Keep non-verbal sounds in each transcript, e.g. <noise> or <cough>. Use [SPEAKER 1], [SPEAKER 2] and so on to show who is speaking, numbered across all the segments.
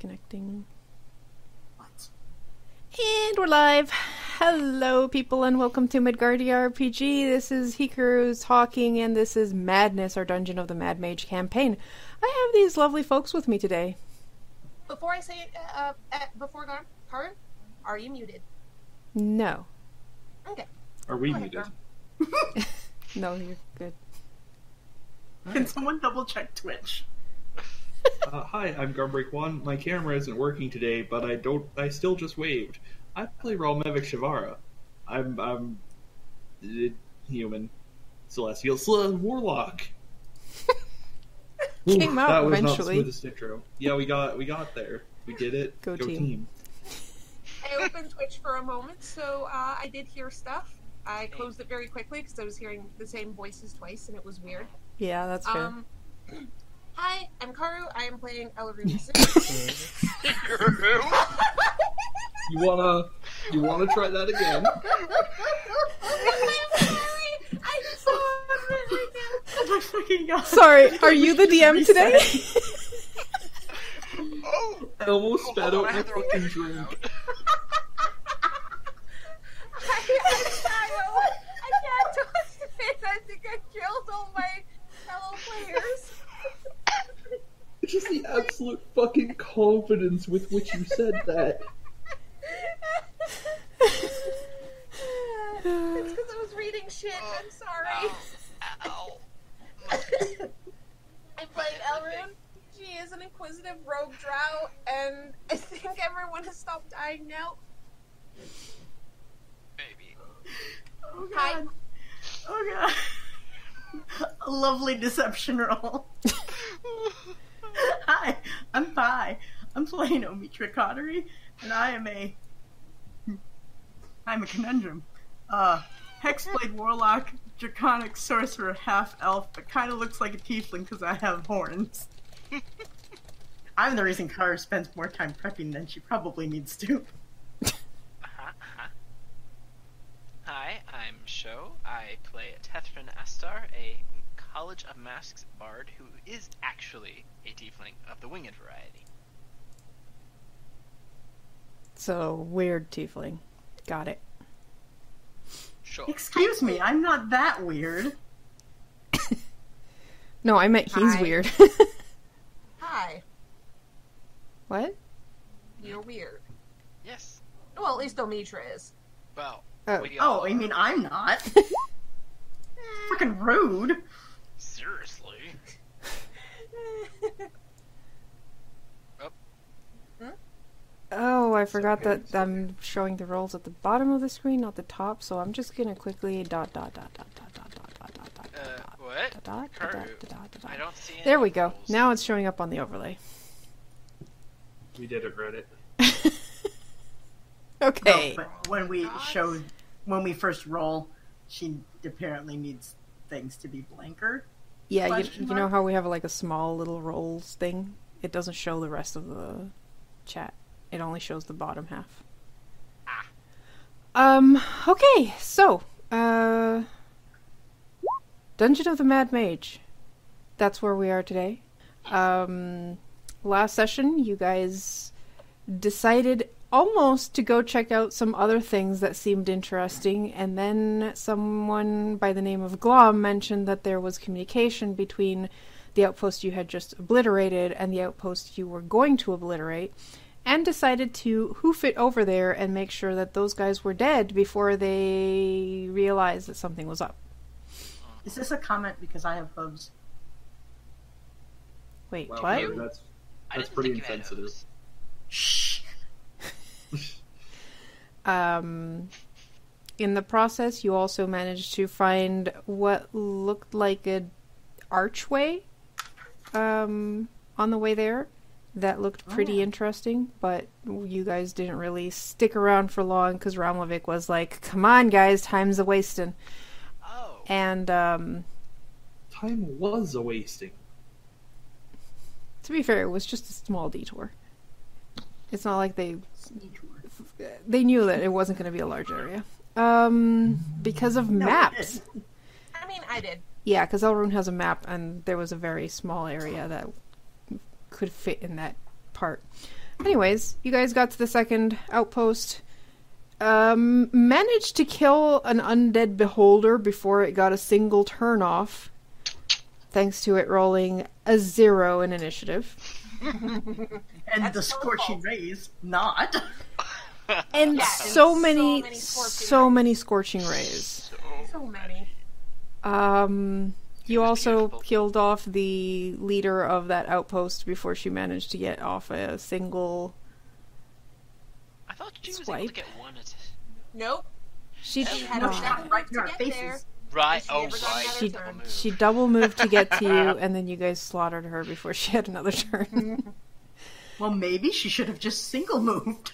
[SPEAKER 1] Connecting.
[SPEAKER 2] What?
[SPEAKER 1] And we're live. Hello, people, and welcome to E Midgardia RPG. This is Hikaru's Hawking, and this is Madness, our Dungeon of the Mad Mage campaign. I have these lovely folks with me today.
[SPEAKER 2] Before I say, uh, uh, before Gar- Karin, are you muted?
[SPEAKER 1] No.
[SPEAKER 2] Okay.
[SPEAKER 3] Are we
[SPEAKER 2] Go ahead,
[SPEAKER 3] muted?
[SPEAKER 2] Gar.
[SPEAKER 1] No, you're good.
[SPEAKER 4] Can someone double check Twitch?
[SPEAKER 3] Uh, hi, I'm Garbreak One. My camera isn't working today, but I don't. I still just waved. I play Ralmevic Shavara. I'm I'm uh, human, celestial, sl- warlock.
[SPEAKER 1] Came out
[SPEAKER 3] that was not the
[SPEAKER 1] eventually.
[SPEAKER 3] smoothest intro. Yeah, we got we got there. We did it.
[SPEAKER 1] Go team.
[SPEAKER 2] I opened Twitch for a moment, so uh, I did hear stuff. I closed it very quickly because I was hearing the same voices twice, and it was weird.
[SPEAKER 1] Yeah, that's fair.
[SPEAKER 2] Um, <clears throat> hi, I'm Karu. I am playing <laughs> Elarumi Six.
[SPEAKER 3] You wanna you wanna try that again?
[SPEAKER 2] I'm sorry. I just saw it right now.
[SPEAKER 4] <laughs> Oh my fucking god.
[SPEAKER 1] Sorry,
[SPEAKER 2] <laughs>
[SPEAKER 1] are you the DM today?
[SPEAKER 5] Oh,
[SPEAKER 3] I almost
[SPEAKER 5] Hold
[SPEAKER 3] spat out
[SPEAKER 5] on, I
[SPEAKER 3] my
[SPEAKER 5] have the wrong
[SPEAKER 3] fucking
[SPEAKER 5] picture now.
[SPEAKER 3] drink.
[SPEAKER 2] I, I'm sorry. I can't do it. I think I killed all my fellow players.
[SPEAKER 3] It's just the absolute fucking confidence with which you said that.
[SPEAKER 2] <laughs> it's because I was reading shit. I'm sorry.
[SPEAKER 5] Ow.
[SPEAKER 2] <laughs> I'm playing Elrune. She is an inquisitive rogue drow, and I think everyone has stopped dying now.
[SPEAKER 5] Baby.
[SPEAKER 4] Oh
[SPEAKER 2] Hi.
[SPEAKER 4] god. Oh god. <laughs> A lovely deception roll. Hi, I'm Pi. I'm playing Omitra Cottery, and I am a. I'm a conundrum. Uh, Hexblade Warlock, Draconic Sorcerer, half elf, but kind of looks like a tiefling because I have horns. I'm the reason Kara spends more time prepping than she probably needs to.
[SPEAKER 5] Uh-huh, uh-huh. Hi, I'm Sho. I play Tethrin Astar, a College of Masks bard who is actually a tiefling of the winged variety.
[SPEAKER 1] <laughs> so, weird tiefling. Got it.
[SPEAKER 5] Sure.
[SPEAKER 4] Excuse me, I'm not that weird.
[SPEAKER 1] No, I meant he's
[SPEAKER 2] Hi.
[SPEAKER 1] weird. <laughs>
[SPEAKER 2] Hi. <laughs>
[SPEAKER 1] what?
[SPEAKER 2] You're weird.
[SPEAKER 5] Yes.
[SPEAKER 2] Well, at least Omitra is.
[SPEAKER 5] Well,
[SPEAKER 1] Oh.
[SPEAKER 5] we all
[SPEAKER 4] Oh, I mean, I'm not. Freaking rude.
[SPEAKER 5] seriously.
[SPEAKER 1] Oh, I forgot that I'm showing the rolls at the bottom of the screen, not the top. So I'm just gonna quickly dot dot dot dot dot dot dot dot dot dot
[SPEAKER 5] Uh,
[SPEAKER 1] dot dot
[SPEAKER 5] what?
[SPEAKER 1] dot dot dot
[SPEAKER 5] Karu,
[SPEAKER 1] dot dot dot
[SPEAKER 5] I
[SPEAKER 1] dot.
[SPEAKER 5] don't see any
[SPEAKER 1] There we go.
[SPEAKER 5] rules.
[SPEAKER 1] Now it's showing up on the overlay. <laughs>
[SPEAKER 3] We did it, Reddit.
[SPEAKER 1] Okay.
[SPEAKER 4] No, Oh, but when we
[SPEAKER 2] Dots.
[SPEAKER 4] show, when we first roll, she apparently needs things to be blanker.
[SPEAKER 1] Yeah, you,
[SPEAKER 4] Question
[SPEAKER 1] you know how we have like a small little rolls thing? It doesn't show the rest of the chat. It only shows the bottom half. Um. Okay. So, uh, Dungeon of the Mad Mage. That's where we are today. Um, last session, you guys decided almost to go check out some other things that seemed interesting, and then someone by the name of Glom mentioned that there was communication between the outpost you had just obliterated and the outpost you were going to obliterate, and decided to hoof it over there and make sure that those guys were dead before they realized that something was up.
[SPEAKER 4] Is this a comment because I have hooves?
[SPEAKER 1] Wait,
[SPEAKER 3] Wow,
[SPEAKER 1] what?
[SPEAKER 3] Karu, that's
[SPEAKER 5] I
[SPEAKER 3] that's
[SPEAKER 5] didn't
[SPEAKER 3] pretty
[SPEAKER 5] think you had
[SPEAKER 3] insensitive.
[SPEAKER 5] hooves.
[SPEAKER 4] Shh.
[SPEAKER 1] Um, in the process, you also managed to find what looked like a archway um, on the way there that looked
[SPEAKER 4] Oh,
[SPEAKER 1] pretty interesting, but you guys didn't really stick around for long because Ramlovic was like, "Come on, guys, time's a wasting,"
[SPEAKER 5] Oh.
[SPEAKER 1] and um,
[SPEAKER 3] Time was a wasting.
[SPEAKER 1] to be fair, it was just a small detour. It's not like they
[SPEAKER 4] Detour.
[SPEAKER 1] they knew that it wasn't going to be a large area. Um, because of
[SPEAKER 4] No, it
[SPEAKER 1] maps.
[SPEAKER 4] is.
[SPEAKER 2] I mean, I did.
[SPEAKER 1] Yeah, because Elrune has a map, and there was a very small area that could fit in that part. Anyways, you guys got to the second outpost. Um, managed to kill an undead beholder before it got a single turn off, thanks to it rolling a zero in initiative.
[SPEAKER 4] And
[SPEAKER 2] That's
[SPEAKER 4] the
[SPEAKER 2] so
[SPEAKER 4] scorching
[SPEAKER 2] false.
[SPEAKER 4] rays, not.
[SPEAKER 1] And
[SPEAKER 2] Yeah, and
[SPEAKER 1] so,
[SPEAKER 2] so
[SPEAKER 1] many,
[SPEAKER 2] many scorching
[SPEAKER 1] so
[SPEAKER 2] rays.
[SPEAKER 1] many scorching rays.
[SPEAKER 2] So many.
[SPEAKER 1] Um, you
[SPEAKER 5] was
[SPEAKER 1] also
[SPEAKER 5] beautiful.
[SPEAKER 1] killed off the leader of that outpost before she managed to get off a single.
[SPEAKER 5] I thought she was able to
[SPEAKER 1] Swipe.
[SPEAKER 5] get one at
[SPEAKER 2] Nope.
[SPEAKER 1] She
[SPEAKER 5] She
[SPEAKER 2] had
[SPEAKER 1] no.
[SPEAKER 2] a shot.
[SPEAKER 4] right in
[SPEAKER 2] To
[SPEAKER 4] our
[SPEAKER 2] get
[SPEAKER 4] faces.
[SPEAKER 5] right.
[SPEAKER 2] She
[SPEAKER 5] Oh,
[SPEAKER 2] never got
[SPEAKER 5] right.
[SPEAKER 2] another
[SPEAKER 1] she
[SPEAKER 5] Double
[SPEAKER 2] turn.
[SPEAKER 5] move.
[SPEAKER 1] she double moved to get to you, and then you guys slaughtered her before she had another turn.
[SPEAKER 4] Well, maybe she should have just single moved.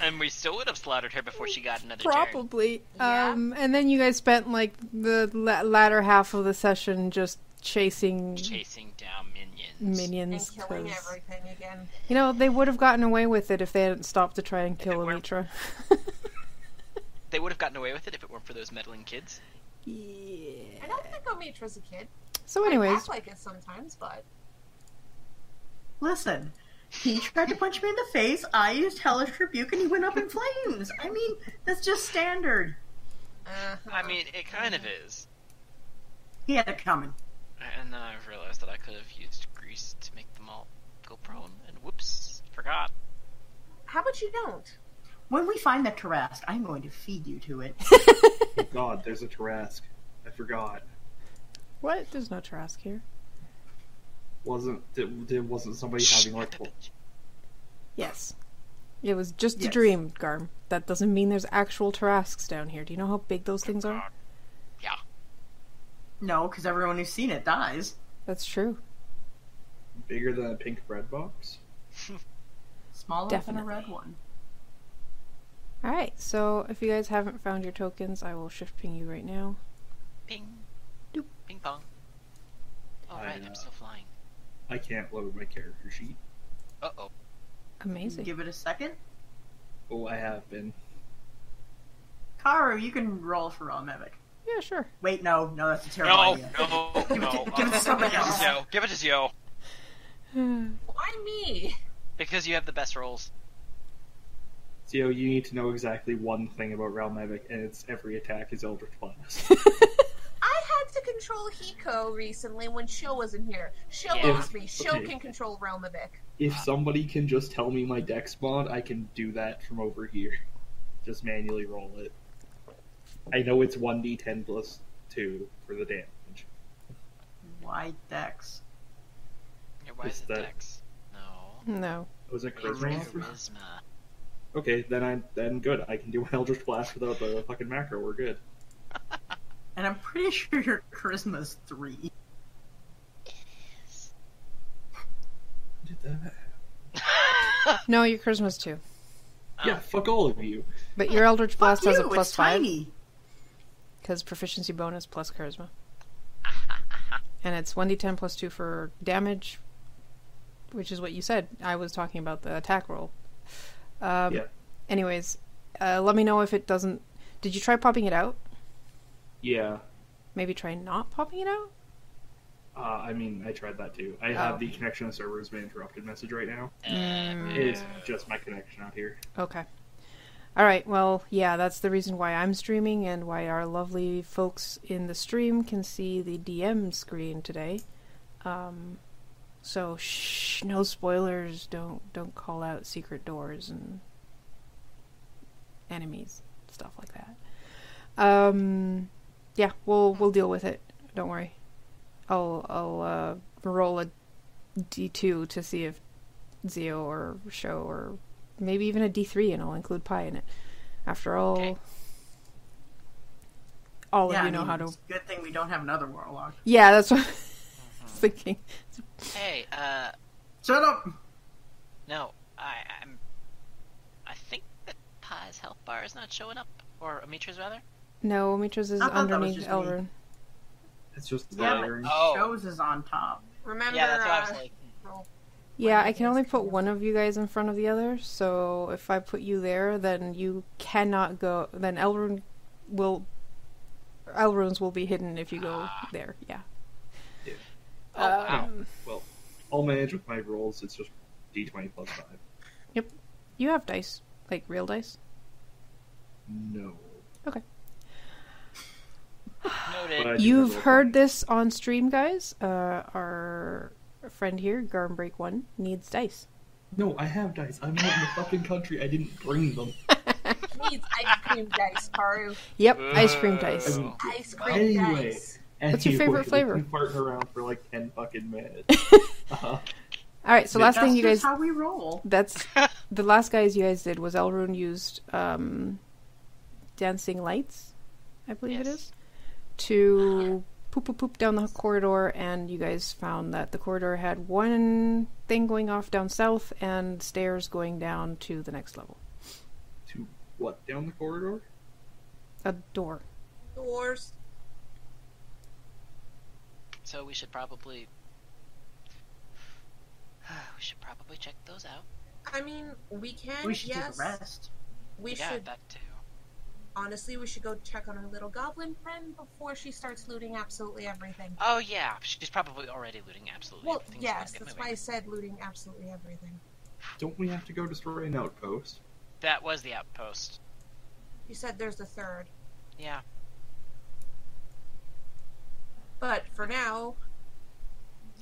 [SPEAKER 5] And we still would have slaughtered her before she got another turn.
[SPEAKER 1] Probably.
[SPEAKER 2] Yeah.
[SPEAKER 1] Um, and then you guys spent like the la- latter half of the session just chasing
[SPEAKER 5] Chasing down minions.
[SPEAKER 1] minions
[SPEAKER 2] And killing
[SPEAKER 1] 'cause-
[SPEAKER 2] everything again.
[SPEAKER 1] you know they would have gotten away with it if they hadn't stopped to try and kill
[SPEAKER 5] it were-
[SPEAKER 1] Amitra. <laughs>
[SPEAKER 5] They would have gotten away with it if it weren't for those meddling kids.
[SPEAKER 1] yeah.
[SPEAKER 2] I don't think Omitra's a kid.
[SPEAKER 1] So,
[SPEAKER 2] I
[SPEAKER 1] anyways,
[SPEAKER 2] act like it sometimes, but
[SPEAKER 4] Listen, he tried to punch me in the face. I used hellish rebuke, and he went up in flames. I mean, that's just standard.
[SPEAKER 2] uh,
[SPEAKER 5] I mean, it kind of is.
[SPEAKER 4] He had it coming.
[SPEAKER 5] And then I realized that I could have used grease to make them all go prone, and whoops, forgot.
[SPEAKER 2] how about you don't?
[SPEAKER 4] When we find that Tarrasque, I'm going to feed you to it.
[SPEAKER 1] <laughs>
[SPEAKER 3] God, there's a Tarask. I forgot.
[SPEAKER 1] what? There's no Trask here.
[SPEAKER 3] Wasn't it, it wasn't somebody having electrical?
[SPEAKER 1] Yes. It was just a
[SPEAKER 4] Yes.
[SPEAKER 1] dream, Garm. That doesn't mean there's actual Tarasks down here. Do you know how big those things are?
[SPEAKER 4] No, because everyone who's seen it dies.
[SPEAKER 1] That's true.
[SPEAKER 3] Bigger than a pink bread box?
[SPEAKER 4] Smaller
[SPEAKER 1] Definitely.
[SPEAKER 4] than a red one.
[SPEAKER 1] All right. So if you guys haven't found your tokens, I will shift ping you right now.
[SPEAKER 5] <laughs> Ping.
[SPEAKER 1] Doop.
[SPEAKER 5] Ping pong. All
[SPEAKER 3] I
[SPEAKER 5] right,
[SPEAKER 3] know.
[SPEAKER 5] I'm
[SPEAKER 4] uh,
[SPEAKER 5] still flying.
[SPEAKER 3] I can't load my character sheet.
[SPEAKER 5] Uh oh.
[SPEAKER 1] Amazing.
[SPEAKER 4] Give it a second.
[SPEAKER 3] Oh, I have been.
[SPEAKER 4] Karu, you can roll for raw medic.
[SPEAKER 1] Yeah, sure. <laughs>
[SPEAKER 4] Wait, no, no, that's a terrible
[SPEAKER 5] No,
[SPEAKER 4] idea.
[SPEAKER 5] no,
[SPEAKER 4] <laughs> Give it
[SPEAKER 5] no. uh,
[SPEAKER 4] to- give it to somebody
[SPEAKER 5] Give it
[SPEAKER 4] else.
[SPEAKER 5] to Yo. Give it to Zio.
[SPEAKER 2] Why me?
[SPEAKER 5] Because you have the best rolls.
[SPEAKER 3] Zio, you need to know exactly one thing about Realmevic, and it's every attack is Eldritch Blast.
[SPEAKER 2] I had to control Hiko recently when Sho wasn't here. Sho
[SPEAKER 5] Yeah.
[SPEAKER 2] loves
[SPEAKER 4] <laughs>
[SPEAKER 2] me. Sho
[SPEAKER 3] Okay.
[SPEAKER 2] can control Realmovic.
[SPEAKER 3] if somebody can just tell me my dex mod, I can do that from over here. Just manually roll it. I know it's 1d10 plus 2 for the damage.
[SPEAKER 4] Wide decks.
[SPEAKER 5] Yeah, Why
[SPEAKER 3] Is
[SPEAKER 5] is it
[SPEAKER 3] that-
[SPEAKER 5] Dex? No.
[SPEAKER 1] No.
[SPEAKER 3] Was it
[SPEAKER 5] It's
[SPEAKER 3] charisma?
[SPEAKER 5] charisma.
[SPEAKER 3] Okay, then I'm then good. I can do an Eldritch Blast without the fucking macro. We're good.
[SPEAKER 4] And I'm pretty <laughs> sure your charisma is three.
[SPEAKER 3] Did that?
[SPEAKER 1] No, your charisma's two.
[SPEAKER 3] Yeah, fuck all of you.
[SPEAKER 1] But your Eldritch Blast
[SPEAKER 4] Fuck
[SPEAKER 1] has
[SPEAKER 4] you,
[SPEAKER 1] a plus
[SPEAKER 4] it's
[SPEAKER 1] five
[SPEAKER 4] tiny.
[SPEAKER 1] because proficiency bonus plus charisma. and it's 1d10 plus 2 for damage, which is what you said. I was talking about the attack roll. Um,
[SPEAKER 3] Yeah.
[SPEAKER 1] Anyways, uh, let me know if it doesn't. Did you try popping it out?
[SPEAKER 3] Yeah.
[SPEAKER 1] Maybe try not popping it out?
[SPEAKER 3] Uh, I mean, I tried that too. I
[SPEAKER 1] Oh.
[SPEAKER 3] have the connection to server has been interrupted message right now.
[SPEAKER 5] Uh,
[SPEAKER 3] It is just my connection out here.
[SPEAKER 1] Okay. All right. Well, yeah, that's the reason why I'm streaming and why our lovely folks in the stream can see the DM screen today. Um, so shh, no spoilers. Don't don't call out secret doors and enemies, stuff like that. Um, yeah, we'll we'll deal with it. Don't worry. I'll I'll uh, roll a d two to see if Zio or Show or maybe even a D3, and I'll include pi in it. After all,
[SPEAKER 5] Okay.
[SPEAKER 1] all
[SPEAKER 4] yeah,
[SPEAKER 1] of
[SPEAKER 4] I
[SPEAKER 1] you know
[SPEAKER 4] mean,
[SPEAKER 1] how to.
[SPEAKER 4] it's a Good thing we don't have another warlock.
[SPEAKER 1] Yeah, that's what I
[SPEAKER 4] Mm-hmm.
[SPEAKER 1] was thinking.
[SPEAKER 5] Hey, uh,
[SPEAKER 4] Shut up.
[SPEAKER 5] no, I, I'm. I think that Pi's health bar is not showing up, or Amitra's rather.
[SPEAKER 1] No, Mitra's is
[SPEAKER 4] I thought that was
[SPEAKER 1] underneath
[SPEAKER 4] just me.
[SPEAKER 1] Elrin.
[SPEAKER 3] It's just
[SPEAKER 4] Yeah,
[SPEAKER 3] glaring.
[SPEAKER 4] but
[SPEAKER 5] Oh.
[SPEAKER 4] shows is on top.
[SPEAKER 2] Remember,
[SPEAKER 5] yeah, that's what I
[SPEAKER 2] uh,
[SPEAKER 5] was like.
[SPEAKER 1] Yeah,
[SPEAKER 2] Why
[SPEAKER 1] I
[SPEAKER 2] not
[SPEAKER 1] can only
[SPEAKER 2] just
[SPEAKER 1] put
[SPEAKER 2] me?
[SPEAKER 1] one of you guys in front of the other, so if I put you there, then you cannot go. Then Elrune will. Elrune's will be hidden if you go there, Ah. yeah.
[SPEAKER 5] Oh, wow.
[SPEAKER 1] Um,
[SPEAKER 3] I'll manage with my rolls. It's just d20 plus 5.
[SPEAKER 1] You have dice, like real dice.
[SPEAKER 3] No.
[SPEAKER 5] Noted.
[SPEAKER 3] But I do
[SPEAKER 1] You've
[SPEAKER 3] have a
[SPEAKER 1] heard
[SPEAKER 3] roll
[SPEAKER 1] this on stream, guys. Uh, our friend here, Garmbreak One, needs dice.
[SPEAKER 3] No, I have dice. I'm not in the fucking country. I didn't bring them.
[SPEAKER 2] Needs ice
[SPEAKER 5] <laughs>
[SPEAKER 2] cream dice, Haru.
[SPEAKER 1] Yep, ice cream
[SPEAKER 5] Uh,
[SPEAKER 1] dice. <laughs>
[SPEAKER 3] I mean,
[SPEAKER 2] Ice cream
[SPEAKER 3] Oh. Anyway.
[SPEAKER 2] dice.
[SPEAKER 1] What's your
[SPEAKER 3] anyway,
[SPEAKER 1] favorite
[SPEAKER 3] we
[SPEAKER 1] flavor?
[SPEAKER 3] can fart around for like 10 fucking <laughs> minutes. uh,
[SPEAKER 1] All right, so
[SPEAKER 3] Yeah.
[SPEAKER 1] last
[SPEAKER 4] That's
[SPEAKER 1] thing you
[SPEAKER 4] just
[SPEAKER 1] guys
[SPEAKER 4] how we roll.
[SPEAKER 1] That's the last guys you guys did was Elrune used um, dancing lights, I believe it
[SPEAKER 5] Yes.
[SPEAKER 1] is, to poop poop poop down the corridor, and you guys found that the corridor had one thing going off down south and stairs going down to the next level,
[SPEAKER 3] to what? Down the corridor?
[SPEAKER 1] a door.
[SPEAKER 2] Doors.
[SPEAKER 5] <laughs> So we should probably. <sighs> we should probably check those out.
[SPEAKER 2] I mean, we can.
[SPEAKER 4] We should
[SPEAKER 2] yes,
[SPEAKER 4] take a rest.
[SPEAKER 2] we
[SPEAKER 5] yeah,
[SPEAKER 2] should.
[SPEAKER 5] that too.
[SPEAKER 2] Honestly, we should go check on our little goblin friend before she starts looting absolutely everything.
[SPEAKER 5] Oh yeah, she's probably already looting absolutely
[SPEAKER 2] Well,
[SPEAKER 5] everything. so
[SPEAKER 2] yes,
[SPEAKER 5] let's get
[SPEAKER 2] that's why
[SPEAKER 5] moving.
[SPEAKER 2] I said looting absolutely everything.
[SPEAKER 3] Don't we have to go destroy an outpost?
[SPEAKER 5] That was the outpost.
[SPEAKER 2] You said there's a third,
[SPEAKER 5] Yeah.
[SPEAKER 2] but for now,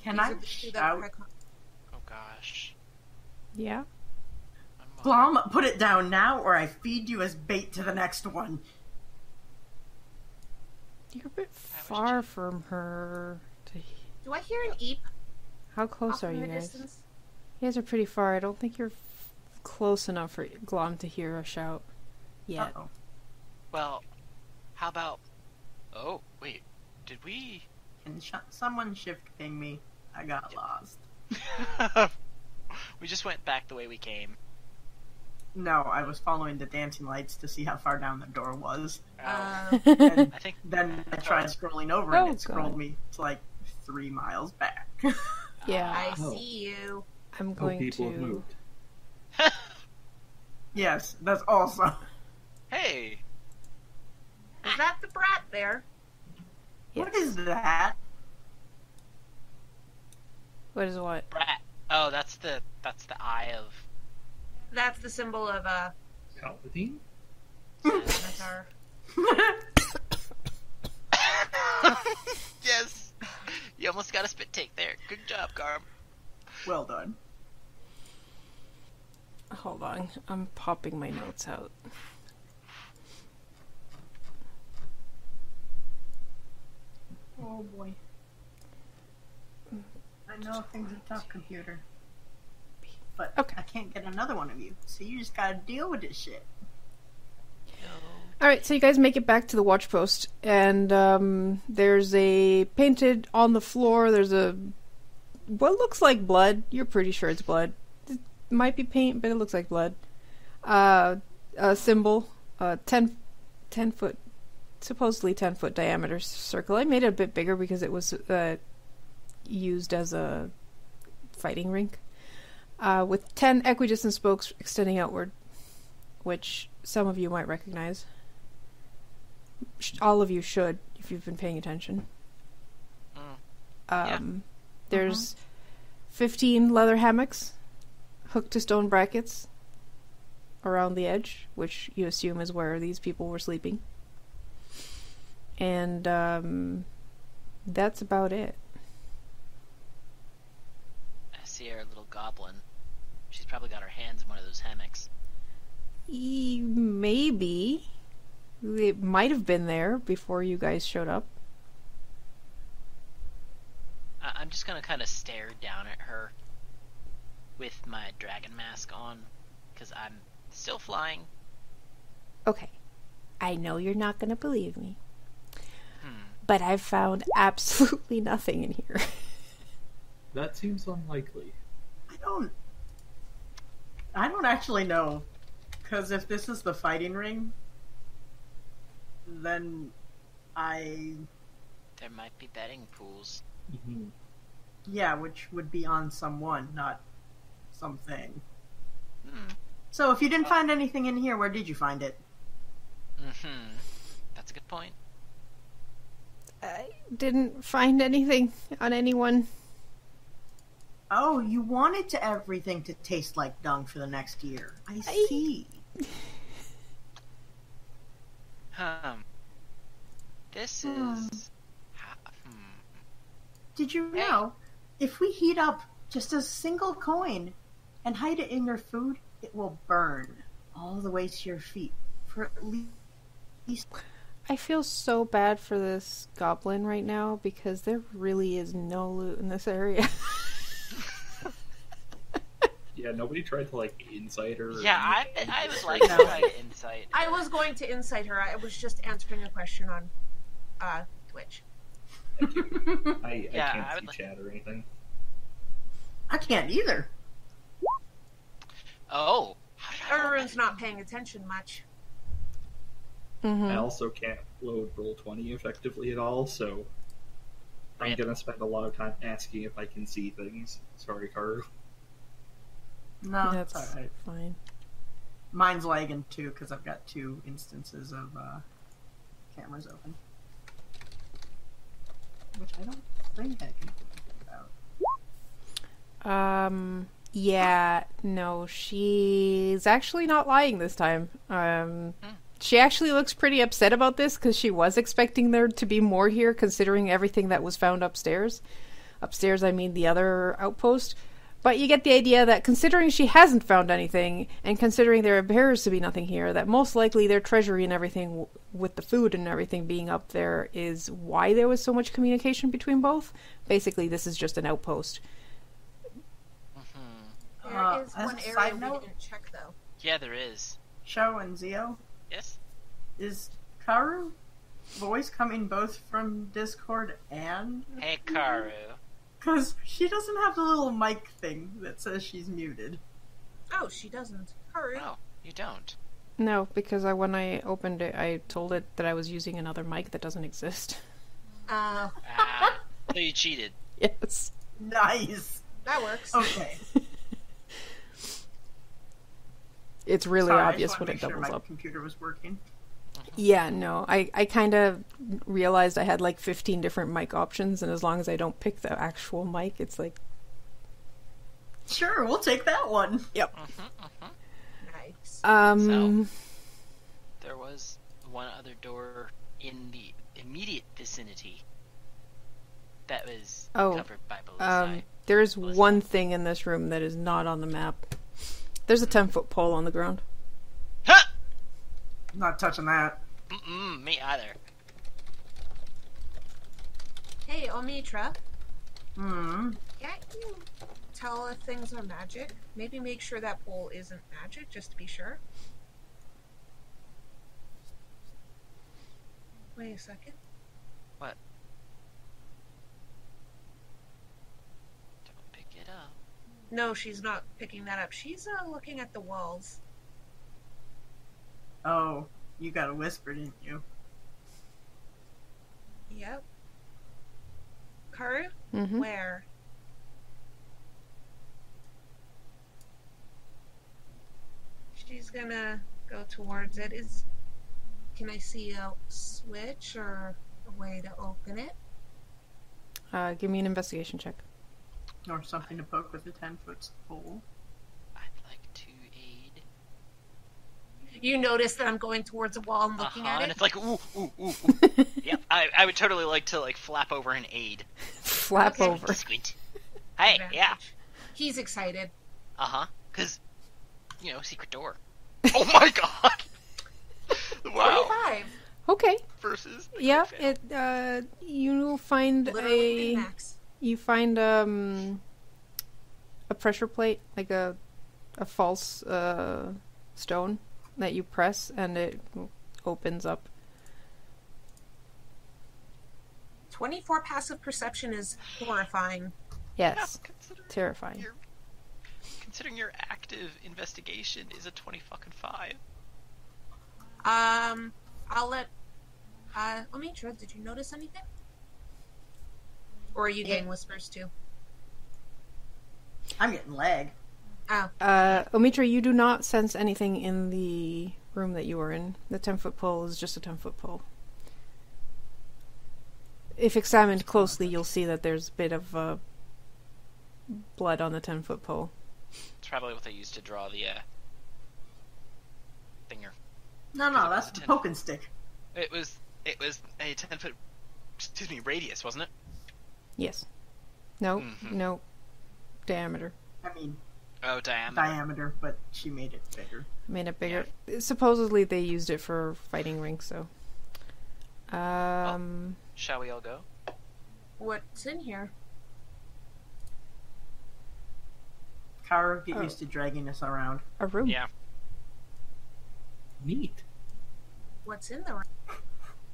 [SPEAKER 4] Can
[SPEAKER 2] these
[SPEAKER 4] I
[SPEAKER 2] are the two that
[SPEAKER 4] shout?
[SPEAKER 2] I con-
[SPEAKER 5] Oh gosh.
[SPEAKER 1] Yeah.
[SPEAKER 5] I'm all-
[SPEAKER 4] Blom, put it down now, or I feed you as bait to the next one.
[SPEAKER 1] You're a bit
[SPEAKER 5] I was
[SPEAKER 1] far from her. To...
[SPEAKER 2] Do I hear an eep?
[SPEAKER 1] How
[SPEAKER 4] Oh,
[SPEAKER 1] close
[SPEAKER 2] off
[SPEAKER 1] are
[SPEAKER 2] in
[SPEAKER 1] you
[SPEAKER 2] the
[SPEAKER 1] guys?
[SPEAKER 2] distance?
[SPEAKER 1] You guys are pretty far. I don't think you're f- close enough for Glom to hear a shout yet.
[SPEAKER 4] Uh-oh.
[SPEAKER 5] Well, how about? Oh wait, did we? <laughs>
[SPEAKER 4] Can sh- someone shift ping me? I got lost.
[SPEAKER 5] we just went back the way we came.
[SPEAKER 4] No, I was following the dancing lights to see how far down the door was.
[SPEAKER 5] Oh,
[SPEAKER 2] <laughs> Uh,
[SPEAKER 4] And
[SPEAKER 5] I think. <laughs>
[SPEAKER 4] then I tried scrolling over,
[SPEAKER 1] Oh,
[SPEAKER 4] and it scrolled
[SPEAKER 1] God.
[SPEAKER 4] me to like three miles back.
[SPEAKER 1] <laughs>
[SPEAKER 4] <laughs>
[SPEAKER 1] yeah.
[SPEAKER 2] I
[SPEAKER 3] Oh.
[SPEAKER 2] see you.
[SPEAKER 1] I'm
[SPEAKER 3] Oh,
[SPEAKER 1] going
[SPEAKER 3] people have
[SPEAKER 1] to.
[SPEAKER 3] moved.
[SPEAKER 4] yes, that's also.
[SPEAKER 5] hey,
[SPEAKER 2] Is that the brat there?
[SPEAKER 4] What is that? <laughs>
[SPEAKER 1] What is what?
[SPEAKER 5] brat. Oh, that's the that's the eye of.
[SPEAKER 2] That's the symbol of uh,
[SPEAKER 3] Paladin?
[SPEAKER 2] that's our
[SPEAKER 5] <laughs> yes. You almost got a spit take there. Good job, Garm.
[SPEAKER 4] well done.
[SPEAKER 1] Hold on, I'm popping my notes out.
[SPEAKER 4] Oh boy. I know things are tough, computer. But
[SPEAKER 1] Okay.
[SPEAKER 4] I can't get another one of you, so you just gotta deal with this shit.
[SPEAKER 1] All right, so you guys make it back to the watch post, and um, there's a painted on the floor. There's a what looks like blood. You're pretty sure it's blood. It might be paint, but it looks like blood. Uh, a symbol, uh, 10, 10 foot, supposedly ten foot diameter s- circle. I made it a bit bigger because it was uh, used as a fighting rink, uh, with ten equidistant spokes extending outward, which some of you might recognize sh- all of you should if you've been paying attention.
[SPEAKER 5] Mm. Yeah. Uh-huh.
[SPEAKER 1] Um, There's 15 leather hammocks hooked to stone brackets around the edge, which you assume is where these people were sleeping. And um, that's about it.
[SPEAKER 5] I see our little goblin. She's probably got her hands in one of those hammocks.
[SPEAKER 1] E- maybe. It might have been there before you guys showed up.
[SPEAKER 5] I- I'm just gonna kind of stare down at her with my dragon mask on, because I'm still flying.
[SPEAKER 1] Okay. I know you're not going to believe me,
[SPEAKER 5] Hmm.
[SPEAKER 1] but I've found absolutely <laughs> nothing in here.
[SPEAKER 3] That seems unlikely.
[SPEAKER 4] I don't. I don't actually know, because if this is the fighting ring, then I
[SPEAKER 5] There might be betting pools.
[SPEAKER 3] Mm-hmm.
[SPEAKER 4] yeah, which would be on someone, not something.
[SPEAKER 5] Hmm.
[SPEAKER 4] So if you didn't find anything in here, where did you find it?
[SPEAKER 5] hmm That's a good point.
[SPEAKER 1] I didn't find anything on anyone.
[SPEAKER 4] Oh, you wanted to everything to taste like dung for the next year. I see.
[SPEAKER 5] Um, this is. ha- hmm.
[SPEAKER 4] Did you know if we heat up just a single coin and hide it in your food, it will burn all the way to your feet for at least
[SPEAKER 1] I feel so bad for this goblin right now because there really is no loot in this area. <laughs>
[SPEAKER 3] Yeah, nobody tried to like insight her. or
[SPEAKER 5] Yeah, I,
[SPEAKER 3] anything.
[SPEAKER 5] I would like to try to insight.
[SPEAKER 2] I was going to incite her. I was just answering a question on uh, Twitch.
[SPEAKER 3] I, I
[SPEAKER 5] Yeah,
[SPEAKER 3] can't
[SPEAKER 5] I would
[SPEAKER 3] see
[SPEAKER 5] like-
[SPEAKER 3] chat or anything.
[SPEAKER 4] <laughs> I can't either.
[SPEAKER 5] Oh, how did I roll
[SPEAKER 2] Everyone's
[SPEAKER 5] that?
[SPEAKER 2] not paying attention much.
[SPEAKER 1] Mhm.
[SPEAKER 3] I also can't load roll twenty effectively at all, so I'm
[SPEAKER 5] Right.
[SPEAKER 3] gonna spend a lot of time asking if I can see things. Sorry, Karu.
[SPEAKER 4] No,
[SPEAKER 1] That's
[SPEAKER 4] it's all right.
[SPEAKER 1] fine.
[SPEAKER 4] Mine's lagging too because I've got two instances of uh, cameras open, which I don't think I can do anything about.
[SPEAKER 1] Um yeah, no, she's actually not lying this time. Um she actually looks pretty upset about this cuz she was expecting there to be more here considering everything that was found upstairs. Upstairs I mean the other outpost. But you get the idea that considering she hasn't found anything and considering there appears to be nothing here that most likely their treasury and everything w- with the food and everything being up there is why there was so much communication between both. Basically this is just an outpost.
[SPEAKER 2] There
[SPEAKER 4] Uh,
[SPEAKER 2] is
[SPEAKER 4] as
[SPEAKER 2] one
[SPEAKER 4] a
[SPEAKER 2] area
[SPEAKER 4] side
[SPEAKER 2] we
[SPEAKER 4] note-
[SPEAKER 2] didn't check though.
[SPEAKER 5] Mm-hmm. Yeah, there is.
[SPEAKER 4] Show and Zio,
[SPEAKER 5] Yes.
[SPEAKER 4] Is Karu voice coming both from Discord and
[SPEAKER 5] Hey, Karu.
[SPEAKER 4] because she doesn't have the little mic thing that says she's muted.
[SPEAKER 2] Oh, she doesn't. Hurry.
[SPEAKER 5] Oh, you don't.
[SPEAKER 1] No, because I when I opened it, I told it that I was using another mic that doesn't exist. <laughs>
[SPEAKER 2] Uh,
[SPEAKER 5] Ah, so you cheated.
[SPEAKER 1] Yes.
[SPEAKER 4] Nice.
[SPEAKER 2] that works.
[SPEAKER 4] Okay.
[SPEAKER 1] It's <laughs> really
[SPEAKER 4] Sorry, I
[SPEAKER 1] obvious
[SPEAKER 4] just
[SPEAKER 1] when
[SPEAKER 4] wanna
[SPEAKER 1] it
[SPEAKER 4] make sure
[SPEAKER 1] doubles
[SPEAKER 4] my <laughs>
[SPEAKER 1] up.
[SPEAKER 4] computer was working.
[SPEAKER 1] Yeah, no. I, I kind of realized I had like 15 different mic options, and as long as I don't pick the actual mic, it's like,
[SPEAKER 4] Sure, we'll take that one.
[SPEAKER 2] Nice.
[SPEAKER 1] um,
[SPEAKER 5] There was one other door in the immediate vicinity that was
[SPEAKER 1] Oh,
[SPEAKER 5] covered by Belisai.
[SPEAKER 1] um, there's
[SPEAKER 5] Melissa.
[SPEAKER 1] one thing in this room that is not on the map. There's a
[SPEAKER 4] Hmm.
[SPEAKER 1] 10 foot pole on the ground.
[SPEAKER 5] Ha!
[SPEAKER 4] Not touching that.
[SPEAKER 5] Mm-mm, me either.
[SPEAKER 2] hey, Omitra.
[SPEAKER 4] Hmm.
[SPEAKER 2] Can't you tell if things are magic? Maybe make sure that pole isn't magic, just to be sure. Wait a second.
[SPEAKER 5] Don't pick it up.
[SPEAKER 2] No, she's not picking that up. She's uh, looking at the walls.
[SPEAKER 4] Oh, you got a whisper, didn't you?
[SPEAKER 2] Yep. Karu,
[SPEAKER 1] Mm-hmm.
[SPEAKER 2] where? She's gonna go towards it. Is can I see a switch or a way to open it?
[SPEAKER 1] Uh, give me an investigation
[SPEAKER 4] <laughs>
[SPEAKER 1] check.
[SPEAKER 4] Or something to poke with a ten foot pole.
[SPEAKER 5] I'd like to aid.
[SPEAKER 2] You notice that I'm going towards a wall and looking
[SPEAKER 5] Uh-huh,
[SPEAKER 2] at
[SPEAKER 5] and
[SPEAKER 2] it.
[SPEAKER 5] it's like ooh, ooh, ooh. ooh. yep, I, I would totally like to like flap over and aid.
[SPEAKER 1] <laughs> Flap
[SPEAKER 2] Okay.
[SPEAKER 1] over.
[SPEAKER 5] <laughs> Squint. Hey, yeah.
[SPEAKER 2] Advantage. He's excited.
[SPEAKER 5] Uh huh. Because, you know, secret door. <laughs> oh my god! <laughs> wow.
[SPEAKER 2] Forty-five.
[SPEAKER 1] Okay.
[SPEAKER 5] Versus. a
[SPEAKER 1] Yeah,
[SPEAKER 5] crit fail.
[SPEAKER 1] it uh you find
[SPEAKER 2] Literally
[SPEAKER 1] a
[SPEAKER 2] max.
[SPEAKER 1] you find um a pressure plate, like a a false uh stone that you press and it opens up.
[SPEAKER 2] Twenty-four passive perception is horrifying.
[SPEAKER 1] Yes.
[SPEAKER 5] Considering
[SPEAKER 1] Terrifying.
[SPEAKER 5] your- Considering your active investigation is a twenty fucking five.
[SPEAKER 2] Um, I'll let. Uh, Omitra, did you notice anything? Or are you getting whispers too?
[SPEAKER 4] I'm getting lag.
[SPEAKER 2] Oh,
[SPEAKER 1] Uh Omitra, you do not sense anything in the room that you are in. The ten foot pole is just a ten foot pole. If examined closely you'll see that there's a bit of a uh, blood on the ten foot pole.
[SPEAKER 5] It's probably what they used to draw the uh, thinger.
[SPEAKER 4] No, no, that's the poking stick.
[SPEAKER 5] It was it was a ten foot, excuse me, radius, wasn't it?
[SPEAKER 1] Yes. No,
[SPEAKER 5] Mhm.
[SPEAKER 1] no. Diameter.
[SPEAKER 4] I mean,
[SPEAKER 5] Oh, diameter.
[SPEAKER 4] diameter, but she made it bigger.
[SPEAKER 1] Made it bigger. Supposedly they used it for fighting rings, so. Um,
[SPEAKER 5] Shall we all go?
[SPEAKER 2] What's in here?
[SPEAKER 4] Kara, get
[SPEAKER 1] Oh.
[SPEAKER 4] used to dragging us around.
[SPEAKER 1] a room.
[SPEAKER 5] Yeah.
[SPEAKER 3] Neat.
[SPEAKER 2] What's in the room?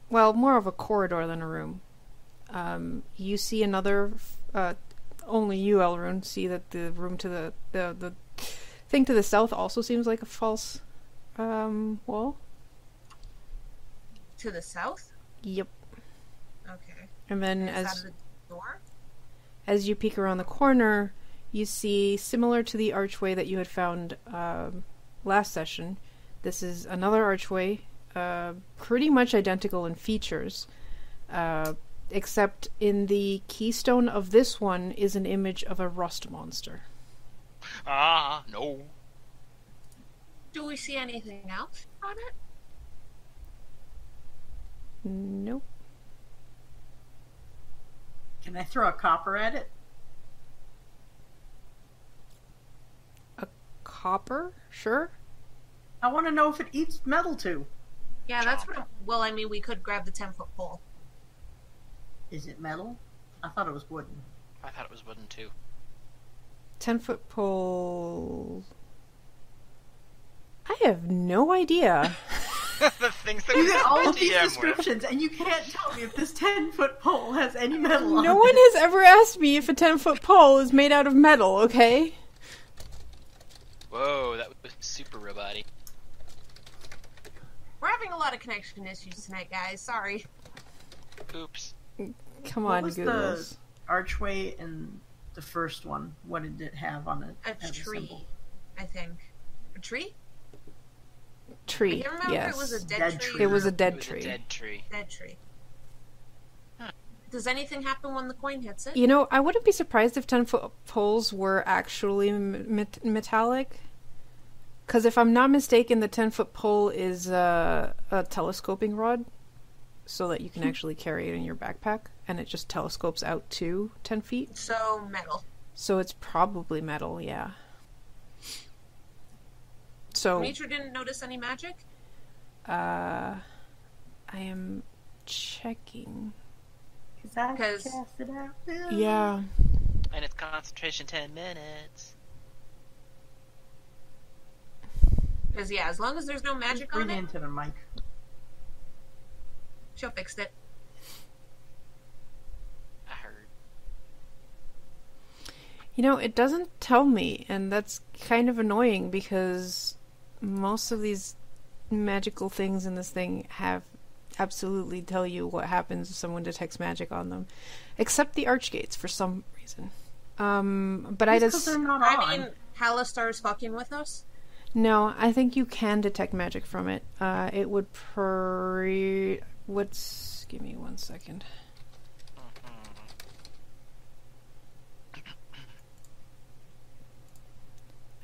[SPEAKER 1] Well, more of a corridor than a room. Um, you see another. f- Uh, only you, Elrune, see that the room to the the the thing to the south also seems like a false um, wall.
[SPEAKER 2] To the south?
[SPEAKER 1] Yep.
[SPEAKER 2] Okay.
[SPEAKER 1] And then
[SPEAKER 2] Is
[SPEAKER 1] as
[SPEAKER 2] that the door?
[SPEAKER 1] as you peek around the corner, you see similar to the archway that you had found um, last session. This is another archway, uh, pretty much identical in features, uh, except in the keystone of this one is an image of a rust monster.
[SPEAKER 5] Ah, no.
[SPEAKER 2] Do we see anything else on it?
[SPEAKER 1] Nope.
[SPEAKER 4] Can I throw a copper at it?
[SPEAKER 1] Copper? Sure.
[SPEAKER 4] I want to know if it eats metal too.
[SPEAKER 2] Yeah, that's what. Well, I mean, we could grab the ten foot pole.
[SPEAKER 4] Is it metal? I thought it was wooden.
[SPEAKER 5] I thought it was wooden too.
[SPEAKER 1] Ten foot pole. I have no idea.
[SPEAKER 5] <laughs> the things that we
[SPEAKER 4] You get all of
[SPEAKER 5] DM
[SPEAKER 4] these
[SPEAKER 5] with.
[SPEAKER 4] descriptions, and you can't tell me if this ten foot pole has any metal. on
[SPEAKER 1] no one
[SPEAKER 4] it.
[SPEAKER 1] has ever asked me if a ten foot pole is made out of metal, okay?
[SPEAKER 5] Whoa, that was super robot
[SPEAKER 2] We're having a lot of connection issues tonight, guys. Sorry.
[SPEAKER 5] Oops.
[SPEAKER 1] Come
[SPEAKER 4] What
[SPEAKER 1] on,
[SPEAKER 4] was the-
[SPEAKER 1] Googles.
[SPEAKER 4] archway and the first one. What did it have on it?
[SPEAKER 2] A
[SPEAKER 4] as
[SPEAKER 2] tree,
[SPEAKER 4] symbol?
[SPEAKER 2] I think. A tree? I
[SPEAKER 1] Tree.
[SPEAKER 2] can't remember
[SPEAKER 1] Yes.
[SPEAKER 2] if it was a dead,
[SPEAKER 4] Dead
[SPEAKER 2] tree.
[SPEAKER 4] tree.
[SPEAKER 1] It was a
[SPEAKER 2] or
[SPEAKER 1] dead
[SPEAKER 5] it was
[SPEAKER 1] tree.
[SPEAKER 5] a dead tree.
[SPEAKER 2] a dead tree.
[SPEAKER 5] Huh.
[SPEAKER 2] Does anything happen when the coin hits it?
[SPEAKER 1] You know, I wouldn't be surprised if 10 foot poles were actually m- met- metallic. Because if I'm not mistaken, the 10 foot pole is uh, a telescoping rod so that you
[SPEAKER 2] Hmm.
[SPEAKER 1] can actually carry it in your backpack and it just telescopes out to 10 feet.
[SPEAKER 2] So metal.
[SPEAKER 1] So it's probably metal, yeah. So.
[SPEAKER 2] Mitra didn't notice any magic.
[SPEAKER 1] Uh, I am checking.
[SPEAKER 4] Cause I
[SPEAKER 2] Because-
[SPEAKER 4] cast it out.
[SPEAKER 2] Um,
[SPEAKER 1] Yeah.
[SPEAKER 5] And it's concentration 10 minutes.
[SPEAKER 2] Because yeah, as long as there's no magic
[SPEAKER 4] Bring
[SPEAKER 2] on
[SPEAKER 4] it
[SPEAKER 2] it,
[SPEAKER 4] into the mic.
[SPEAKER 2] she'll fix it.
[SPEAKER 5] I heard.
[SPEAKER 1] You know, it doesn't tell me, and that's kind of annoying because most of these magical things in this thing have absolutely tell you what happens if someone detects magic on them, except the archgates for some reason. Um, but I
[SPEAKER 4] Because
[SPEAKER 1] just
[SPEAKER 4] they're not on.
[SPEAKER 2] I mean, Halistar's fucking with us.
[SPEAKER 1] no, I think you can detect magic from it. Uh, it would pre what's give me one second.
[SPEAKER 5] Mm-hmm.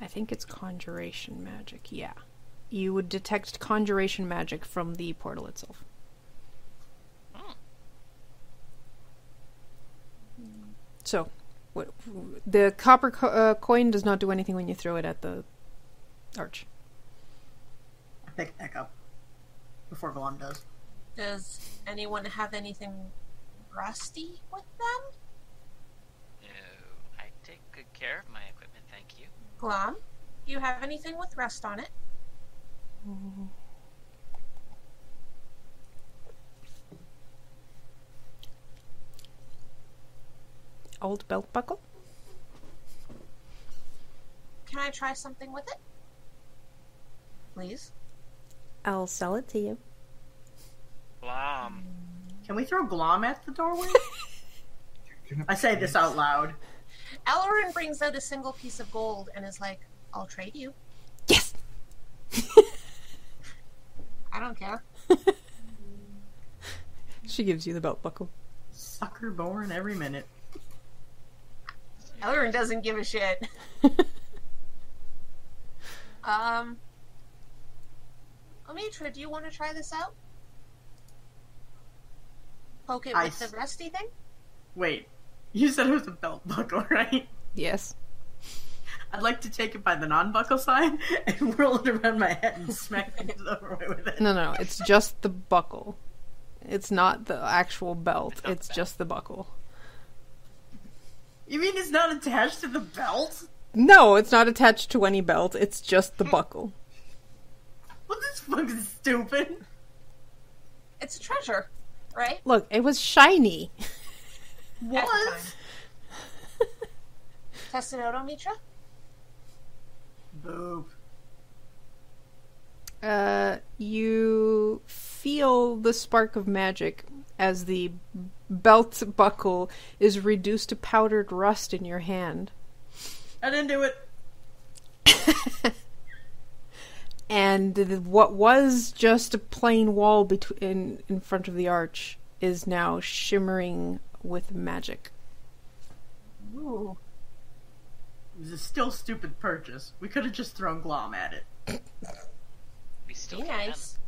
[SPEAKER 1] I think it's conjuration magic. Yeah. You would detect conjuration magic from the portal itself.
[SPEAKER 5] Mm. Oh,
[SPEAKER 1] So, what the copper co- uh, coin does not do anything when you throw it at the arch.
[SPEAKER 4] I pick it back up before Golan does.
[SPEAKER 2] Does anyone have anything rusty with them?
[SPEAKER 5] No, I take good care of my equipment, thank you.
[SPEAKER 2] Glom, do you have anything with rust on it?
[SPEAKER 1] Old belt buckle?
[SPEAKER 2] Can I try something with it? Please.
[SPEAKER 1] I'll sell it to you.
[SPEAKER 5] Blom.
[SPEAKER 4] Can we throw Glom at the doorway?
[SPEAKER 3] You're
[SPEAKER 4] I
[SPEAKER 3] gonna-
[SPEAKER 4] say this out loud.
[SPEAKER 2] Elrin brings out a single piece of gold and is like, I'll trade you.
[SPEAKER 1] <laughs> Yes!
[SPEAKER 2] I don't care.
[SPEAKER 1] She gives you the belt buckle.
[SPEAKER 4] Sucker born every minute.
[SPEAKER 2] Elrin doesn't give a shit. <laughs> Um, Omitra, do you want to try this out? Poke it
[SPEAKER 4] I
[SPEAKER 2] with
[SPEAKER 4] s-
[SPEAKER 2] the rusty thing?
[SPEAKER 4] Wait, you said it was a belt buckle, <laughs> right?
[SPEAKER 1] <laughs> yes.
[SPEAKER 4] I'd like to take it by the non-buckle side <laughs> and whirl it around my head and smack things over with it. <laughs>
[SPEAKER 1] No, no, it's just the buckle. It's not the actual belt.
[SPEAKER 5] It's
[SPEAKER 1] It's,
[SPEAKER 5] not the belt.
[SPEAKER 1] just the buckle.
[SPEAKER 4] You mean it's not attached to the belt?
[SPEAKER 1] No, it's not attached to any belt. It's just <laughs> the buckle.
[SPEAKER 4] Well, this fucking stupid.
[SPEAKER 2] It's a treasure, right?
[SPEAKER 1] Look, it was shiny. <laughs>
[SPEAKER 4] Was
[SPEAKER 2] Test it out, Omitra.
[SPEAKER 4] boop.
[SPEAKER 1] Uh, you feel the spark of magic as the belt buckle is reduced to powdered rust in your hand.
[SPEAKER 4] I didn't do it.
[SPEAKER 1] and the, what was just a plain wall between in front of the arch is now shimmering with magic.
[SPEAKER 2] Ooh.
[SPEAKER 4] It was a still stupid purchase. We could have just thrown glom at it.
[SPEAKER 5] We still
[SPEAKER 2] Be
[SPEAKER 5] can.
[SPEAKER 2] nice.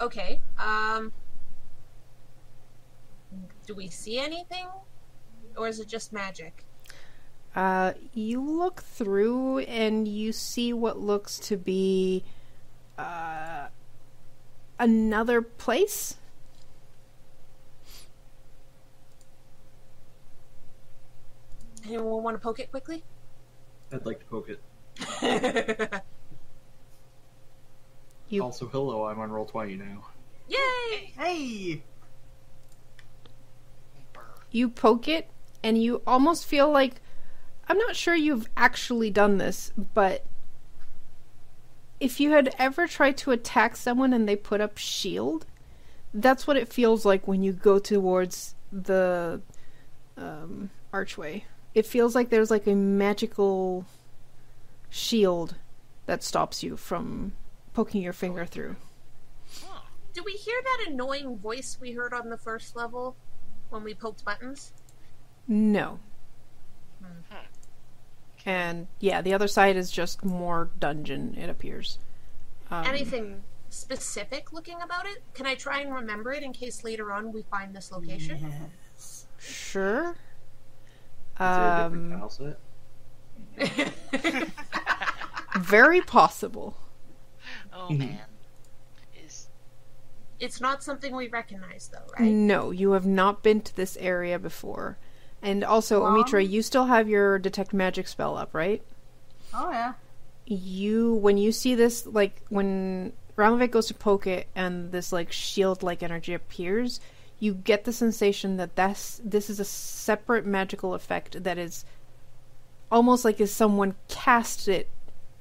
[SPEAKER 2] Okay. Um. Do we see anything, or is it just magic?
[SPEAKER 1] Uh, you look through and you see what looks to be uh, another place.
[SPEAKER 2] Anyone want to poke it
[SPEAKER 4] <laughs>
[SPEAKER 2] quickly?
[SPEAKER 3] I'd like to poke it.
[SPEAKER 2] Yay!
[SPEAKER 1] You-
[SPEAKER 3] Also, hello, I'm on roll 20 now.
[SPEAKER 4] Hey,
[SPEAKER 5] Brr.
[SPEAKER 1] You poke it and you almost feel like I'm not sure you've actually done this, but if you had ever tried to attack someone and they put up shield, that's what it feels like when you go towards the um, archway. It feels like there's like a magical shield that stops you from poking your finger through.
[SPEAKER 5] Huh.
[SPEAKER 2] Do we hear that annoying voice we heard on the first level when we poked buttons?
[SPEAKER 1] No.
[SPEAKER 2] Hmm.
[SPEAKER 1] And yeah, the other side is just more dungeon, it appears. Um,
[SPEAKER 2] Anything specific looking about it? Can I try and remember it in case later on we find this location?
[SPEAKER 1] Sure.
[SPEAKER 3] Is there a different
[SPEAKER 1] Um,
[SPEAKER 3] tile set?
[SPEAKER 1] very possible. Mm-hmm.
[SPEAKER 5] Oh man. Is
[SPEAKER 2] <laughs> It's not something we recognize, though, right?
[SPEAKER 1] No, you have not been to this area before. And also,
[SPEAKER 4] Mom?
[SPEAKER 1] Omitra, you still have your detect magic spell up, right?
[SPEAKER 4] Oh yeah.
[SPEAKER 1] You, when you see this, like, when Ramovic goes to poke it and this, like, shield like energy appears, you get the sensation that that's, this is a separate magical effect that is almost like if someone cast it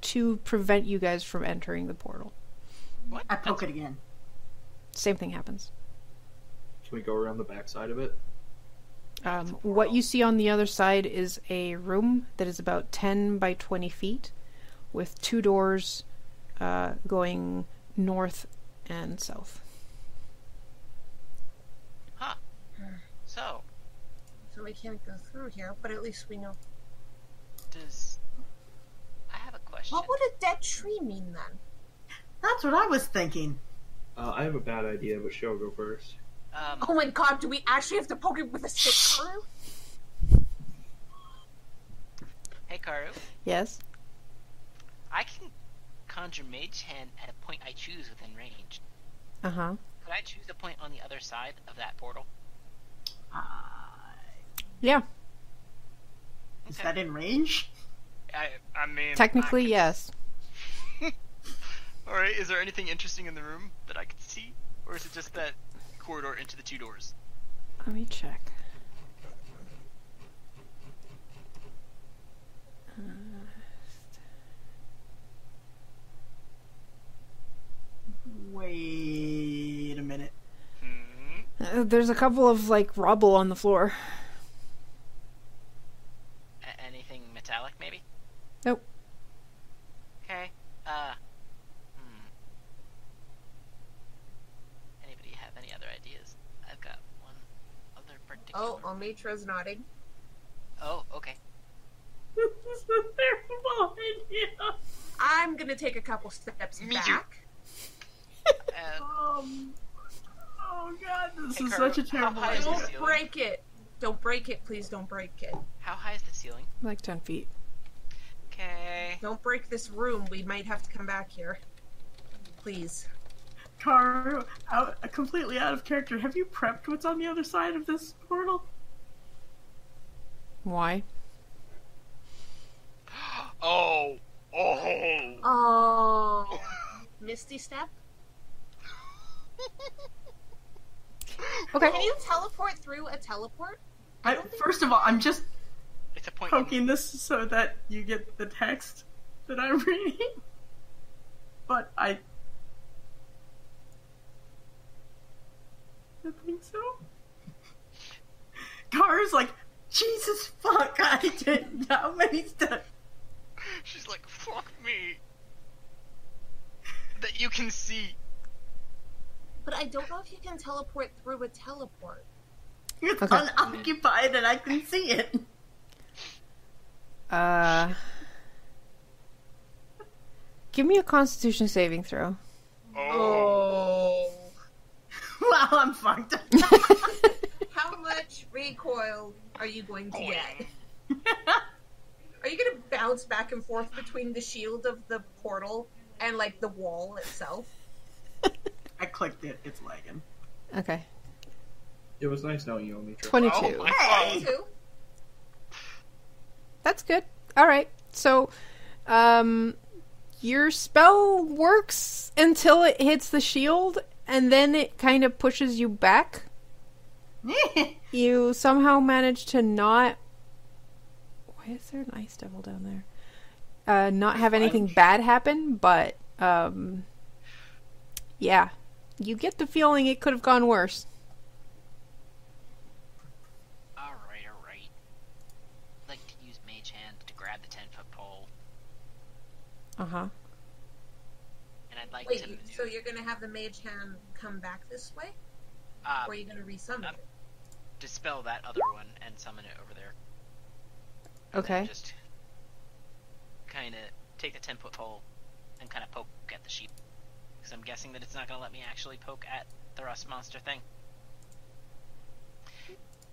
[SPEAKER 1] to prevent you guys from entering the portal.
[SPEAKER 5] what?
[SPEAKER 4] I poke it again.
[SPEAKER 1] Same thing happens.
[SPEAKER 3] Can we go around the back side of it?
[SPEAKER 1] Um, what you see on the other side is a room that is about 10 by 20 feet with two doors uh, going north and south.
[SPEAKER 5] So
[SPEAKER 2] So we can't go through here, but at least we know.
[SPEAKER 5] does I have a question?
[SPEAKER 2] What would a dead tree mean then?
[SPEAKER 4] That's what I was thinking.
[SPEAKER 3] Uh, I have a bad idea, but she'll go first.
[SPEAKER 5] Um,
[SPEAKER 2] Oh my god, do we actually have to poke it with a stick screw?
[SPEAKER 5] hey Karu,
[SPEAKER 1] Yes?
[SPEAKER 5] I can conjure Mage Hand at a point I choose within range.
[SPEAKER 1] Uh huh.
[SPEAKER 5] Could I choose a point on the other side of that portal?
[SPEAKER 4] Uh,
[SPEAKER 1] Yeah,
[SPEAKER 4] Is that in range?
[SPEAKER 5] I, I mean,
[SPEAKER 1] technically,
[SPEAKER 5] I
[SPEAKER 1] yes.
[SPEAKER 5] All right. Is there anything interesting in the room that I could see, or is it just that corridor into the two doors?
[SPEAKER 1] Let me check.
[SPEAKER 4] Wait a <laughs> minute.
[SPEAKER 5] Hmm.
[SPEAKER 1] Uh, there's a couple of, like, rubble on the floor.
[SPEAKER 5] A- anything metallic, maybe?
[SPEAKER 1] Nope.
[SPEAKER 5] Okay. Uh. Hmm. Anybody have any other ideas? I've got one other particular.
[SPEAKER 2] Oh, Omitra's nodding.
[SPEAKER 5] Oh, okay.
[SPEAKER 4] They're behind you.
[SPEAKER 2] I'm gonna take a couple steps
[SPEAKER 5] Me too.
[SPEAKER 2] back.
[SPEAKER 5] And
[SPEAKER 4] Um, oh god, this
[SPEAKER 5] Hey,
[SPEAKER 4] is
[SPEAKER 5] Carl,
[SPEAKER 4] such a
[SPEAKER 5] how
[SPEAKER 4] terrible
[SPEAKER 5] high is
[SPEAKER 4] idea.
[SPEAKER 5] this?
[SPEAKER 2] Don't
[SPEAKER 5] Ceiling.
[SPEAKER 2] break it. Don't break it, please. Don't break it.
[SPEAKER 5] how high is the ceiling?
[SPEAKER 1] Like 10 feet.
[SPEAKER 5] Okay.
[SPEAKER 2] Don't break this room. We might have to come back here. Please.
[SPEAKER 4] Karu, out, completely out of character. Have you prepped what's on the other side of this portal?
[SPEAKER 1] Why?
[SPEAKER 5] Oh. Oh.
[SPEAKER 2] Oh, <laughs> Misty Step.
[SPEAKER 1] Okay.
[SPEAKER 2] Can you teleport through a teleport?
[SPEAKER 4] I, first of all, I'm just
[SPEAKER 5] It's a point.
[SPEAKER 4] poking this so that you get the text that I'm reading. But I. I think so. Karu's like, Jesus fuck, I did how many steps?
[SPEAKER 5] She's like, fuck me. That you can see.
[SPEAKER 2] But I don't know if you can teleport through a teleport.
[SPEAKER 4] It's
[SPEAKER 1] Okay.
[SPEAKER 4] unoccupied and I can see it. <laughs>
[SPEAKER 1] Uh. Give me a constitution saving throw.
[SPEAKER 2] Oh.
[SPEAKER 4] Wow, I'm fucked.
[SPEAKER 2] <laughs>
[SPEAKER 4] <laughs>
[SPEAKER 2] How much recoil are you going to get? Are you going to bounce back and forth between the shield of the portal and like the wall itself?
[SPEAKER 4] I clicked it, it's lagging. <laughs>
[SPEAKER 1] Okay.
[SPEAKER 3] It was nice knowing you, Omitra.
[SPEAKER 1] 22.
[SPEAKER 5] Oh my god.
[SPEAKER 2] Two.
[SPEAKER 1] That's good. All right. So, um, your spell works until it hits the shield, and then it kind of pushes you back. You somehow manage to not. Why is there an ice devil down there? Uh, not have anything bad happen, but um, yeah, you get the feeling it could have gone worse.
[SPEAKER 5] Alright, alright. I'd like to use Mage Hand to grab the 10 foot pole,
[SPEAKER 1] Uh huh.
[SPEAKER 5] and I'd like
[SPEAKER 2] Wait,
[SPEAKER 5] to.
[SPEAKER 2] you-
[SPEAKER 5] maneuver-
[SPEAKER 2] so you're going to have the mage hand come back this way?
[SPEAKER 5] uh,
[SPEAKER 2] Or are you going to resummon it?
[SPEAKER 5] dispel that other one and summon it over there. And then
[SPEAKER 1] Okay.
[SPEAKER 5] Just kind of take the 10 foot pole and kind of poke at the sheep. Because I'm guessing that it's not going to let me actually poke at the rust monster thing.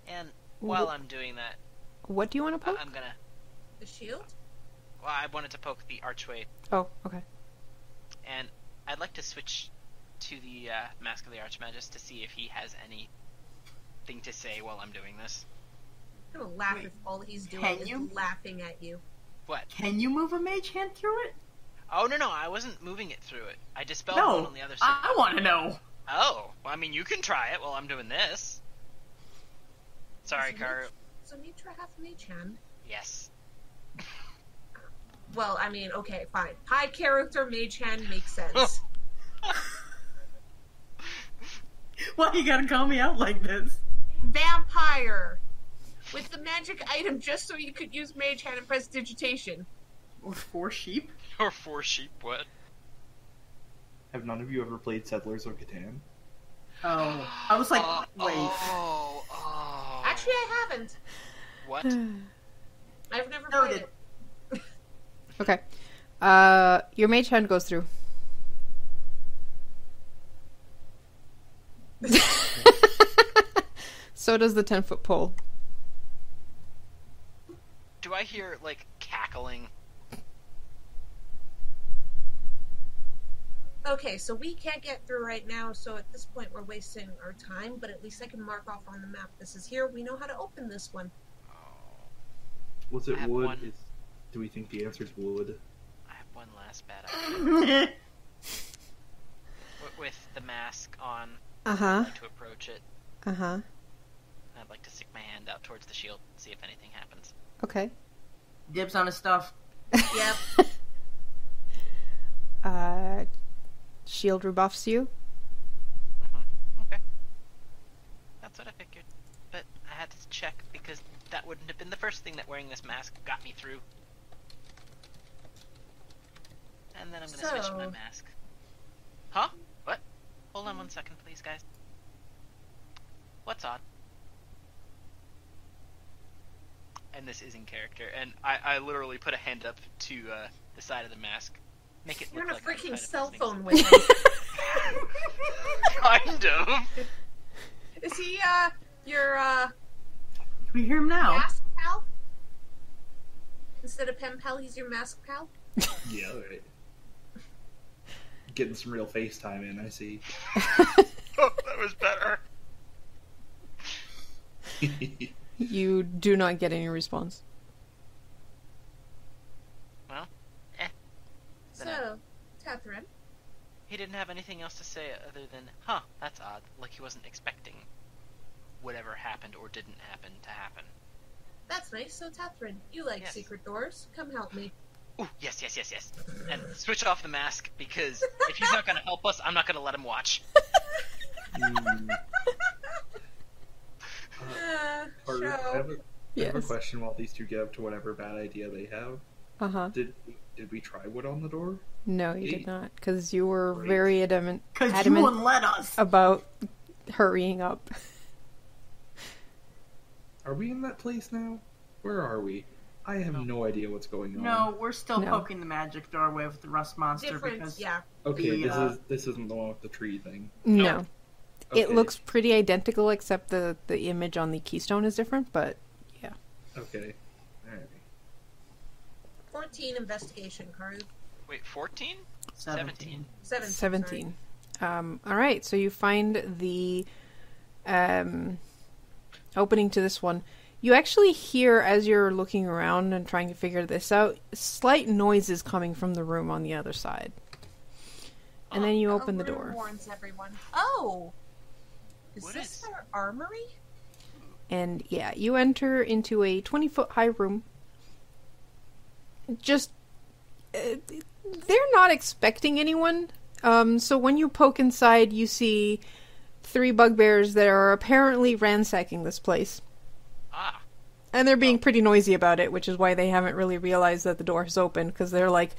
[SPEAKER 5] And while I'm doing that,
[SPEAKER 1] What do you want to
[SPEAKER 5] I-
[SPEAKER 1] poke?
[SPEAKER 5] I'm going to.
[SPEAKER 2] The shield?
[SPEAKER 5] Well, I wanted to poke the archway,
[SPEAKER 1] Oh, <sighs> okay.
[SPEAKER 5] and I'd like to switch to the uh, Mask of the Archmagus to see if he has anything to say while I'm doing this.
[SPEAKER 2] I'm going to laugh
[SPEAKER 4] Wait,
[SPEAKER 2] if all he's doing
[SPEAKER 4] can
[SPEAKER 2] is
[SPEAKER 4] you?
[SPEAKER 2] laughing at you.
[SPEAKER 5] What?
[SPEAKER 4] Can you move a mage hand through it?
[SPEAKER 5] Oh, no, no, I wasn't moving it through it. I dispelled one
[SPEAKER 4] No.
[SPEAKER 5] on the other side.
[SPEAKER 4] I, want to know.
[SPEAKER 5] Oh, well, I mean, you can try it while I'm doing this. Sorry,
[SPEAKER 2] Does
[SPEAKER 5] Karu.
[SPEAKER 2] Mage- Does Anitra have mage hand?
[SPEAKER 5] Yes. <laughs>
[SPEAKER 2] Well, I mean, okay, fine. High character mage hand makes sense.
[SPEAKER 4] Why you gotta call me out like this?
[SPEAKER 2] Vampire with the magic item just so you could use mage hand and press digitation.
[SPEAKER 4] Or four sheep?
[SPEAKER 5] Or four sheep, what?
[SPEAKER 3] Have none of you ever played Settlers of Catan?
[SPEAKER 4] Oh. I was like,
[SPEAKER 5] Oh,
[SPEAKER 4] wait.
[SPEAKER 5] Oh, oh.
[SPEAKER 2] Actually, I haven't.
[SPEAKER 5] what?
[SPEAKER 4] uh,
[SPEAKER 2] I've never
[SPEAKER 4] No,
[SPEAKER 2] played
[SPEAKER 4] that-
[SPEAKER 2] it.
[SPEAKER 1] Okay. Uh, your mage hand goes <laughs> through. so does the ten foot pole.
[SPEAKER 5] Do I hear, like, cackling?
[SPEAKER 2] Okay, so we can't get through right now, so at this point we're wasting our time, but at least I can mark off on the map. This is here. We know how to open this one.
[SPEAKER 5] Oh,
[SPEAKER 3] Was
[SPEAKER 5] I
[SPEAKER 3] it
[SPEAKER 5] have
[SPEAKER 3] wood?
[SPEAKER 5] one.
[SPEAKER 3] Is, do we think the answer's wood?
[SPEAKER 5] I have one last bad idea. uh.
[SPEAKER 4] Uh,
[SPEAKER 5] Wi- With the mask on,
[SPEAKER 1] Uh huh.
[SPEAKER 5] I'd like to approach it.
[SPEAKER 1] Uh huh.
[SPEAKER 5] I'd like to stick my hand out towards the shield and see if anything happens.
[SPEAKER 1] Okay.
[SPEAKER 4] <laughs> Dibs on his stuff.
[SPEAKER 2] Yep.
[SPEAKER 1] <laughs> Uh, shield rebuffs
[SPEAKER 3] <laughs>
[SPEAKER 1] you.
[SPEAKER 5] Mm-hmm. Okay. That's what I figured. But I had to check because that wouldn't have been the first thing that wearing this mask got me through. And then I'm gonna switch my
[SPEAKER 2] So-
[SPEAKER 5] mask. Huh? What? Hold on one second, please, guys. What's odd? and this is in character, and I, I literally put a hand up to uh, the side of the mask, make it
[SPEAKER 2] You're on
[SPEAKER 5] look
[SPEAKER 2] a
[SPEAKER 5] like I'm kind
[SPEAKER 2] freaking
[SPEAKER 5] of
[SPEAKER 2] cell
[SPEAKER 5] listening.
[SPEAKER 2] phone with him.
[SPEAKER 5] <laughs> kind of.
[SPEAKER 2] <laughs>
[SPEAKER 5] <laughs>
[SPEAKER 2] Is he uh your uh
[SPEAKER 4] Can we hear him now?
[SPEAKER 2] mask pal? Instead of pen pal, he's your mask pal?
[SPEAKER 3] Yeah, right. <laughs> Getting some real FaceTime in, I <laughs> see.
[SPEAKER 5] Oh, that was better.
[SPEAKER 1] <laughs> You do not get any response.
[SPEAKER 5] Then I-
[SPEAKER 2] So, Catherine.
[SPEAKER 5] He didn't have anything else to say other than, huh, that's odd. Like he wasn't expecting whatever happened or didn't happen to happen.
[SPEAKER 2] That's nice. So, Catherine, you like
[SPEAKER 5] Yes.
[SPEAKER 2] secret doors? Come help me.
[SPEAKER 5] Ooh, yes, yes, yes, yes. And switch off the mask because if he's not going to help us, I'm not going to let him watch.
[SPEAKER 3] Mm.
[SPEAKER 2] Uh,
[SPEAKER 3] Or- I
[SPEAKER 2] show.
[SPEAKER 3] have, a, I have a
[SPEAKER 1] Yes.
[SPEAKER 3] question while these two get up to whatever bad idea they have.
[SPEAKER 1] Uh huh.
[SPEAKER 3] Did did we try wood on the door?
[SPEAKER 1] No, you did
[SPEAKER 3] Eight.
[SPEAKER 1] not, because you were
[SPEAKER 3] Great.
[SPEAKER 1] very adamant,
[SPEAKER 4] Because you
[SPEAKER 1] adamant
[SPEAKER 4] wouldn't let us.
[SPEAKER 1] about hurrying up.
[SPEAKER 3] Are we in that place now? Where are we? I have no, idea what's going on.
[SPEAKER 4] No, we're still
[SPEAKER 1] No.
[SPEAKER 4] poking the magic doorway with the rust monster
[SPEAKER 2] Different,
[SPEAKER 4] because
[SPEAKER 2] yeah.
[SPEAKER 3] Okay,
[SPEAKER 4] Yeah.
[SPEAKER 5] uh,
[SPEAKER 3] this is this isn't the one with the tree thing.
[SPEAKER 1] No, it
[SPEAKER 3] Okay,
[SPEAKER 1] looks pretty identical, except the the image on the keystone is different. But
[SPEAKER 3] okay. All right.
[SPEAKER 2] 14 investigation, Karu.
[SPEAKER 5] Wait, 14?
[SPEAKER 4] 17.
[SPEAKER 2] 17. sorry.
[SPEAKER 1] seventeen. Um, all right, so you find the um, opening to this one. You actually hear as you're looking around and trying to figure this out, slight noises coming from the room on the other side. And then
[SPEAKER 2] Oh,
[SPEAKER 1] you open the
[SPEAKER 2] Karu
[SPEAKER 1] door,
[SPEAKER 2] warns everyone. Oh! Is
[SPEAKER 5] What
[SPEAKER 2] this
[SPEAKER 5] is-
[SPEAKER 2] our armory?
[SPEAKER 1] and yeah, you enter into a twenty-foot high room. Just uh, they're not expecting anyone. Um, so when you poke inside, you see three bugbears that are apparently ransacking this place.
[SPEAKER 5] Ah,
[SPEAKER 1] And they're being pretty noisy about it, which is why they haven't really realized that the door is open, because they're like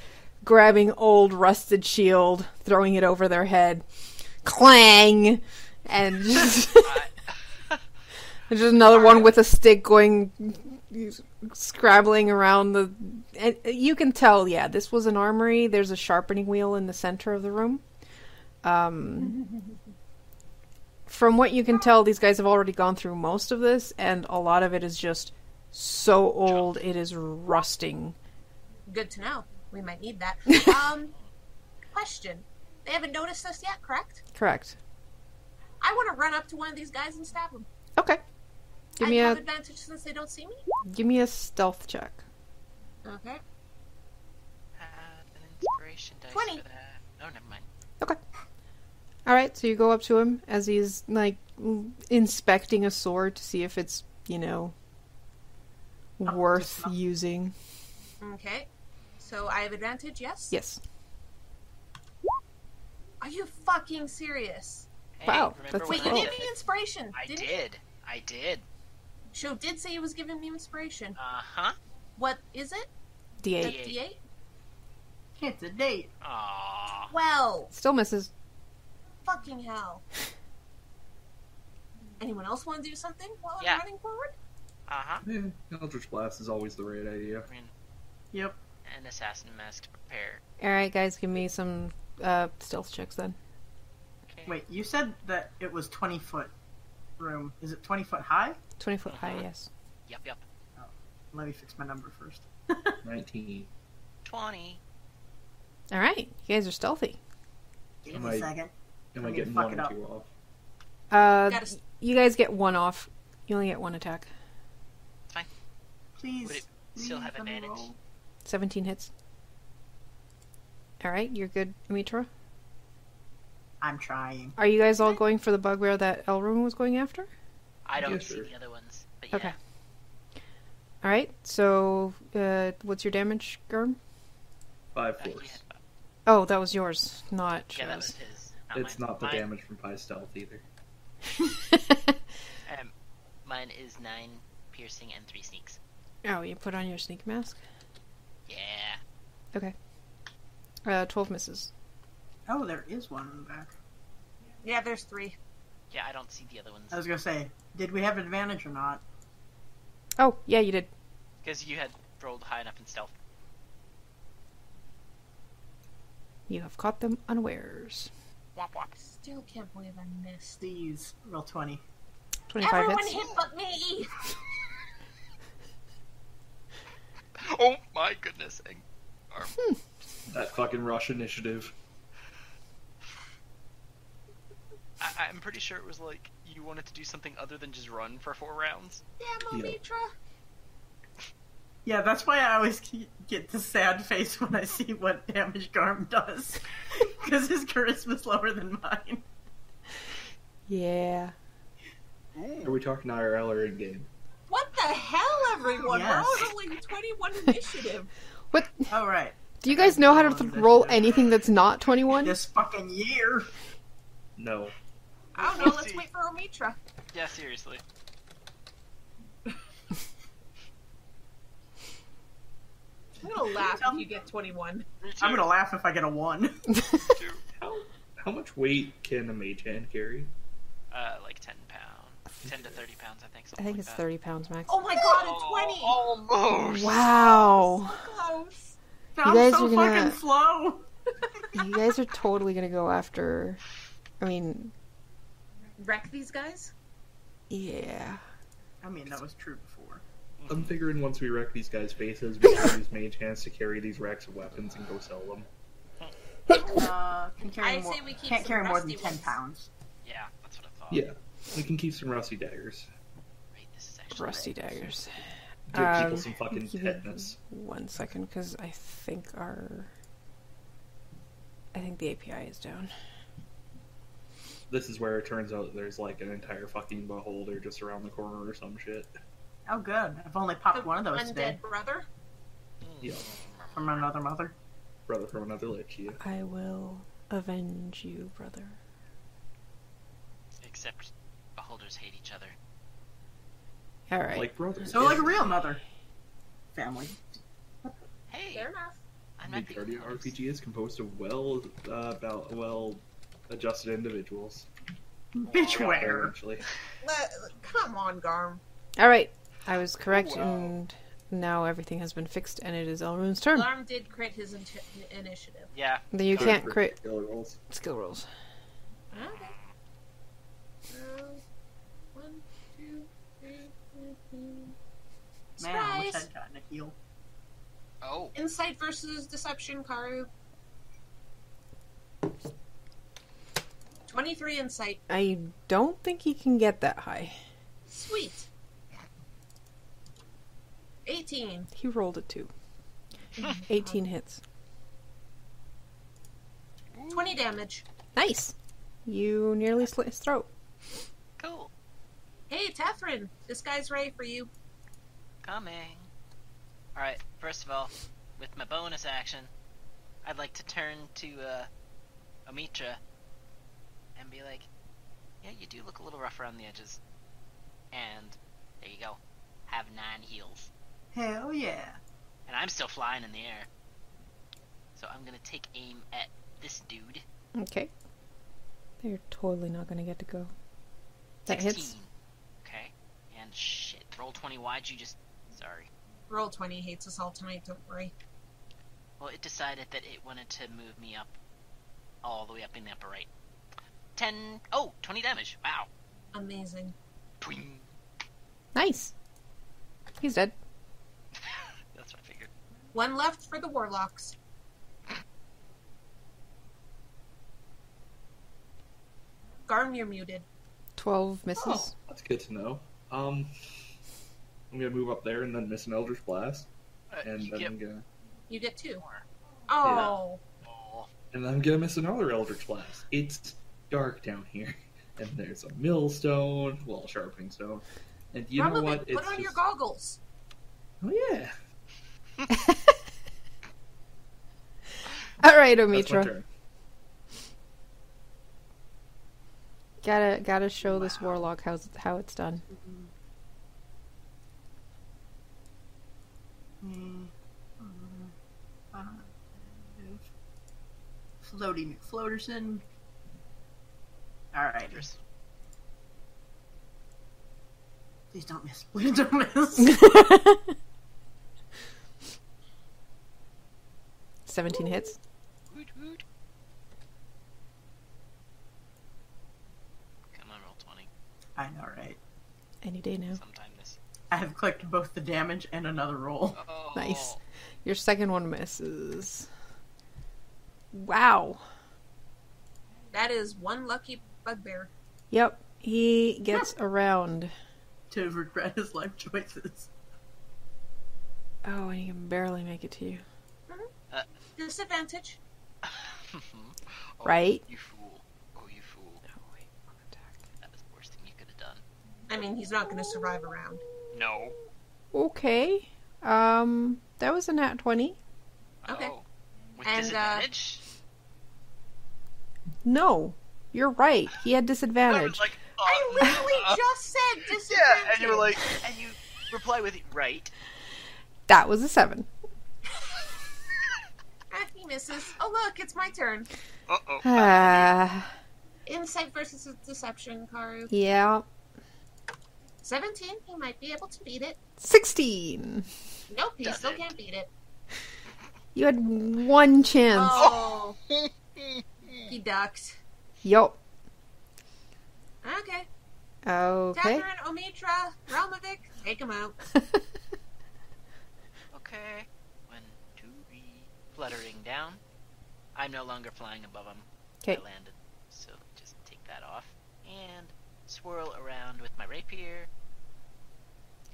[SPEAKER 1] grabbing old rusted shield, throwing it over their head. Clang! And just, <laughs> there's just another one with a stick going scrabbling around the. And uh, you can tell, yeah, this was an armory. There's a sharpening wheel in the center of the room. Um, from what you can tell, these guys have already gone through most of this, and a lot of it is just so old it is rusting.
[SPEAKER 2] Good to know. We might need
[SPEAKER 5] <laughs>
[SPEAKER 2] that. um, question. They haven't noticed us yet, correct?
[SPEAKER 1] Correct.
[SPEAKER 2] I want to run up to one of these guys and stab him.
[SPEAKER 1] Okay. Give
[SPEAKER 2] I
[SPEAKER 1] me
[SPEAKER 2] have
[SPEAKER 1] a
[SPEAKER 2] advantage since they don't see me.
[SPEAKER 1] give me a stealth check.
[SPEAKER 2] Okay.
[SPEAKER 5] had an inspiration dice
[SPEAKER 2] 20.
[SPEAKER 5] for that. Oh, never mind.
[SPEAKER 1] All right, so you go up to him as he's like l- inspecting a sword to see if it's you know
[SPEAKER 4] just
[SPEAKER 1] worth
[SPEAKER 4] not-
[SPEAKER 1] using.
[SPEAKER 2] Okay. So I have advantage, yes?
[SPEAKER 1] Yes.
[SPEAKER 2] Are you fucking serious?
[SPEAKER 5] Hey,
[SPEAKER 1] Wow,
[SPEAKER 5] remember
[SPEAKER 1] that's
[SPEAKER 5] when
[SPEAKER 2] Wait, you
[SPEAKER 5] I
[SPEAKER 1] cool.
[SPEAKER 2] gave me
[SPEAKER 5] said that-
[SPEAKER 2] inspiration.
[SPEAKER 5] I
[SPEAKER 2] didn't
[SPEAKER 5] did. I did.
[SPEAKER 2] Sho did say he was giving me inspiration.
[SPEAKER 5] Uh huh.
[SPEAKER 2] What is it?
[SPEAKER 1] D8
[SPEAKER 5] D8.
[SPEAKER 2] D8?
[SPEAKER 4] It's a date.
[SPEAKER 5] Aww.
[SPEAKER 2] Well,
[SPEAKER 1] still misses.
[SPEAKER 2] fucking hell. Anyone else want to do something while
[SPEAKER 5] Yeah.
[SPEAKER 2] I'm running forward?
[SPEAKER 5] Uh huh.
[SPEAKER 3] Yeah, Eldritch Blast is always the right idea.
[SPEAKER 5] I mean,
[SPEAKER 4] Yep.
[SPEAKER 5] an assassin mask to prepare.
[SPEAKER 1] All right, guys, give me some uh, stealth checks then.
[SPEAKER 5] Okay.
[SPEAKER 4] Wait, you said that it was 20 foot room. Is it 20 foot high?
[SPEAKER 1] Twenty foot high.
[SPEAKER 5] Uh-huh.
[SPEAKER 1] Yes.
[SPEAKER 5] Yup, yup.
[SPEAKER 4] Let me fix my number first.
[SPEAKER 3] Nineteen.
[SPEAKER 5] 20.
[SPEAKER 1] All right, you guys are stealthy.
[SPEAKER 4] Give me
[SPEAKER 3] Am I-
[SPEAKER 4] a
[SPEAKER 3] Am
[SPEAKER 4] second. I
[SPEAKER 3] I
[SPEAKER 4] mean,
[SPEAKER 3] getting
[SPEAKER 4] fuck
[SPEAKER 3] one
[SPEAKER 4] it
[SPEAKER 3] or
[SPEAKER 4] up.
[SPEAKER 3] two off?
[SPEAKER 1] Uh,
[SPEAKER 2] Gotta s-
[SPEAKER 1] you guys get one off. You only get one attack.
[SPEAKER 4] Please.
[SPEAKER 5] Would it still
[SPEAKER 4] please
[SPEAKER 5] have
[SPEAKER 4] let me
[SPEAKER 5] advantage?
[SPEAKER 4] roll.
[SPEAKER 1] 17 hits. All right, you're good, Mitra.
[SPEAKER 4] I'm trying.
[SPEAKER 1] Are you guys all going for the bugbear that Elrum was going after?
[SPEAKER 5] I don't
[SPEAKER 3] Yeah,
[SPEAKER 5] see
[SPEAKER 3] sure.
[SPEAKER 5] the other ones, but yeah.
[SPEAKER 1] Okay. All right. So, uh, what's your damage, Germ?
[SPEAKER 3] Five
[SPEAKER 5] Uh, he
[SPEAKER 3] force.
[SPEAKER 5] had-
[SPEAKER 1] Oh, that was yours, not
[SPEAKER 5] yeah, that was
[SPEAKER 1] Shira's.
[SPEAKER 5] his.
[SPEAKER 3] It's
[SPEAKER 5] mine.
[SPEAKER 3] not the
[SPEAKER 5] mine,
[SPEAKER 3] damage from five stealth either.
[SPEAKER 5] Um, mine is 9 piercing and 3 sneaks.
[SPEAKER 1] <laughs> oh, you put on your sneak mask.
[SPEAKER 5] Yeah.
[SPEAKER 1] Uh, 12 misses.
[SPEAKER 4] Oh, there is one in the back.
[SPEAKER 2] Yeah, there's three.
[SPEAKER 5] Yeah, I don't see the other ones.
[SPEAKER 4] I was gonna say, did we have advantage or not?
[SPEAKER 1] Oh, yeah, you did.
[SPEAKER 5] Because you had rolled high enough in stealth.
[SPEAKER 1] You have caught them unawares.
[SPEAKER 6] Womp womp.
[SPEAKER 2] Still can't believe I missed.
[SPEAKER 4] These roll twenty.
[SPEAKER 1] 25
[SPEAKER 2] Everyone
[SPEAKER 1] hits.
[SPEAKER 2] hit but me.
[SPEAKER 5] <laughs> Oh my goodness. Ang-
[SPEAKER 3] That fucking rush initiative.
[SPEAKER 5] I- I'm pretty sure it was like you wanted to do something other than just run for four rounds.
[SPEAKER 2] Damn,
[SPEAKER 3] Yeah.
[SPEAKER 2] Alitra.
[SPEAKER 4] Yeah, that's why I always ke- get the sad face when I see what damage Garm does, <laughs> because his charisma's lower than mine.
[SPEAKER 1] Yeah.
[SPEAKER 3] Are we talking IRL or in game?
[SPEAKER 2] What the hell, everyone?
[SPEAKER 4] Yes.
[SPEAKER 2] We're all rolling 21 initiative.
[SPEAKER 1] What?
[SPEAKER 4] All right,
[SPEAKER 1] Do you guys know how to th- roll anything that's not 21? <laughs>
[SPEAKER 4] this fucking year.
[SPEAKER 3] No.
[SPEAKER 2] I don't know. Let's wait for Omitra.
[SPEAKER 5] Yeah, seriously.
[SPEAKER 2] I'm gonna laugh if you get 21.
[SPEAKER 4] I'm gonna laugh if I get a one. <laughs>
[SPEAKER 3] How how much weight can a mage hand carry?
[SPEAKER 5] Uh, like 10 pounds. 10 to 30 pounds, I think.
[SPEAKER 1] I
[SPEAKER 5] something
[SPEAKER 1] think
[SPEAKER 5] like
[SPEAKER 1] it's
[SPEAKER 5] that.
[SPEAKER 1] 30 pounds max.
[SPEAKER 2] Oh my
[SPEAKER 4] Oh.
[SPEAKER 2] god,
[SPEAKER 5] Almost!
[SPEAKER 1] Wow.
[SPEAKER 2] a 20. Close.
[SPEAKER 4] I'm
[SPEAKER 1] guys
[SPEAKER 4] so
[SPEAKER 1] are gonna-
[SPEAKER 4] fucking slow.
[SPEAKER 1] You guys are totally gonna go after. I mean,
[SPEAKER 2] Wreck these guys?
[SPEAKER 1] yeah.
[SPEAKER 4] I mean, that was true before.
[SPEAKER 3] I'm figuring once we wreck these guys' faces, we can use mage hands to carry these racks of weapons and go sell them.
[SPEAKER 4] Uh, can carry
[SPEAKER 6] I
[SPEAKER 4] more,
[SPEAKER 6] say we keep
[SPEAKER 4] can't
[SPEAKER 6] some
[SPEAKER 4] carry more than
[SPEAKER 6] rusty
[SPEAKER 4] ten
[SPEAKER 6] ones.
[SPEAKER 4] pounds.
[SPEAKER 5] Yeah, that's what I thought.
[SPEAKER 3] Yeah, we can keep some rusty daggers.
[SPEAKER 5] Wait, this is actually
[SPEAKER 1] Rusty daggers. Um,
[SPEAKER 3] Give
[SPEAKER 4] Uh,
[SPEAKER 3] people some fucking
[SPEAKER 1] give me-
[SPEAKER 3] tetanus.
[SPEAKER 1] One second, because I think our. I think the API is down.
[SPEAKER 3] This is where it turns out there's like an entire fucking beholder just around the corner or some shit.
[SPEAKER 4] Oh, good. I've only popped one of those today
[SPEAKER 2] Undead brother?
[SPEAKER 5] Hmm.
[SPEAKER 3] Yeah,
[SPEAKER 4] from another mother.
[SPEAKER 3] brother from another lich. Yeah.
[SPEAKER 1] I will avenge you, brother.
[SPEAKER 5] Except beholders hate each other.
[SPEAKER 1] Alright.
[SPEAKER 3] Like brother.
[SPEAKER 4] So, like a real mother family.
[SPEAKER 5] Hey,
[SPEAKER 2] Fair enough.
[SPEAKER 5] I'm
[SPEAKER 3] The
[SPEAKER 5] not the
[SPEAKER 3] Guardian
[SPEAKER 5] only one.
[SPEAKER 3] RPG is composed of well, uh, about well, adjusted individuals.
[SPEAKER 4] Bitch, where?
[SPEAKER 3] Actually,
[SPEAKER 2] Let, come on, Garm.
[SPEAKER 1] Alright. I was correct, and now everything has been fixed, and it is Elrun's turn.
[SPEAKER 2] Garm did crit his inti- initiative.
[SPEAKER 5] Yeah,
[SPEAKER 1] Then you can't crit
[SPEAKER 3] Killer rolls.
[SPEAKER 1] skill rolls.
[SPEAKER 2] Okay. Uh, one, two, three, four, five.
[SPEAKER 4] Man, I wish
[SPEAKER 2] Surprise!
[SPEAKER 4] I'd gotten a heal.
[SPEAKER 5] Oh,
[SPEAKER 2] Insight versus deception, Karu. 23 insight.
[SPEAKER 1] I don't think he can get that high.
[SPEAKER 2] Sweet. 18.
[SPEAKER 1] He rolled a
[SPEAKER 3] <laughs>
[SPEAKER 1] two. 18 hits.
[SPEAKER 2] 20 damage.
[SPEAKER 1] Nice! You nearly slit his throat.
[SPEAKER 5] cool.
[SPEAKER 2] Hey, Tethrin, this guy's ready for you.
[SPEAKER 5] Coming. Alright, first of all, with my bonus action, I'd like to turn to, uh, Omitra and be like, yeah, you do look a little rough around the edges. And there you go. Have nine heals.
[SPEAKER 4] Hell yeah.
[SPEAKER 5] And I'm still flying in the air. So I'm gonna take aim at this dude.
[SPEAKER 1] Okay. They're totally not gonna get to go. That
[SPEAKER 5] 16.
[SPEAKER 1] hits.
[SPEAKER 5] Okay. And shit. Roll 20. Why'd you just. Sorry.
[SPEAKER 2] Roll 20 hates us all tonight, don't worry.
[SPEAKER 5] Well, it decided that it wanted to move me up. All the way up in the upper right. 10. Oh, 20 damage. Wow.
[SPEAKER 2] Amazing.
[SPEAKER 5] Twing.
[SPEAKER 1] Nice. He's dead.
[SPEAKER 5] <laughs> That's what I figured.
[SPEAKER 2] One left for the warlocks. Garm, you're muted.
[SPEAKER 1] 12
[SPEAKER 3] Oh,
[SPEAKER 1] <laughs> misses.
[SPEAKER 3] that's good to know. Um, I'm gonna move up there and then miss an Eldritch Blast,
[SPEAKER 5] Uh,
[SPEAKER 3] and
[SPEAKER 5] you
[SPEAKER 3] then
[SPEAKER 5] get
[SPEAKER 3] I'm gonna
[SPEAKER 2] You get two.
[SPEAKER 5] more.
[SPEAKER 2] Oh,
[SPEAKER 5] Oh.
[SPEAKER 3] and then I'm gonna miss another Eldritch Blast. It's dark down here, <laughs> and there's a millstone, well, sharpening stone, and you
[SPEAKER 2] probably
[SPEAKER 3] know what?
[SPEAKER 2] put on your
[SPEAKER 3] just-
[SPEAKER 2] goggles.
[SPEAKER 3] oh yeah,
[SPEAKER 1] Alright,
[SPEAKER 3] that's my
[SPEAKER 1] Omitra.
[SPEAKER 3] turn.
[SPEAKER 1] Gotta gotta show this warlock how how it's <laughs> done.
[SPEAKER 4] Floaty McFloaterson. Alright.
[SPEAKER 5] Dangerous.
[SPEAKER 1] <laughs>
[SPEAKER 4] Please don't miss. Please don't miss.
[SPEAKER 1] 17 hits.
[SPEAKER 5] Woot woot. Come on, roll 20
[SPEAKER 4] I know, right?
[SPEAKER 1] Any day now.
[SPEAKER 5] sometime this.
[SPEAKER 4] I have clicked both the damage and another roll.
[SPEAKER 5] Oh,
[SPEAKER 1] Nice. Your second one misses. Wow.
[SPEAKER 2] That is one lucky bugbear.
[SPEAKER 1] Yep. He gets around.
[SPEAKER 4] To regret his life choices.
[SPEAKER 1] Oh, and he can barely make it to you.
[SPEAKER 2] Disadvantage.
[SPEAKER 5] Oh,
[SPEAKER 1] Right?
[SPEAKER 5] <laughs> You fool. Oh, you fool. That was the worst thing you could have done.
[SPEAKER 2] I mean, he's not going to survive around.
[SPEAKER 5] No.
[SPEAKER 1] Okay. Um, that was a nat 20.
[SPEAKER 2] Okay.
[SPEAKER 5] Oh. With
[SPEAKER 2] And, uh,
[SPEAKER 5] disadvantage?
[SPEAKER 1] No. You're right. He had
[SPEAKER 5] I
[SPEAKER 1] disadvantage.
[SPEAKER 5] was like,
[SPEAKER 2] I
[SPEAKER 5] oh.
[SPEAKER 2] literally just said
[SPEAKER 5] <laughs> yeah,
[SPEAKER 2] disadvantage.
[SPEAKER 5] and you were like, and you reply with right.
[SPEAKER 1] That was a 7.
[SPEAKER 2] Ah, he misses. Oh look, it's my turn.
[SPEAKER 5] Uh oh.
[SPEAKER 1] <sighs> Ah,
[SPEAKER 2] Insight versus deception, Karu.
[SPEAKER 1] yeah.
[SPEAKER 2] Seventeen. He might be able to beat it.
[SPEAKER 1] 16.
[SPEAKER 2] Nope, he
[SPEAKER 5] Does
[SPEAKER 2] still
[SPEAKER 5] it.
[SPEAKER 2] can't beat it.
[SPEAKER 1] You had one chance.
[SPEAKER 5] <laughs>
[SPEAKER 2] Oh, he ducks.
[SPEAKER 1] Yup.
[SPEAKER 2] Okay.
[SPEAKER 1] Okay.
[SPEAKER 2] Catherine, Omitra, Realmovic, take him out. Oh,
[SPEAKER 1] <laughs>
[SPEAKER 5] Okay. One, two, three. Fluttering down. I'm no longer flying above him. I
[SPEAKER 1] 'Kay.
[SPEAKER 5] landed. So just take that off. And swirl around with my rapier.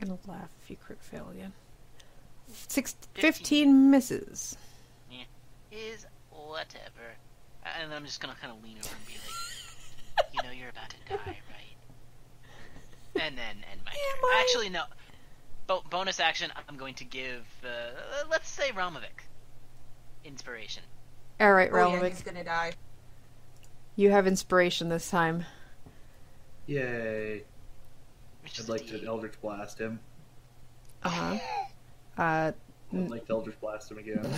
[SPEAKER 1] gonna laugh if you crit fail again. Six,
[SPEAKER 5] Fifteen.
[SPEAKER 1] 15 misses.
[SPEAKER 5] Is whatever. And I'm just gonna kind of lean over and be like, you know, you're about to die, right? And then end my
[SPEAKER 1] Am
[SPEAKER 5] turn.
[SPEAKER 1] I?
[SPEAKER 5] Actually, no. Bo- bonus action, I'm going to give, uh, let's say Ramovic. Inspiration.
[SPEAKER 1] All right,
[SPEAKER 2] Oh,
[SPEAKER 1] Relvic,
[SPEAKER 2] yeah, he's gonna die.
[SPEAKER 1] you have inspiration this time.
[SPEAKER 3] Yay. I'd
[SPEAKER 5] Which is
[SPEAKER 3] like
[SPEAKER 5] a
[SPEAKER 3] to
[SPEAKER 5] D.
[SPEAKER 3] Eldritch Blast him.
[SPEAKER 2] <gasps>
[SPEAKER 1] Uh-huh. Uh
[SPEAKER 3] I'd like to Eldritch Blast him again.
[SPEAKER 1] <laughs>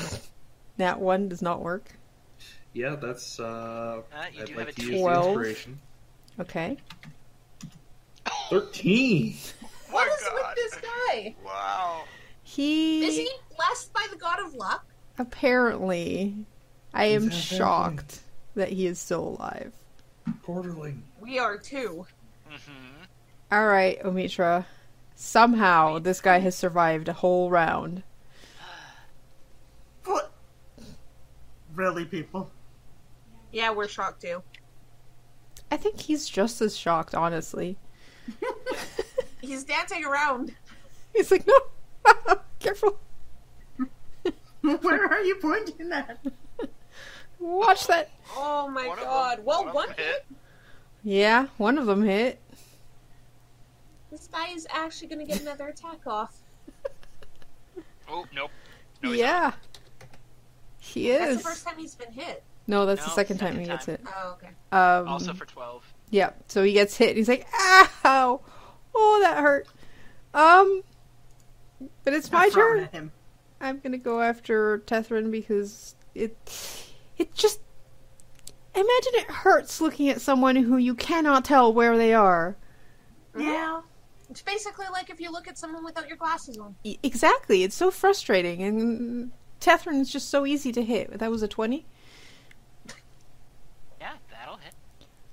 [SPEAKER 1] That one does not work.
[SPEAKER 3] Yeah, that's, uh,
[SPEAKER 5] Uh, you
[SPEAKER 3] I'd
[SPEAKER 5] do
[SPEAKER 3] like
[SPEAKER 5] have a
[SPEAKER 3] to use the
[SPEAKER 1] 12.
[SPEAKER 3] inspiration.
[SPEAKER 1] Okay.
[SPEAKER 3] 13!
[SPEAKER 2] What is with this guy?
[SPEAKER 5] Wow.
[SPEAKER 1] He,
[SPEAKER 2] Is he blessed by the god of luck?
[SPEAKER 1] apparently. I
[SPEAKER 3] He's
[SPEAKER 1] am
[SPEAKER 3] out there
[SPEAKER 1] shocked that he is still alive.
[SPEAKER 3] Quarterling.
[SPEAKER 2] We are too.
[SPEAKER 5] Mm-hmm.
[SPEAKER 1] All right, Omitra. Somehow this guy has survived a whole round.
[SPEAKER 4] What? Really, people? <laughs>
[SPEAKER 2] Yeah, we're shocked too.
[SPEAKER 1] I think he's just as shocked, honestly. <laughs>
[SPEAKER 2] He's dancing around.
[SPEAKER 1] He's like, no, <laughs> careful,
[SPEAKER 4] Where are you pointing at?
[SPEAKER 1] watch that.
[SPEAKER 2] Oh my god. Well, one, hit.
[SPEAKER 1] Yeah, one of them hit.
[SPEAKER 2] This guy is actually gonna get another attack off.
[SPEAKER 5] Oh, nope.
[SPEAKER 1] yeah. He
[SPEAKER 2] That's
[SPEAKER 1] is.
[SPEAKER 2] the first time he's been hit.
[SPEAKER 1] No, that's the
[SPEAKER 5] No,
[SPEAKER 1] second, time
[SPEAKER 5] second
[SPEAKER 1] he gets
[SPEAKER 5] time.
[SPEAKER 1] hit.
[SPEAKER 2] Oh, okay.
[SPEAKER 1] Um,
[SPEAKER 5] Also for 12.
[SPEAKER 1] yeah, so he gets hit and he's like, ow! Oh, that hurt. Um, but it's my
[SPEAKER 4] I'm throwing
[SPEAKER 1] turn.
[SPEAKER 4] at him.
[SPEAKER 1] I'm gonna go after Tethrin because it, it just, imagine it hurts looking at someone who you cannot tell where they are.
[SPEAKER 4] Yeah.
[SPEAKER 2] It's basically like if you look at someone without your glasses on.
[SPEAKER 1] E- Exactly, it's so frustrating, and Tethrin is just so easy to hit. That was a twenty.
[SPEAKER 5] Yeah, that'll hit.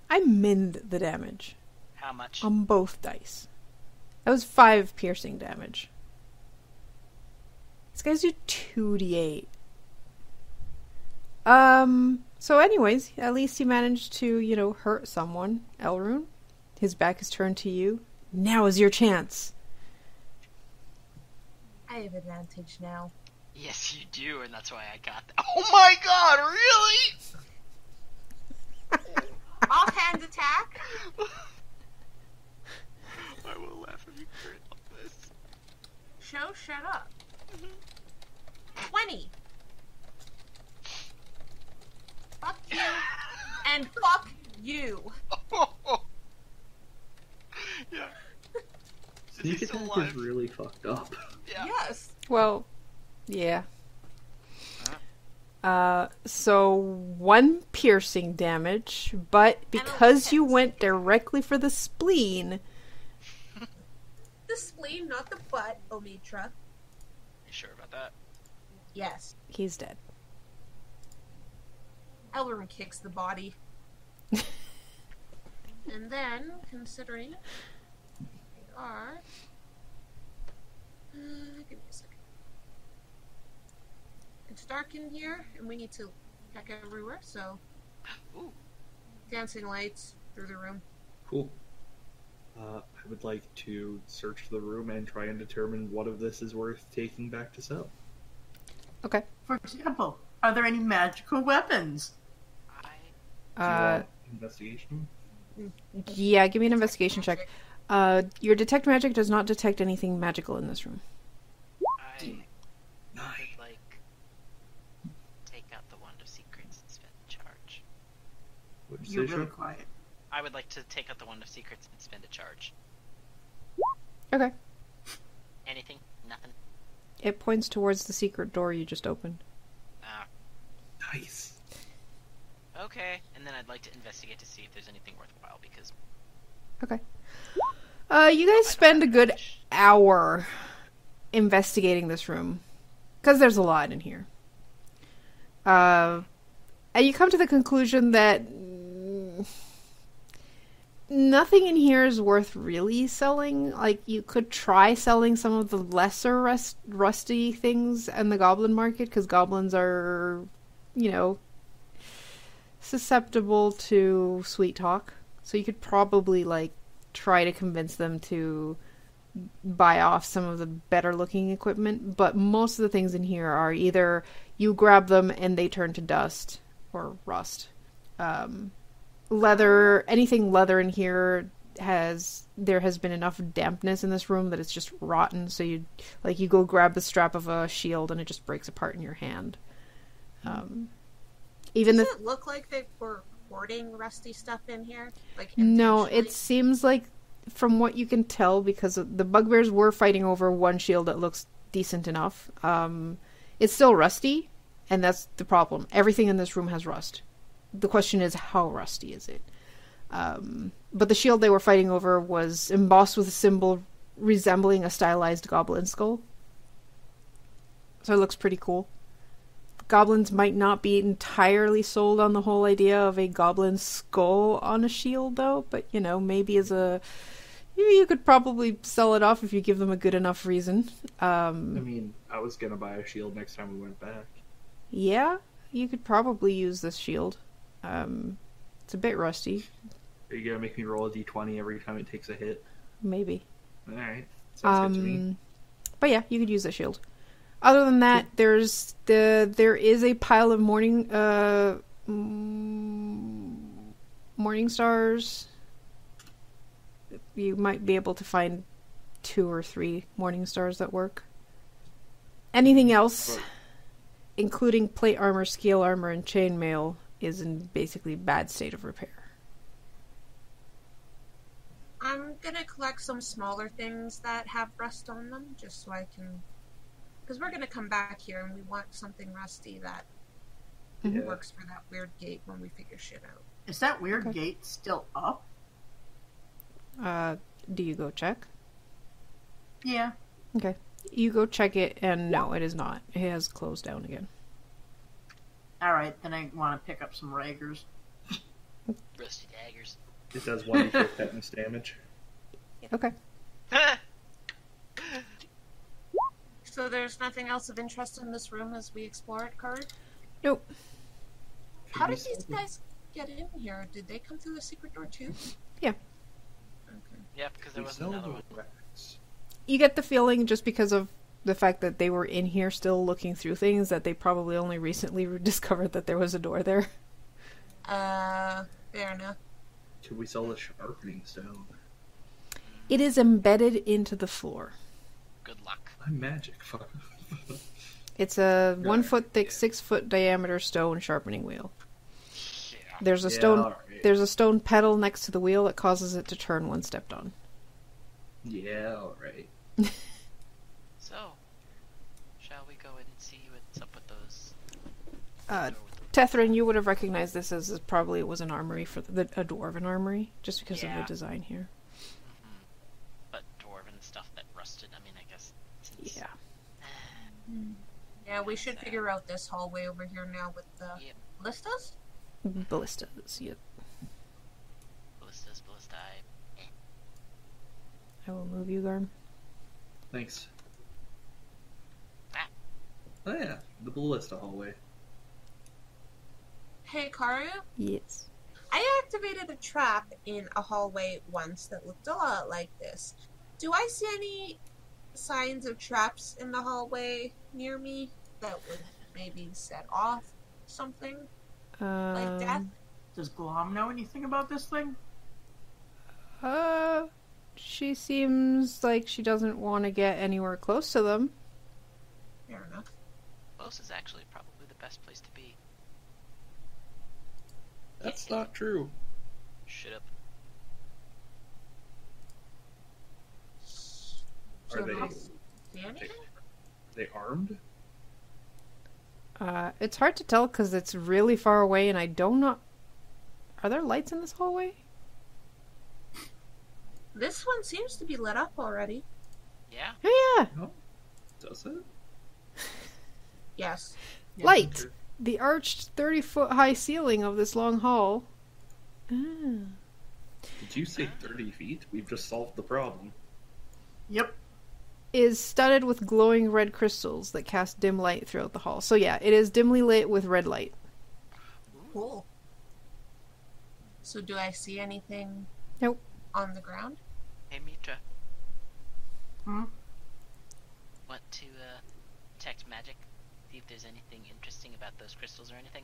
[SPEAKER 1] I mend the damage.
[SPEAKER 5] How much?
[SPEAKER 1] on both dice. That was five piercing damage. These guys do two d eight. Um. So, anyways, at least he managed to, you know, hurt someone. Elrune, his back is turned to you. Now is your chance.
[SPEAKER 2] I have advantage now.
[SPEAKER 5] Yes, you do, and that's why I got that. Oh my god, really?
[SPEAKER 2] Offhand <laughs> attack.
[SPEAKER 5] I will laugh if you crit on this.
[SPEAKER 2] Show, shut up. Twenty. Fuck you and fuck you.
[SPEAKER 5] yeah.
[SPEAKER 3] Sneak attack is really fucked up.
[SPEAKER 5] Yeah.
[SPEAKER 2] Yes.
[SPEAKER 1] Well, yeah. Uh, so one piercing damage, but because you went directly for the spleen,
[SPEAKER 2] The spleen, not the butt, Omitra.
[SPEAKER 5] You sure about that?
[SPEAKER 2] Yes.
[SPEAKER 1] he's dead.
[SPEAKER 2] Elrum kicks the body. and then, considering they are. Uh, give me a second. It's dark in here, and we need to check everywhere, so
[SPEAKER 5] Ooh.
[SPEAKER 2] dancing lights through the room.
[SPEAKER 3] Cool. Uh, I would like to search the room and try and determine what of this is worth taking back to sell.
[SPEAKER 1] Okay.
[SPEAKER 4] For example, are there any magical weapons?
[SPEAKER 5] I
[SPEAKER 3] Do you
[SPEAKER 1] Uh,
[SPEAKER 3] want investigation.
[SPEAKER 1] yeah, give me an investigation check. Uh, your detect magic does not detect anything magical in this room.
[SPEAKER 5] I
[SPEAKER 3] Nine.
[SPEAKER 5] would like take out the wand of secrets and spend a charge.
[SPEAKER 3] What'd you
[SPEAKER 4] You're
[SPEAKER 3] say,
[SPEAKER 4] really
[SPEAKER 3] Sean?
[SPEAKER 4] quiet.
[SPEAKER 5] I would like to take out the wand of secrets and spend a charge.
[SPEAKER 1] Okay.
[SPEAKER 5] Anything? Nothing.
[SPEAKER 1] It points towards the secret door you just opened.
[SPEAKER 5] Ah,
[SPEAKER 3] Nice.
[SPEAKER 5] okay. And then I'd like to investigate to see if there's anything worthwhile because
[SPEAKER 1] Okay. Uh, you guys
[SPEAKER 5] I don't
[SPEAKER 1] spend a
[SPEAKER 5] have
[SPEAKER 1] good
[SPEAKER 5] much.
[SPEAKER 1] hour investigating this room because there's a lot in here. Uh, and you come to the conclusion that mm, nothing in here is worth really selling. Like you could try selling some of the lesser rust- rusty things in the goblin market because goblins are, you know, susceptible to sweet talk. So you could probably like try to convince them to buy off some of the better looking equipment, but most of the things in here are either you grab them and they turn to dust or rust. Um, leather, anything leather in here has there has been enough dampness in this room that it's just rotten. So you like you go grab the strap of a shield and it just breaks apart in your hand. Um, even the
[SPEAKER 2] Does it look like they were hoarding rusty stuff in here? Like
[SPEAKER 1] No,
[SPEAKER 2] intentionally?
[SPEAKER 1] it seems like from what you can tell, because the bugbears were fighting over one shield that looks decent enough. Um, it's still rusty, and that's the problem. Everything in this room has rust. The question is, how rusty is it? Um, but the shield they were fighting over was embossed with a symbol resembling a stylized goblin skull. So it looks pretty cool. Goblins might not be entirely sold on the whole idea of a goblin skull on a shield, though, but you know, maybe as a. You you could probably sell it off if you give them a good enough reason.
[SPEAKER 3] I
[SPEAKER 1] Um,
[SPEAKER 3] mean, I was gonna buy a shield next time we went back.
[SPEAKER 1] yeah, you could probably use this shield. Um, it's a bit rusty,
[SPEAKER 3] Are you gonna make me roll a d20 every time it takes a hit?
[SPEAKER 1] maybe.
[SPEAKER 3] All right, sounds good to me.
[SPEAKER 1] Um, But yeah, you could use the shield. Other than that, there's the there is a pile of morning uh mm, morning stars. You might be able to find two or three morning stars that work. Anything else,
[SPEAKER 3] Hmm. Right.
[SPEAKER 1] including plate armor, scale armor, and chainmail, is in basically bad state of repair.
[SPEAKER 2] I'm gonna collect some smaller things that have rust on them, just so I can. Because we're gonna come back here and we want something rusty that
[SPEAKER 3] Yeah.
[SPEAKER 2] works for that weird gate when we figure shit out.
[SPEAKER 4] Is that weird
[SPEAKER 1] Okay.
[SPEAKER 4] gate still up?
[SPEAKER 1] Uh, do you go check?
[SPEAKER 4] Yeah.
[SPEAKER 1] Okay. You go check it, and no, it is not. It has closed down again.
[SPEAKER 4] All right, then I want to pick up some Ragers.
[SPEAKER 5] rusty daggers. <laughs>
[SPEAKER 3] It does one d4 <laughs> tetanus damage.
[SPEAKER 1] Okay.
[SPEAKER 2] So there's nothing else of interest in this room as we explore it, Kurt.
[SPEAKER 1] Nope.
[SPEAKER 2] How did
[SPEAKER 3] Should we
[SPEAKER 2] these
[SPEAKER 3] sell it?
[SPEAKER 2] guys get in here? Did they come through the secret door too?
[SPEAKER 1] Yeah.
[SPEAKER 2] Okay.
[SPEAKER 5] yeah, because there
[SPEAKER 3] We
[SPEAKER 5] was
[SPEAKER 3] sell
[SPEAKER 5] another
[SPEAKER 3] the
[SPEAKER 5] one.
[SPEAKER 3] wax.
[SPEAKER 1] You get the feeling just because of the fact that they were in here still looking through things that they probably only recently <laughs> re- discovered that there was a door there.
[SPEAKER 2] Uh, fair enough.
[SPEAKER 3] Could we sell the sharpening stone?
[SPEAKER 1] It is embedded into the floor.
[SPEAKER 5] Good luck.
[SPEAKER 3] I'm magic. Fuck.
[SPEAKER 1] It's a
[SPEAKER 3] Yeah.
[SPEAKER 1] one foot thick, six foot diameter stone sharpening wheel.
[SPEAKER 5] Yeah.
[SPEAKER 1] There's a
[SPEAKER 3] Yeah,
[SPEAKER 1] stone.
[SPEAKER 3] alright.
[SPEAKER 1] There's a stone pedal next to the wheel that causes it to turn when stepped on.
[SPEAKER 3] yeah, all right.
[SPEAKER 5] So, shall we go and see what's up with those?
[SPEAKER 1] Uh,
[SPEAKER 5] door with the-
[SPEAKER 1] Tethrin, you would have recognized this as, as probably it was an armory for the, a dwarven armory, just because of
[SPEAKER 5] Yeah.
[SPEAKER 1] the design here.
[SPEAKER 5] but dwarven stuff that rusted. I mean, I guess. Since,
[SPEAKER 1] Yeah.
[SPEAKER 2] Yeah, we should figure out this hallway over here now with the
[SPEAKER 5] Yep.
[SPEAKER 2] listas.
[SPEAKER 1] Mm-hmm. Ballistas, yep.
[SPEAKER 5] Ballistas, ballistae.
[SPEAKER 1] I will move you, Garm.
[SPEAKER 3] Thanks.
[SPEAKER 5] Ah.
[SPEAKER 3] Oh yeah, the ballista hallway.
[SPEAKER 2] Hey, Karu.
[SPEAKER 1] Yes.
[SPEAKER 2] I activated a trap in a hallway once that looked a lot like this. Do I see any signs of traps in the hallway near me that would maybe set off something
[SPEAKER 1] Um,
[SPEAKER 2] like death?
[SPEAKER 4] Does Glom know anything about this thing?
[SPEAKER 1] Uh, she seems like she doesn't want to get anywhere close to them.
[SPEAKER 2] Fair enough.
[SPEAKER 5] Close is actually probably the best place to be.
[SPEAKER 3] That's not true.
[SPEAKER 5] Shut up.
[SPEAKER 3] Are
[SPEAKER 2] So
[SPEAKER 3] they
[SPEAKER 2] how- Damn it.
[SPEAKER 3] they armed?
[SPEAKER 1] Uh, it's hard to tell because it's really far away, and I don't know. Are there lights in this hallway?
[SPEAKER 2] This one seems to be lit up already.
[SPEAKER 5] Yeah.
[SPEAKER 1] Oh yeah,
[SPEAKER 3] Does it?
[SPEAKER 2] Yes.
[SPEAKER 4] Yeah.
[SPEAKER 1] light. The arched thirty-foot-high ceiling of this long hall. Ah.
[SPEAKER 3] Did you
[SPEAKER 2] Uh-huh.
[SPEAKER 3] say thirty feet? We've just solved the problem.
[SPEAKER 4] Yep.
[SPEAKER 1] is studded with glowing red crystals that cast dim light throughout the hall. So yeah, it is dimly lit with red light.
[SPEAKER 2] Cool. So, do I see anything?
[SPEAKER 1] Nope.
[SPEAKER 2] On the ground?
[SPEAKER 5] Hey, Mitra.
[SPEAKER 4] Hmm?
[SPEAKER 5] Want to uh, detect magic? See if there's anything interesting about those crystals or anything?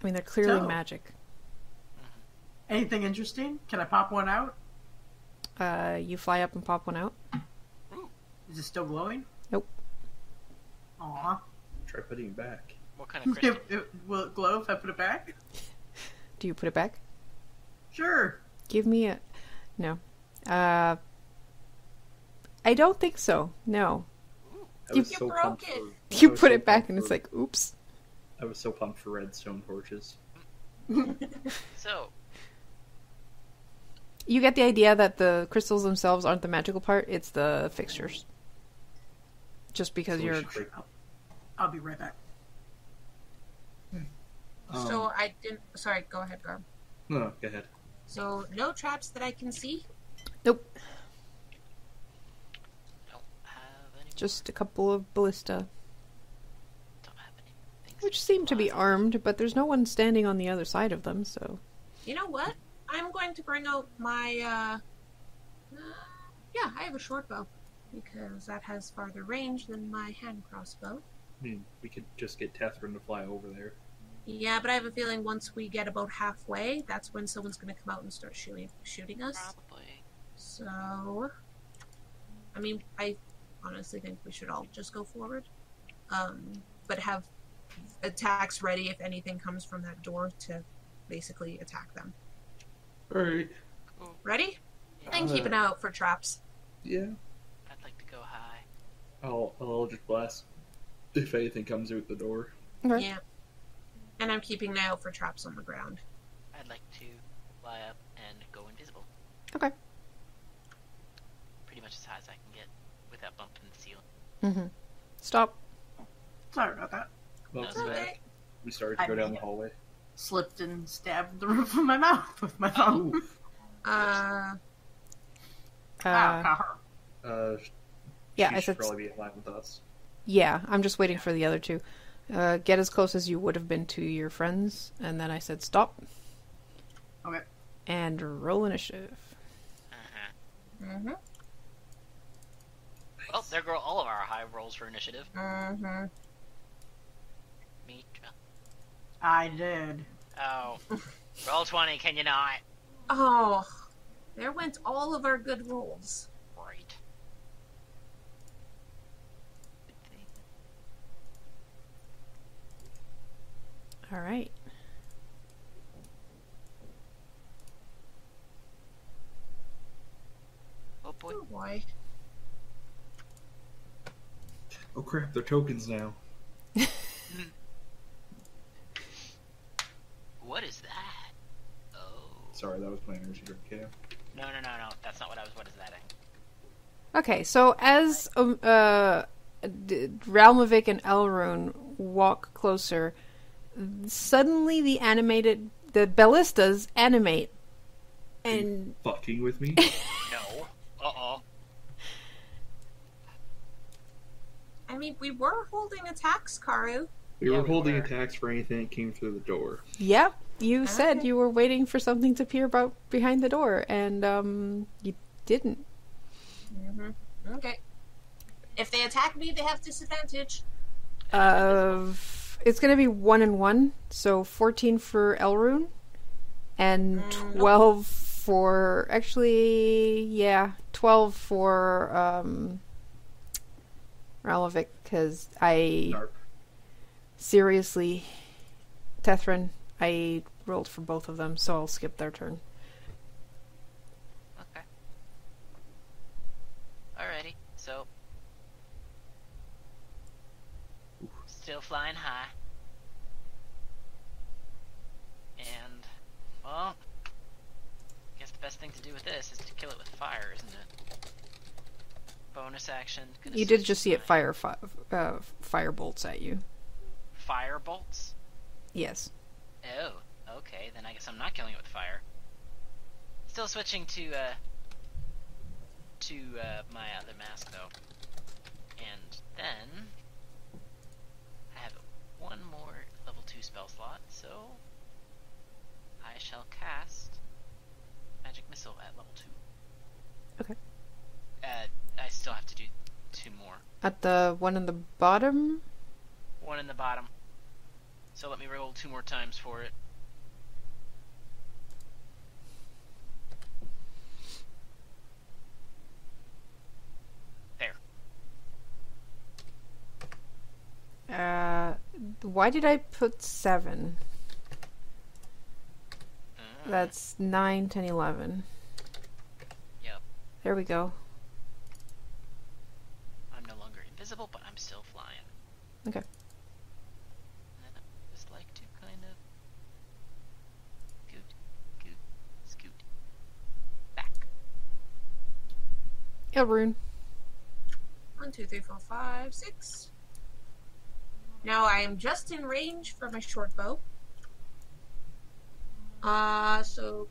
[SPEAKER 1] I mean, they're clearly
[SPEAKER 4] So-
[SPEAKER 1] magic.
[SPEAKER 4] Anything interesting? Can I pop one out?
[SPEAKER 1] Uh, you fly up and pop one out.
[SPEAKER 4] Is it still glowing?
[SPEAKER 1] Nope.
[SPEAKER 4] Aw.
[SPEAKER 3] Try putting it back.
[SPEAKER 5] What
[SPEAKER 4] <laughs>
[SPEAKER 5] kind of crystal?
[SPEAKER 4] It- it- will it glow if I put it back?
[SPEAKER 1] Do you put it back?
[SPEAKER 4] Sure.
[SPEAKER 1] Give me a no. Uh, I don't think so. No,
[SPEAKER 3] I
[SPEAKER 1] You-
[SPEAKER 3] was
[SPEAKER 2] You
[SPEAKER 3] so
[SPEAKER 2] broke
[SPEAKER 3] pumped
[SPEAKER 2] it.
[SPEAKER 3] for-
[SPEAKER 1] you
[SPEAKER 3] I was
[SPEAKER 1] put
[SPEAKER 3] so
[SPEAKER 1] it back,
[SPEAKER 3] pumped
[SPEAKER 1] and it's
[SPEAKER 3] for-
[SPEAKER 1] like, oops.
[SPEAKER 3] I was so pumped for red stone torches.
[SPEAKER 5] So,
[SPEAKER 1] You get the idea that the crystals themselves aren't the magical part; it's the fixtures. Just because
[SPEAKER 3] So we
[SPEAKER 1] you're
[SPEAKER 3] should break-
[SPEAKER 4] I'll be right back.
[SPEAKER 3] um,
[SPEAKER 2] so, I didn't. Sorry, go ahead, Garb.
[SPEAKER 3] no, go ahead.
[SPEAKER 2] So, no traps that I can see?
[SPEAKER 1] nope,
[SPEAKER 5] don't have any.
[SPEAKER 1] just a couple of ballista,
[SPEAKER 5] Don't have any things.
[SPEAKER 1] which seem to be armed, but there's no one standing on the other side of them. So
[SPEAKER 2] You know what? I'm going to bring out my. Uh, uh, <gasps> yeah, I have a short bow because that has farther range than my hand crossbow.
[SPEAKER 3] I mean, we could just get Tethrin to fly over there.
[SPEAKER 2] Yeah, but I have a feeling once we get about halfway, that's when someone's going to come out and start shooting shooting us.
[SPEAKER 5] Probably.
[SPEAKER 2] So, I mean, I honestly think we should all just go forward, um, but have attacks ready if anything comes from that door to basically attack them.
[SPEAKER 3] All right.
[SPEAKER 5] Cool.
[SPEAKER 2] Ready? And
[SPEAKER 3] Uh,
[SPEAKER 2] keep an eye out for traps.
[SPEAKER 3] Yeah.
[SPEAKER 5] I'd like to go high.
[SPEAKER 3] I'll I'll just blast if anything comes out the door.
[SPEAKER 1] okay.
[SPEAKER 2] Yeah. And I'm keeping an eye out for traps on the ground.
[SPEAKER 5] I'd like to fly up and go invisible.
[SPEAKER 1] Okay.
[SPEAKER 5] Pretty much as high as I can get without bumping the ceiling.
[SPEAKER 1] Mm-hmm. Stop.
[SPEAKER 4] Sorry about that.
[SPEAKER 3] Well,
[SPEAKER 5] That's
[SPEAKER 3] we-
[SPEAKER 2] okay.
[SPEAKER 3] We started to
[SPEAKER 4] I
[SPEAKER 3] go down
[SPEAKER 4] mean-
[SPEAKER 3] the hallway.
[SPEAKER 4] Slipped and stabbed the <laughs> roof of my mouth with my thumb.
[SPEAKER 3] Ooh.
[SPEAKER 2] Uh,
[SPEAKER 1] <laughs> Uh,
[SPEAKER 4] Ah,
[SPEAKER 3] Uh,
[SPEAKER 1] yeah,
[SPEAKER 3] she
[SPEAKER 1] I
[SPEAKER 3] should
[SPEAKER 1] said
[SPEAKER 3] probably be in line with us.
[SPEAKER 1] yeah. I'm just waiting for the other two. Uh, get as close as you would have been to your friends, and then I said stop
[SPEAKER 4] okay.
[SPEAKER 1] and roll initiative.
[SPEAKER 5] Uh-huh.
[SPEAKER 2] mm-hmm,
[SPEAKER 5] Well, there go all of our high rolls for initiative.
[SPEAKER 2] mm-hmm.
[SPEAKER 5] Me. too.
[SPEAKER 4] I did.
[SPEAKER 2] <laughs>
[SPEAKER 5] Oh. Roll 20, can you not?
[SPEAKER 2] Oh, there went all of our good rolls.
[SPEAKER 5] Great.
[SPEAKER 1] All right.
[SPEAKER 5] Oh boy.
[SPEAKER 2] Oh boy.
[SPEAKER 3] Oh crap! They're tokens now.
[SPEAKER 5] What is that? Oh.
[SPEAKER 3] Sorry, that was my energy drink. Yeah.
[SPEAKER 5] No, no, no, no. That's not what I was. What is that?
[SPEAKER 1] Okay, so as um, uh, D- Ralmovic and Elrune walk closer, suddenly the animated the ballistas animate and
[SPEAKER 3] Fucking with me?
[SPEAKER 5] No. Uh oh.
[SPEAKER 2] I mean, we were holding attacks, Karu.
[SPEAKER 3] We
[SPEAKER 5] Yeah,
[SPEAKER 3] were
[SPEAKER 5] we
[SPEAKER 3] holding
[SPEAKER 5] were.
[SPEAKER 3] attacks for anything that came through the door.
[SPEAKER 1] yep you said
[SPEAKER 2] Okay.
[SPEAKER 1] you were waiting for something to peer about behind the door and um you didn't
[SPEAKER 2] Mm-hmm. Okay. If they attack me, they have disadvantage.
[SPEAKER 1] of it's going to be one and one so 14 for elrune and 12 for actually yeah 12 for um Ralovic because i
[SPEAKER 3] Narp.
[SPEAKER 1] seriously tethrin i rolled for both of them so i'll skip their turn
[SPEAKER 5] Okay. Alrighty. So. Still flying high. And, well, I guess the best thing to do with this is to kill it with fire, isn't it? Bonus action. gonna
[SPEAKER 1] you did
[SPEAKER 5] switch
[SPEAKER 1] just see it
[SPEAKER 5] my
[SPEAKER 1] fire fi- uh, fire bolts at you
[SPEAKER 5] Fire bolts.
[SPEAKER 1] yes
[SPEAKER 5] Oh, okay. Then I guess I'm not killing it with fire. Still switching to uh to uh, my other mask though, and then I have one more level two spell slot, so I shall cast magic missile at level two.
[SPEAKER 1] Okay.
[SPEAKER 5] Uh, I still have to do two more.
[SPEAKER 1] at the one in the bottom
[SPEAKER 5] One in the bottom. So let me roll two more times for it. There.
[SPEAKER 1] Uh, why did I put seven?
[SPEAKER 5] Mm,
[SPEAKER 1] That's nine, ten, eleven.
[SPEAKER 5] Yep.
[SPEAKER 1] There we go.
[SPEAKER 5] I'm no longer invisible, but I'm still flying.
[SPEAKER 1] Okay.
[SPEAKER 5] And then I would just like to kind of scoot, scoot, scoot back.
[SPEAKER 1] Elrune.
[SPEAKER 2] One, two, three, four, five, six. Now I am just in range for my short bow. Uh, so.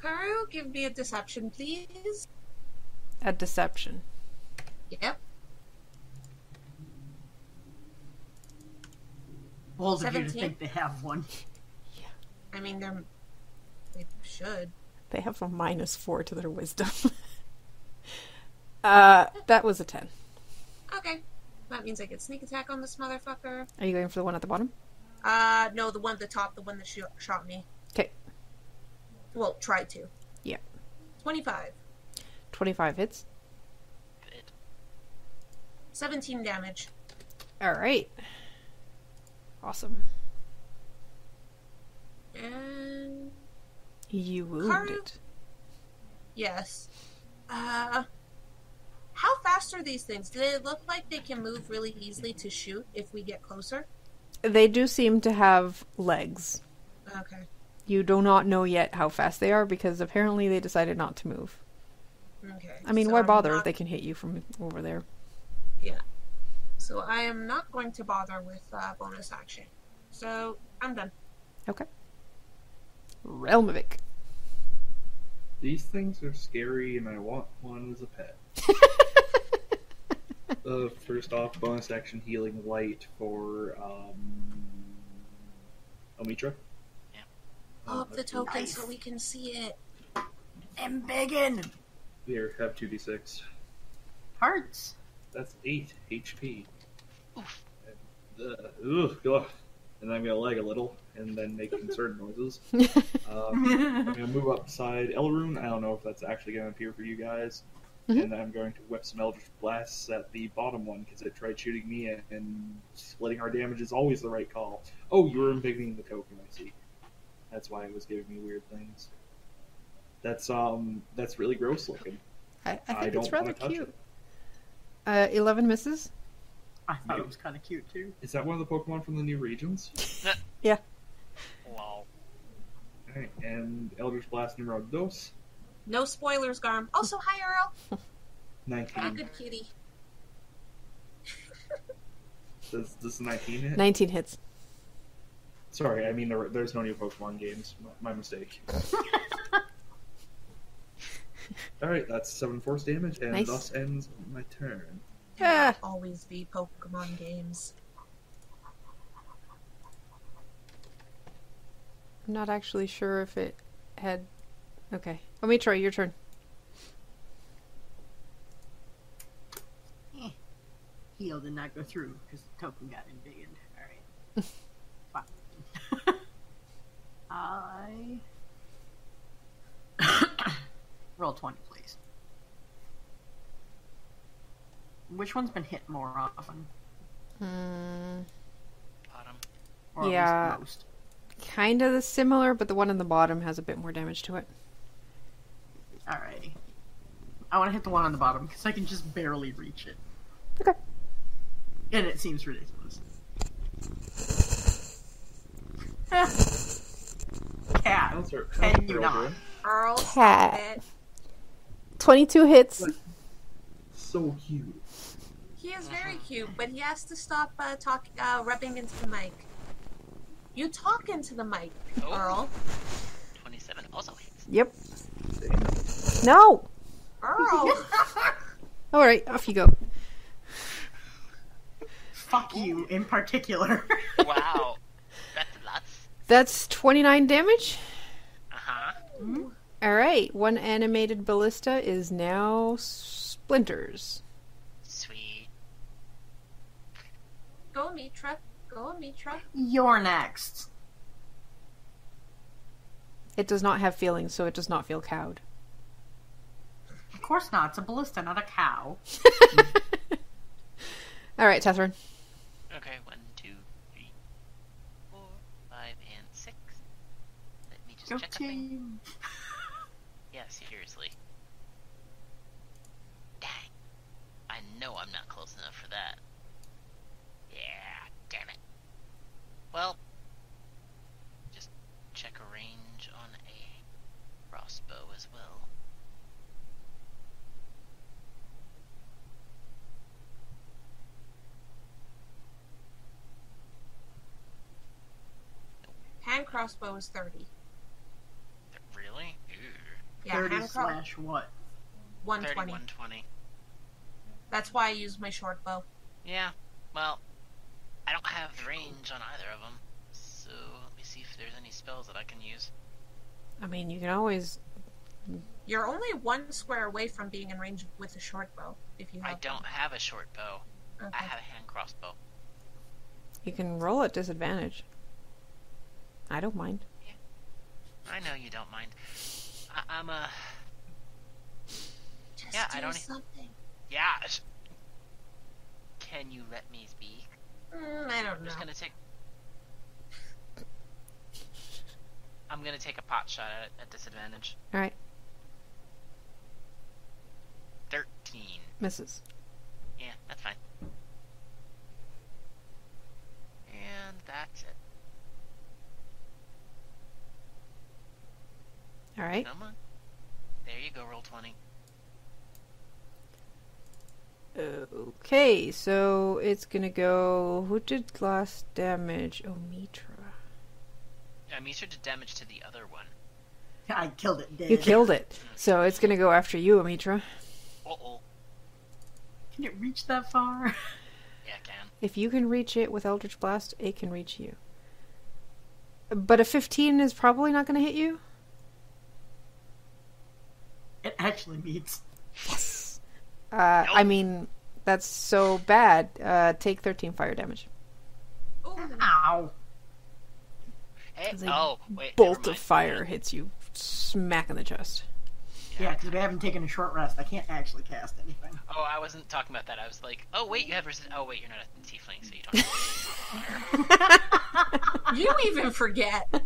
[SPEAKER 2] Karu, give me a deception, please.
[SPEAKER 1] At deception.
[SPEAKER 2] Yep.
[SPEAKER 4] Bold of you to
[SPEAKER 2] 17?
[SPEAKER 4] think they have one.
[SPEAKER 2] I mean, they're. They should.
[SPEAKER 1] They have a minus four to their wisdom. <laughs> uh, that was a ten.
[SPEAKER 2] Okay. That means I get sneak attack on this motherfucker.
[SPEAKER 1] Are you going for the one at the bottom?
[SPEAKER 2] Uh, no, the one at the top, the one that sh- shot me.
[SPEAKER 1] Okay.
[SPEAKER 2] Well, tried to.
[SPEAKER 1] Yeah.
[SPEAKER 2] 25.
[SPEAKER 1] Twenty-five hits.
[SPEAKER 5] Bit.
[SPEAKER 2] 17 damage.
[SPEAKER 1] All right. Awesome.
[SPEAKER 2] And.
[SPEAKER 1] You wound
[SPEAKER 2] Karu?
[SPEAKER 1] it.
[SPEAKER 2] Yes. Uh. How fast are these things? Do they look like they can move really easily to shoot if we get closer?
[SPEAKER 1] They do seem to have legs.
[SPEAKER 2] Okay.
[SPEAKER 1] You do not know yet how fast they are because apparently they decided not to move.
[SPEAKER 2] Okay.
[SPEAKER 1] I mean,
[SPEAKER 2] So
[SPEAKER 1] why
[SPEAKER 2] I'm
[SPEAKER 1] bother?
[SPEAKER 2] not-
[SPEAKER 1] They can hit you from over there.
[SPEAKER 2] So I am not going to bother with uh, bonus action. So I'm done.
[SPEAKER 1] Realmovic. <laughs>
[SPEAKER 3] These things are scary and I want one as a pet. uh, first off, bonus action healing light for um, Omitra. Uh,
[SPEAKER 5] Yeah.
[SPEAKER 2] Up Oh, the token
[SPEAKER 4] nice.
[SPEAKER 2] so we can see it.
[SPEAKER 4] I'm begging.
[SPEAKER 3] Here, have 2d6.
[SPEAKER 4] Hearts. <laughs>
[SPEAKER 3] That's 8 HP.
[SPEAKER 5] Oof.
[SPEAKER 3] And, uh, ugh, ugh. And I'm gonna lag a little and then make concerned <laughs> noises. Um, I'm gonna move up beside Elrune. I don't know if that's actually gonna appear for you guys.
[SPEAKER 1] Mhm.
[SPEAKER 3] And I'm going to whip some Eldritch Blasts at the bottom one because it tried shooting me, and, and splitting our damage is always the right call. Oh, you were invading the token, I see. That's why it was giving me weird things. That's um, that's really gross looking.
[SPEAKER 1] I, I think
[SPEAKER 3] I
[SPEAKER 1] it's
[SPEAKER 3] don't
[SPEAKER 1] rather
[SPEAKER 3] wanna touch
[SPEAKER 1] cute.
[SPEAKER 3] it.
[SPEAKER 1] Uh, Eleven misses.
[SPEAKER 4] I thought it was kind of cute too.
[SPEAKER 3] Is that one of the Pokemon from the new regions?
[SPEAKER 5] Lol.
[SPEAKER 3] Alright, and Eldritch Blast numero dos,
[SPEAKER 2] No spoilers, Garm. Also, hi, Earl. Have a
[SPEAKER 3] 19.
[SPEAKER 2] good cutie.
[SPEAKER 3] Does, does 19 hit?
[SPEAKER 1] Nineteen hits.
[SPEAKER 3] Sorry, I mean there, there's no new Pokemon games. My, my mistake. <laughs> All right, that's seven force damage, and
[SPEAKER 1] Nice.
[SPEAKER 3] thus ends my turn.
[SPEAKER 1] Ah.
[SPEAKER 2] Always be Pokemon games.
[SPEAKER 1] I'm not actually sure if it had. Okay. Let me try. Your turn.
[SPEAKER 4] Heal did not go through because the token got embiggened.
[SPEAKER 1] <laughs>
[SPEAKER 4] Alright. Fine. <laughs> I. <coughs> Roll 20, please. Which one's been hit more often?
[SPEAKER 1] Mm,
[SPEAKER 5] Bottom.
[SPEAKER 4] Or at
[SPEAKER 1] Yeah.
[SPEAKER 4] least most?
[SPEAKER 1] kind of similar, but the one on the bottom has a bit more damage to it.
[SPEAKER 4] Alright. I want to hit the one on the bottom because I can just barely reach it.
[SPEAKER 1] Okay.
[SPEAKER 4] And it
[SPEAKER 1] <laughs>
[SPEAKER 4] seems ridiculous. <laughs> Cat.
[SPEAKER 3] How's our, how's
[SPEAKER 4] Can
[SPEAKER 3] our
[SPEAKER 4] you
[SPEAKER 3] girl
[SPEAKER 4] not?
[SPEAKER 3] doing?
[SPEAKER 2] Earl,
[SPEAKER 7] Cat.
[SPEAKER 2] stop it.
[SPEAKER 7] 22 hits.
[SPEAKER 3] So cute.
[SPEAKER 2] He is
[SPEAKER 5] Uh-huh.
[SPEAKER 2] very cute, but he has to stop uh, talk, uh, rubbing into the mic. You talk into the mic,
[SPEAKER 5] Oh.
[SPEAKER 2] Earl.
[SPEAKER 5] 27 also hits.
[SPEAKER 1] Yep.
[SPEAKER 7] No!
[SPEAKER 5] <laughs>
[SPEAKER 2] Earl,
[SPEAKER 1] All right. Off you go.
[SPEAKER 4] Fuck you in particular. <laughs>
[SPEAKER 5] Wow. <laughs> That's lots.
[SPEAKER 1] <laughs> That's 29 damage.
[SPEAKER 5] Uh huh.
[SPEAKER 1] All right. One animated ballista is now splinters.
[SPEAKER 5] Sweet.
[SPEAKER 2] go Mitra, go Mitra.
[SPEAKER 4] You're next.
[SPEAKER 1] It does not have feelings, so it does not feel cowed. <laughs>
[SPEAKER 4] Of course not. It's a ballista, not a cow.
[SPEAKER 1] All right, Tethryn.
[SPEAKER 5] Okay, one, two, three, four, five, and six. Let me just
[SPEAKER 4] Go
[SPEAKER 5] check a
[SPEAKER 4] <laughs>
[SPEAKER 5] thing.
[SPEAKER 4] team.
[SPEAKER 5] Yeah, seriously. Dang. I know I'm not close enough for that. Yeah, damn it. Well, just check a range on a crossbow as well.
[SPEAKER 2] Hand crossbow is 30.
[SPEAKER 5] Really? Ooh.
[SPEAKER 2] Yeah,
[SPEAKER 4] 30
[SPEAKER 2] hand crossbow
[SPEAKER 4] slash what?
[SPEAKER 2] 120.
[SPEAKER 5] 3120.
[SPEAKER 2] That's why I use my short bow.
[SPEAKER 5] Yeah, well, I don't have range on either of them, so let me see if there's any spells that I can use.
[SPEAKER 1] I mean, you can always.
[SPEAKER 2] You're only one square away from being in range with a short bow. If you
[SPEAKER 5] I
[SPEAKER 2] have
[SPEAKER 5] don't have a short bow.
[SPEAKER 2] one.
[SPEAKER 5] I
[SPEAKER 2] Okay.
[SPEAKER 5] have a hand crossbow.
[SPEAKER 1] You can roll at disadvantage. I don't mind.
[SPEAKER 5] I know you don't mind. I- I'm uh, a
[SPEAKER 2] Just
[SPEAKER 5] yeah, I
[SPEAKER 2] do
[SPEAKER 5] don't- e-
[SPEAKER 2] something.
[SPEAKER 5] yeah. sh- Can you let me speak?
[SPEAKER 2] Mm, I don't
[SPEAKER 5] I'm
[SPEAKER 2] know.
[SPEAKER 5] just gonna take. I'm gonna take a pot shot at, it at disadvantage.
[SPEAKER 1] All right,
[SPEAKER 5] Thirteen.
[SPEAKER 1] misses.
[SPEAKER 5] Yeah, that's fine. And that's it.
[SPEAKER 1] All right.
[SPEAKER 5] Come on. There you go. Roll twenty.
[SPEAKER 1] Okay, so it's gonna go. Who did last damage? Oh, Mitra.
[SPEAKER 5] I mean, you should do damage to the other one.
[SPEAKER 4] I killed it, dead.
[SPEAKER 1] You killed it. So it's gonna go after you, Amitra.
[SPEAKER 5] Uh oh.
[SPEAKER 4] Can it reach that far? <laughs>
[SPEAKER 5] Yeah, I can.
[SPEAKER 1] If you can reach it with Eldritch Blast, it can reach you. But a 15 is probably not gonna hit you.
[SPEAKER 4] It actually meets.
[SPEAKER 1] Yes. Uh, I
[SPEAKER 5] Nope.
[SPEAKER 1] mean, that's so bad. Uh, take 13 fire damage.
[SPEAKER 2] Ooh,
[SPEAKER 4] Ow.
[SPEAKER 5] Hey,
[SPEAKER 1] It's like
[SPEAKER 5] oh wait.
[SPEAKER 1] Bolt
[SPEAKER 5] never
[SPEAKER 1] of
[SPEAKER 5] mind.
[SPEAKER 1] fire hits you smack in the
[SPEAKER 5] <laughs>
[SPEAKER 1] chest.
[SPEAKER 4] Yeah, because I haven't taken a short rest. I can't actually cast anything. <laughs>
[SPEAKER 5] Oh, I wasn't talking about that. I was like, oh wait, you have resist. Oh wait, you're not a tiefling, so you
[SPEAKER 1] <laughs>
[SPEAKER 5] don't. Have
[SPEAKER 2] you even forget.
[SPEAKER 5] <laughs>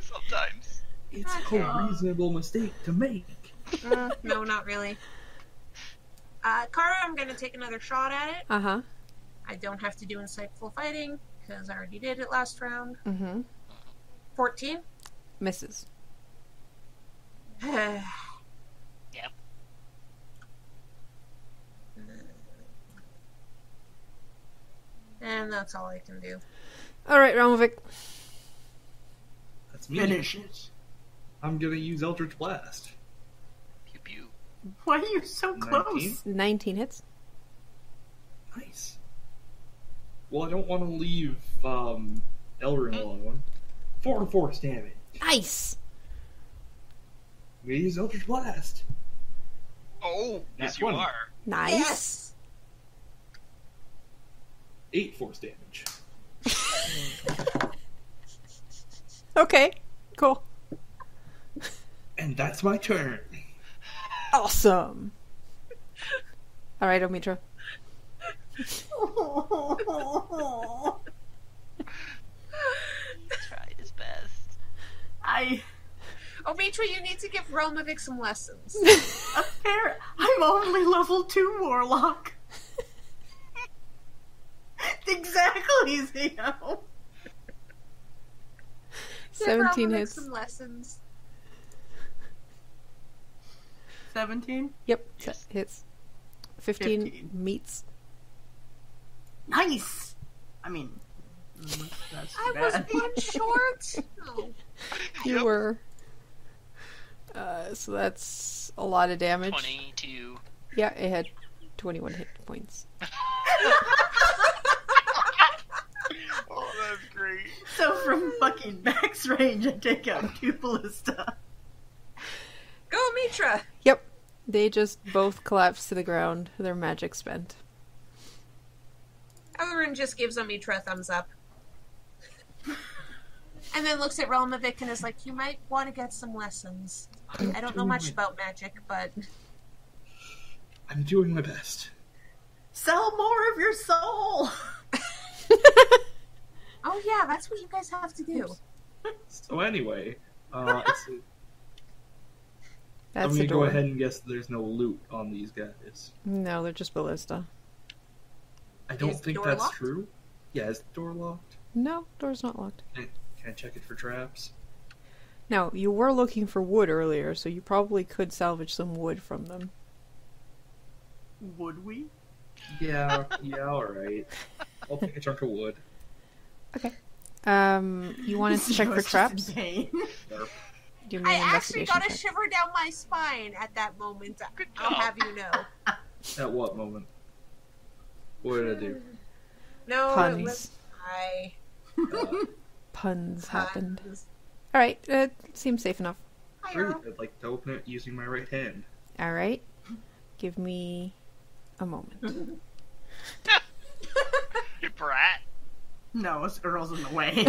[SPEAKER 5] Sometimes.
[SPEAKER 3] It's
[SPEAKER 4] Uh.
[SPEAKER 3] a reasonable mistake to make.
[SPEAKER 2] Uh, no, not really. Uh, Kara, I'm going to take another shot at it.
[SPEAKER 1] Uh huh.
[SPEAKER 2] I don't have to do insightful fighting because I already did it last round.
[SPEAKER 1] Mm hmm.
[SPEAKER 2] 14. <sighs>
[SPEAKER 1] Misses.
[SPEAKER 2] yep.
[SPEAKER 5] Yep.
[SPEAKER 2] And that's all I can do. <gasps>
[SPEAKER 1] All right, Ramovic.
[SPEAKER 3] That's me.
[SPEAKER 4] Finish it.
[SPEAKER 3] I'm gonna use Eldritch Blast.
[SPEAKER 5] Pew pew.
[SPEAKER 4] Why are you so close? <laughs>
[SPEAKER 3] 19?
[SPEAKER 1] 19 hits.
[SPEAKER 3] Nice. Well, I don't want to leave um,
[SPEAKER 4] Mm.
[SPEAKER 3] Elrin alone. Four to force damage.
[SPEAKER 1] Nice!
[SPEAKER 3] I'm gonna use Eldritch Blast.
[SPEAKER 5] Oh, yes,
[SPEAKER 3] Nat
[SPEAKER 5] you
[SPEAKER 3] 20.
[SPEAKER 5] are.
[SPEAKER 1] Nice.
[SPEAKER 3] Eight force damage.
[SPEAKER 1] <laughs> Okay, cool.
[SPEAKER 3] And that's my turn.
[SPEAKER 1] Awesome. All right,
[SPEAKER 5] <laughs>
[SPEAKER 1] Omitra.
[SPEAKER 5] Tried his best.
[SPEAKER 4] I
[SPEAKER 2] Oh, Mitra, you need to give Relmovic some lessons.
[SPEAKER 4] Fair. I'm only level two warlock. <laughs> exactly, Zeno.
[SPEAKER 1] 17
[SPEAKER 2] Relmovic
[SPEAKER 1] hits.
[SPEAKER 2] Some lessons.
[SPEAKER 4] Seventeen.
[SPEAKER 1] Yep, that hits. 15,
[SPEAKER 4] 15.
[SPEAKER 1] meets.
[SPEAKER 4] Nice. I mean, mm, that's
[SPEAKER 2] I was
[SPEAKER 4] bad.
[SPEAKER 2] one short. Oh,
[SPEAKER 1] You
[SPEAKER 5] Yep.
[SPEAKER 1] were. Uh, so that's a lot of damage.
[SPEAKER 5] Twenty-two.
[SPEAKER 1] Yeah, it had 21 hit points.
[SPEAKER 5] Oh, that's great.
[SPEAKER 4] so from <laughs> fucking max range, I take out two ballista.
[SPEAKER 2] Go, Mitra.
[SPEAKER 1] Yep, they just both collapse to the ground, their magic
[SPEAKER 3] <laughs>
[SPEAKER 1] spent.
[SPEAKER 2] Elrin just gives Omitra a thumbs up. <laughs> And then looks at Relmovic and is like, You might want to get some lessons. I don't know much about magic, but
[SPEAKER 3] I'm doing my best.
[SPEAKER 4] Sell more of your soul.
[SPEAKER 2] Oh yeah, that's what you guys have to do.
[SPEAKER 3] So anyway,
[SPEAKER 2] <laughs>
[SPEAKER 3] uh, it's, I'm
[SPEAKER 1] That's
[SPEAKER 3] gonna
[SPEAKER 1] the
[SPEAKER 3] go
[SPEAKER 1] door.
[SPEAKER 3] ahead and guess there's no loot on these guys.
[SPEAKER 1] No, they're just ballista.
[SPEAKER 3] I don't
[SPEAKER 2] Is the
[SPEAKER 3] think
[SPEAKER 2] door
[SPEAKER 3] that's
[SPEAKER 2] locked?
[SPEAKER 3] true. Yeah, is the door locked?
[SPEAKER 1] No, door's not locked.
[SPEAKER 3] Can I- can I check it for traps?
[SPEAKER 1] Now, you were looking for wood earlier, so you probably could salvage some wood from them.
[SPEAKER 4] Would we?
[SPEAKER 2] <laughs>
[SPEAKER 3] Yeah, yeah, alright. I'll take a chunk of wood.
[SPEAKER 1] Um, you <laughs> wanted
[SPEAKER 4] <laughs>
[SPEAKER 1] to check for
[SPEAKER 4] Zero's just
[SPEAKER 1] traps?
[SPEAKER 4] in pain.
[SPEAKER 1] Give me
[SPEAKER 2] I
[SPEAKER 1] an
[SPEAKER 2] actually
[SPEAKER 1] investigation
[SPEAKER 2] got a
[SPEAKER 1] check.
[SPEAKER 2] shiver down my spine at that moment. I'll
[SPEAKER 5] call.
[SPEAKER 2] have you know.
[SPEAKER 3] At what moment? What did I do?
[SPEAKER 2] <laughs> No, it
[SPEAKER 1] Puns.
[SPEAKER 2] was my
[SPEAKER 1] Puns happened.
[SPEAKER 2] puns.
[SPEAKER 1] All right, it seems safe enough.
[SPEAKER 2] Hi-yo.
[SPEAKER 3] Fruit. I'd like to open it using my right hand.
[SPEAKER 1] All right, give me a
[SPEAKER 3] Mm.
[SPEAKER 1] moment.
[SPEAKER 5] You brat.
[SPEAKER 4] <laughs> No, it's Earl's in the
[SPEAKER 1] <laughs>
[SPEAKER 4] way.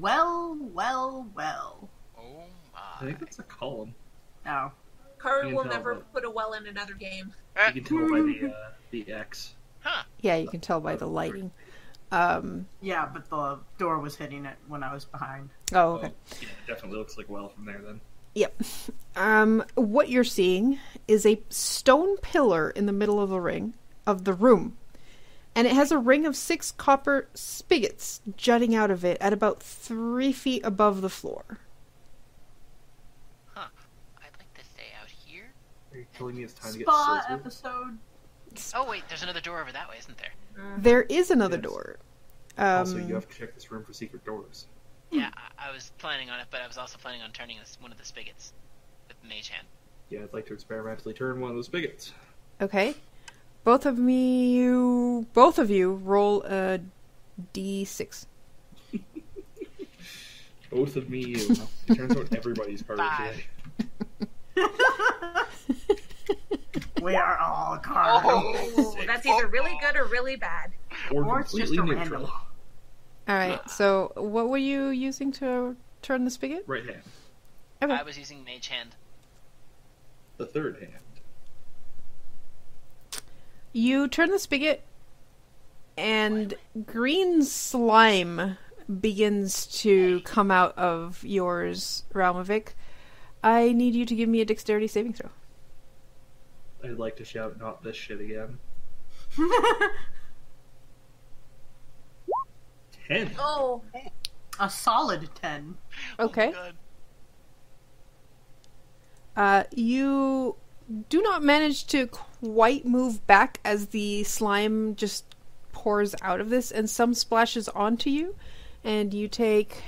[SPEAKER 4] well, well, well.
[SPEAKER 5] Oh
[SPEAKER 3] I
[SPEAKER 5] my.
[SPEAKER 3] think that's a column.
[SPEAKER 4] Oh.
[SPEAKER 2] Kari
[SPEAKER 3] You
[SPEAKER 2] will
[SPEAKER 3] can
[SPEAKER 2] never
[SPEAKER 3] tell that.
[SPEAKER 2] put a well in another game.
[SPEAKER 5] Uh,
[SPEAKER 3] You can tell by the uh, the X.
[SPEAKER 1] Yeah, you can tell by the lighting. Um,
[SPEAKER 4] Yeah, but the door was hitting it when I was behind.
[SPEAKER 1] oh,
[SPEAKER 3] Oh,
[SPEAKER 1] okay.
[SPEAKER 3] yeah, it definitely looks like well from there then.
[SPEAKER 1] Yep. Um, what you're seeing is a stone pillar in the middle of a ring of the room, and it has a ring of six copper spigots jutting out of it at about three feet above the floor.
[SPEAKER 5] huh. I'd like to stay out here.
[SPEAKER 3] Are you telling me it's time
[SPEAKER 4] Spa
[SPEAKER 3] to get scissors?
[SPEAKER 4] episode. <laughs>
[SPEAKER 5] Oh wait, there's another door over that way, isn't there?
[SPEAKER 1] There is another
[SPEAKER 3] Yes.
[SPEAKER 1] door.
[SPEAKER 3] also,
[SPEAKER 1] Um,
[SPEAKER 3] you have to check this room for secret doors.
[SPEAKER 1] Hmm.
[SPEAKER 5] Yeah, I, I was planning on it, but I was also planning on turning this one of the spigots with mage hand.
[SPEAKER 3] Yeah, I'd like to experimentally turn one of those bigots.
[SPEAKER 1] Okay. Both of me, you, both of you, roll a d6.
[SPEAKER 3] Both of me, you. it turns out everybody's part of
[SPEAKER 5] Five.
[SPEAKER 3] today.
[SPEAKER 4] We are all carnal.
[SPEAKER 2] Ooh, Oh, that's either really good or really bad.
[SPEAKER 3] Or,
[SPEAKER 4] Or it's just
[SPEAKER 3] completely
[SPEAKER 4] a
[SPEAKER 3] neutral.
[SPEAKER 4] random.
[SPEAKER 1] <laughs> All right. So, what were you using to turn the spigot?
[SPEAKER 3] Right hand.
[SPEAKER 1] Okay.
[SPEAKER 5] I was using mage hand.
[SPEAKER 3] The third hand.
[SPEAKER 1] You turn the spigot, and green slime begins to come out of yours, Raumovic. I need you to give me a dexterity saving throw.
[SPEAKER 3] I'd like to shout, not this shit again. Oh. Ten.
[SPEAKER 2] Oh,
[SPEAKER 4] <laughs> a solid ten.
[SPEAKER 1] Okay.
[SPEAKER 5] Oh, my God.
[SPEAKER 1] Uh, you do not manage to quite move back as the slime just pours out of this, and some splashes onto you, and you take.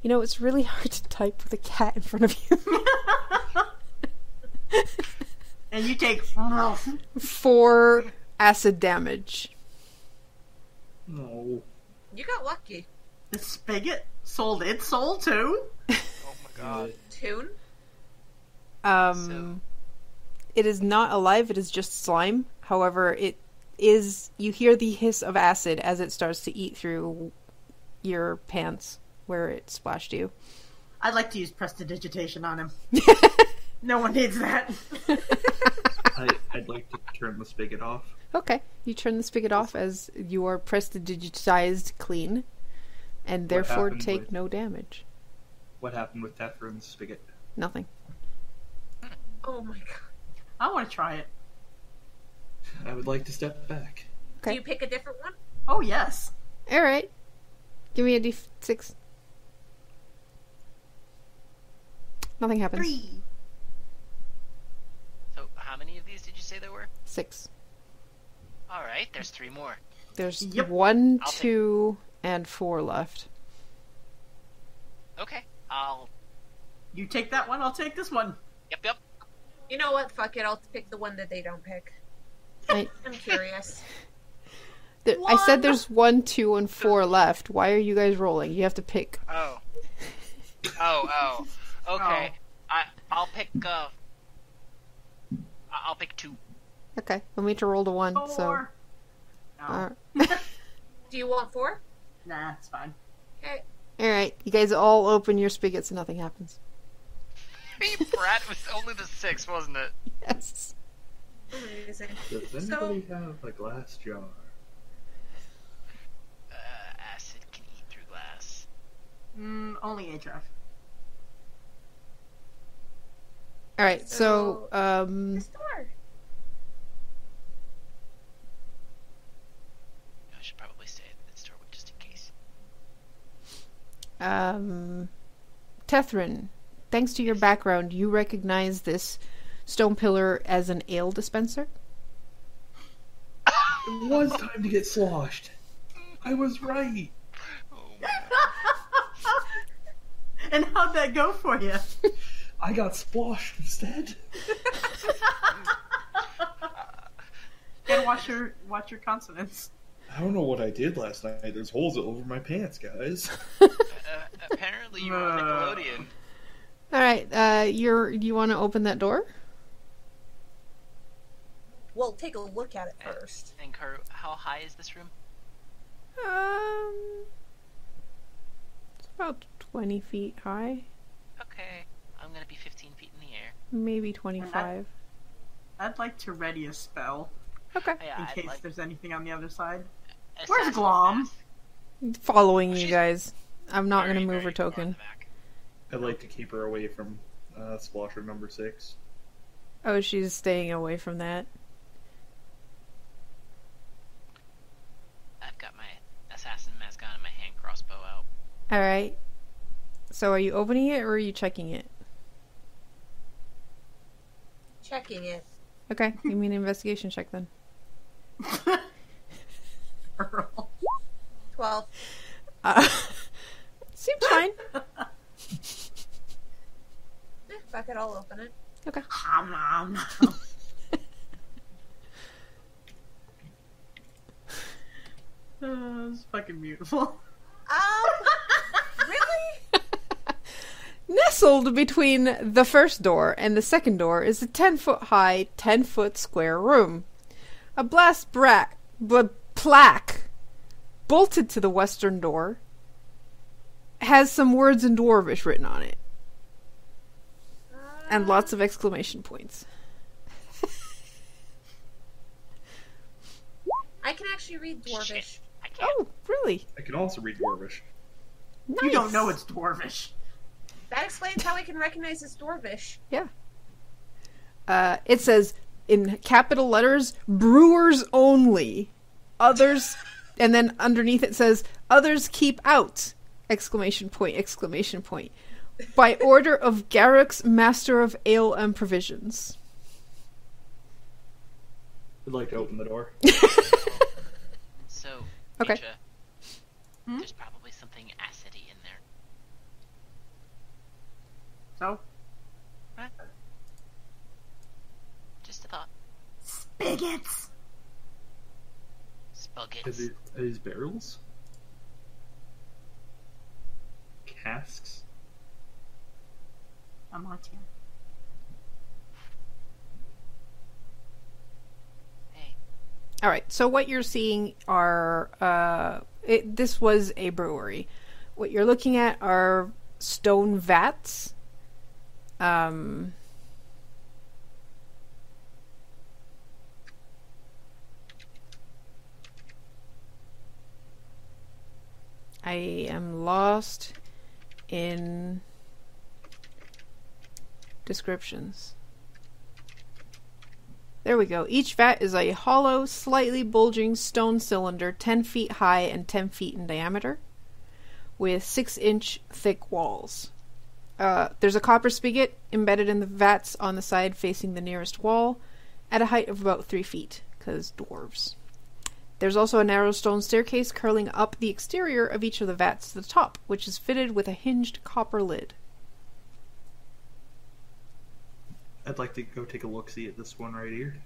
[SPEAKER 1] You know, it's really hard to type with a cat in front of you. <laughs>
[SPEAKER 4] <laughs> And you take.
[SPEAKER 1] Four acid damage.
[SPEAKER 3] No.
[SPEAKER 2] You got lucky.
[SPEAKER 4] The spigot sold its soul too.
[SPEAKER 5] Oh my god.
[SPEAKER 2] Tune.
[SPEAKER 1] Um, It is not alive, it is just slime. However, it is. You hear the hiss of acid as it starts to eat through your pants where it splashed
[SPEAKER 3] <laughs>
[SPEAKER 1] you.
[SPEAKER 4] I'd like to use prestidigitation on him. no one needs that. <laughs>
[SPEAKER 3] I, I'd like to turn the spigot off.
[SPEAKER 1] Okay. You turn the spigot off as you are prestidigitized clean and therefore
[SPEAKER 3] happened
[SPEAKER 1] take
[SPEAKER 3] with-
[SPEAKER 1] no damage.
[SPEAKER 3] What happened with Tethrin's spigot?
[SPEAKER 1] Nothing.
[SPEAKER 2] Oh my god.
[SPEAKER 4] I want to try it.
[SPEAKER 3] I would like to step back.
[SPEAKER 1] Okay.
[SPEAKER 2] Do you pick a different one?
[SPEAKER 4] Oh yes.
[SPEAKER 1] All right. Give me a d6. Nothing happens.
[SPEAKER 4] Three.
[SPEAKER 5] So how many of these did you say there were?
[SPEAKER 1] Six.
[SPEAKER 5] All right, there's three more.
[SPEAKER 1] There's
[SPEAKER 4] Yep.
[SPEAKER 1] one,
[SPEAKER 5] I'll take-
[SPEAKER 1] two, and four left.
[SPEAKER 5] Okay, I'll.
[SPEAKER 4] You take that one. I'll take this one.
[SPEAKER 5] Yep, yep.
[SPEAKER 2] You know what? Fuck it. I'll pick the one that they don't pick.
[SPEAKER 1] I,
[SPEAKER 5] <laughs>
[SPEAKER 2] I'm curious.
[SPEAKER 1] th- I said
[SPEAKER 4] One.
[SPEAKER 1] there's one, two, and four left. Why are you guys rolling? You have to pick.
[SPEAKER 5] Oh. Oh, oh. Okay. I I'll pick uh I- I'll pick two.
[SPEAKER 1] Okay. Let me to roll to one.
[SPEAKER 4] Four.
[SPEAKER 1] So.
[SPEAKER 4] No.
[SPEAKER 1] Uh, <laughs>
[SPEAKER 2] Do you want four?
[SPEAKER 4] Nah, it's fine.
[SPEAKER 2] Okay.
[SPEAKER 1] all right. You guys all open your spigots and nothing happens.
[SPEAKER 5] Hey, Brad, it was only the six, wasn't it?
[SPEAKER 1] Yes.
[SPEAKER 2] Amazing.
[SPEAKER 3] Does
[SPEAKER 2] So-
[SPEAKER 3] anybody have a glass jar?
[SPEAKER 5] Uh, acid can eat through glass.
[SPEAKER 4] Mm, only HF.
[SPEAKER 1] All right. So, um,
[SPEAKER 2] This door.
[SPEAKER 5] I should probably stay at the store just in case.
[SPEAKER 1] um, Tethrin, thanks to your background, you recognize this stone pillar as an ale <laughs> dispenser.
[SPEAKER 3] It was time to get sloshed. I was right.
[SPEAKER 5] Oh,
[SPEAKER 4] <laughs> And how'd that go for <laughs> you?
[SPEAKER 3] I got sloshed instead.
[SPEAKER 4] And watch your watch your consonants.
[SPEAKER 3] I don't know what I did last night. There's holes all over my pants, guys. <laughs>
[SPEAKER 5] uh, apparently you were on
[SPEAKER 4] Uh.
[SPEAKER 5] Nickelodeon.
[SPEAKER 1] All right. Uh, you're. You want to open that door?
[SPEAKER 2] Well, take a look at it first.
[SPEAKER 5] And Karu, how high is this room?
[SPEAKER 1] Um, it's about twenty feet high,
[SPEAKER 5] Okay, I'm gonna be 15 feet in the air.
[SPEAKER 1] maybe twenty-five.
[SPEAKER 4] I'd like to ready a spell
[SPEAKER 1] Okay.
[SPEAKER 5] Oh, yeah,
[SPEAKER 4] in
[SPEAKER 5] I'd
[SPEAKER 4] case
[SPEAKER 5] like
[SPEAKER 4] there's anything on the other side.
[SPEAKER 5] a
[SPEAKER 4] Where's
[SPEAKER 5] sassy
[SPEAKER 4] Glom?
[SPEAKER 5] mask.
[SPEAKER 1] Following you
[SPEAKER 5] She's
[SPEAKER 1] guys. I'm not
[SPEAKER 5] Very,
[SPEAKER 1] gonna move
[SPEAKER 5] very
[SPEAKER 1] her
[SPEAKER 5] far in
[SPEAKER 1] token.
[SPEAKER 5] the back.
[SPEAKER 3] I'd like to keep her away from uh, splosher number six.
[SPEAKER 1] Oh, she's staying away from that.
[SPEAKER 5] I've got my assassin mask on and my hand crossbow out.
[SPEAKER 1] All right. So, are you opening it or are you checking it?
[SPEAKER 2] Checking it.
[SPEAKER 1] <laughs> Okay, give me an investigation check then.
[SPEAKER 4] Earl.
[SPEAKER 2] 12.
[SPEAKER 1] Uh, <laughs> seems fine.
[SPEAKER 2] Eh, fuck it. I'll open
[SPEAKER 5] <laughs>
[SPEAKER 2] it.
[SPEAKER 4] Hum, <laughs> hum, hum. Uh, it's fucking beautiful.
[SPEAKER 2] Um,
[SPEAKER 5] <laughs>
[SPEAKER 2] really?
[SPEAKER 1] Nestled between the first door and the second door is a 10 foot high, 10 foot square room. A blast bra- bl- plaque bolted to the western door has some words in Dwarvish written on it and lots of exclamation points.
[SPEAKER 2] I can actually read Dwarvish.
[SPEAKER 5] Shit. I can't.
[SPEAKER 1] Oh, really?
[SPEAKER 3] I can also read Dwarvish.
[SPEAKER 1] Nice.
[SPEAKER 4] You don't know it's dwarvish.
[SPEAKER 2] That explains how I can recognize it's Dwarvish. <laughs>
[SPEAKER 1] Uh, it says in capital letters, brewers only. Others, and then underneath it says, others keep out! Exclamation point, exclamation point. By order of Garrick's Master of Ale and Provisions.
[SPEAKER 3] I'd like to open the door.
[SPEAKER 5] So,
[SPEAKER 1] Okay.
[SPEAKER 5] Nisha,
[SPEAKER 4] Hmm?
[SPEAKER 5] There's probably something acidy in there.
[SPEAKER 4] So,
[SPEAKER 5] Just a thought.
[SPEAKER 4] spigots.
[SPEAKER 3] Are
[SPEAKER 5] Spuggets.
[SPEAKER 3] these, are these barrels? Casks?
[SPEAKER 4] I'm on to you.
[SPEAKER 5] Hey,
[SPEAKER 1] All right. So what you're seeing are uh, it, this was a brewery. What you're looking at are stone vats. Um, I am lost in descriptions. There we go. Each vat is a hollow, slightly bulging stone cylinder 10 feet high and 10 feet in diameter with 6 inch thick walls. Uh, there's a copper spigot embedded in the vats on the side facing the nearest wall at a height of about 3 feet because dwarves. There's also a narrow stone staircase curling up the exterior of each of the vats to the top, which is fitted with a hinged copper lid.
[SPEAKER 3] I'd like to go take a look see at this one right here.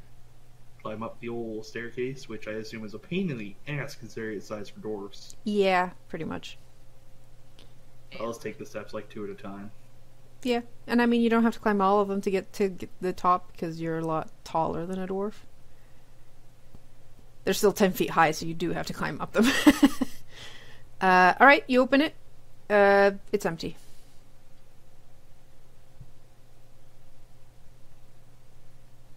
[SPEAKER 3] Climb up the old staircase, which I assume is a pain in the ass considering its size for dwarves.
[SPEAKER 1] Yeah, pretty much.
[SPEAKER 3] I'll just take the steps like two at a time.
[SPEAKER 1] Yeah, and I mean you don't have to climb all of them to get to get the top because you're a lot taller than a dwarf. They're still ten feet high, so you do have to climb up them. <laughs> uh, all right, you open it. Uh, it's empty.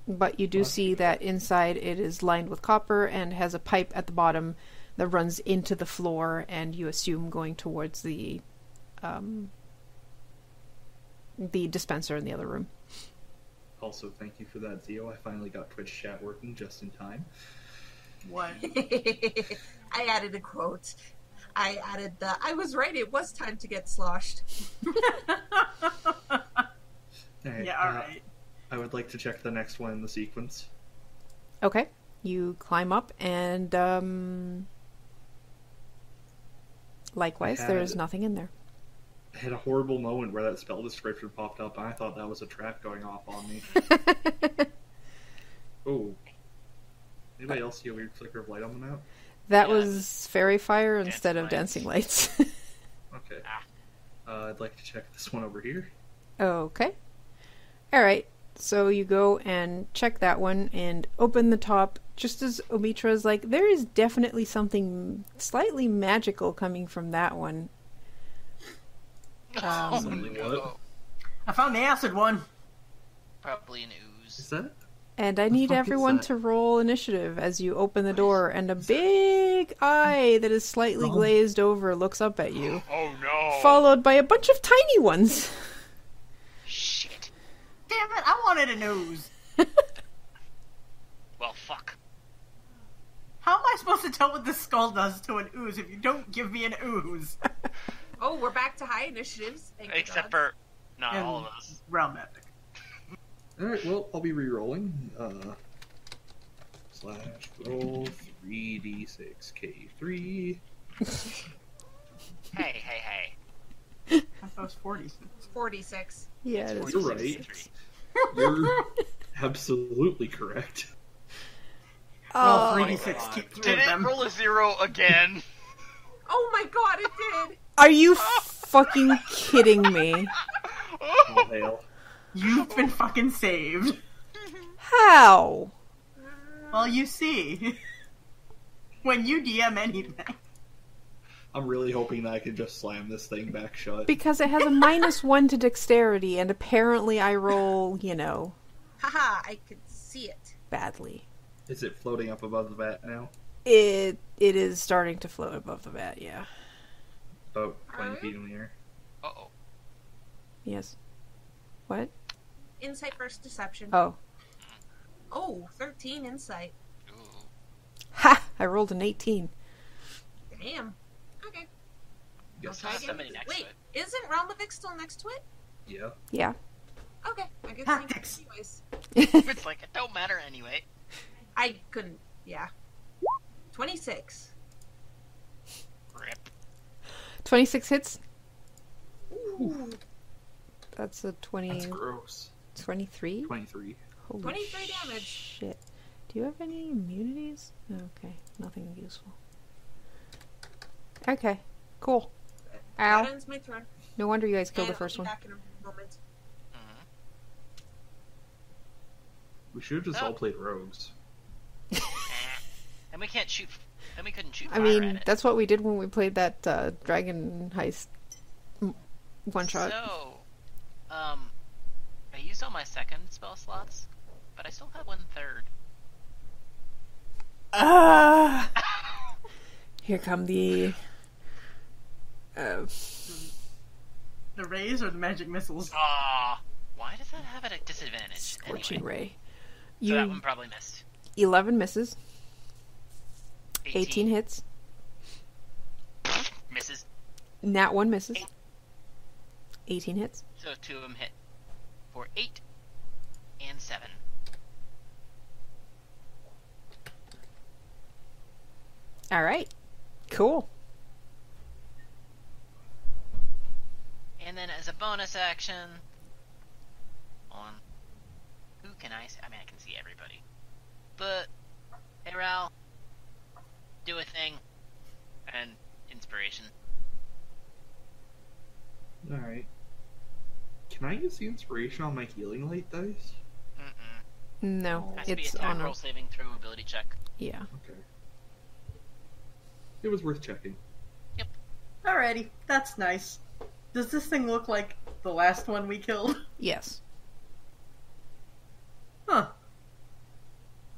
[SPEAKER 1] But you do see that inside it is lined with copper and has a pipe at the bottom that runs into the floor, and you assume going towards the um, the dispenser in the other room.
[SPEAKER 3] Also, thank you for that, Zio. I finally got Twitch chat working just in time.
[SPEAKER 4] <laughs> What?
[SPEAKER 2] I added a quote. I added the. I was right. It was time to get sloshed.
[SPEAKER 3] Alright,
[SPEAKER 4] yeah, all
[SPEAKER 3] uh,
[SPEAKER 4] right.
[SPEAKER 3] I would like to check the next one in the sequence.
[SPEAKER 1] Okay. You climb up, and um, likewise, there is
[SPEAKER 3] Had-
[SPEAKER 1] nothing in there. <laughs>
[SPEAKER 3] I had a horrible moment where that spell description popped up, and I thought that was a trap going off on me. oh. Anybody else see a weird flicker of light on the map?
[SPEAKER 1] that
[SPEAKER 5] Yeah.
[SPEAKER 1] was fairy fire instead of dancing
[SPEAKER 5] Dancing
[SPEAKER 1] lights. <laughs>
[SPEAKER 3] Okay.
[SPEAKER 5] Ah.
[SPEAKER 3] Uh, I'd like to check this one over here.
[SPEAKER 1] okay. All right. So you go and check that one and open the top. Just as Omitra is like, there is definitely something slightly magical coming from that one.
[SPEAKER 5] Oh,
[SPEAKER 3] Something
[SPEAKER 5] no.
[SPEAKER 3] what?
[SPEAKER 4] I found the acid one.
[SPEAKER 5] Probably an
[SPEAKER 3] Is
[SPEAKER 5] ooze.
[SPEAKER 3] that?
[SPEAKER 1] And I
[SPEAKER 3] The
[SPEAKER 1] need
[SPEAKER 3] fuck is
[SPEAKER 1] everyone
[SPEAKER 3] that?
[SPEAKER 1] to roll initiative as you open the door, and a big eye that is slightly
[SPEAKER 3] Oh.
[SPEAKER 1] glazed over looks up at you,
[SPEAKER 5] Oh no!
[SPEAKER 1] followed by a bunch of tiny ones. <laughs>
[SPEAKER 5] Shit.
[SPEAKER 4] Damn it! I wanted a nose.
[SPEAKER 5] Well, fuck.
[SPEAKER 4] How am I supposed to tell what the skull does to an ooze if you don't give me an ooze?
[SPEAKER 2] Oh, we're back to high initiatives. Thank God.
[SPEAKER 5] Except for not all of us.
[SPEAKER 4] Realm epic.
[SPEAKER 3] Alright, well, I'll be re-rolling. Uh, slash roll 3d6k3.
[SPEAKER 5] Hey, hey, hey.
[SPEAKER 4] I thought it was forty.
[SPEAKER 2] forty-six.
[SPEAKER 1] Yeah, it is.
[SPEAKER 3] You're right. You're absolutely correct. <laughs>
[SPEAKER 1] Oh,
[SPEAKER 4] Well, three d six. Keep three
[SPEAKER 5] Did
[SPEAKER 4] of
[SPEAKER 5] it
[SPEAKER 4] them.
[SPEAKER 5] roll a zero
[SPEAKER 4] <laughs>
[SPEAKER 5] again?
[SPEAKER 2] Oh my god, it did.
[SPEAKER 1] are you fucking kidding me?
[SPEAKER 3] All hail.
[SPEAKER 4] You've been fucking saved.
[SPEAKER 1] How?
[SPEAKER 4] Well, you see, <laughs> when you DM anything,
[SPEAKER 3] I'm really hoping that I can just slam this thing back shut.
[SPEAKER 1] Because it has a minus one to dexterity, and apparently I roll, you know,
[SPEAKER 2] Haha, I could see it.
[SPEAKER 1] badly.
[SPEAKER 3] Is it floating up above the bat now?
[SPEAKER 1] It it is starting to float above the bat. Yeah.
[SPEAKER 3] About 20
[SPEAKER 2] Alright.
[SPEAKER 3] feet in the air.
[SPEAKER 5] Uh oh.
[SPEAKER 1] Yes. What?
[SPEAKER 2] Insight versus deception.
[SPEAKER 1] Oh.
[SPEAKER 2] Oh, 13 insight.
[SPEAKER 5] Ooh.
[SPEAKER 1] Ha! I rolled an eighteen.
[SPEAKER 2] Damn. Okay.
[SPEAKER 3] Yes.
[SPEAKER 5] Try
[SPEAKER 2] Okay.
[SPEAKER 5] somebody next
[SPEAKER 2] Wait,
[SPEAKER 5] to it.
[SPEAKER 2] isn't Realmovic still next to it?
[SPEAKER 3] Yeah.
[SPEAKER 1] Yeah.
[SPEAKER 2] Okay, I guess I
[SPEAKER 4] Tactics.
[SPEAKER 2] anyways.
[SPEAKER 5] It's like it don't matter anyway.
[SPEAKER 2] I couldn't. Yeah. 26.
[SPEAKER 5] Rip.
[SPEAKER 1] 26 hits.
[SPEAKER 2] Ooh,
[SPEAKER 1] That's a 20,
[SPEAKER 3] That's gross.
[SPEAKER 1] 23?
[SPEAKER 3] 23.
[SPEAKER 1] Holy
[SPEAKER 2] 23 damage.
[SPEAKER 1] Shit. Do you have any immunities? Okay, nothing useful. Okay, cool.
[SPEAKER 2] that
[SPEAKER 1] Ow.
[SPEAKER 2] ends my turn.
[SPEAKER 1] No wonder you guys killed
[SPEAKER 2] And
[SPEAKER 1] the first
[SPEAKER 2] I'll be
[SPEAKER 1] one.
[SPEAKER 2] Back in a moment.
[SPEAKER 5] Mhm.
[SPEAKER 3] We should have just
[SPEAKER 5] Oh.
[SPEAKER 3] all played rogues.
[SPEAKER 1] <laughs>
[SPEAKER 5] Eh. and we can't shoot. And we couldn't shoot.
[SPEAKER 1] I
[SPEAKER 5] fire at
[SPEAKER 1] mean,
[SPEAKER 5] it.
[SPEAKER 1] that's what we did when we played that uh, dragon heist m- one shot.
[SPEAKER 5] So, um, I used all my second spell slots, but I still have one third.
[SPEAKER 1] Ah! Here come the. Uh,
[SPEAKER 4] The rays or the magic missiles?
[SPEAKER 5] Ah, why does that have it at disadvantage?
[SPEAKER 1] scorching
[SPEAKER 5] Anyway,
[SPEAKER 1] ray.
[SPEAKER 5] so that
[SPEAKER 1] You
[SPEAKER 5] one probably missed.
[SPEAKER 1] 11 misses,
[SPEAKER 5] 18,
[SPEAKER 1] 18 hits,
[SPEAKER 5] misses,
[SPEAKER 1] nat 1 misses, 18 hits.
[SPEAKER 5] so two of them hit for eight and seven.
[SPEAKER 1] All right. Cool.
[SPEAKER 5] And then as a bonus action, on who can I? See? I mean, I can see everybody, but hey, Ral, do a thing and inspiration.
[SPEAKER 3] Alright. Can I use the inspiration on my healing light dice?
[SPEAKER 5] Mm-mm.
[SPEAKER 1] No,
[SPEAKER 5] Has to be
[SPEAKER 1] it's
[SPEAKER 5] attack
[SPEAKER 1] on
[SPEAKER 5] roll
[SPEAKER 1] a.
[SPEAKER 5] saving throw ability check.
[SPEAKER 1] Yeah.
[SPEAKER 3] Okay. It was worth checking.
[SPEAKER 4] Alrighty, that's nice. Does this thing look like the last one we killed? <laughs>
[SPEAKER 1] Yes.
[SPEAKER 4] Huh.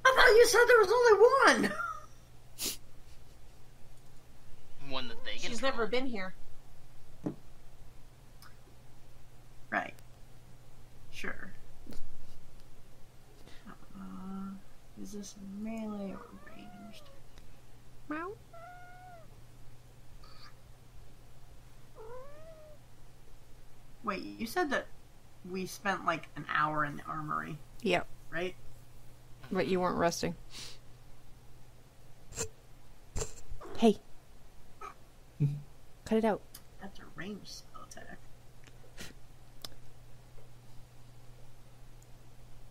[SPEAKER 4] I thought you said there was only one! <laughs>
[SPEAKER 5] One that they
[SPEAKER 2] She's
[SPEAKER 5] control.
[SPEAKER 2] never been here.
[SPEAKER 4] Right. Sure. Uh, is this melee or ranged?
[SPEAKER 1] Meow.
[SPEAKER 4] Wait, you said that we spent like an hour in the armory,
[SPEAKER 1] Yeah,
[SPEAKER 4] right?
[SPEAKER 1] but you weren't resting. Hey. Cut it out.
[SPEAKER 4] That's a ranged spell attack.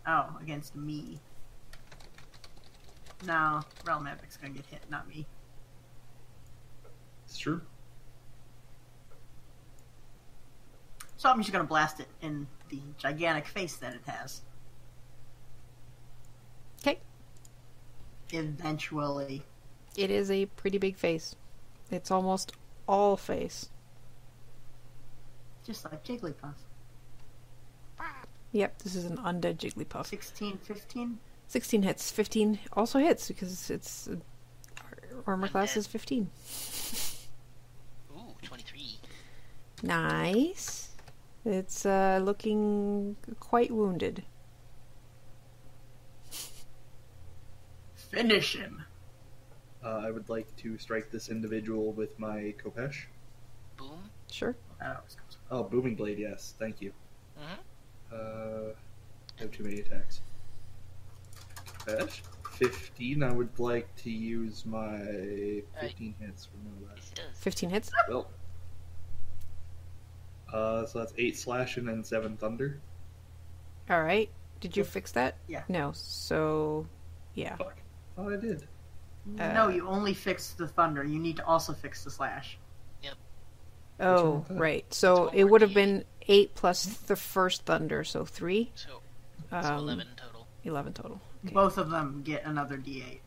[SPEAKER 4] Oh, against me. No, Realm Epic's gonna get hit, not me.
[SPEAKER 3] It's true.
[SPEAKER 4] So I'm just gonna blast it in the gigantic face that it has.
[SPEAKER 1] 'Kay.
[SPEAKER 4] Eventually.
[SPEAKER 1] It is a pretty big face. It's almost all face.
[SPEAKER 4] Just like Jigglypuff.
[SPEAKER 1] Yep, this is an undead Jigglypuff.
[SPEAKER 4] 16, 15?
[SPEAKER 1] 16 hits. 15 also hits because it's. uh, Armor class
[SPEAKER 5] Undead.
[SPEAKER 1] is 15.
[SPEAKER 5] Ooh, 23.
[SPEAKER 1] Nice. It's uh, looking quite wounded.
[SPEAKER 4] Finish him!
[SPEAKER 3] Uh, I would like to strike this individual with my Kopesh.
[SPEAKER 5] Boom.
[SPEAKER 1] Sure.
[SPEAKER 4] That always comes
[SPEAKER 3] Oh, Booming Blade, yes. Thank you.
[SPEAKER 5] Mhm.
[SPEAKER 3] Uh, I have too many attacks. Kopesh? 15. I would like to use my 15 hits for my last.
[SPEAKER 5] Yes, it does.
[SPEAKER 1] 15 hits.
[SPEAKER 3] Well. Uh, so that's eight slashing and seven thunder.
[SPEAKER 1] All right. Did you fix that?
[SPEAKER 4] Yeah.
[SPEAKER 1] No. So, yeah.
[SPEAKER 3] Fuck. Oh, I did.
[SPEAKER 4] no,
[SPEAKER 1] Uh,
[SPEAKER 4] you only fixed the thunder. You need to also fix the slash.
[SPEAKER 1] Oh,
[SPEAKER 3] Which one?
[SPEAKER 1] right. So
[SPEAKER 5] It's
[SPEAKER 1] it would have been
[SPEAKER 5] 1d8.
[SPEAKER 1] eight plus the first thunder, so three.
[SPEAKER 5] So, so
[SPEAKER 1] Um,
[SPEAKER 5] 11 total.
[SPEAKER 1] 11 total. Okay.
[SPEAKER 4] Both of them get another d8.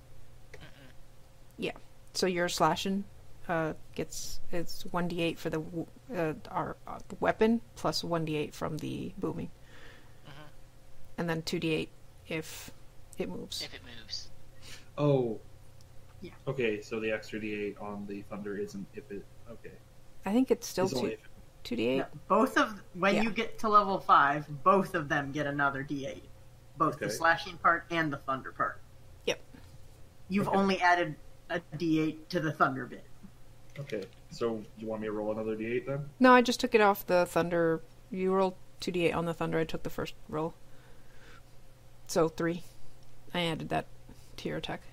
[SPEAKER 1] So your slashing uh, gets it's one d eight for the w- uh, our uh, the weapon plus one d eight from the booming,
[SPEAKER 5] Mhm.
[SPEAKER 1] and then two d eight if it moves.
[SPEAKER 5] If it moves.
[SPEAKER 3] Oh.
[SPEAKER 4] Yeah.
[SPEAKER 3] Okay, so the extra d8 on the thunder isn't if it. Okay.
[SPEAKER 1] I think it's still
[SPEAKER 3] It's only
[SPEAKER 1] two
[SPEAKER 3] if
[SPEAKER 1] two d eight.
[SPEAKER 4] No, both of when
[SPEAKER 1] Yeah.
[SPEAKER 4] you get to level five, both of them get another D8, both the
[SPEAKER 3] Okay.
[SPEAKER 4] slashing part and the thunder part.
[SPEAKER 1] Yep.
[SPEAKER 4] You've
[SPEAKER 3] Okay.
[SPEAKER 4] only added a D8 to the thunder bit.
[SPEAKER 3] it- Okay, so you want me to roll another d8 then?
[SPEAKER 1] No, I just took it off the thunder. You rolled two d eight on the thunder. I took the first roll, so three. I added that to your attack.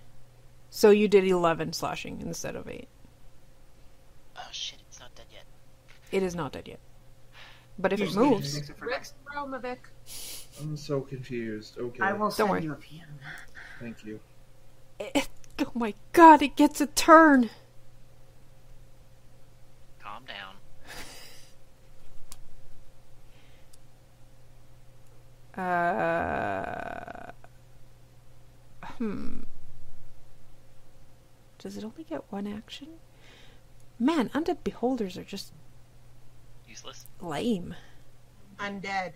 [SPEAKER 1] So you did eleven slashing instead of eight.
[SPEAKER 5] Oh shit, it's not not dead yet.
[SPEAKER 1] It is not dead yet. But if it
[SPEAKER 4] Usually
[SPEAKER 1] moves,
[SPEAKER 4] Except for
[SPEAKER 2] Rick
[SPEAKER 4] next.
[SPEAKER 2] Romovic.
[SPEAKER 3] I'm so confused. Okay.
[SPEAKER 4] I will send
[SPEAKER 1] worry.
[SPEAKER 4] you a PM.
[SPEAKER 3] Thank you.
[SPEAKER 1] it, oh my god, it gets a turn.
[SPEAKER 5] Calm down.
[SPEAKER 1] Uh, hmm. Does it only get one action? Man, undead beholders are just
[SPEAKER 5] Useless.
[SPEAKER 1] lame.
[SPEAKER 2] Undead.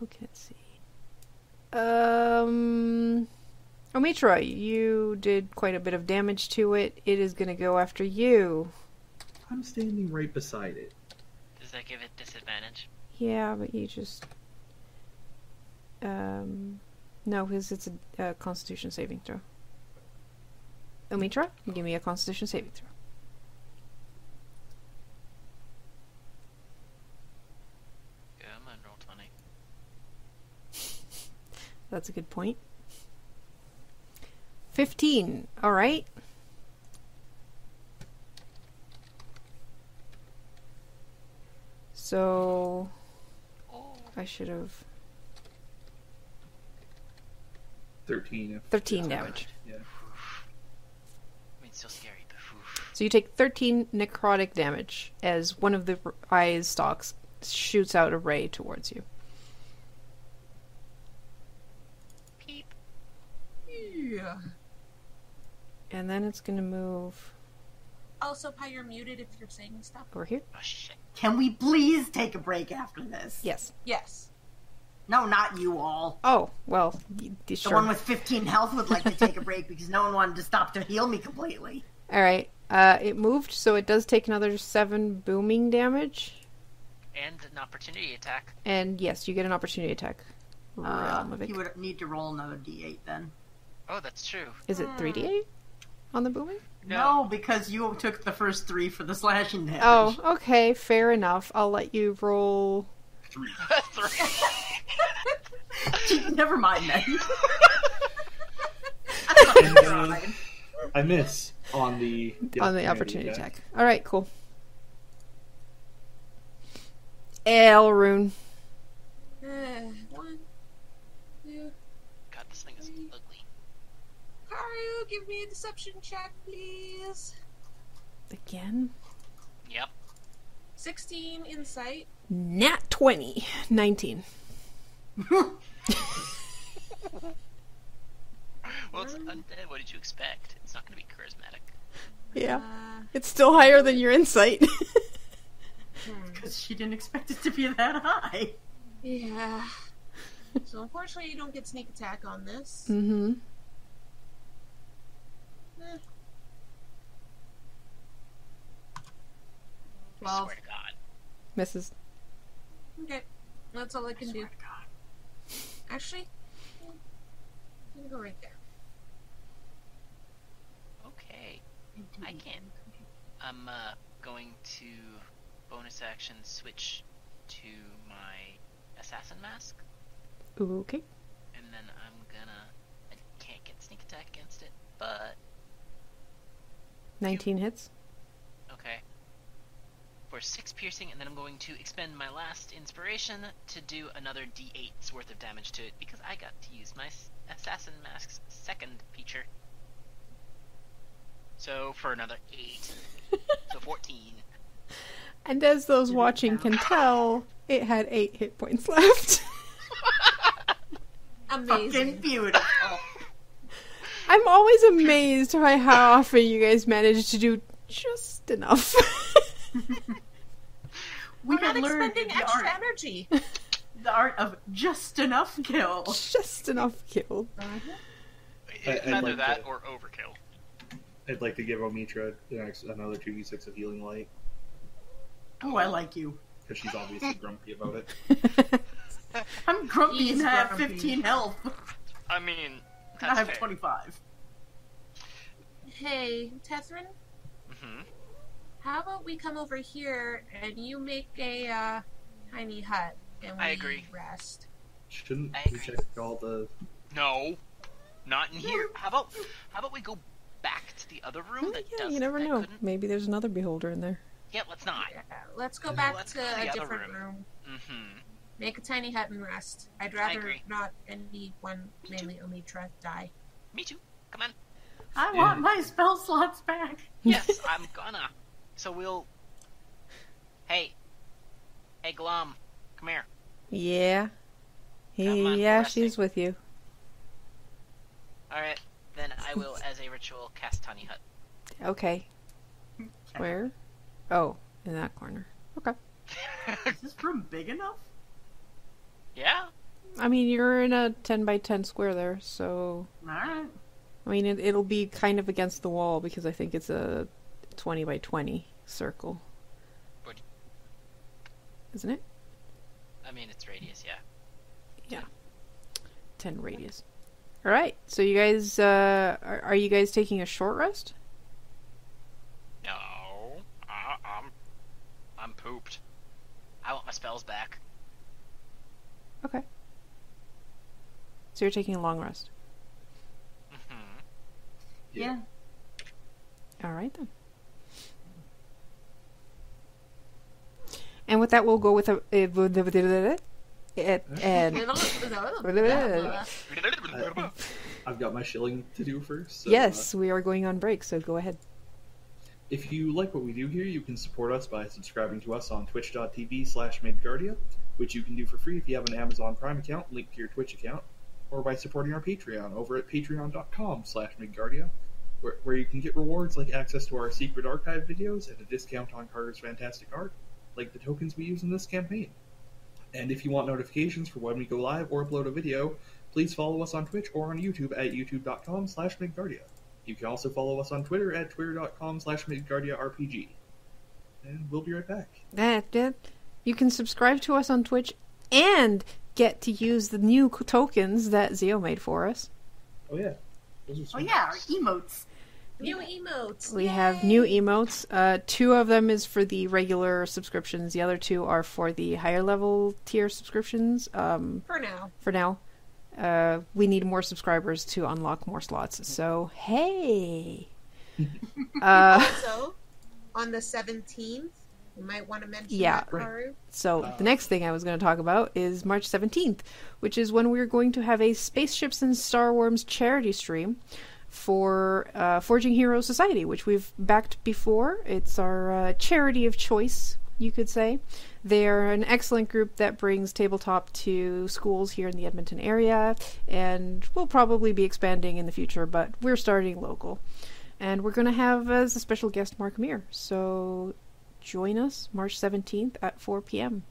[SPEAKER 1] Who can it see? Um, Omitra, you did quite a bit of damage to it. It is going to go after you.
[SPEAKER 3] I'm standing right beside it.
[SPEAKER 5] Does that give it disadvantage?
[SPEAKER 1] Yeah, but you just. Um, no, because it's a, a Constitution saving throw. Omitra, give me a Constitution saving throw.
[SPEAKER 5] Go on, roll 20.
[SPEAKER 1] That's a good point. 15. All right. So
[SPEAKER 5] Oh,
[SPEAKER 1] I should have
[SPEAKER 3] 13. If
[SPEAKER 1] 13 damage.
[SPEAKER 3] Yeah.
[SPEAKER 5] I mean, still scary, but oof.
[SPEAKER 1] So you take 13 necrotic damage as one of the r- eye's stalks shoots out a ray towards you.
[SPEAKER 5] Peep.
[SPEAKER 2] Yeah.
[SPEAKER 1] And then it's going to move
[SPEAKER 2] Also, Pi, you're muted if you're saying stuff.
[SPEAKER 1] over here.
[SPEAKER 5] Oh, shit.
[SPEAKER 4] Can we please take a break after this?
[SPEAKER 1] Yes.
[SPEAKER 2] Yes.
[SPEAKER 4] No, not you all.
[SPEAKER 1] Oh, well, y- y-
[SPEAKER 4] The
[SPEAKER 1] sure.
[SPEAKER 4] one with 15 health would like to take a
[SPEAKER 1] <laughs>
[SPEAKER 4] break because no one wanted to stop to heal me completely.
[SPEAKER 1] All right. Uh, it moved, so it does take another 7 booming damage.
[SPEAKER 5] And an opportunity attack.
[SPEAKER 1] And yes, you get an opportunity attack.
[SPEAKER 4] Uh,
[SPEAKER 1] Realm of
[SPEAKER 4] he
[SPEAKER 1] Ic-
[SPEAKER 4] would need to roll another d8 then.
[SPEAKER 5] Oh, that's true.
[SPEAKER 1] Is it 3d8 on the booming?
[SPEAKER 5] No.
[SPEAKER 4] No, because you took the first three for the slashing damage.
[SPEAKER 1] Oh, okay, fair enough. I'll let you roll.
[SPEAKER 3] Three.
[SPEAKER 5] Three.
[SPEAKER 4] <laughs> Never
[SPEAKER 3] <laughs>
[SPEAKER 4] mind then.
[SPEAKER 3] And, uh, I miss on the,
[SPEAKER 1] on the opportunity attack. All right, cool. Elrune.
[SPEAKER 2] Uh, one, two,
[SPEAKER 5] God, this thing is ugly.
[SPEAKER 2] Karu, give me a deception check, please.
[SPEAKER 1] Again?
[SPEAKER 5] Yep.
[SPEAKER 2] 16 insight.
[SPEAKER 1] Nat 20. 19.
[SPEAKER 5] Well, it's undead. What did you expect? It's not going to be charismatic.
[SPEAKER 1] Yeah.
[SPEAKER 2] Uh,
[SPEAKER 1] It's still higher than your insight. <laughs>
[SPEAKER 4] Because she didn't expect it to be that high.
[SPEAKER 2] yeah. so, unfortunately, you don't get sneak attack on this.
[SPEAKER 1] mm-hmm.
[SPEAKER 2] Eh,
[SPEAKER 5] I
[SPEAKER 2] Twelve.
[SPEAKER 5] swear to God.
[SPEAKER 1] Mrs.
[SPEAKER 2] Okay. That's all I can do. Actually, mm, I'm going to go right there.
[SPEAKER 5] Okay. I can. I'm uh, going to bonus action switch to my assassin mask,
[SPEAKER 1] Okay.
[SPEAKER 5] and then I'm gonna. I can't get sneak attack against it, but
[SPEAKER 1] 19 hits.
[SPEAKER 5] okay. For six piercing, and then I'm going to expend my last inspiration to do another D8's worth of damage to it because I got to use my s- assassin mask's second feature. So for another eight, so 14.
[SPEAKER 1] <laughs> And as those watching can tell, it had 8 hit points left. <laughs>
[SPEAKER 4] Fucking
[SPEAKER 2] Amazing.
[SPEAKER 4] beautiful.
[SPEAKER 1] I'm always amazed by how often you guys manage to do just <laughs> enough.
[SPEAKER 4] We
[SPEAKER 2] We're not
[SPEAKER 4] can learn
[SPEAKER 2] expending
[SPEAKER 4] the
[SPEAKER 2] extra
[SPEAKER 4] art,
[SPEAKER 2] energy.
[SPEAKER 4] the art of just enough kill.
[SPEAKER 1] just enough <laughs> kill.
[SPEAKER 3] I-
[SPEAKER 5] It's
[SPEAKER 3] I'd
[SPEAKER 5] either
[SPEAKER 3] like
[SPEAKER 5] that
[SPEAKER 3] to-
[SPEAKER 5] or overkill.
[SPEAKER 3] I'd like to give Omitra an ex- another 2d6 of healing light
[SPEAKER 4] Oh, I like you.
[SPEAKER 3] because she's obviously grumpy about it.
[SPEAKER 4] I'm grumpy
[SPEAKER 2] He's
[SPEAKER 4] and I have
[SPEAKER 2] grumpy.
[SPEAKER 4] 15 health. <laughs>
[SPEAKER 5] I mean,
[SPEAKER 4] I
[SPEAKER 5] that's
[SPEAKER 4] have
[SPEAKER 5] fair.
[SPEAKER 4] 25.
[SPEAKER 2] hey, Tethrin,
[SPEAKER 5] Mhm.
[SPEAKER 2] how about we come over here and you make a uh, tiny hut and we
[SPEAKER 5] I agree.
[SPEAKER 2] rest?
[SPEAKER 3] Shouldn't
[SPEAKER 5] I
[SPEAKER 3] we
[SPEAKER 5] agree.
[SPEAKER 3] check all the.
[SPEAKER 5] No, not in here. How about how about we go back to the other room
[SPEAKER 1] Oh,
[SPEAKER 5] that
[SPEAKER 1] yeah,
[SPEAKER 5] doesn't?
[SPEAKER 1] you never
[SPEAKER 5] that
[SPEAKER 1] know.
[SPEAKER 5] couldn't?
[SPEAKER 1] Maybe there's another beholder in there.
[SPEAKER 5] Yeah, let's not.
[SPEAKER 2] Let's go back
[SPEAKER 5] Let's
[SPEAKER 2] to
[SPEAKER 5] go to the
[SPEAKER 2] a
[SPEAKER 5] other
[SPEAKER 2] different
[SPEAKER 5] room.
[SPEAKER 2] room.
[SPEAKER 5] Mm-hmm.
[SPEAKER 2] Make a tiny hut and rest. I'd rather
[SPEAKER 5] agree.
[SPEAKER 2] not anyone, mainly Omitra, die.
[SPEAKER 5] Me too.
[SPEAKER 1] <laughs>
[SPEAKER 5] Come on.
[SPEAKER 4] I
[SPEAKER 3] Yeah.
[SPEAKER 4] want my spell slots back.
[SPEAKER 5] Yes, I'm gonna. So we'll. Hey. Hey, Glom. Come here.
[SPEAKER 1] Yeah.
[SPEAKER 5] Come on,
[SPEAKER 1] yeah,
[SPEAKER 5] Rusty.
[SPEAKER 1] she's with you.
[SPEAKER 5] Alright, then I will, as a ritual, cast Tiny Hut.
[SPEAKER 1] Okay. Where? Oh, in that corner. Okay.
[SPEAKER 4] Is this room big enough?
[SPEAKER 5] <laughs> yeah?
[SPEAKER 1] I mean, you're in a 10 by 10 square there, so.
[SPEAKER 4] Alright.
[SPEAKER 1] I mean, it, it'll be kind of against the wall because I think it's a 20 by 20 circle.
[SPEAKER 5] What-
[SPEAKER 1] Isn't it?
[SPEAKER 5] I mean, it's radius, yeah.
[SPEAKER 1] 10 radius. All right. So you guys uh are, are you guys taking a short rest?
[SPEAKER 5] No. I, I'm. I'm pooped. I want my spells back.
[SPEAKER 1] Okay. So you're taking a long rest.
[SPEAKER 5] Mm-hmm.
[SPEAKER 4] Yeah.
[SPEAKER 1] All right then. And with that we'll go with a it- and
[SPEAKER 2] <laughs>
[SPEAKER 3] I,
[SPEAKER 4] Uh,
[SPEAKER 3] I've got my shilling to do first. so, uh,
[SPEAKER 1] yes, we are going on break, so go ahead.
[SPEAKER 3] If you like what we do here, you can support us by subscribing to us on twitch.tv slash midgardia, which you can do for free if you have an Amazon Prime account linked to your Twitch account, or by supporting our Patreon over at patreon.com slash midgardia, where, where you can get rewards like access to our secret archive videos and a discount on Carter's fantastic art, like the tokens we use in this campaign. And if you want notifications for when we go live or upload a video, please follow us on Twitch or on YouTube at youtube.com slash midgardia. You can also follow us on Twitter at twitter.com slash midgardiarpg. And we'll be right back.
[SPEAKER 1] That, that- You can subscribe to us on Twitch and get to use the new c- tokens that Zio made for us.
[SPEAKER 3] Oh yeah. Those are
[SPEAKER 4] Oh
[SPEAKER 3] sweet.
[SPEAKER 4] yeah, our emotes.
[SPEAKER 2] New emotes.
[SPEAKER 1] We have new emotes. Uh, two of them is for the regular subscriptions. The other two are for the higher level tier subscriptions. Um,
[SPEAKER 2] For now.
[SPEAKER 1] for now, uh, we need more subscribers to unlock more slots. So hey, uh,
[SPEAKER 2] So, on the 17th, you might want to mention
[SPEAKER 1] Yeah.
[SPEAKER 2] that, Karu.
[SPEAKER 1] so the next thing I was going to talk about is March seventeenth, which is when we are going to have a spaceships and Star Wars charity stream for uh, Forging Hero Society, which we've backed before. It's our uh, charity of choice, you could say. They are an excellent group that brings tabletop to schools here in the Edmonton area, and will probably be expanding in the future, but we're starting local. And we're going to have as a special guest Mark Meir. So join us March 17th at 4 p.m.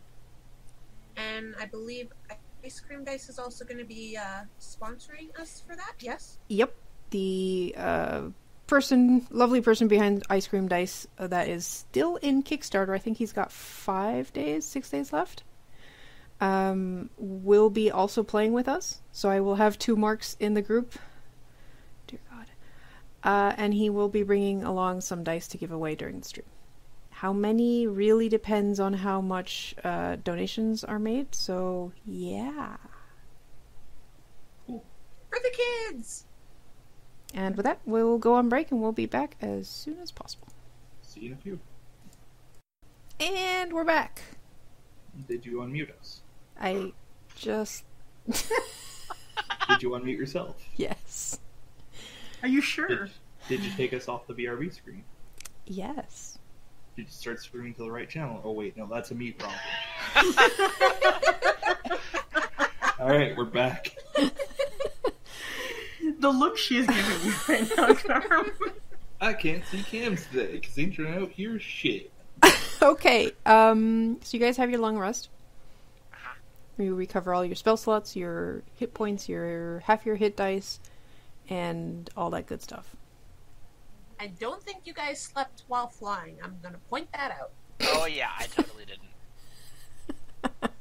[SPEAKER 2] And I believe Ice Cream Dice is also going to be uh, sponsoring us for that, yes?
[SPEAKER 1] Yep. The uh, person, lovely person behind Ice Cream Dice uh, that is still in Kickstarter, I think he's got five days, six days left, um, will be also playing with us. So I will have two marks in the group. Dear God. Uh, and he will be bringing along some dice to give away during the stream. How many really depends on how much uh, donations are made. So, yeah.
[SPEAKER 2] For the kids!
[SPEAKER 1] And with that, we'll go on break and we'll be back as soon as possible.
[SPEAKER 3] See you in a few.
[SPEAKER 1] And we're back.
[SPEAKER 3] Did you unmute us?
[SPEAKER 1] I just.
[SPEAKER 3] Did you unmute yourself?
[SPEAKER 1] yes.
[SPEAKER 4] Are you sure?
[SPEAKER 3] Did you take us off the BRB screen?
[SPEAKER 1] Yes.
[SPEAKER 3] Did you start screaming to the right channel? Oh wait, no, that's a mute
[SPEAKER 4] <laughs>
[SPEAKER 3] problem. Alright, we're back.
[SPEAKER 4] The look she is giving me right
[SPEAKER 2] <laughs>
[SPEAKER 4] now, Carm.
[SPEAKER 3] I can't see cams today, because the internet out here is shit.
[SPEAKER 1] Okay. Um. So you guys have your long rest. You recover all your spell slots, your hit points, your half your hit dice, and all that good stuff.
[SPEAKER 2] I don't think you guys slept while flying. I'm going to point that out.
[SPEAKER 5] <laughs> Oh, yeah, I totally didn't.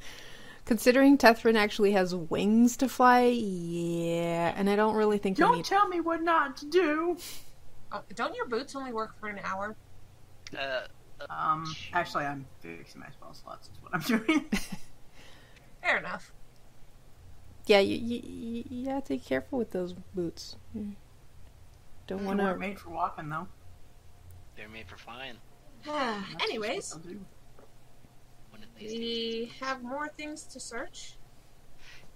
[SPEAKER 1] Considering Tethrin actually has wings to fly, yeah, and I don't really think we
[SPEAKER 4] Don't
[SPEAKER 1] need.
[SPEAKER 4] tell me what not to do.
[SPEAKER 2] Uh, don't your boots only work for an hour?
[SPEAKER 5] Uh,
[SPEAKER 4] Um, actually, I'm fixing my spell slots. Is what I'm <laughs> doing.
[SPEAKER 2] Fair enough.
[SPEAKER 1] Yeah, you, you, you, you gotta take careful with those boots. Don't
[SPEAKER 4] One
[SPEAKER 1] want to
[SPEAKER 4] made for walking though.
[SPEAKER 5] they're made for flying.
[SPEAKER 4] That's
[SPEAKER 2] <sighs>
[SPEAKER 4] just
[SPEAKER 2] Anyways,
[SPEAKER 4] what they'll do.
[SPEAKER 5] One of these days.
[SPEAKER 2] we have more things to search.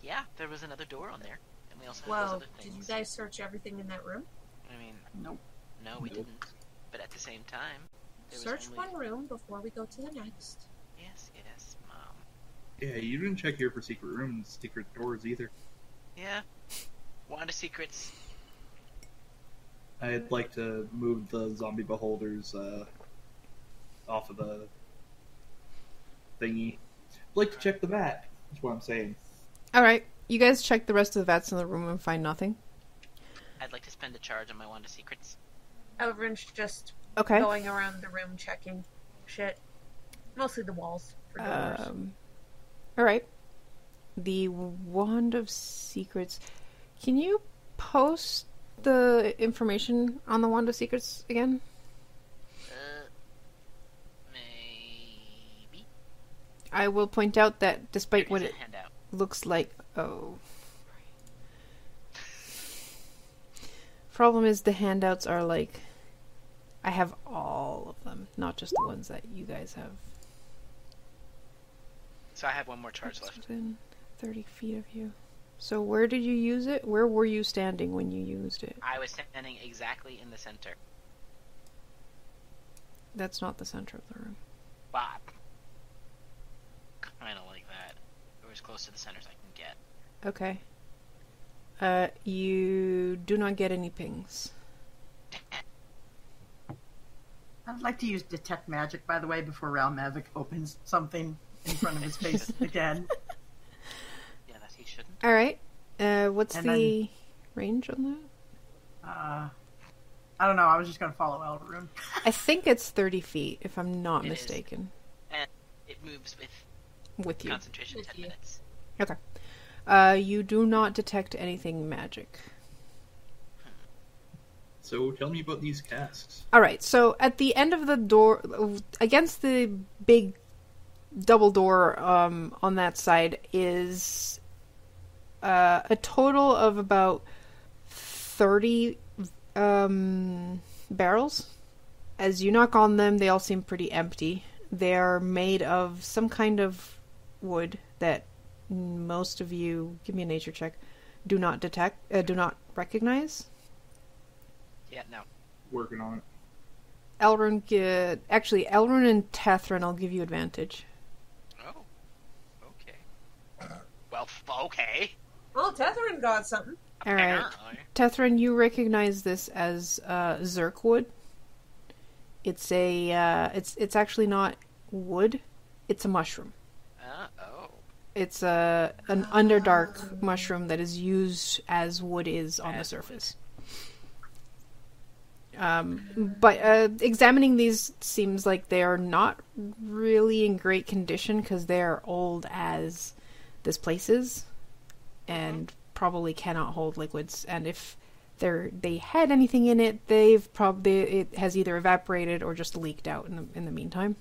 [SPEAKER 5] Yeah, there was another door on there, and we also had those
[SPEAKER 2] Well,
[SPEAKER 5] other
[SPEAKER 2] did you
[SPEAKER 5] things.
[SPEAKER 2] guys search everything in that room?
[SPEAKER 5] I mean,
[SPEAKER 4] Nope.
[SPEAKER 5] no, we
[SPEAKER 3] Nope.
[SPEAKER 5] didn't. But at the same time, there
[SPEAKER 2] Search
[SPEAKER 5] was only...
[SPEAKER 2] one room before we go to the next.
[SPEAKER 5] Yes, yes, mom.
[SPEAKER 3] Yeah, you didn't check here for secret rooms, secret doors either.
[SPEAKER 5] Yeah. Wand of Secrets.
[SPEAKER 3] I'd like to move the zombie beholders uh, off of the thingy. I'd like to check the bat. That's what I'm saying.
[SPEAKER 1] All right, you guys check the rest of the vats in the room and find nothing.
[SPEAKER 5] I'd like to spend a charge on my Wand of Secrets.
[SPEAKER 2] Elrin's just
[SPEAKER 1] Okay.
[SPEAKER 2] going around the room checking shit. Mostly the walls for doors.
[SPEAKER 1] Um, all right. The Wand of Secrets. Can you post the information on the Wand of Secrets again?
[SPEAKER 5] Uh, maybe.
[SPEAKER 1] I will point out that despite
[SPEAKER 5] Here
[SPEAKER 1] what
[SPEAKER 5] is
[SPEAKER 1] it
[SPEAKER 5] a handout.
[SPEAKER 1] looks like. Oh. Problem is, the handouts are like. I have all of them, not just the ones that you guys have.
[SPEAKER 5] So I have one more charge
[SPEAKER 1] It's
[SPEAKER 5] left.
[SPEAKER 1] within 30 feet of you. So, where did you use it? Where were you standing when you used it?
[SPEAKER 5] I was standing exactly in the center.
[SPEAKER 1] That's not the center of the room.
[SPEAKER 5] Bob. Kinda like that. Or as close to the center as I can get.
[SPEAKER 1] Okay. Uh, you do not get any pings.
[SPEAKER 4] I'd like to use detect magic, by the way, before Ral Mavic opens something in front of his <laughs> face again.
[SPEAKER 5] Yeah, that he shouldn't.
[SPEAKER 1] All right. Uh, what's
[SPEAKER 4] And
[SPEAKER 1] the range on that?
[SPEAKER 4] Uh, I don't know. I was just gonna follow Elrune.
[SPEAKER 1] I think it's 30 feet, if I'm not
[SPEAKER 5] It is.
[SPEAKER 1] mistaken.
[SPEAKER 5] It moves with
[SPEAKER 1] With you.
[SPEAKER 5] concentration
[SPEAKER 2] With
[SPEAKER 5] ten
[SPEAKER 2] you.
[SPEAKER 5] minutes.
[SPEAKER 1] Uh, you do not detect anything magic.
[SPEAKER 3] So tell me about these casks.
[SPEAKER 1] All right. So at the end of the door, against the big double door um, on that side is uh, a total of about thirty um, barrels. As you knock on them, they all seem pretty empty. They are made of some kind of wood that most of you, give me a nature check, do not detect, uh, do not recognize.
[SPEAKER 5] Yeah, no.
[SPEAKER 3] Working on it.
[SPEAKER 1] Elrond, gi- actually, Elrond and Tethrin, I'll give you advantage.
[SPEAKER 5] Oh. Okay. Well, f- okay.
[SPEAKER 2] Well, Tetherin got something.
[SPEAKER 1] All right,
[SPEAKER 5] Apparently.
[SPEAKER 1] Tethrin, you recognize this as uh, zirkwood. It's a, uh, it's it's actually not wood, it's a mushroom.
[SPEAKER 5] Uh, oh.
[SPEAKER 1] It's a an underdark mushroom that is used as wood is on the
[SPEAKER 5] As wood.
[SPEAKER 1] surface. Um, but uh, examining these seems like they are not really in great condition because they are old as this place is,
[SPEAKER 2] Uh-huh.
[SPEAKER 1] and probably cannot hold liquids. And if they're they had anything in it, they've probably it has either evaporated or just leaked out in the in the meantime.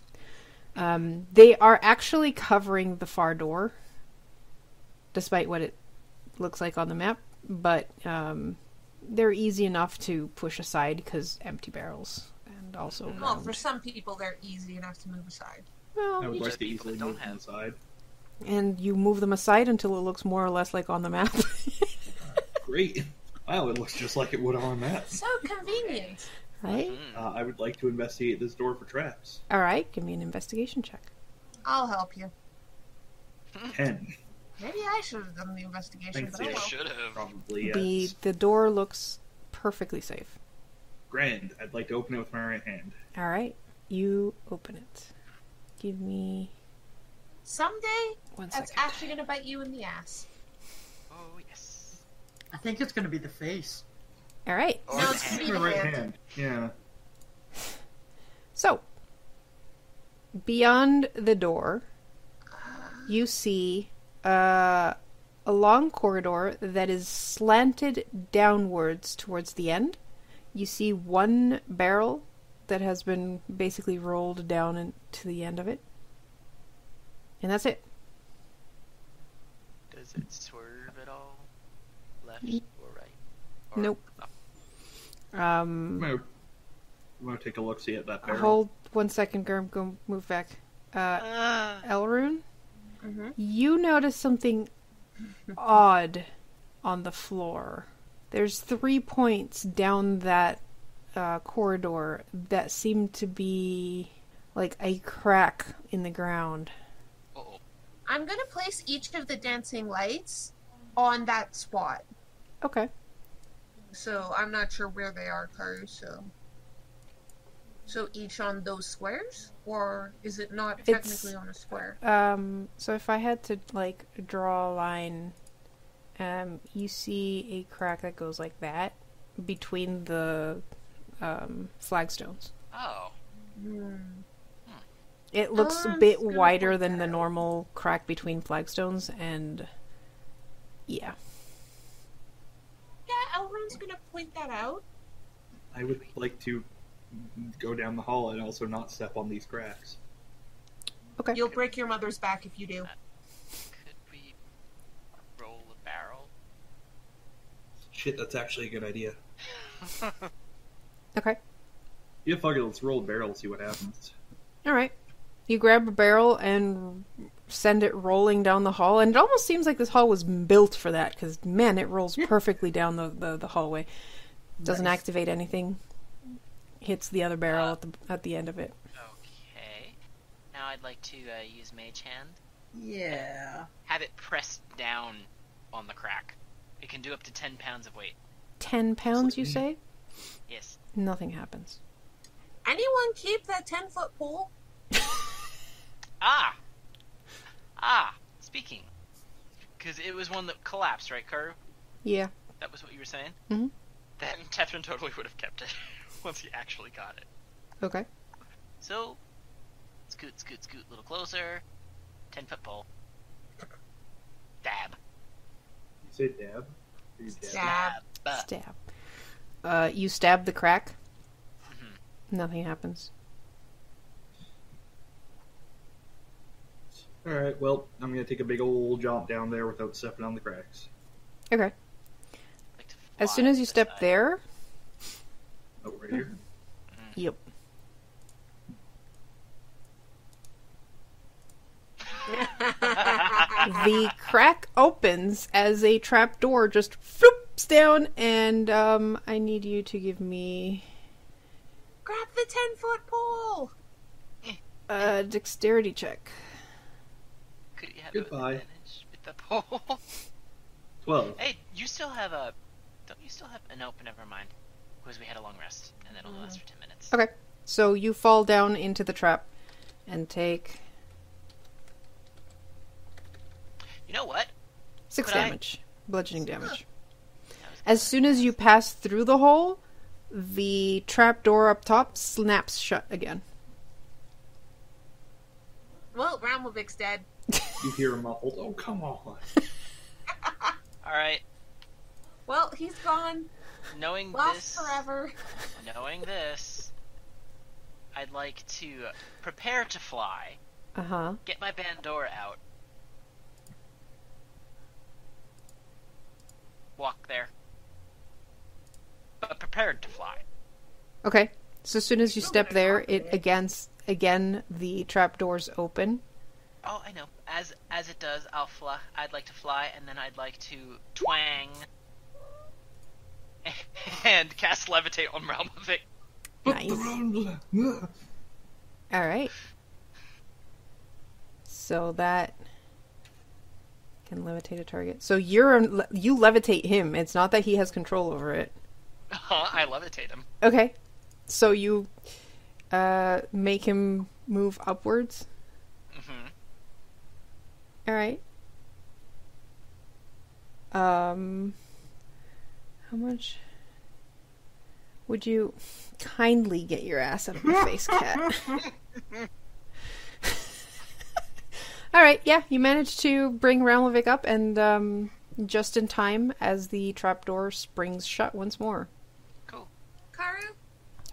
[SPEAKER 1] Um, they are actually covering the far door, despite what it looks like on the map. But um, they're easy enough to push aside because empty barrels and also
[SPEAKER 2] Well,
[SPEAKER 1] round.
[SPEAKER 2] for some people, they're easy enough to move aside.
[SPEAKER 1] Well,
[SPEAKER 3] I would
[SPEAKER 5] you
[SPEAKER 3] like
[SPEAKER 5] just
[SPEAKER 3] to
[SPEAKER 5] Oh, people
[SPEAKER 3] easily
[SPEAKER 5] that don't
[SPEAKER 3] move them
[SPEAKER 5] have-
[SPEAKER 3] aside.
[SPEAKER 1] and you move them aside until it looks more or less like on the map. <laughs>
[SPEAKER 3] Great. <laughs> Wow, it looks just like it would on that.
[SPEAKER 2] So convenient.
[SPEAKER 1] right?
[SPEAKER 5] Mm.
[SPEAKER 3] Uh, I would like to investigate this door for traps.
[SPEAKER 1] All right, give me an investigation check.
[SPEAKER 2] <laughs> I'll help you.
[SPEAKER 5] Mm.
[SPEAKER 3] Ten,
[SPEAKER 2] Maybe I should have done the investigation,
[SPEAKER 3] Thanks,
[SPEAKER 2] but I
[SPEAKER 3] yeah.
[SPEAKER 2] will.
[SPEAKER 5] Should have.
[SPEAKER 3] probably. Yes.
[SPEAKER 1] The the door looks perfectly safe.
[SPEAKER 3] Grand. I'd like to open it with my right hand.
[SPEAKER 1] All right, you open it. Give me
[SPEAKER 2] Someday,
[SPEAKER 1] one second.
[SPEAKER 2] that's actually going to bite you in the ass.
[SPEAKER 5] Oh yes.
[SPEAKER 4] I think it's gonna be the face.
[SPEAKER 1] All right.
[SPEAKER 5] Or
[SPEAKER 2] No,
[SPEAKER 5] the
[SPEAKER 2] it's
[SPEAKER 5] hand.
[SPEAKER 2] free.
[SPEAKER 3] My right
[SPEAKER 2] hand.
[SPEAKER 3] hand. Yeah.
[SPEAKER 1] So, beyond the door, you see uh, a long corridor that is slanted downwards towards the end. You see one barrel that has been basically rolled down in- to the end of it. And that's it.
[SPEAKER 5] Does it swerve at all? Left or right?
[SPEAKER 1] Nope. Um,
[SPEAKER 3] My I'm gonna take a look see at that barrel.
[SPEAKER 1] Hold one second, Gurm. Go move back. Uh,
[SPEAKER 5] Uh,
[SPEAKER 1] Elrune,
[SPEAKER 2] Mhm.
[SPEAKER 1] you notice something odd on the floor. There's three points down that uh, corridor that seem to be like a crack in the ground.
[SPEAKER 5] oh,
[SPEAKER 2] I'm gonna place each of the dancing lights on that spot.
[SPEAKER 1] Okay.
[SPEAKER 2] So I'm not sure where they are, Karu. So, so each on those squares, or is it not technically on a square?
[SPEAKER 1] Um, so if I had to like draw a line, um, you see a crack that goes like that between the um, flagstones.
[SPEAKER 4] <laughs>
[SPEAKER 5] oh,
[SPEAKER 2] Hmm.
[SPEAKER 1] It looks a
[SPEAKER 2] Oh, I'm
[SPEAKER 1] bit
[SPEAKER 2] just gonna
[SPEAKER 1] wider
[SPEAKER 2] point
[SPEAKER 1] than the
[SPEAKER 2] that out.
[SPEAKER 1] normal crack between flagstones, and yeah,
[SPEAKER 2] Yeah, Elrond's gonna point that out.
[SPEAKER 3] I would like to go down the hall and also not step on these cracks.
[SPEAKER 1] okay.
[SPEAKER 2] You'll break your mother's back if you do.
[SPEAKER 5] could we roll a barrel?
[SPEAKER 3] Shit, that's actually a good idea.
[SPEAKER 1] Okay.
[SPEAKER 3] Yeah, fuck it, let's roll a barrel, see what happens.
[SPEAKER 1] All right. You grab a barrel and send it rolling down the hall, and it almost seems like this hall was built for that because man, it rolls perfectly down the, the, the hallway. Doesn't activate anything. Hits the other barrel at the at the end of it.
[SPEAKER 5] Okay. Now I'd like to uh, use Mage Hand.
[SPEAKER 4] Yeah.
[SPEAKER 5] Have it pressed down on the crack. It can do up to 10 pounds of weight.
[SPEAKER 1] Ten pounds, you say?
[SPEAKER 5] Yes.
[SPEAKER 1] Nothing happens.
[SPEAKER 2] Anyone keep that ten foot pole?
[SPEAKER 5] Ah! Ah! Speaking. Because it was one that collapsed, right, Karu?
[SPEAKER 1] Yeah.
[SPEAKER 5] That was what you were saying?
[SPEAKER 1] Mhm.
[SPEAKER 5] Then Tetrin totally would have kept it <laughs> once he actually got it.
[SPEAKER 1] Okay.
[SPEAKER 5] So, scoot, scoot, scoot a little closer. 10 foot pole. Dab.
[SPEAKER 3] You say dab? You dab.
[SPEAKER 2] Dab.
[SPEAKER 5] Dab.
[SPEAKER 1] Stab. Uh, you stab the crack. Nothing happens.
[SPEAKER 3] Alright, well, I'm gonna take a big old jump down there without stepping on the cracks.
[SPEAKER 1] Okay.
[SPEAKER 5] Like to
[SPEAKER 1] As
[SPEAKER 5] fly
[SPEAKER 1] soon as you
[SPEAKER 5] to the
[SPEAKER 1] step
[SPEAKER 5] side.
[SPEAKER 1] there,
[SPEAKER 3] Oh, right here.
[SPEAKER 1] yep. the crack opens as a trap door just floops down, and um, I need you to give me
[SPEAKER 2] Grab the ten foot pole.
[SPEAKER 1] a dexterity check.
[SPEAKER 5] Could you have
[SPEAKER 3] Goodbye.
[SPEAKER 5] an advantage with the pole?
[SPEAKER 3] Twelve.
[SPEAKER 5] <laughs> hey, you still have a. Don't you still have. a Nope, never mind. Because we had a long rest, and that only lasts for 10 minutes.
[SPEAKER 1] Okay, so you fall down into the trap and take
[SPEAKER 5] You know what?
[SPEAKER 1] six
[SPEAKER 5] Could I-
[SPEAKER 1] damage, bludgeoning damage. As soon as you pass through the hole, the trap door up top snaps shut again.
[SPEAKER 2] Well, Ramovic's dead.
[SPEAKER 3] You hear a muffled, oh, come on.
[SPEAKER 5] Alright,
[SPEAKER 2] Well, he's gone.
[SPEAKER 5] knowing
[SPEAKER 2] Lost
[SPEAKER 5] this.
[SPEAKER 2] forever.
[SPEAKER 5] Knowing this, I'd like to prepare to fly,
[SPEAKER 1] Uh huh.
[SPEAKER 5] get my Bandora out, walk there, but prepared to fly.
[SPEAKER 1] Okay. So as soon as you step there, it again again the trap doors open.
[SPEAKER 5] Oh, I know. As as it does, I'll fly. I'd like to fly, and then I'd like to twang <laughs> and cast levitate on Realmovic.
[SPEAKER 1] Nice. All right. So that can levitate a target. So you're you levitate him. It's not that he has control over it.
[SPEAKER 5] Huh, I levitate him.
[SPEAKER 1] Okay. So you uh make him move upwards.
[SPEAKER 5] hmm
[SPEAKER 1] All right. Um how much would you kindly get your ass out of my face, cat? All right, yeah, you managed to bring Ramlovic up and um just in time as the trapdoor springs shut once more.
[SPEAKER 5] Cool.
[SPEAKER 2] Karu,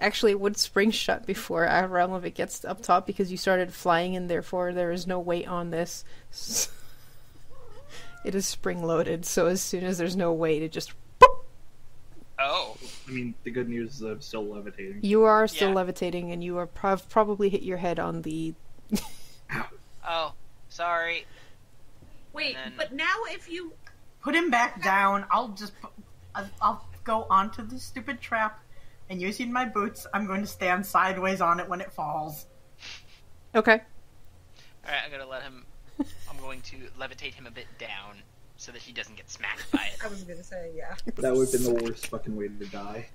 [SPEAKER 1] Actually, it would spring shut before Realm of It gets up top because you started flying, and therefore there is no weight on this. <laughs> it is spring loaded, so as soon as there's no weight, it just. boop.
[SPEAKER 5] Oh,
[SPEAKER 3] I mean, the good news is I'm still levitating.
[SPEAKER 1] You are still
[SPEAKER 5] Yeah.
[SPEAKER 1] levitating, and you are prov- probably hit your head on the.
[SPEAKER 5] Oh, sorry.
[SPEAKER 2] Wait,
[SPEAKER 5] And then-
[SPEAKER 2] but now if you
[SPEAKER 4] Put him back down. I'll just. pu- I'll- I'll go onto this stupid trap, and using my boots, I'm going to stand sideways on it when it falls.
[SPEAKER 1] Okay.
[SPEAKER 5] All right, I'm gonna let him. I'm going to levitate him a bit down so that he doesn't get smacked by
[SPEAKER 2] <laughs>
[SPEAKER 5] it.
[SPEAKER 2] I was gonna say yeah.
[SPEAKER 3] That would have been the worst fucking way to die.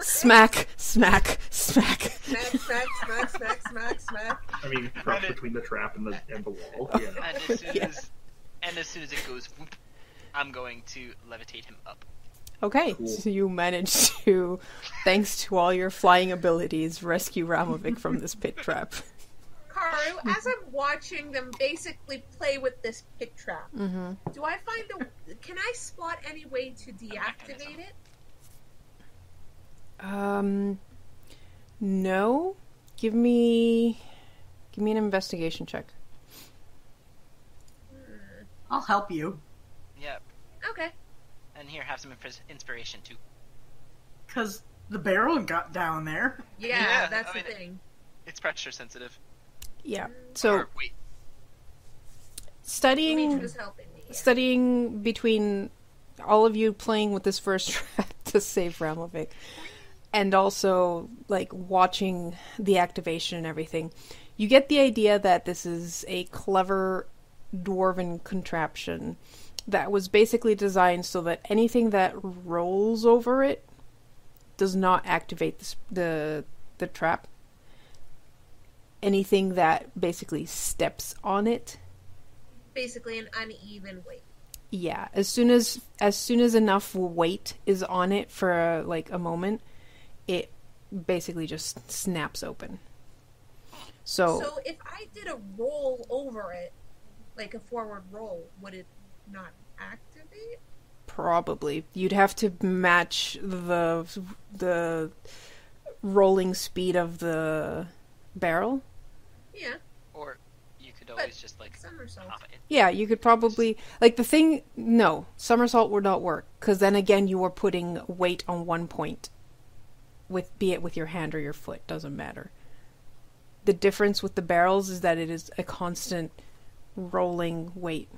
[SPEAKER 1] Smack, smack, smack.
[SPEAKER 2] Smack, smack, smack, smack, smack, smack.
[SPEAKER 3] I mean,
[SPEAKER 5] Right.
[SPEAKER 3] crouch between the trap and the and the wall. Yeah.
[SPEAKER 5] And as soon
[SPEAKER 1] Yeah.
[SPEAKER 5] as, and as soon as it goes, whoop, I'm going to levitate him up.
[SPEAKER 1] Okay,
[SPEAKER 3] Cool.
[SPEAKER 1] so you managed to, thanks to all your flying abilities, rescue Ramovic from this pit trap.
[SPEAKER 2] Karu,
[SPEAKER 1] Mm-hmm.
[SPEAKER 2] as I'm watching them basically play with this pit trap,
[SPEAKER 1] Mm-hmm.
[SPEAKER 2] do I find a can I spot any way
[SPEAKER 5] Oh
[SPEAKER 2] to deactivate
[SPEAKER 5] mechanism.
[SPEAKER 2] it?
[SPEAKER 1] Um, no. Give me, give me an investigation check.
[SPEAKER 4] I'll help you,
[SPEAKER 5] Yep.
[SPEAKER 2] Okay.
[SPEAKER 5] And here, have some infis- inspiration too.
[SPEAKER 4] because the barrel got down there.
[SPEAKER 2] Yeah,
[SPEAKER 5] Yeah,
[SPEAKER 2] that's
[SPEAKER 5] I
[SPEAKER 2] the
[SPEAKER 5] mean-
[SPEAKER 2] thing.
[SPEAKER 5] It's pressure sensitive.
[SPEAKER 1] Yeah. So
[SPEAKER 5] Or, wait,
[SPEAKER 1] studying,
[SPEAKER 2] Demetrius helping me. yeah.
[SPEAKER 1] studying between all of you playing with this first <laughs> track to save Ramovic, and also like watching the activation and everything, you get the idea that this is a clever dwarven contraption that was basically designed so that anything that rolls over it does not activate the sp- the, the trap. Anything that basically steps on it
[SPEAKER 2] Basically an uneven weight.
[SPEAKER 1] yeah, as soon as as soon as enough weight is on it for like a moment, it basically just snaps open. So,
[SPEAKER 2] So if I did a roll over it, like a forward roll, would it not activate?
[SPEAKER 1] probably you'd have to match the the rolling speed of the barrel.
[SPEAKER 2] Yeah,
[SPEAKER 5] or you could always just like
[SPEAKER 2] somersault.
[SPEAKER 5] pop it.
[SPEAKER 1] Yeah, you could probably like the thing no, somersault would not work cuz then again you are putting weight on one point with be it with your hand or your foot, doesn't matter. The difference with the barrels is that it is a constant rolling weight.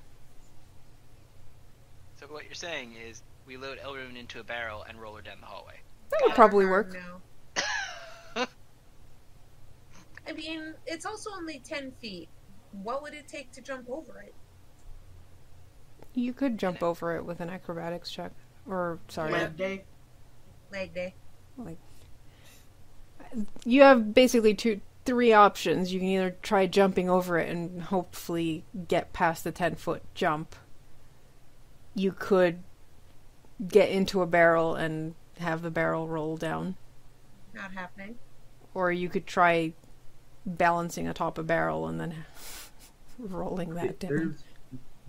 [SPEAKER 5] So what you're saying is we load Elrune into a barrel and roll her down the hallway.
[SPEAKER 4] <laughs>
[SPEAKER 1] That would probably
[SPEAKER 2] Oh,
[SPEAKER 1] work.
[SPEAKER 2] No. I mean, it's also only ten feet. What would it take to jump over it?
[SPEAKER 1] You could jump over it with an acrobatics check or sorry.
[SPEAKER 4] Web day.
[SPEAKER 2] Leg day.
[SPEAKER 1] You have basically two three options. You can either try jumping over it and hopefully get past the 10 foot jump. You could get into a barrel and have the barrel roll down
[SPEAKER 2] Not happening.
[SPEAKER 1] or you could try balancing atop a barrel and then <laughs> rolling that down.
[SPEAKER 3] There's,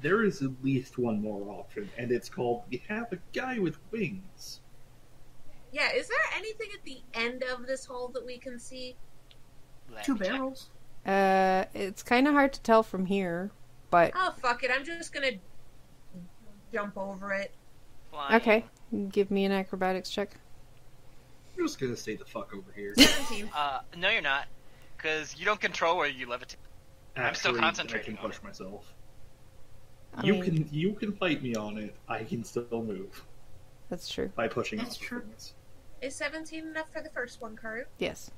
[SPEAKER 3] there is at least one more option, and it's called we have a guy with wings.
[SPEAKER 2] Yeah. Is there anything at the end of this hole that we can see?
[SPEAKER 5] Let
[SPEAKER 4] Two
[SPEAKER 5] me check.
[SPEAKER 4] barrels.
[SPEAKER 1] Uh it's kind of hard to tell from here, but
[SPEAKER 2] Oh fuck it! I'm just gonna jump over it.
[SPEAKER 5] Flying.
[SPEAKER 1] okay, give me an acrobatics check.
[SPEAKER 3] I'm just gonna stay the fuck over here.
[SPEAKER 2] Seventeen.
[SPEAKER 5] Uh, no, you're not, because you don't control where you levitate. I'm still
[SPEAKER 3] Actually,
[SPEAKER 5] concentrating
[SPEAKER 3] I
[SPEAKER 5] on
[SPEAKER 3] can push myself.
[SPEAKER 1] I
[SPEAKER 3] you
[SPEAKER 1] mean-
[SPEAKER 3] can you can fight me on it. I can still move
[SPEAKER 1] That's true.
[SPEAKER 3] by pushing.
[SPEAKER 4] That's
[SPEAKER 3] off
[SPEAKER 4] true.
[SPEAKER 3] of things.
[SPEAKER 2] Is 17 enough for the first one, Karu?
[SPEAKER 1] Yes.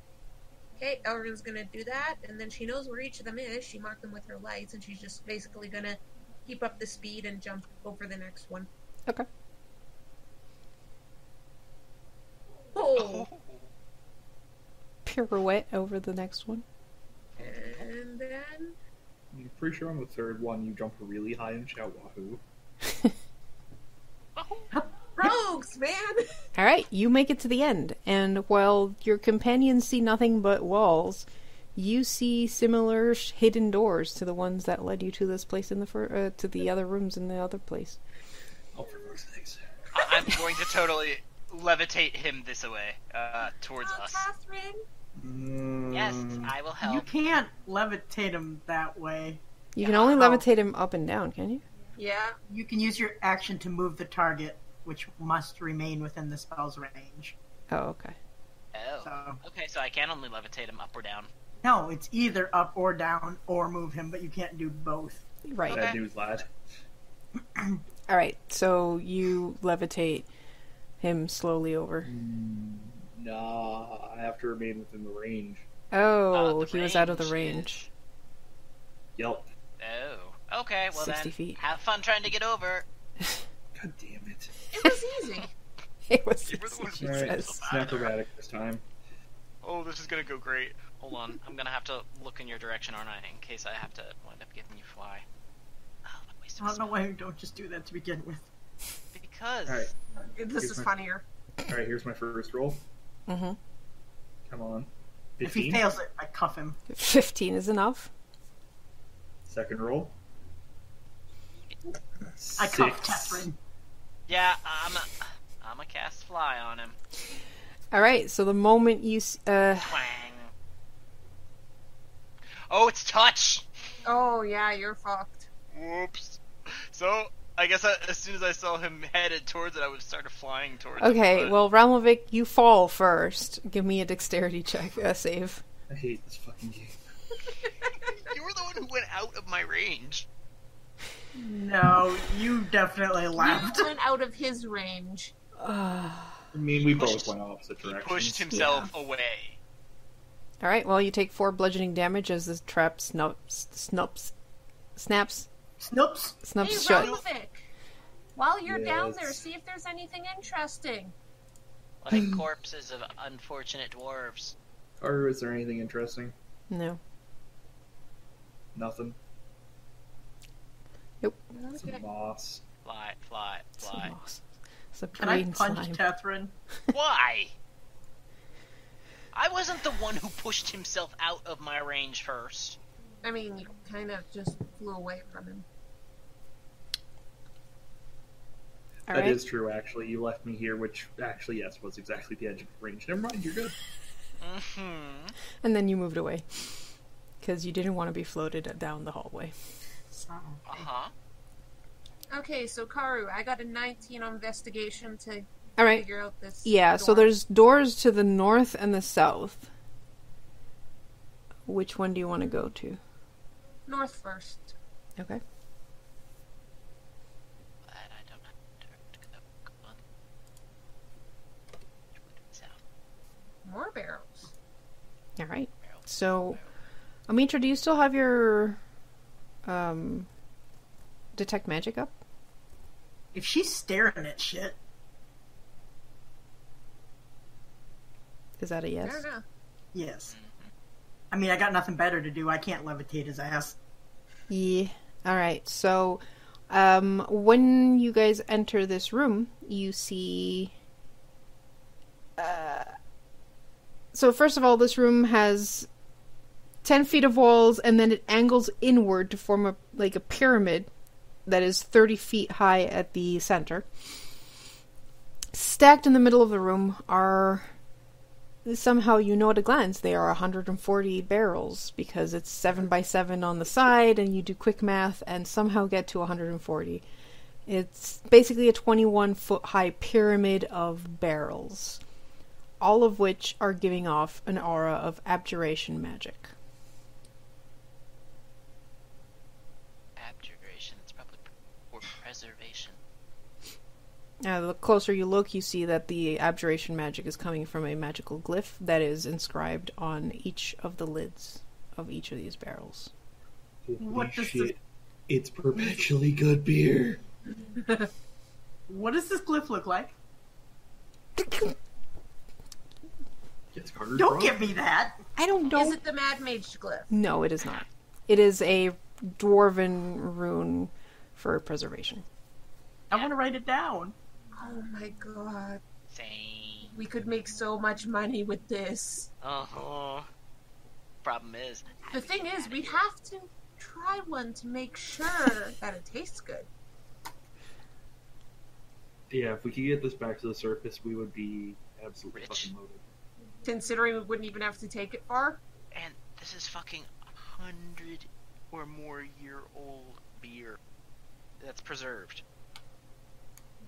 [SPEAKER 2] Okay, Elrin's gonna do that, and then she knows where each of them is. She marked them with her lights, and she's just basically gonna keep up the speed and jump over the next one.
[SPEAKER 1] Okay.
[SPEAKER 2] Oh,
[SPEAKER 1] Pirouette over the next one.
[SPEAKER 2] and then
[SPEAKER 3] I'm pretty sure on the third one you jump really high and shout wahoo.
[SPEAKER 2] rogues, man.
[SPEAKER 1] All right, you make it to the end, and while your companions see nothing but walls, you see similar sh- hidden doors to the ones that led you to this place in the fir- uh, to the other rooms in the other place.
[SPEAKER 3] Oh, for fuck's sakes.
[SPEAKER 5] I- <laughs> I'm going to totally levitate him this way, uh, towards
[SPEAKER 2] Oh,
[SPEAKER 5] us.
[SPEAKER 2] Catherine.
[SPEAKER 5] Yes,
[SPEAKER 3] Mm,
[SPEAKER 5] I will
[SPEAKER 1] Oh.
[SPEAKER 4] You
[SPEAKER 5] help.
[SPEAKER 4] can't levitate him that way.
[SPEAKER 1] You can only
[SPEAKER 4] Yeah.
[SPEAKER 1] levitate him up and down, can you?
[SPEAKER 2] Yeah.
[SPEAKER 4] You can use your action to move the target. which must remain within the spell's range.
[SPEAKER 1] Oh, okay.
[SPEAKER 5] Oh.
[SPEAKER 4] So
[SPEAKER 5] Okay, so I can only levitate him up or down.
[SPEAKER 4] no, it's either up or down or move him, but you can't do both.
[SPEAKER 1] Right.
[SPEAKER 5] Okay.
[SPEAKER 3] Bad news, lad.
[SPEAKER 1] All right. So you levitate him slowly over.
[SPEAKER 3] Mm, Nah, I have to remain within the range.
[SPEAKER 1] Oh,
[SPEAKER 5] the
[SPEAKER 1] he was out of the
[SPEAKER 5] range
[SPEAKER 1] range. <laughs>
[SPEAKER 3] Yelp.
[SPEAKER 5] Oh. Okay, well
[SPEAKER 1] 60
[SPEAKER 5] then.
[SPEAKER 1] feet.
[SPEAKER 5] Have fun trying to get over.
[SPEAKER 3] God damn it.
[SPEAKER 2] It was easy.
[SPEAKER 1] It was
[SPEAKER 5] You were the one
[SPEAKER 1] <laughs> she
[SPEAKER 5] who said
[SPEAKER 3] Alright,
[SPEAKER 1] says.
[SPEAKER 3] snap erratic this time.
[SPEAKER 5] Oh, this is gonna go great. Hold on, I'm gonna have to look in your direction, aren't I? In case I have to wind up giving you fly. Oh, what a waste of
[SPEAKER 4] I don't know
[SPEAKER 5] spell.
[SPEAKER 4] why you don't just do that to begin with.
[SPEAKER 5] Because
[SPEAKER 3] Alright,
[SPEAKER 2] This is funnier.
[SPEAKER 3] alright, here's my first roll.
[SPEAKER 1] Mhm.
[SPEAKER 3] Come on.
[SPEAKER 4] If he
[SPEAKER 3] 15.
[SPEAKER 4] fails it, I cuff him.
[SPEAKER 1] Fifteen is enough.
[SPEAKER 3] Second roll.
[SPEAKER 4] I cuff
[SPEAKER 3] Six.
[SPEAKER 4] Catherine.
[SPEAKER 5] yeah, I'm a, I'm a cast fly on him.
[SPEAKER 1] All right. So the moment you s- uh,
[SPEAKER 5] Twang. Oh, it's touch.
[SPEAKER 2] Oh yeah,
[SPEAKER 1] <laughs>
[SPEAKER 2] you're fucked.
[SPEAKER 5] Whoops. So I guess I, as soon as I saw him headed towards it, I would start flying towards
[SPEAKER 1] okay, well Ramlovic, you fall first. Give me a dexterity check, a save.
[SPEAKER 3] I hate this fucking game.
[SPEAKER 5] you were the one who went out of my range.
[SPEAKER 4] No, you
[SPEAKER 1] <laughs>
[SPEAKER 4] definitely laughed.
[SPEAKER 2] You went out of his range.
[SPEAKER 3] I mean, we
[SPEAKER 5] pushed-
[SPEAKER 3] both went opposite
[SPEAKER 5] He
[SPEAKER 3] directions.
[SPEAKER 5] pushed himself away.
[SPEAKER 1] All right. Well, you take four bludgeoning damage as this trap snups, snups, snaps,
[SPEAKER 4] Snoops.
[SPEAKER 2] Hey,
[SPEAKER 1] snups shut.
[SPEAKER 2] Ralovic, while you're down there,
[SPEAKER 3] Yes.
[SPEAKER 2] see if there's anything interesting.
[SPEAKER 5] Like corpses of unfortunate dwarves.
[SPEAKER 3] Or is there anything interesting?
[SPEAKER 1] No.
[SPEAKER 3] Nothing.
[SPEAKER 1] Nope.
[SPEAKER 3] Some moss.
[SPEAKER 5] Fly, fly,
[SPEAKER 1] It's
[SPEAKER 5] fly.
[SPEAKER 1] a moss. It's a
[SPEAKER 4] Can I
[SPEAKER 1] green
[SPEAKER 4] punch
[SPEAKER 1] slime.
[SPEAKER 4] Catherine?
[SPEAKER 5] Why? I wasn't the one who pushed himself out of my range first.
[SPEAKER 2] I mean, you kind of just flew away from him.
[SPEAKER 1] All
[SPEAKER 3] That is
[SPEAKER 1] right.
[SPEAKER 3] true, actually. You left me here, which actually, yes, was exactly the edge of the range. Never mind, you're good.
[SPEAKER 5] Mm-hmm.
[SPEAKER 1] And then you moved away because you didn't want to be floated down the hallway.
[SPEAKER 5] Uh-huh.
[SPEAKER 2] Okay, so Karu, I got a 19 on investigation to
[SPEAKER 1] All right.
[SPEAKER 2] figure out this.
[SPEAKER 1] Yeah, so
[SPEAKER 2] door.
[SPEAKER 1] there's doors to the north and the south. Which one do you want to go to?
[SPEAKER 2] north first.
[SPEAKER 1] Okay.
[SPEAKER 5] But I don't have to go on. South
[SPEAKER 2] More barrels.
[SPEAKER 1] All right.
[SPEAKER 5] barrel.
[SPEAKER 1] So, Amitra, do you still have your um detect magic up?
[SPEAKER 4] If she's staring at shit,
[SPEAKER 1] Is that a
[SPEAKER 2] I
[SPEAKER 1] yes?
[SPEAKER 2] don't know.
[SPEAKER 4] yes. I mean, I got nothing better to do. I can't levitate his ass.
[SPEAKER 1] Yeah. All right. So, um, when you guys enter this room, you see. Uh, so first of all, this room has ten feet of walls, and then it angles inward to form a like a pyramid that is thirty feet high at the center. Stacked in the middle of the room are somehow you know at a glance they are 140 barrels because it's 7 by 7 on the side and you do quick math and somehow get to 140 it's basically a 21 foot high pyramid of barrels all of which are giving off an aura of abjuration magic
[SPEAKER 5] Abjuration. It's probably for preservation.
[SPEAKER 1] Now, the closer you look, you see that the abjuration magic is coming from a magical glyph that is inscribed on each of the lids of each of these barrels.
[SPEAKER 3] Holy
[SPEAKER 4] What does
[SPEAKER 3] shit.
[SPEAKER 4] this-
[SPEAKER 3] It's perpetually good beer.
[SPEAKER 4] What does this glyph look like?
[SPEAKER 3] It's Carter's
[SPEAKER 4] Don't
[SPEAKER 3] Rock.
[SPEAKER 4] give me that.
[SPEAKER 1] <coughs> I don't know.
[SPEAKER 2] Is it the Mad Mage glyph?
[SPEAKER 1] No, it is not. It is a dwarven rune for preservation.
[SPEAKER 4] I want to write it down.
[SPEAKER 2] Oh my god.
[SPEAKER 5] Same.
[SPEAKER 2] We could make so much money with this.
[SPEAKER 5] Uh-huh. Problem is,
[SPEAKER 2] The thing is, we have to try one to make sure that it tastes good.
[SPEAKER 3] Yeah, if we could get this back to the surface, we would be absolutely
[SPEAKER 5] Rich.
[SPEAKER 3] fucking loaded.
[SPEAKER 2] Considering we wouldn't even have to take it far.
[SPEAKER 5] and this is fucking a hundred or more year old beer that's preserved.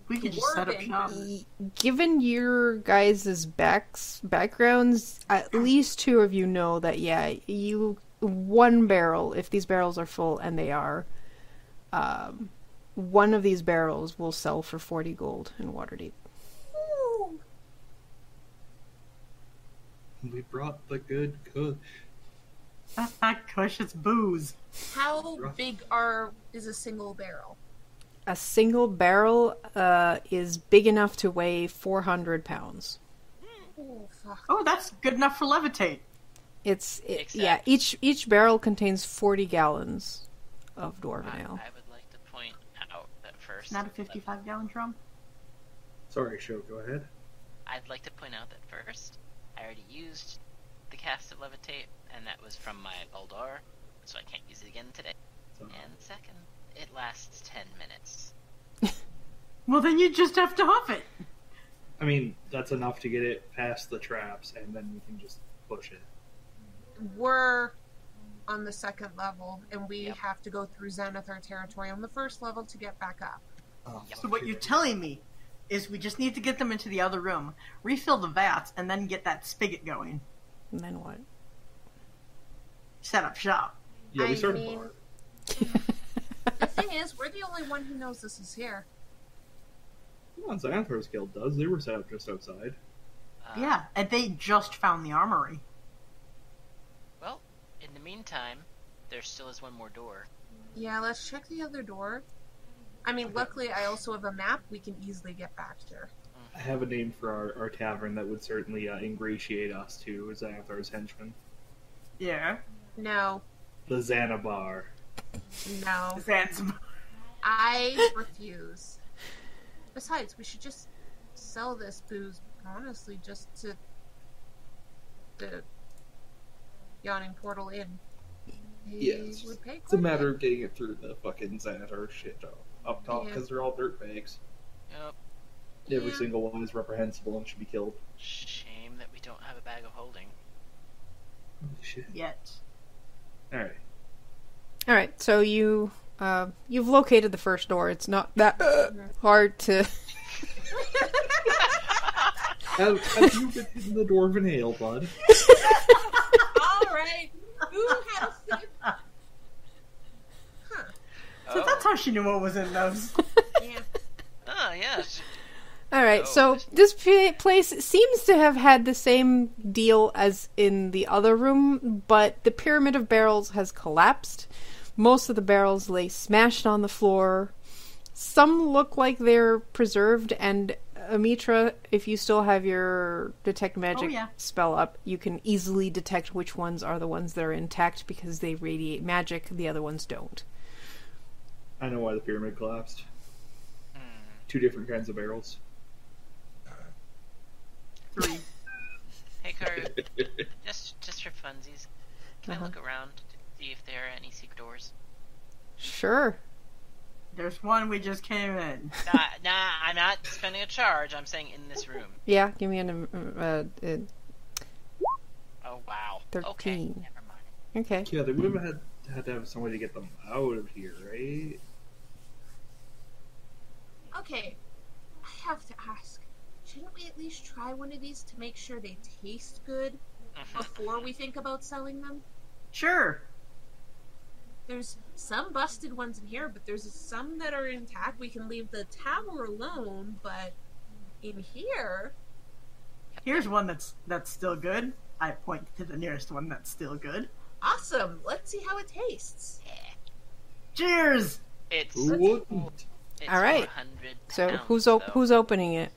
[SPEAKER 4] We could just set up
[SPEAKER 2] Dwarven.
[SPEAKER 4] shop.
[SPEAKER 1] Given your guys' backs backgrounds, at least two of you know that yeah, you one barrel, if these barrels are full and they are, um, one of these barrels will sell for forty gold in Waterdeep.
[SPEAKER 2] Ooh,
[SPEAKER 3] We brought the good good.
[SPEAKER 4] That's <laughs> not cush, it's booze.
[SPEAKER 2] how big are is a single barrel?
[SPEAKER 1] A single barrel uh, is big enough to weigh four hundred pounds.
[SPEAKER 2] Oh fuck!
[SPEAKER 4] Oh, that's good enough for levitate.
[SPEAKER 1] It's it, yeah.
[SPEAKER 5] Exact.
[SPEAKER 1] Each each barrel contains forty gallons of dwarven
[SPEAKER 5] I,
[SPEAKER 1] ale.
[SPEAKER 5] I would like to point out that first.
[SPEAKER 4] It's not a 55 gallon drum.
[SPEAKER 3] Sorry, show. Go ahead.
[SPEAKER 5] I'd like to point out that first, I already used the cast of levitate, and that was from my Baldor, so I can't use it again today.
[SPEAKER 3] So,
[SPEAKER 5] And second, it lasts ten minutes.
[SPEAKER 4] Well, then you just have to huff it.
[SPEAKER 3] I mean, that's enough to get it past the traps, and then we can just push it.
[SPEAKER 2] We're on the second level, and we
[SPEAKER 5] Yep.
[SPEAKER 2] have to go through Xanathar territory on the first level to get back up.
[SPEAKER 3] Oh,
[SPEAKER 4] So what you're telling me is we just need to get them into the other room, refill the vats, and then get that spigot going.
[SPEAKER 1] And then what? <laughs>
[SPEAKER 4] Set up shop.
[SPEAKER 3] yeah, we
[SPEAKER 2] I
[SPEAKER 3] started
[SPEAKER 2] mean-
[SPEAKER 3] bar.
[SPEAKER 2] The thing is, we're the only one who knows this is here.
[SPEAKER 3] Come on, Xanathar's guild does. They were set up just outside.
[SPEAKER 5] Uh,
[SPEAKER 4] Yeah, and they just found the armory.
[SPEAKER 5] Well, in the meantime, there still is one more door.
[SPEAKER 2] Yeah, let's check the other door. I mean, luckily, I also have a map. We can easily get back here.
[SPEAKER 3] I have a name for our, our tavern that would certainly uh, ingratiate us to Xanathar's henchmen.
[SPEAKER 4] Yeah.
[SPEAKER 2] No,
[SPEAKER 3] The Xanabar.
[SPEAKER 2] no,
[SPEAKER 4] Zanzibar.
[SPEAKER 2] I refuse. Besides, we should just sell this booze, honestly, just to the Yawning Portal Inn. They
[SPEAKER 3] Yes,
[SPEAKER 2] would pay
[SPEAKER 3] It's a
[SPEAKER 2] quite
[SPEAKER 3] matter
[SPEAKER 2] bit.
[SPEAKER 3] of getting it through the fucking Xanatar shit up, up top
[SPEAKER 2] Yeah.
[SPEAKER 3] because they're all dirtbags.
[SPEAKER 5] Yep.
[SPEAKER 3] Every
[SPEAKER 2] Yeah.
[SPEAKER 3] single one is reprehensible and should be killed.
[SPEAKER 5] Shame that we don't have a bag of holding.
[SPEAKER 3] Holy shit.
[SPEAKER 4] Yet.
[SPEAKER 3] Alright.
[SPEAKER 1] All right, so you uh, you've located the first door. It's not that hard to.
[SPEAKER 2] <laughs>
[SPEAKER 3] Have, have you been in the Dwarven Ale, bud?
[SPEAKER 2] All right, who <laughs> had a sip?
[SPEAKER 4] So that's how she knew what was in <laughs> those.
[SPEAKER 2] Yeah.
[SPEAKER 5] Ah, yes.
[SPEAKER 1] All right,
[SPEAKER 5] Oh,
[SPEAKER 1] so
[SPEAKER 5] I see.
[SPEAKER 1] this p- place seems to have had the same deal as in the other room, but the pyramid of barrels has collapsed. Most of the barrels lay smashed on the floor. Some look like they're preserved, and Amitra, if you still have your detect magic
[SPEAKER 4] yeah.
[SPEAKER 1] spell up, you can easily detect which ones are the ones that are intact because they radiate magic, the other ones don't.
[SPEAKER 3] I know why the pyramid collapsed. Two different kinds of barrels.
[SPEAKER 4] Three.
[SPEAKER 5] <laughs> Hey, Karu. just, just for funsies, can I look around to see if there are any secret doors?
[SPEAKER 1] Sure.
[SPEAKER 4] There's one we just came in.
[SPEAKER 5] nah, <laughs> nah, I'm not spending a charge. I'm saying in this room.
[SPEAKER 1] Yeah, give me an. Uh, uh,
[SPEAKER 5] Oh wow. Okay,
[SPEAKER 1] Thirteen.
[SPEAKER 5] never mind.
[SPEAKER 1] okay.
[SPEAKER 3] yeah, they would have had, had to have somebody to get them out of here, right?
[SPEAKER 2] Okay, I have to ask. Shouldn't we at least try one of these to make sure they taste good
[SPEAKER 5] Mm-hmm.
[SPEAKER 2] before we think about selling them?
[SPEAKER 4] Sure.
[SPEAKER 2] There's some busted ones in here, but there's some that are intact. We can leave the tower alone, but in here,
[SPEAKER 4] Here's one that's that's still good. I point to the nearest one that's still good.
[SPEAKER 2] awesome. Let's see how it tastes.
[SPEAKER 4] Cheers!
[SPEAKER 5] It's
[SPEAKER 3] Who wouldn't?
[SPEAKER 5] it's
[SPEAKER 1] All right.
[SPEAKER 5] 100
[SPEAKER 1] So
[SPEAKER 5] pounds,
[SPEAKER 1] who's op-
[SPEAKER 5] though.
[SPEAKER 1] who's opening it?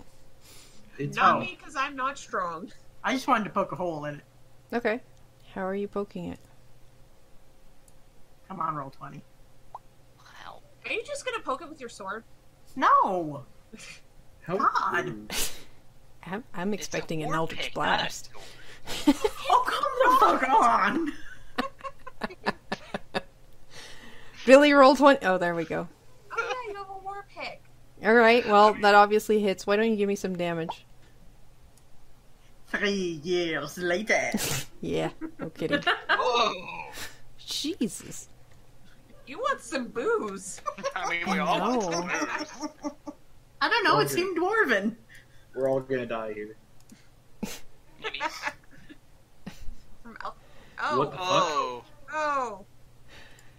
[SPEAKER 3] It's
[SPEAKER 4] No.
[SPEAKER 2] Not me, because I'm not strong.
[SPEAKER 4] I just wanted to poke a hole in it.
[SPEAKER 1] Okay. How are you poking it?
[SPEAKER 4] Come on, roll twenty.
[SPEAKER 5] Wow.
[SPEAKER 2] Are you just gonna poke it with your sword?
[SPEAKER 4] No!
[SPEAKER 3] How
[SPEAKER 4] God.
[SPEAKER 3] rude.
[SPEAKER 1] I'm, I'm
[SPEAKER 5] It's a
[SPEAKER 1] expecting an
[SPEAKER 5] war
[SPEAKER 1] eldritch
[SPEAKER 5] pig, not a
[SPEAKER 1] blast. <laughs>
[SPEAKER 5] sword.
[SPEAKER 4] Oh come the fuck on!
[SPEAKER 1] Billy rolled one. Oh, there we go.
[SPEAKER 2] <laughs> Oh yeah, you have a war pick.
[SPEAKER 1] All right. Well, that obviously hits. Why don't you give me some damage?
[SPEAKER 4] Three years later.
[SPEAKER 1] Yeah. No
[SPEAKER 5] <laughs>
[SPEAKER 1] kidding.
[SPEAKER 5] Whoa!
[SPEAKER 1] Jesus.
[SPEAKER 2] You want some booze?
[SPEAKER 5] I mean, we all want
[SPEAKER 1] No.
[SPEAKER 5] some booze.
[SPEAKER 4] I don't know.
[SPEAKER 3] Well,
[SPEAKER 4] It seemed dwarven.
[SPEAKER 3] We're all gonna die here.
[SPEAKER 2] <laughs>
[SPEAKER 5] Maybe.
[SPEAKER 2] From El- oh,
[SPEAKER 3] What the
[SPEAKER 5] Oh,
[SPEAKER 2] oh,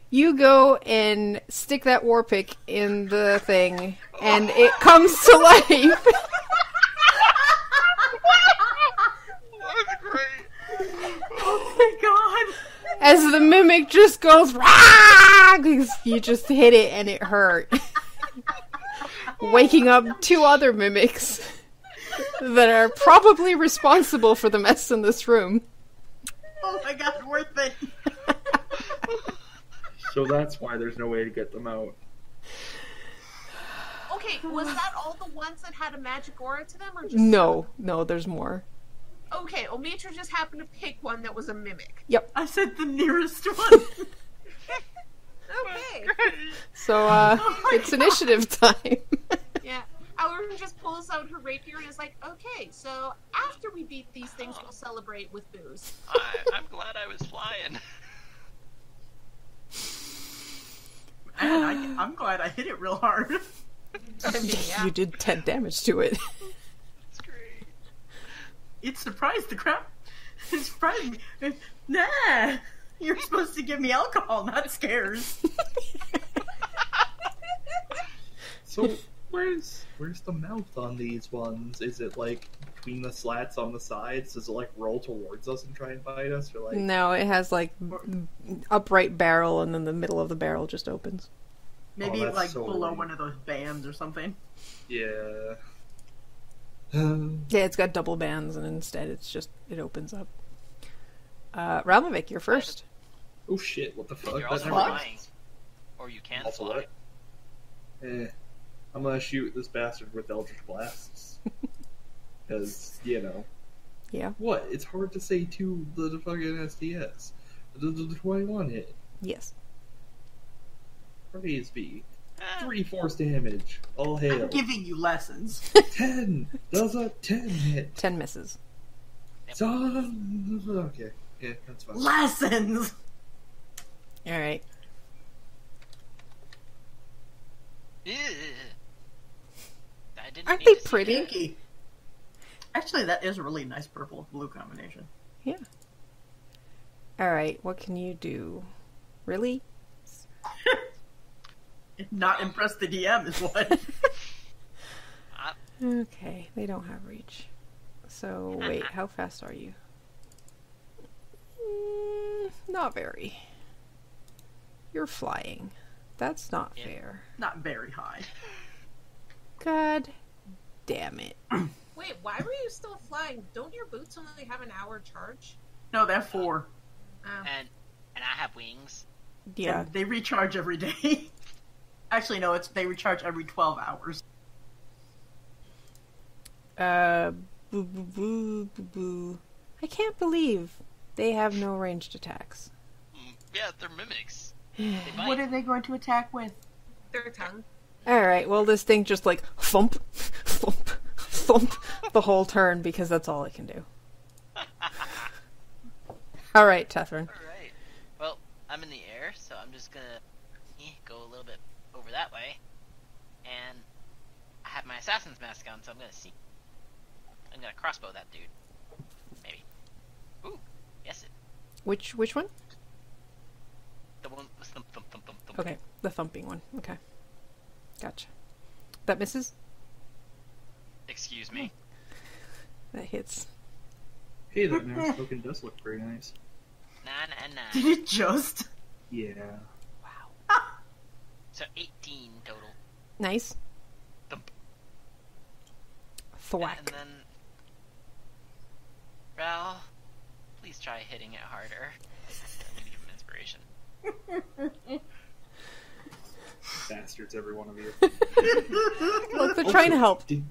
[SPEAKER 1] You go and stick that war pick in the thing, and
[SPEAKER 5] <laughs>
[SPEAKER 1] it comes to life. <laughs>
[SPEAKER 5] that's great.
[SPEAKER 4] <laughs> Oh my
[SPEAKER 1] as the mimic just goes "Rah!" 'cause you just hit it and it
[SPEAKER 5] <laughs>
[SPEAKER 1] hurt <laughs> waking up two other mimics that are probably responsible for the mess in this room <laughs>
[SPEAKER 4] god! Oh my god! Worth it.
[SPEAKER 3] So that's why there's no way to get them out.
[SPEAKER 2] okay. Was that all the ones that had a magic aura to them, or just
[SPEAKER 1] no no there's more
[SPEAKER 2] Okay, Omitra just happened to pick one that was a mimic.
[SPEAKER 4] I said the nearest one.
[SPEAKER 2] Okay,
[SPEAKER 1] so uh
[SPEAKER 4] Oh my
[SPEAKER 1] it's initiative time <laughs>
[SPEAKER 2] yeah. Our just pulls out her rapier and is like, "Okay, so after we beat these things, we'll celebrate with booze."
[SPEAKER 5] I, I'm glad I was flying. <laughs>
[SPEAKER 4] Man, <laughs> I, I'm glad I hit it real hard.
[SPEAKER 2] I mean, <laughs> yeah.
[SPEAKER 1] you did 10 damage to it
[SPEAKER 5] That's great.
[SPEAKER 4] It surprised the crowd. <laughs> It surprised me. Nah, you're supposed to give me alcohol, not scares.
[SPEAKER 3] So <laughs> where's where's the mouth on these ones? Is it like between the slats on the sides? Does it like roll towards us and try and bite us? Or like
[SPEAKER 1] no it has like upright barrel and then the middle of the barrel just opens
[SPEAKER 4] Maybe
[SPEAKER 3] Oh, that's
[SPEAKER 4] like
[SPEAKER 3] so
[SPEAKER 4] below
[SPEAKER 3] lame.
[SPEAKER 4] one of those bands or something.
[SPEAKER 3] yeah. <sighs> Um,
[SPEAKER 1] yeah it's got double bands and instead it's just it opens up uh Ralmovic, you're first
[SPEAKER 3] oh shit! What the fuck?
[SPEAKER 5] You're
[SPEAKER 3] That
[SPEAKER 5] also
[SPEAKER 3] never
[SPEAKER 5] flying, or you can
[SPEAKER 3] Also
[SPEAKER 5] fly.
[SPEAKER 3] what? Eh, I'm gonna shoot this bastard with Eldritch Blasts. Because, you know.
[SPEAKER 1] Yeah.
[SPEAKER 3] What? It's hard to say to the fucking SDS. The, the, the 21 hit.
[SPEAKER 1] yes
[SPEAKER 3] Praise be.
[SPEAKER 5] Ah,
[SPEAKER 3] Three force damage. All hail.
[SPEAKER 4] I'm giving you lessons.
[SPEAKER 3] 10! Does a 10
[SPEAKER 1] <laughs>
[SPEAKER 3] hit?
[SPEAKER 1] 10 misses
[SPEAKER 3] Son of a- Okay. Yeah, that's fine.
[SPEAKER 4] lessons.
[SPEAKER 1] All right.
[SPEAKER 5] ew. I didn't
[SPEAKER 1] Aren't
[SPEAKER 5] mean
[SPEAKER 1] they
[SPEAKER 5] to see
[SPEAKER 1] pretty?
[SPEAKER 5] that.
[SPEAKER 4] Pinky. Actually, that is a really nice purple blue combination. <laughs>
[SPEAKER 1] All right. What can you do? Really?
[SPEAKER 4] Not impress the DM is what.
[SPEAKER 1] Okay. They don't have reach. So, wait. How fast are you? Mm, not very. You're flying. That's not
[SPEAKER 5] Yeah.
[SPEAKER 1] fair.
[SPEAKER 4] <laughs> Not very high.
[SPEAKER 1] God damn it.
[SPEAKER 2] Wait, why were you still flying? Don't your boots only have an hour charge?
[SPEAKER 4] No, they're four.
[SPEAKER 2] Um,
[SPEAKER 5] And and I have wings.
[SPEAKER 1] Yeah.
[SPEAKER 4] And they recharge every day. <laughs> Actually, no, it's they recharge every twelve hours.
[SPEAKER 1] Uh, boo, boo, boo, boo, boo. I can't believe they have no ranged attacks.
[SPEAKER 5] Mm, Yeah, they're mimics. They bite.
[SPEAKER 4] What are they going to attack with?
[SPEAKER 2] their tongue.
[SPEAKER 1] All right. Well, this thing just like thump, <laughs> thump, thump the whole turn because that's all it can do.
[SPEAKER 5] <laughs>
[SPEAKER 1] all right, Tethrin.
[SPEAKER 5] All right. Well, I'm in the air, so I'm just gonna eh, go a little bit over that way, and I have my assassin's mask on, so I'm gonna see. I'm gonna crossbow that dude. Maybe. Ooh, yes, it.
[SPEAKER 1] Which which one?
[SPEAKER 5] The one with thump thump thump thump thump.
[SPEAKER 1] Okay, the thumping one. Okay, gotcha. That misses.
[SPEAKER 5] Excuse me.
[SPEAKER 1] That hits.
[SPEAKER 3] Hey, that mouse token does look pretty nice.
[SPEAKER 5] Nine and
[SPEAKER 4] Did
[SPEAKER 5] nine.
[SPEAKER 4] it
[SPEAKER 3] <laughs>
[SPEAKER 4] <laughs> just?
[SPEAKER 3] Yeah.
[SPEAKER 5] <laughs> So 18 total.
[SPEAKER 1] Nice.
[SPEAKER 5] Thump. And
[SPEAKER 4] <laughs>
[SPEAKER 1] Thwack. <laughs>
[SPEAKER 5] then. Ral, please try hitting it harder. I need some inspiration.
[SPEAKER 3] Bastards, every one of you.
[SPEAKER 1] Look, they're trying to help.
[SPEAKER 3] Did,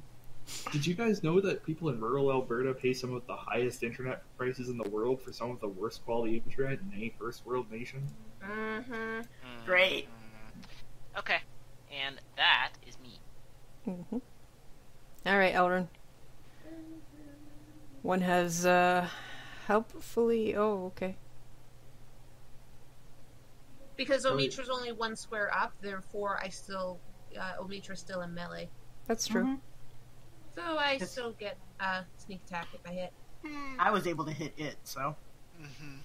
[SPEAKER 3] did you guys know that people in rural Alberta pay some of the highest internet prices in the world for some of the worst quality internet in any first world nation?
[SPEAKER 2] Mm-hmm.
[SPEAKER 5] Mm,
[SPEAKER 4] Great.
[SPEAKER 5] mm. Okay. And that is me.
[SPEAKER 1] Mm-hmm. All right, Elrin. One has uh, helpfully. Oh, okay.
[SPEAKER 2] Because
[SPEAKER 3] Oh, yeah.
[SPEAKER 2] Omitra's only one square up, therefore I still uh, Omitra's still in melee.
[SPEAKER 1] That's true.
[SPEAKER 2] So I still get uh, sneak attack if I hit.
[SPEAKER 4] I was able to hit it, so. <laughs>
[SPEAKER 5] Mm-hmm.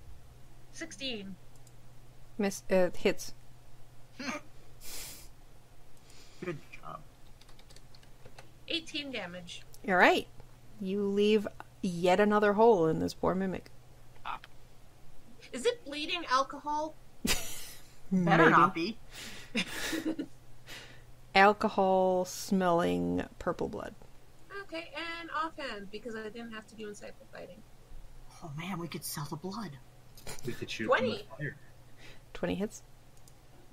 [SPEAKER 5] <laughs>
[SPEAKER 2] 16.
[SPEAKER 1] Miss uh, hits.
[SPEAKER 4] Good job.
[SPEAKER 2] 18 damage.
[SPEAKER 1] All right. You leave yet another hole in this poor mimic.
[SPEAKER 2] Is it bleeding alcohol?
[SPEAKER 4] Better not be.
[SPEAKER 1] Alcohol smelling purple blood.
[SPEAKER 2] Okay, and offhand, because I didn't have to do insightful fighting.
[SPEAKER 4] Oh man, we could sell the blood.
[SPEAKER 3] We could shoot him with
[SPEAKER 2] 20.
[SPEAKER 3] fire.
[SPEAKER 1] 20 hits.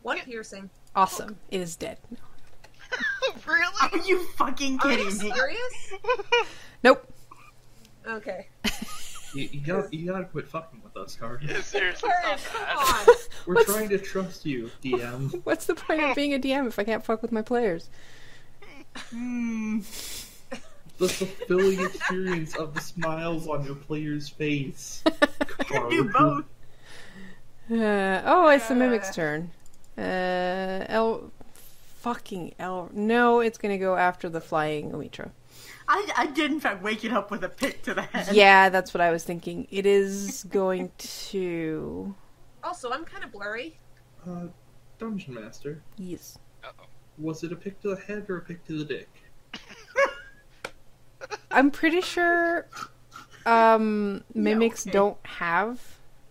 [SPEAKER 2] One piercing.
[SPEAKER 1] Awesome. It is dead.
[SPEAKER 5] really?
[SPEAKER 4] Are you fucking
[SPEAKER 2] Are you
[SPEAKER 4] kidding me?
[SPEAKER 2] serious?
[SPEAKER 1] Nope.
[SPEAKER 2] Okay.
[SPEAKER 3] You, you gotta, you gotta quit fucking with us, Carter.
[SPEAKER 5] Seriously, Oh,
[SPEAKER 2] Bird,
[SPEAKER 4] Oh,
[SPEAKER 5] stop
[SPEAKER 2] come
[SPEAKER 5] that.
[SPEAKER 2] on.
[SPEAKER 3] We're trying to trust you, DM.
[SPEAKER 1] What's the point of being a DM if I can't fuck with my players?
[SPEAKER 4] <laughs> Hmm.
[SPEAKER 3] the fulfilling experience of the smiles on your player's face. Carter.
[SPEAKER 4] Do both.
[SPEAKER 1] Uh, oh, it's the mimic's turn. Uh, El. Fucking El. No, it's gonna go after the flying Omitra.
[SPEAKER 4] I, I did in fact wake it up with a pick to the head.
[SPEAKER 1] Yeah, that's what I was thinking. It is going to.
[SPEAKER 2] Also, I'm kind of blurry.
[SPEAKER 3] Uh, Dungeon Master,
[SPEAKER 1] Yes.
[SPEAKER 5] Uh-oh.
[SPEAKER 3] was it a pick to the head or a pick to the dick?
[SPEAKER 1] I'm pretty sure um, mimics
[SPEAKER 4] okay.
[SPEAKER 1] don't have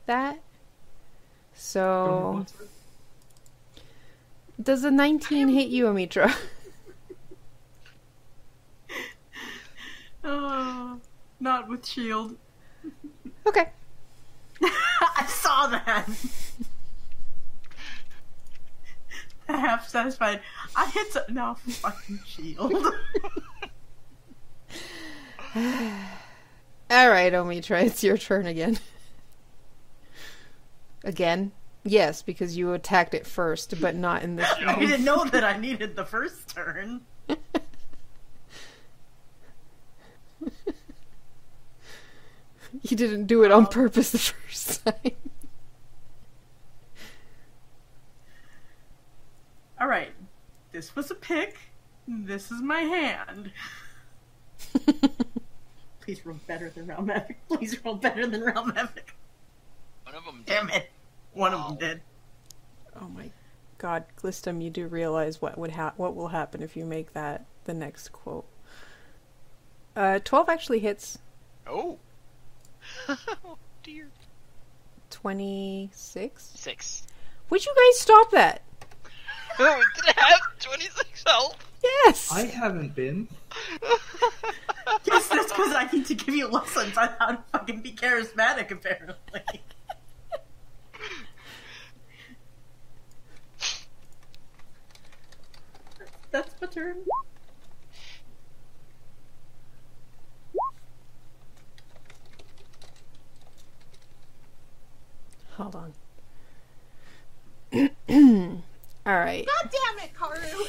[SPEAKER 1] that. So.
[SPEAKER 3] Dungeon Master?
[SPEAKER 1] Does a 19 hit you, Amitra?
[SPEAKER 4] Oh, not with shield.
[SPEAKER 1] <laughs>
[SPEAKER 4] <laughs>
[SPEAKER 1] okay.
[SPEAKER 4] I saw that. <laughs> Half satisfied. I hit so- no fucking shield. <laughs>
[SPEAKER 1] Alright, Omitra, it's your turn again. again? Yes, because you attacked it first, but not in this
[SPEAKER 4] I didn't know that I needed the first turn.
[SPEAKER 1] You didn't do it on purpose the first <laughs> time.
[SPEAKER 4] All right, this was a pick. This is my hand. Please roll better than Realm Epic. <laughs> Please roll better than Realm Epic.
[SPEAKER 5] One of them
[SPEAKER 4] Damn it. One of them did.
[SPEAKER 1] Oh my god, Glistum, you do realize what would ha- what will happen if you make that the next quote. Uh, 12 actually hits <laughs>
[SPEAKER 5] Oh. oh dear.
[SPEAKER 1] 26.
[SPEAKER 5] Six.
[SPEAKER 1] Would you guys stop that?
[SPEAKER 5] Oh, did I have twenty-six health?
[SPEAKER 1] Yes!
[SPEAKER 3] I haven't been.
[SPEAKER 4] Yes, that's because I need to give you lessons on how to fucking be charismatic,
[SPEAKER 5] <laughs>
[SPEAKER 4] apparently. that's my turn.
[SPEAKER 1] Hold on. <clears throat> All right.
[SPEAKER 2] God damn it,
[SPEAKER 4] <laughs>
[SPEAKER 2] Karu!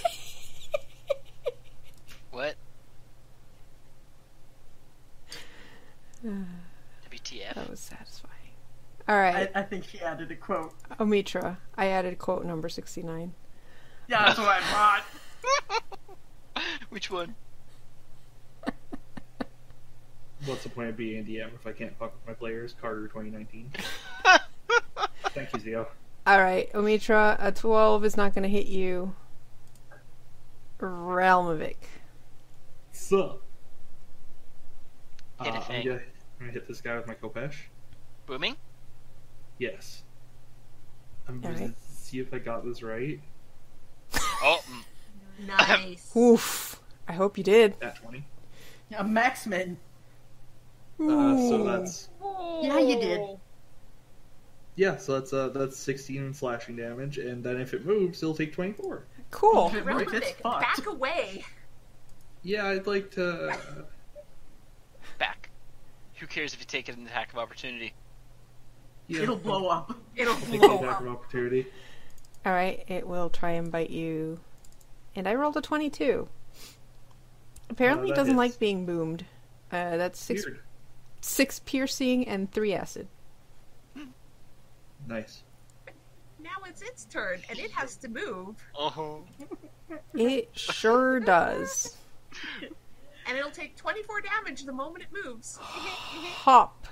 [SPEAKER 5] What? WTF?
[SPEAKER 1] That was satisfying. All right.
[SPEAKER 4] I, I think she added a quote.
[SPEAKER 1] Omitra, I added quote number 69.
[SPEAKER 4] Yeah, that's what I
[SPEAKER 5] <laughs>
[SPEAKER 4] thought.
[SPEAKER 5] Which one?
[SPEAKER 3] What's the point of being a DM if I can't fuck with my players? Carter 2019. Thank you, Zio.
[SPEAKER 1] All right. Omitra, a 12 is not going to hit you. Realmovic.
[SPEAKER 3] So,
[SPEAKER 5] Hit a
[SPEAKER 3] uh, I'm,
[SPEAKER 5] thing.
[SPEAKER 3] gonna, I'm gonna hit this guy with my Kopesh.
[SPEAKER 5] Booming?
[SPEAKER 3] Yes. I'm
[SPEAKER 1] All
[SPEAKER 3] gonna
[SPEAKER 1] right.
[SPEAKER 3] see if I got this right.
[SPEAKER 5] Oh, mm.
[SPEAKER 2] Nice.
[SPEAKER 1] Oof. I hope you did.
[SPEAKER 3] At 20.
[SPEAKER 4] A Maxman.
[SPEAKER 3] Uh, so
[SPEAKER 1] Ooh.
[SPEAKER 3] that's
[SPEAKER 4] Yeah, you did.
[SPEAKER 3] yeah. So that's uh that's 16 slashing damage, and then if it moves, it'll take 24.
[SPEAKER 1] Cool.
[SPEAKER 4] If it worked, it's
[SPEAKER 2] Relevant.
[SPEAKER 4] fucked.
[SPEAKER 2] Back away.
[SPEAKER 3] Yeah, I'd like to. Uh,
[SPEAKER 5] back. Who cares if you take an attack of opportunity?
[SPEAKER 3] yeah,
[SPEAKER 4] It'll blow up. <laughs>
[SPEAKER 2] It'll
[SPEAKER 3] Take the
[SPEAKER 2] blow
[SPEAKER 3] attack
[SPEAKER 2] up.
[SPEAKER 3] of opportunity.
[SPEAKER 1] All right. It will try and bite you. And I rolled a 22. Apparently,
[SPEAKER 3] that
[SPEAKER 1] doesn't
[SPEAKER 3] hits.
[SPEAKER 1] like being boomed. Uh, that's six,
[SPEAKER 3] Weird.
[SPEAKER 1] six piercing and three acid.
[SPEAKER 3] Nice.
[SPEAKER 2] Now it's its turn, and it has to move,
[SPEAKER 5] Oh.
[SPEAKER 1] It sure does.
[SPEAKER 2] and it'll take 24 damage the moment it
[SPEAKER 4] <laughs>
[SPEAKER 2] moves.
[SPEAKER 1] Hop.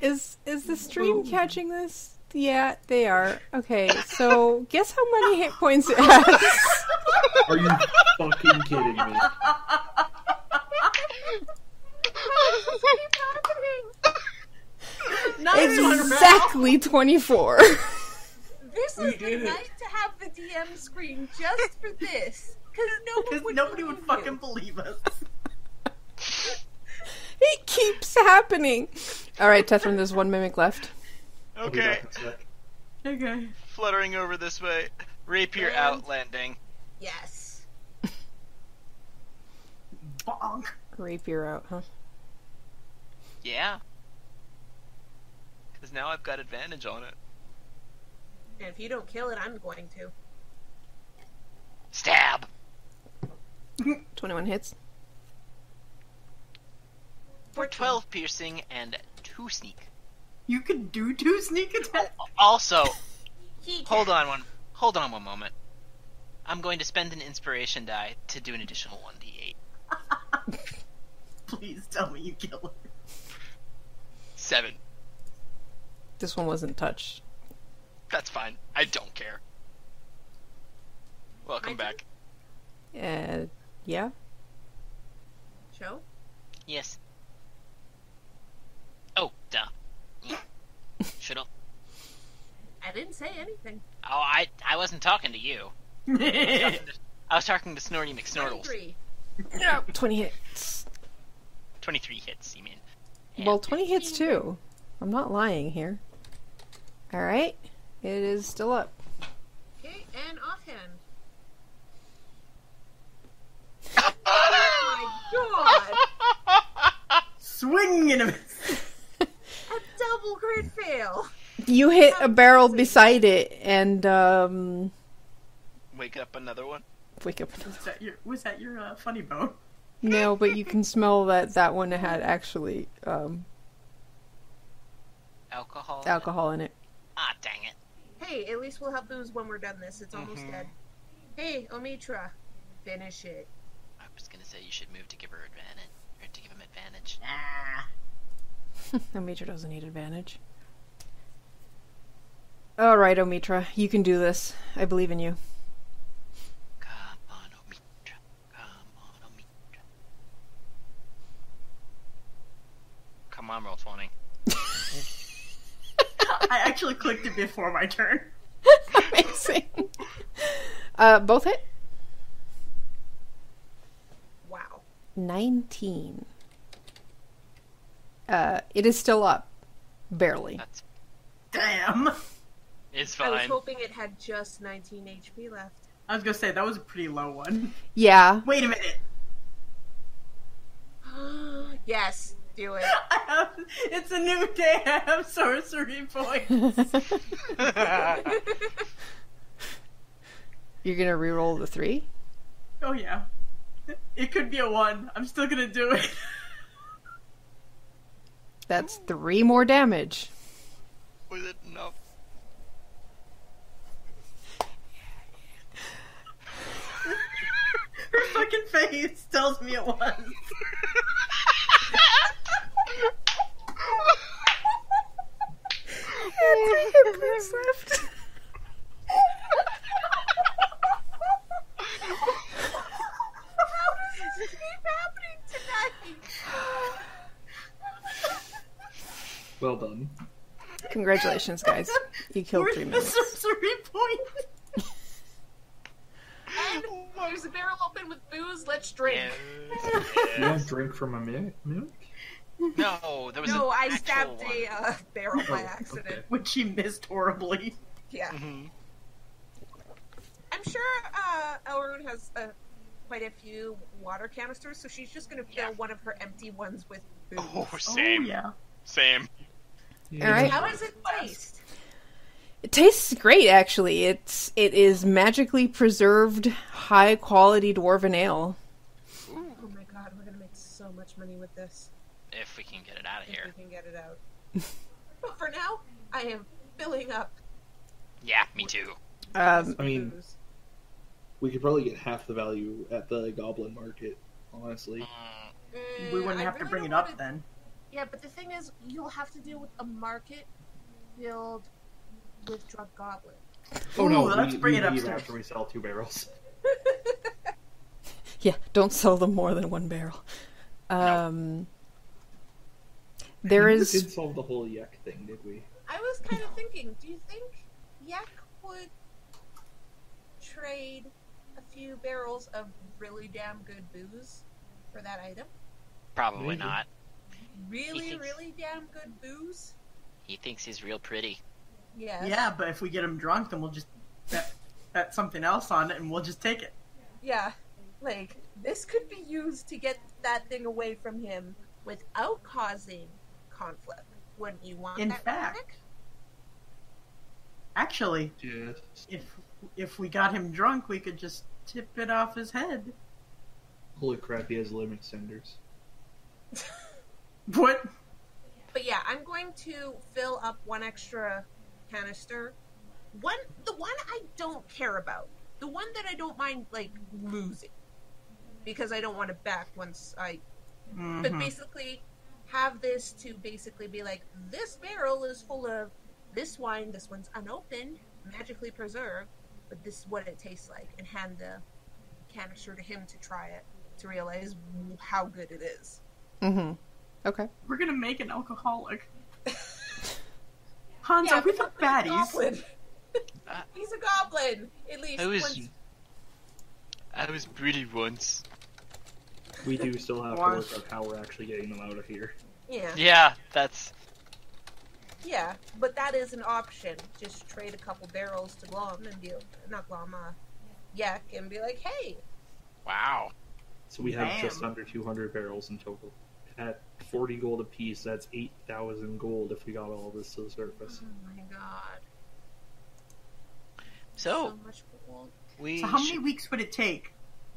[SPEAKER 1] Is is the stream catching this? Yeah, they are. Okay, so guess how many hit points it has?
[SPEAKER 3] Are you fucking kidding
[SPEAKER 4] <laughs>
[SPEAKER 3] me?
[SPEAKER 4] Not
[SPEAKER 1] exactly twenty four. <laughs>
[SPEAKER 2] This
[SPEAKER 3] We
[SPEAKER 2] is the
[SPEAKER 3] did it.
[SPEAKER 2] night to have the DM screen just for this, because no one
[SPEAKER 4] Because
[SPEAKER 2] would
[SPEAKER 4] nobody would
[SPEAKER 2] believe
[SPEAKER 4] fucking
[SPEAKER 2] you.
[SPEAKER 4] believe us.
[SPEAKER 1] it keeps happening. All right, Tethrin, there's one mimic left.
[SPEAKER 3] I'll be back
[SPEAKER 5] Okay.
[SPEAKER 3] in a sec.
[SPEAKER 4] Okay.
[SPEAKER 5] Fluttering over this way. Rapier out landing.
[SPEAKER 2] Yes.
[SPEAKER 4] Bonk.
[SPEAKER 1] Rapier out, huh?
[SPEAKER 5] Yeah. Because now I've got advantage on it.
[SPEAKER 2] And if you don't kill it, I'm going to.
[SPEAKER 5] Stab!
[SPEAKER 1] Twenty one hits.
[SPEAKER 5] For 12 piercing and 2 sneak.
[SPEAKER 4] You can do two sneak attacks.
[SPEAKER 5] Also,
[SPEAKER 2] He
[SPEAKER 5] hold on one. Hold on one moment. I'm going to spend an inspiration die to do an additional 1d8.
[SPEAKER 4] Please tell me you kill it.
[SPEAKER 5] 7.
[SPEAKER 1] This one wasn't touched.
[SPEAKER 5] That's fine. I don't care. Welcome
[SPEAKER 2] My
[SPEAKER 5] back.
[SPEAKER 1] Uh, yeah.
[SPEAKER 2] Show?
[SPEAKER 5] Yes. Oh, duh. Shut up.
[SPEAKER 2] I didn't say anything.
[SPEAKER 5] Oh, I I wasn't talking to you. <laughs> I was talking to Snorty McSnortles.
[SPEAKER 2] 23.
[SPEAKER 1] No, twenty hits.
[SPEAKER 5] 23 hits, you mean.
[SPEAKER 1] Well, 20 hits too. I'm not lying here. All right. It is still up.
[SPEAKER 2] Okay, and offhand. Oh my god!
[SPEAKER 4] Swing and a miss.
[SPEAKER 2] A double crit fail!
[SPEAKER 1] You hit a barrel beside it and um
[SPEAKER 5] Wake up another one.
[SPEAKER 1] wake up.
[SPEAKER 4] Was that your, was that your uh, funny bone?
[SPEAKER 1] No, but you can smell that that one had actually um
[SPEAKER 5] Alcohol.
[SPEAKER 1] alcohol in it. <laughs>
[SPEAKER 5] Ah, dang it.
[SPEAKER 2] Hey, at least we'll have booze when we're done this. It's almost
[SPEAKER 5] Mhm.
[SPEAKER 2] dead. Hey, Omitra, finish it.
[SPEAKER 5] I was gonna say you should move to give her advantage. Or to give him advantage.
[SPEAKER 4] Ah.
[SPEAKER 1] Omitra doesn't need advantage. All right, Omitra, you can do this. I believe in <laughs> you.
[SPEAKER 5] Come on, Omitra. Come on, Omitra. Come on, roll 20.
[SPEAKER 4] I actually clicked it before my turn.
[SPEAKER 1] Amazing. uh both hit
[SPEAKER 2] Wow.
[SPEAKER 1] 19. Uh, it is still up. Barely.
[SPEAKER 5] That's.
[SPEAKER 4] Damn.
[SPEAKER 5] It's
[SPEAKER 2] I was
[SPEAKER 5] fine.
[SPEAKER 2] hoping it had just 19 HP left. <gasps>
[SPEAKER 4] I was gonna say that was a pretty low one.
[SPEAKER 1] Yeah.
[SPEAKER 4] Wait a minute. <laughs>
[SPEAKER 2] yes, do
[SPEAKER 4] <laughs>
[SPEAKER 2] it.
[SPEAKER 4] I have, it's a new day. I have sorcery
[SPEAKER 1] <laughs>
[SPEAKER 4] points.
[SPEAKER 1] <laughs> You're going to reroll the three?
[SPEAKER 4] Oh yeah. It could be a one. I'm still gonna do it. <laughs>
[SPEAKER 1] That's three more damage.
[SPEAKER 5] Was it enough?
[SPEAKER 4] Her fucking face tells me it was.
[SPEAKER 2] Keep happening tonight!
[SPEAKER 3] Well done.
[SPEAKER 1] Congratulations, guys. You killed
[SPEAKER 4] Where's
[SPEAKER 1] three
[SPEAKER 4] the
[SPEAKER 1] minutes.
[SPEAKER 4] sorcery point?
[SPEAKER 2] And there's a barrel open with booze, let's drink. <laughs>
[SPEAKER 3] You don't drink from a mi- mimic?
[SPEAKER 5] No, there was
[SPEAKER 2] No,
[SPEAKER 5] an
[SPEAKER 2] I
[SPEAKER 5] actual
[SPEAKER 2] stabbed
[SPEAKER 5] one.
[SPEAKER 2] a uh, barrel by
[SPEAKER 3] Oh,
[SPEAKER 2] accident.
[SPEAKER 3] okay.
[SPEAKER 4] Which she missed horribly.
[SPEAKER 2] Yeah.
[SPEAKER 5] Mhm.
[SPEAKER 2] I'm sure uh, Elrune has uh, quite a few water canisters, so she's just going to fill
[SPEAKER 5] Yeah.
[SPEAKER 2] one of her empty ones with booze.
[SPEAKER 5] Oh,
[SPEAKER 4] Oh
[SPEAKER 5] same.
[SPEAKER 4] yeah.
[SPEAKER 5] Same.
[SPEAKER 3] Yeah.
[SPEAKER 1] All right.
[SPEAKER 2] How does it taste?
[SPEAKER 1] It tastes great, actually. It's it is magically preserved, high quality dwarven ale.
[SPEAKER 5] Hmm.
[SPEAKER 2] Oh my god, we're going to make so much money with this
[SPEAKER 5] If we can get it out of
[SPEAKER 2] if we
[SPEAKER 5] here.
[SPEAKER 2] can get it out. but for now, I am filling up.
[SPEAKER 5] Yeah, me too.
[SPEAKER 8] Um,
[SPEAKER 3] I mean, we could probably get half the value at the goblin market, honestly.
[SPEAKER 5] Mm,
[SPEAKER 2] Mm,
[SPEAKER 4] We wouldn't
[SPEAKER 2] I
[SPEAKER 4] have to
[SPEAKER 2] really
[SPEAKER 4] bring it
[SPEAKER 2] don't
[SPEAKER 4] up
[SPEAKER 2] wanna-
[SPEAKER 4] then.
[SPEAKER 2] Yeah, but the thing is, you'll have to deal with a market filled with drug goblins. <laughs>
[SPEAKER 3] oh no,
[SPEAKER 4] Ooh, let's
[SPEAKER 3] we,
[SPEAKER 4] bring
[SPEAKER 3] we
[SPEAKER 4] it
[SPEAKER 3] leave
[SPEAKER 4] upstairs.
[SPEAKER 3] after we sell two barrels.
[SPEAKER 1] Yeah, don't sell them more than one barrel. Um,
[SPEAKER 3] We
[SPEAKER 1] There
[SPEAKER 3] never
[SPEAKER 1] is
[SPEAKER 3] <laughs> did solve the whole yuck thing, did we?
[SPEAKER 2] I was kind of thinking, do you think Yak would trade a few barrels of really damn good booze for that item?
[SPEAKER 5] probably
[SPEAKER 3] Maybe.
[SPEAKER 5] not.
[SPEAKER 2] Really,
[SPEAKER 5] thinks-
[SPEAKER 2] really damn good booze?
[SPEAKER 5] He thinks he's real pretty.
[SPEAKER 2] Yes.
[SPEAKER 4] Yeah, but if we get him drunk, then we'll just bet, bet something else on it, and we'll just take it.
[SPEAKER 2] Yeah. Like, this could be used to get that thing away from him without causing conflict. Wouldn't you want
[SPEAKER 4] In
[SPEAKER 2] that,
[SPEAKER 4] fact-
[SPEAKER 2] Nick?
[SPEAKER 4] Actually,
[SPEAKER 3] Yes.
[SPEAKER 4] if if we got him drunk, we could just tip it off his head.
[SPEAKER 3] Holy crap, he has limit senders.
[SPEAKER 4] What?
[SPEAKER 2] But yeah, I'm going to fill up one extra canister. One, the one I don't care about, the one that I don't mind like losing, because I don't want it back once I. But
[SPEAKER 4] Mhm.
[SPEAKER 2] basically, have this to basically be like, this barrel is full of this wine. This one's unopened, magically preserved, but this is what it tastes like, and hand the canister to him to try it to realize how good it is.
[SPEAKER 1] mhm. okay.
[SPEAKER 4] We're gonna make an alcoholic. Hans,
[SPEAKER 2] Yeah,
[SPEAKER 4] are we
[SPEAKER 2] but he's
[SPEAKER 4] the
[SPEAKER 2] a
[SPEAKER 4] baddies?
[SPEAKER 2] goblin.
[SPEAKER 5] Uh,
[SPEAKER 2] <laughs> he's a goblin. At least
[SPEAKER 5] I was,
[SPEAKER 2] once-
[SPEAKER 5] I was pretty once.
[SPEAKER 3] We do still have to
[SPEAKER 4] Why?
[SPEAKER 3] work out how we're actually getting them out of here.
[SPEAKER 2] Yeah,
[SPEAKER 5] Yeah, that's
[SPEAKER 2] yeah. But that is an option. Just trade a couple barrels to Glom and be not Glom, uh, Yak, and be like, hey,
[SPEAKER 5] wow.
[SPEAKER 3] So we have
[SPEAKER 4] Damn.
[SPEAKER 3] just under 200 barrels in total. At 40 gold apiece, that's 8,000 gold if we got all this to the surface.
[SPEAKER 2] oh my god, so
[SPEAKER 5] So
[SPEAKER 2] much gold.
[SPEAKER 5] we
[SPEAKER 4] So how many
[SPEAKER 5] should-
[SPEAKER 4] weeks would it take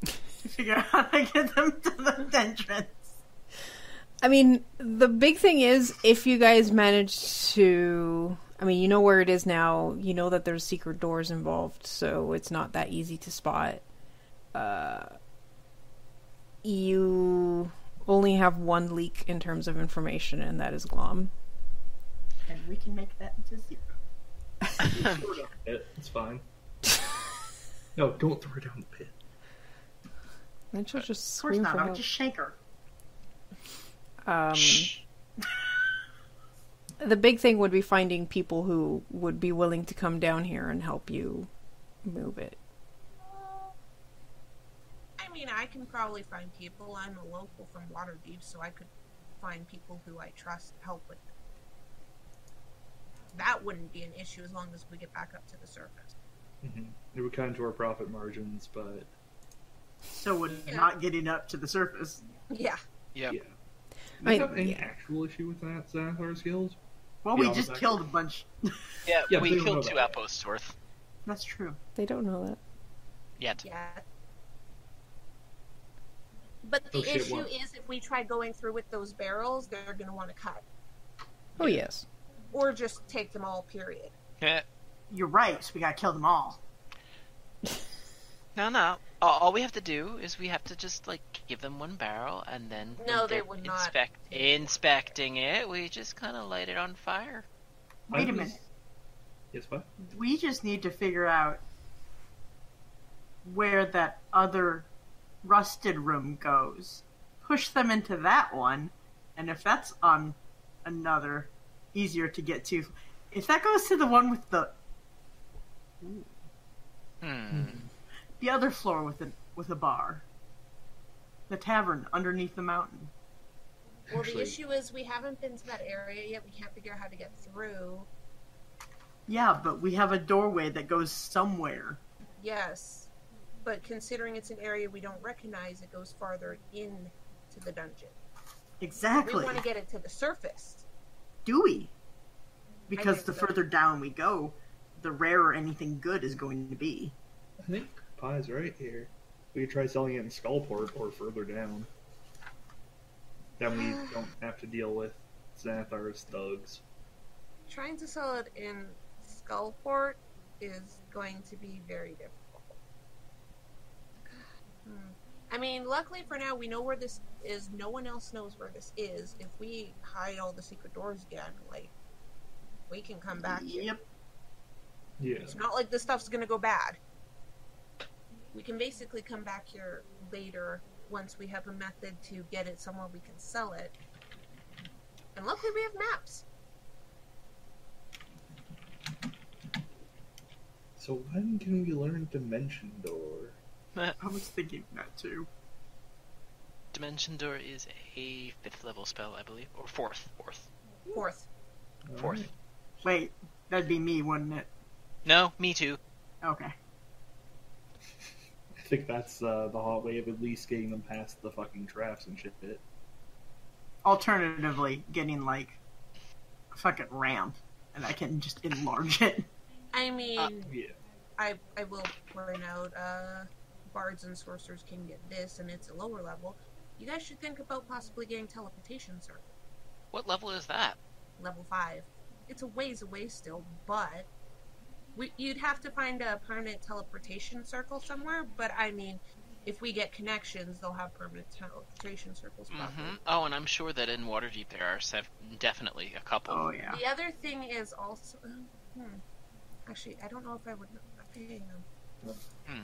[SPEAKER 4] to figure out how to get them to
[SPEAKER 2] <laughs>
[SPEAKER 4] the entrance?
[SPEAKER 1] I mean, the big thing is if you guys manage to. I mean, you know where it is now. You know that there's secret doors involved, so it's not that easy to spot. Uh, you only have one leak in terms of information, and that is Glom.
[SPEAKER 4] And we can make that into zero.
[SPEAKER 3] Throw it down
[SPEAKER 4] Mm-hmm.
[SPEAKER 3] the pit, It's fine. <laughs> no, don't throw it down the pit.
[SPEAKER 1] And she'll just
[SPEAKER 4] Of course
[SPEAKER 1] scream
[SPEAKER 4] not.
[SPEAKER 1] for
[SPEAKER 4] I'll
[SPEAKER 1] help.
[SPEAKER 4] just shake her.
[SPEAKER 1] Um,
[SPEAKER 5] Shh.
[SPEAKER 1] the big thing would be finding people who would be willing to come down here and help you move it.
[SPEAKER 2] I mean, I can probably find people. I'm a local from Waterdeep, so I could find people who I trust to help with. That wouldn't be an issue as long as we get back up to the surface.
[SPEAKER 3] hmm It would cut into our profit margins, but
[SPEAKER 4] So would
[SPEAKER 2] Yeah.
[SPEAKER 4] not getting up to the surface.
[SPEAKER 2] Yeah.
[SPEAKER 5] Yep.
[SPEAKER 3] yeah. Do
[SPEAKER 1] I-
[SPEAKER 3] you have any
[SPEAKER 1] yeah.
[SPEAKER 3] actual issue with that, Xanathar skills?
[SPEAKER 4] Well,
[SPEAKER 3] Yeah,
[SPEAKER 4] we
[SPEAKER 3] I'll
[SPEAKER 4] just
[SPEAKER 3] back
[SPEAKER 4] killed a bunch.
[SPEAKER 5] Yeah,
[SPEAKER 3] Yeah,
[SPEAKER 5] we
[SPEAKER 3] they don't know
[SPEAKER 5] killed
[SPEAKER 3] about
[SPEAKER 5] two
[SPEAKER 3] that.
[SPEAKER 5] outposts worth
[SPEAKER 4] That's true.
[SPEAKER 1] They don't know that.
[SPEAKER 5] yet.
[SPEAKER 2] Yeah. But the
[SPEAKER 3] Oh, shit,
[SPEAKER 2] issue
[SPEAKER 3] what?
[SPEAKER 2] is if we try going through with those barrels, they're going to want to cut.
[SPEAKER 1] Oh yes.
[SPEAKER 2] Or just take them all, period.
[SPEAKER 4] You're right. So we gotta kill them all.
[SPEAKER 5] no, no. All, all we have to do is we have to just like give them one barrel and then
[SPEAKER 2] No,
[SPEAKER 5] when
[SPEAKER 2] they
[SPEAKER 5] they're
[SPEAKER 2] would not.
[SPEAKER 5] inspect- inspecting it. We just kind of light it on fire.
[SPEAKER 4] Wait
[SPEAKER 3] a
[SPEAKER 4] a minute.
[SPEAKER 3] Yes, what?
[SPEAKER 4] We just need to figure out where that other rusted room goes. Push them into that one, and if that's on another, easier to get to. If that goes to the one with the
[SPEAKER 5] Hmm.
[SPEAKER 4] the other floor with a with a bar, the tavern underneath the mountain.
[SPEAKER 2] Well, the
[SPEAKER 3] Actually-
[SPEAKER 2] issue is we haven't been to that area yet. We can't figure out how to get through.
[SPEAKER 4] Yeah, but we have a doorway that goes somewhere.
[SPEAKER 2] Yes. But considering it's an area we don't recognize, it goes farther in to the dungeon. We
[SPEAKER 4] Exactly.
[SPEAKER 2] want to get it to the surface.
[SPEAKER 4] Do we? Because
[SPEAKER 2] guess
[SPEAKER 4] the
[SPEAKER 2] so.
[SPEAKER 4] further down we go, the rarer anything good is going to be.
[SPEAKER 3] I think pie's right here. We could try selling it in Skullport or further down. Then we don't have to deal with Xanathar's thugs.
[SPEAKER 2] Trying to sell it in Skullport is going to be very difficult. Hmm. I mean, luckily for now, we know where this is. No one else knows where this is. If we hide all the secret doors again, like, we can come back here.
[SPEAKER 4] Yep.
[SPEAKER 3] Yeah.
[SPEAKER 2] It's not like this stuff's gonna go bad. We can basically come back here later once we have a method to get it somewhere we can sell it. And luckily we have maps.
[SPEAKER 3] So when can we learn Dimension Door?
[SPEAKER 4] I was thinking that too.
[SPEAKER 5] Dimension Door is a fifth level spell, I believe, or fourth, fourth,
[SPEAKER 2] Fourth.
[SPEAKER 5] fourth.
[SPEAKER 3] Alright.
[SPEAKER 4] Wait, that'd be me, wouldn't it?
[SPEAKER 5] No, me too.
[SPEAKER 4] Okay.
[SPEAKER 3] I think that's uh, the hot way of at least getting them past the fucking traps and shit.
[SPEAKER 4] Alternatively, getting like a fucking ramp, and I can just enlarge it.
[SPEAKER 2] I mean,
[SPEAKER 3] Yeah.
[SPEAKER 2] I I will point out, uh, bards and sorcerers can get this, and it's a lower level. You guys should think about possibly getting teleportation circle,
[SPEAKER 5] What level is that?
[SPEAKER 2] level five. It's a ways away still, but we, you'd have to find a permanent teleportation circle somewhere. But I mean, if we get connections, they'll have permanent teleportation circles. probably.
[SPEAKER 5] hmm Oh, and I'm sure that in Waterdeep there are sev- definitely a couple.
[SPEAKER 4] Oh yeah.
[SPEAKER 2] The other thing is also, uh, hmm. actually, I don't know if I would. Hang on.
[SPEAKER 5] Hmm.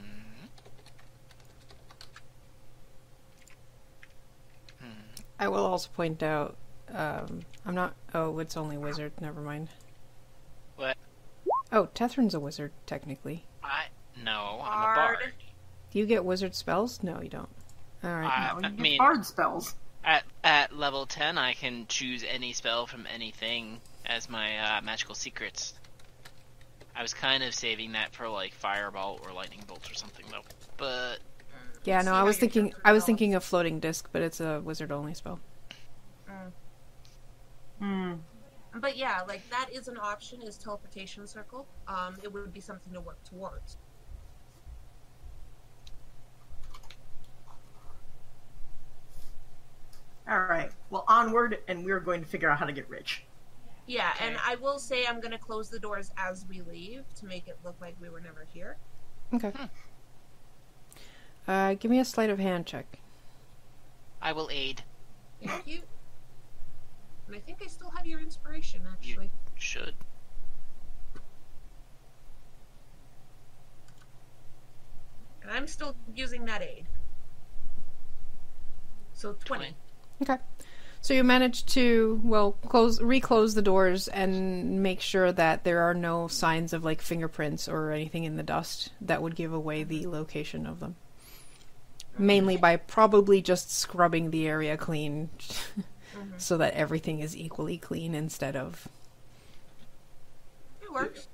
[SPEAKER 5] Hmm.
[SPEAKER 1] I will also point out. Um, I'm not. Oh, it's only wizard. Never mind.
[SPEAKER 5] What?
[SPEAKER 1] Oh, Tethrin's a wizard technically.
[SPEAKER 5] I no, I'm a
[SPEAKER 2] Bard.
[SPEAKER 5] bard.
[SPEAKER 1] Do you get wizard spells? No, you don't. All right.
[SPEAKER 5] I,
[SPEAKER 4] Oh,
[SPEAKER 5] I
[SPEAKER 4] you get
[SPEAKER 5] mean,
[SPEAKER 4] bard spells.
[SPEAKER 5] at at level ten, I can choose any spell from anything as my uh, magical secrets. I was kind of saving that for like fireball or lightning bolt or something though. But
[SPEAKER 1] yeah,
[SPEAKER 2] see
[SPEAKER 1] no,
[SPEAKER 2] how
[SPEAKER 1] I was
[SPEAKER 2] your
[SPEAKER 1] thinking.
[SPEAKER 2] character
[SPEAKER 1] I was
[SPEAKER 2] develops.
[SPEAKER 1] thinking of floating disc, but it's a wizard only spell.
[SPEAKER 4] Hmm.
[SPEAKER 2] But yeah, like that is an option is teleportation circle. Um, it would be something to work towards.
[SPEAKER 4] All right. Well, onward, and we're going to figure out how to get rich.
[SPEAKER 2] Yeah, and
[SPEAKER 5] Okay.
[SPEAKER 2] I will say I'm gonna close the doors as we leave to make it look like we were never here.
[SPEAKER 1] Okay. Uh, give me a sleight of hand check.
[SPEAKER 5] I will aid.
[SPEAKER 2] Thank you. And I think I still have your inspiration actually.
[SPEAKER 5] Should
[SPEAKER 2] And I'm still using that aid. So twenty.
[SPEAKER 1] Okay. So you manage to well close reclose the doors and make sure that there are no signs of like fingerprints or anything in the dust that would give away the location of them. Mainly by probably just scrubbing the area clean <laughs> so that everything is equally clean instead of
[SPEAKER 2] It works.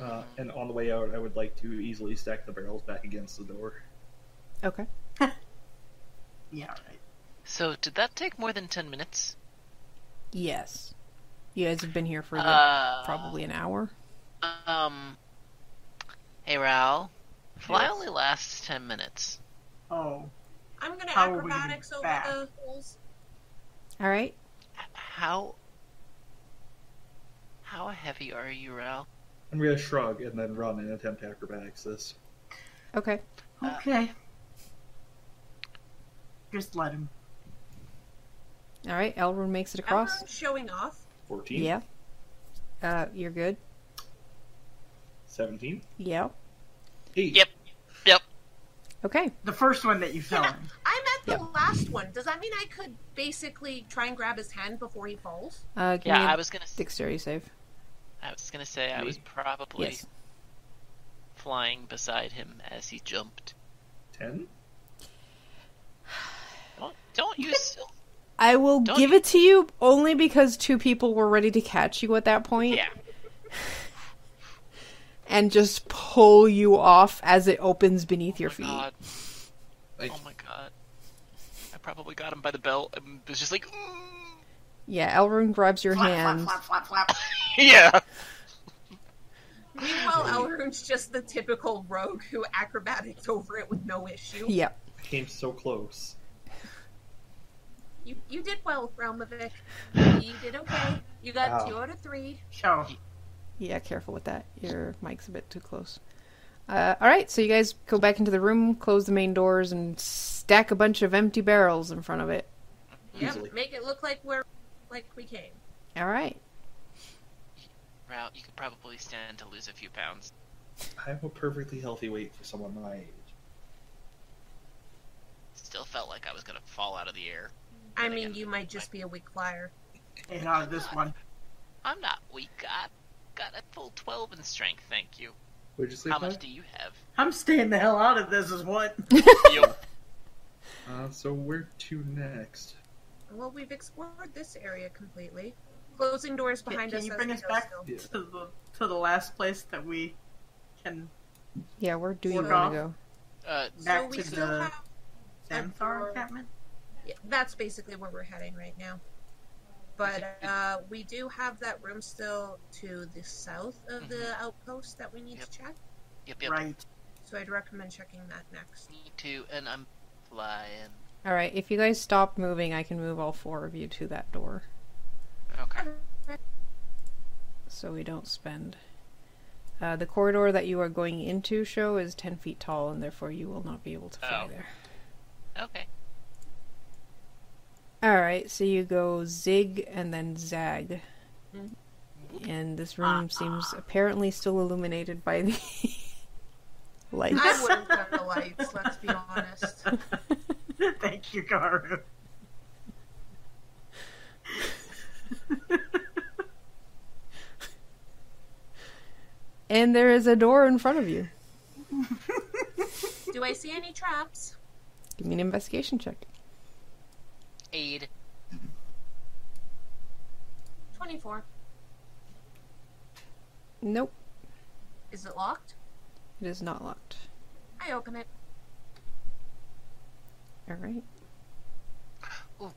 [SPEAKER 3] Uh, and on the way out, I would like to easily stack the barrels back against the door.
[SPEAKER 1] Okay.
[SPEAKER 4] Yeah. all Right.
[SPEAKER 5] so? Did that take more than ten minutes?
[SPEAKER 1] Yes. You guys have been here for like,
[SPEAKER 5] Uh,
[SPEAKER 1] probably an hour.
[SPEAKER 5] Um. Hey, Raoul. Fly
[SPEAKER 3] Yes.
[SPEAKER 5] only lasts ten minutes.
[SPEAKER 4] Oh.
[SPEAKER 2] I'm gonna
[SPEAKER 4] How are we
[SPEAKER 2] acrobatics over
[SPEAKER 4] back?
[SPEAKER 2] the holes.
[SPEAKER 1] All right.
[SPEAKER 5] How? How heavy are you, Raoul?
[SPEAKER 3] I'm gonna shrug and then run and attempt acrobatics this.
[SPEAKER 1] Okay.
[SPEAKER 4] Okay. uh, Just let him.
[SPEAKER 1] All right. Elrond makes it
[SPEAKER 2] I'm
[SPEAKER 1] across.
[SPEAKER 2] showing off.
[SPEAKER 3] 14?
[SPEAKER 1] Yeah. Uh, you're good.
[SPEAKER 3] 17?
[SPEAKER 1] Yeah.
[SPEAKER 3] 8?
[SPEAKER 5] Yep. Yep.
[SPEAKER 1] Okay.
[SPEAKER 4] The first one that you fell
[SPEAKER 2] Yeah,
[SPEAKER 4] in.
[SPEAKER 2] I'm at the
[SPEAKER 1] Yep.
[SPEAKER 2] last one. Does that mean I could basically try and grab his hand before he falls?
[SPEAKER 1] Uh, give me
[SPEAKER 5] Yeah,
[SPEAKER 1] a
[SPEAKER 5] I was gonna. s-
[SPEAKER 1] dexterity save.
[SPEAKER 5] I was gonna say I was probably
[SPEAKER 1] Yes.
[SPEAKER 5] flying beside him as he jumped.
[SPEAKER 3] 10?
[SPEAKER 5] Don't,
[SPEAKER 1] <laughs>
[SPEAKER 5] don't you? still...
[SPEAKER 1] I will
[SPEAKER 5] Don't
[SPEAKER 1] give
[SPEAKER 5] you-
[SPEAKER 1] it to you only because two people were ready to catch you at that point
[SPEAKER 5] Yeah.
[SPEAKER 1] <laughs> and just pull you off as it opens beneath your feet.
[SPEAKER 5] Oh God.
[SPEAKER 3] Like-
[SPEAKER 5] Oh my god. I probably got him by the belt and was just like, "Mm."
[SPEAKER 1] Yeah, Elrond grabs your
[SPEAKER 4] Flap,
[SPEAKER 1] hand.
[SPEAKER 4] flap, flap, flap, flap.
[SPEAKER 5] yeah.
[SPEAKER 2] Meanwhile, Elrond's just the typical rogue who acrobatics over it with no issue.
[SPEAKER 1] Yep.
[SPEAKER 3] I came so close.
[SPEAKER 2] You you did well, Realmovic.
[SPEAKER 4] <sighs>
[SPEAKER 2] You did okay. You got
[SPEAKER 9] Wow.
[SPEAKER 2] two out of three.
[SPEAKER 4] So,
[SPEAKER 1] Yeah, careful with that. Your mic's a bit too close. Uh, all right, so you guys go back into the room, close the main doors, and stack a bunch of empty barrels in front of it.
[SPEAKER 2] Yep.
[SPEAKER 3] Easily.
[SPEAKER 2] Make it look like we're like we came.
[SPEAKER 1] All right.
[SPEAKER 5] Ral, you could probably stand to lose a few pounds.
[SPEAKER 3] I'm a perfectly healthy weight for someone my age.
[SPEAKER 5] Still felt like I was gonna fall out of the air.
[SPEAKER 2] I
[SPEAKER 5] Then
[SPEAKER 2] mean,
[SPEAKER 5] again,
[SPEAKER 2] you might just be a weak flyer.
[SPEAKER 4] you know, this one.
[SPEAKER 5] I'm not weak. I got a full 12 in strength, thank you.
[SPEAKER 3] Would you say
[SPEAKER 5] How
[SPEAKER 3] that?
[SPEAKER 5] much do you have?
[SPEAKER 4] I'm staying the hell out of this, is what.
[SPEAKER 3] Uh, so where to next?
[SPEAKER 2] Well, we've explored this area completely. Closing doors behind
[SPEAKER 4] <laughs> can
[SPEAKER 2] us.
[SPEAKER 4] you
[SPEAKER 2] as
[SPEAKER 4] bring
[SPEAKER 2] we
[SPEAKER 4] us
[SPEAKER 2] go
[SPEAKER 4] back
[SPEAKER 2] still.
[SPEAKER 3] Yeah.
[SPEAKER 4] to the to the last place that we can
[SPEAKER 1] Yeah, where do you
[SPEAKER 4] Fork
[SPEAKER 1] want
[SPEAKER 4] off.
[SPEAKER 1] to go?
[SPEAKER 5] Uh,
[SPEAKER 2] So
[SPEAKER 4] back
[SPEAKER 2] we
[SPEAKER 4] to
[SPEAKER 2] still
[SPEAKER 4] the
[SPEAKER 2] have. time
[SPEAKER 4] Xanthar
[SPEAKER 2] for-
[SPEAKER 4] encampment?
[SPEAKER 2] yeah, that's basically where we're heading right now. But uh, we do have that room still to the south of the outpost that we need
[SPEAKER 5] Yep.
[SPEAKER 2] to check.
[SPEAKER 5] yep, yep.
[SPEAKER 4] Right.
[SPEAKER 2] So I'd recommend checking that next.
[SPEAKER 5] Me too, and I'm flying.
[SPEAKER 1] All right, if you guys stop moving, I can move all four of you to that door
[SPEAKER 5] Okay.
[SPEAKER 1] so we don't spend. Uh, the corridor that you are going into, show, is 10 feet tall, and therefore you will not be able to fly
[SPEAKER 5] Oh.
[SPEAKER 1] there.
[SPEAKER 5] Okay.
[SPEAKER 1] All right, so you go zig and then zag. And this room seems apparently still illuminated by the <laughs> light.
[SPEAKER 2] I wouldn't turn the lights, let's be <laughs> honest.
[SPEAKER 4] Thank you, Garu. <laughs>
[SPEAKER 1] And there is a door in front of you.
[SPEAKER 2] Do I see any traps?
[SPEAKER 1] Give me an investigation check.
[SPEAKER 5] Aid.
[SPEAKER 2] 24.
[SPEAKER 1] Nope,
[SPEAKER 2] Is it locked?
[SPEAKER 1] it is not locked.
[SPEAKER 2] I open it.
[SPEAKER 1] All right.
[SPEAKER 5] Ooh.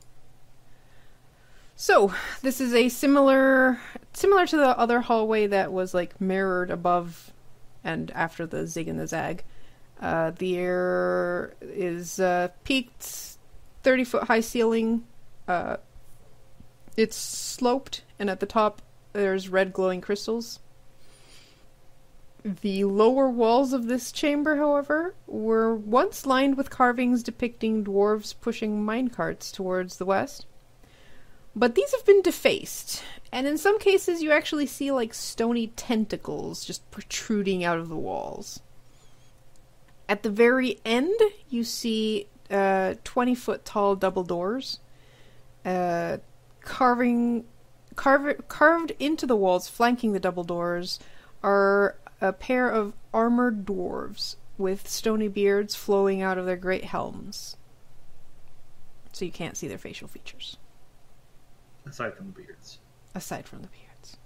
[SPEAKER 1] So this is a similar, similar to the other hallway that was like mirrored above and after the zig and the zag. Uh, the air is uh, peaked, thirty foot high ceiling. Uh, it's sloped, and at the top there's red glowing crystals. The lower walls of this chamber, however, were once lined with carvings depicting dwarves pushing minecarts towards the west. But these have been defaced, and in some cases you actually see like stony tentacles just protruding out of the walls. At the very end, you see 20 foot tall double doors. Uh, carving, carve, carved into the walls, flanking the double doors, are a pair of armored dwarves with stony beards flowing out of their great helms. So you can't see their facial features,
[SPEAKER 3] Aside from the beards.
[SPEAKER 1] aside from the beards.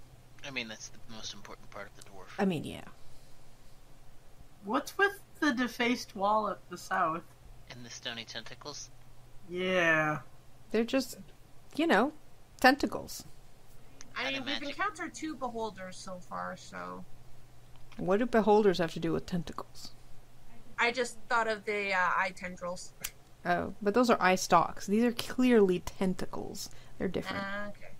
[SPEAKER 5] I mean, that's the most important part of the dwarf.
[SPEAKER 1] I mean, yeah.
[SPEAKER 4] What's with the defaced wall at the south?
[SPEAKER 5] and the stony tentacles.
[SPEAKER 4] Yeah.
[SPEAKER 1] They're just, you know, tentacles.
[SPEAKER 2] I
[SPEAKER 5] And
[SPEAKER 2] mean,
[SPEAKER 5] a
[SPEAKER 2] we've
[SPEAKER 5] magic-
[SPEAKER 2] encountered two beholders so far, so.
[SPEAKER 1] What do beholders have to do with tentacles?
[SPEAKER 2] I just thought of the uh, eye tendrils.
[SPEAKER 1] Oh, but those are eye stalks. These are clearly tentacles. They're different.
[SPEAKER 2] Uh, okay.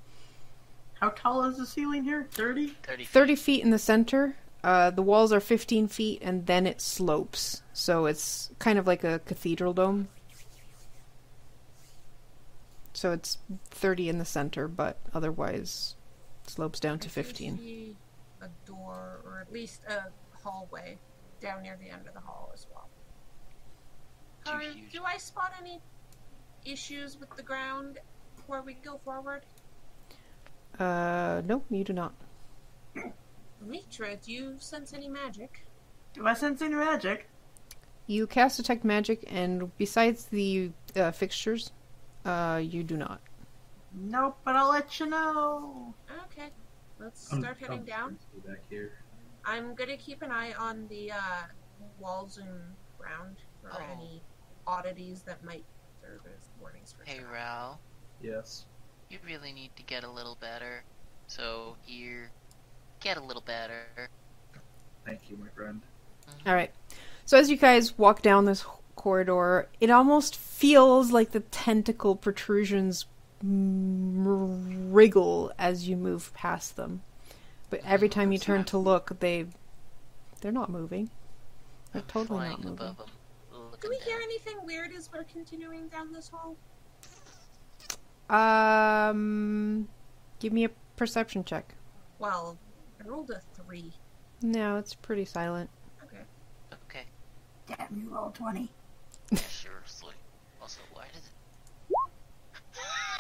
[SPEAKER 4] How tall is the ceiling here? 30?
[SPEAKER 5] 30 feet.
[SPEAKER 1] 30 feet in the center. Uh, the walls are 15 feet, and then it slopes. So it's kind of like a cathedral dome. So it's 30 in the center, but otherwise slopes down to 15.
[SPEAKER 2] see a door or at least a hallway down near the end of the hall as well.
[SPEAKER 5] Too
[SPEAKER 2] Or
[SPEAKER 5] huge.
[SPEAKER 2] do I spot any issues with the ground before we go forward?
[SPEAKER 1] Uh, no, you do not.
[SPEAKER 2] Mitra, do you sense any magic?
[SPEAKER 4] Do I sense any magic?
[SPEAKER 1] You cast Detect Magic, and besides the uh, fixtures, uh, you do not.
[SPEAKER 4] Nope, but I'll let you know.
[SPEAKER 2] Okay, let's
[SPEAKER 3] I'm-
[SPEAKER 2] start heading
[SPEAKER 3] I'm
[SPEAKER 2] down.
[SPEAKER 3] Back here.
[SPEAKER 2] I'm gonna keep an eye on the uh, walls and ground for
[SPEAKER 5] Oh.
[SPEAKER 2] any oddities that might serve as warnings for.
[SPEAKER 5] Hey,
[SPEAKER 2] traps.
[SPEAKER 5] Ral,
[SPEAKER 3] Yes.
[SPEAKER 5] you really need to get a little better. So, here, get a little better.
[SPEAKER 3] Thank you, my friend.
[SPEAKER 1] All right. So as you guys walk down this corridor. It almost feels like the tentacle protrusions m- wriggle as you move past them. But every time you turn to look, they they're not moving. They're totally
[SPEAKER 9] flying
[SPEAKER 1] not moving.
[SPEAKER 9] above them.
[SPEAKER 2] Do we hear anything weird as we're continuing down this hall?
[SPEAKER 1] Um, give me a perception check.
[SPEAKER 2] Well, I rolled a
[SPEAKER 4] <laughs>
[SPEAKER 2] three.
[SPEAKER 1] No, it's pretty silent.
[SPEAKER 2] Okay.
[SPEAKER 1] <laughs>
[SPEAKER 9] Okay,
[SPEAKER 4] Damn, you rolled 20.
[SPEAKER 9] seriously. Also, why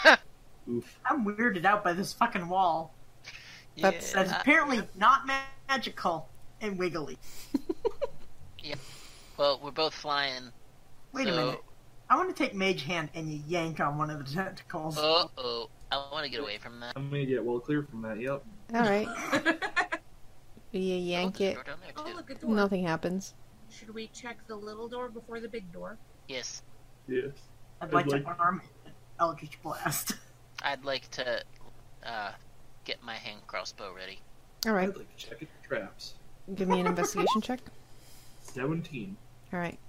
[SPEAKER 9] does it? <laughs>
[SPEAKER 3] Oof.
[SPEAKER 4] I'm weirded out by this fucking wall
[SPEAKER 1] <laughs> That's-
[SPEAKER 4] that's
[SPEAKER 9] yeah, Uh,
[SPEAKER 4] apparently not ma- magical and wiggly.
[SPEAKER 9] well, we're both flying.
[SPEAKER 4] Wait a
[SPEAKER 9] so-
[SPEAKER 4] minute. I want to take Mage Hand and you yank on one of the tentacles.
[SPEAKER 9] Oh, oh. I want to get away from that.
[SPEAKER 3] I'm gonna get well clear from that. Yep.
[SPEAKER 1] All right, you yank
[SPEAKER 9] oh, there's
[SPEAKER 1] it.
[SPEAKER 9] a door down there,
[SPEAKER 2] oh,
[SPEAKER 9] too.
[SPEAKER 2] look, a door.
[SPEAKER 1] Nothing happens.
[SPEAKER 2] Should we check the little door before the big door?
[SPEAKER 9] Yes,
[SPEAKER 3] Yes.
[SPEAKER 4] I'd like
[SPEAKER 3] I'd
[SPEAKER 4] to
[SPEAKER 3] like-
[SPEAKER 4] arm it. Eldritch Blast.
[SPEAKER 9] I'd like to uh, get my hand crossbow ready.
[SPEAKER 1] All right,
[SPEAKER 3] I'd like to check at the traps.
[SPEAKER 1] give me an investigation check.
[SPEAKER 3] Seventeen.
[SPEAKER 1] All right.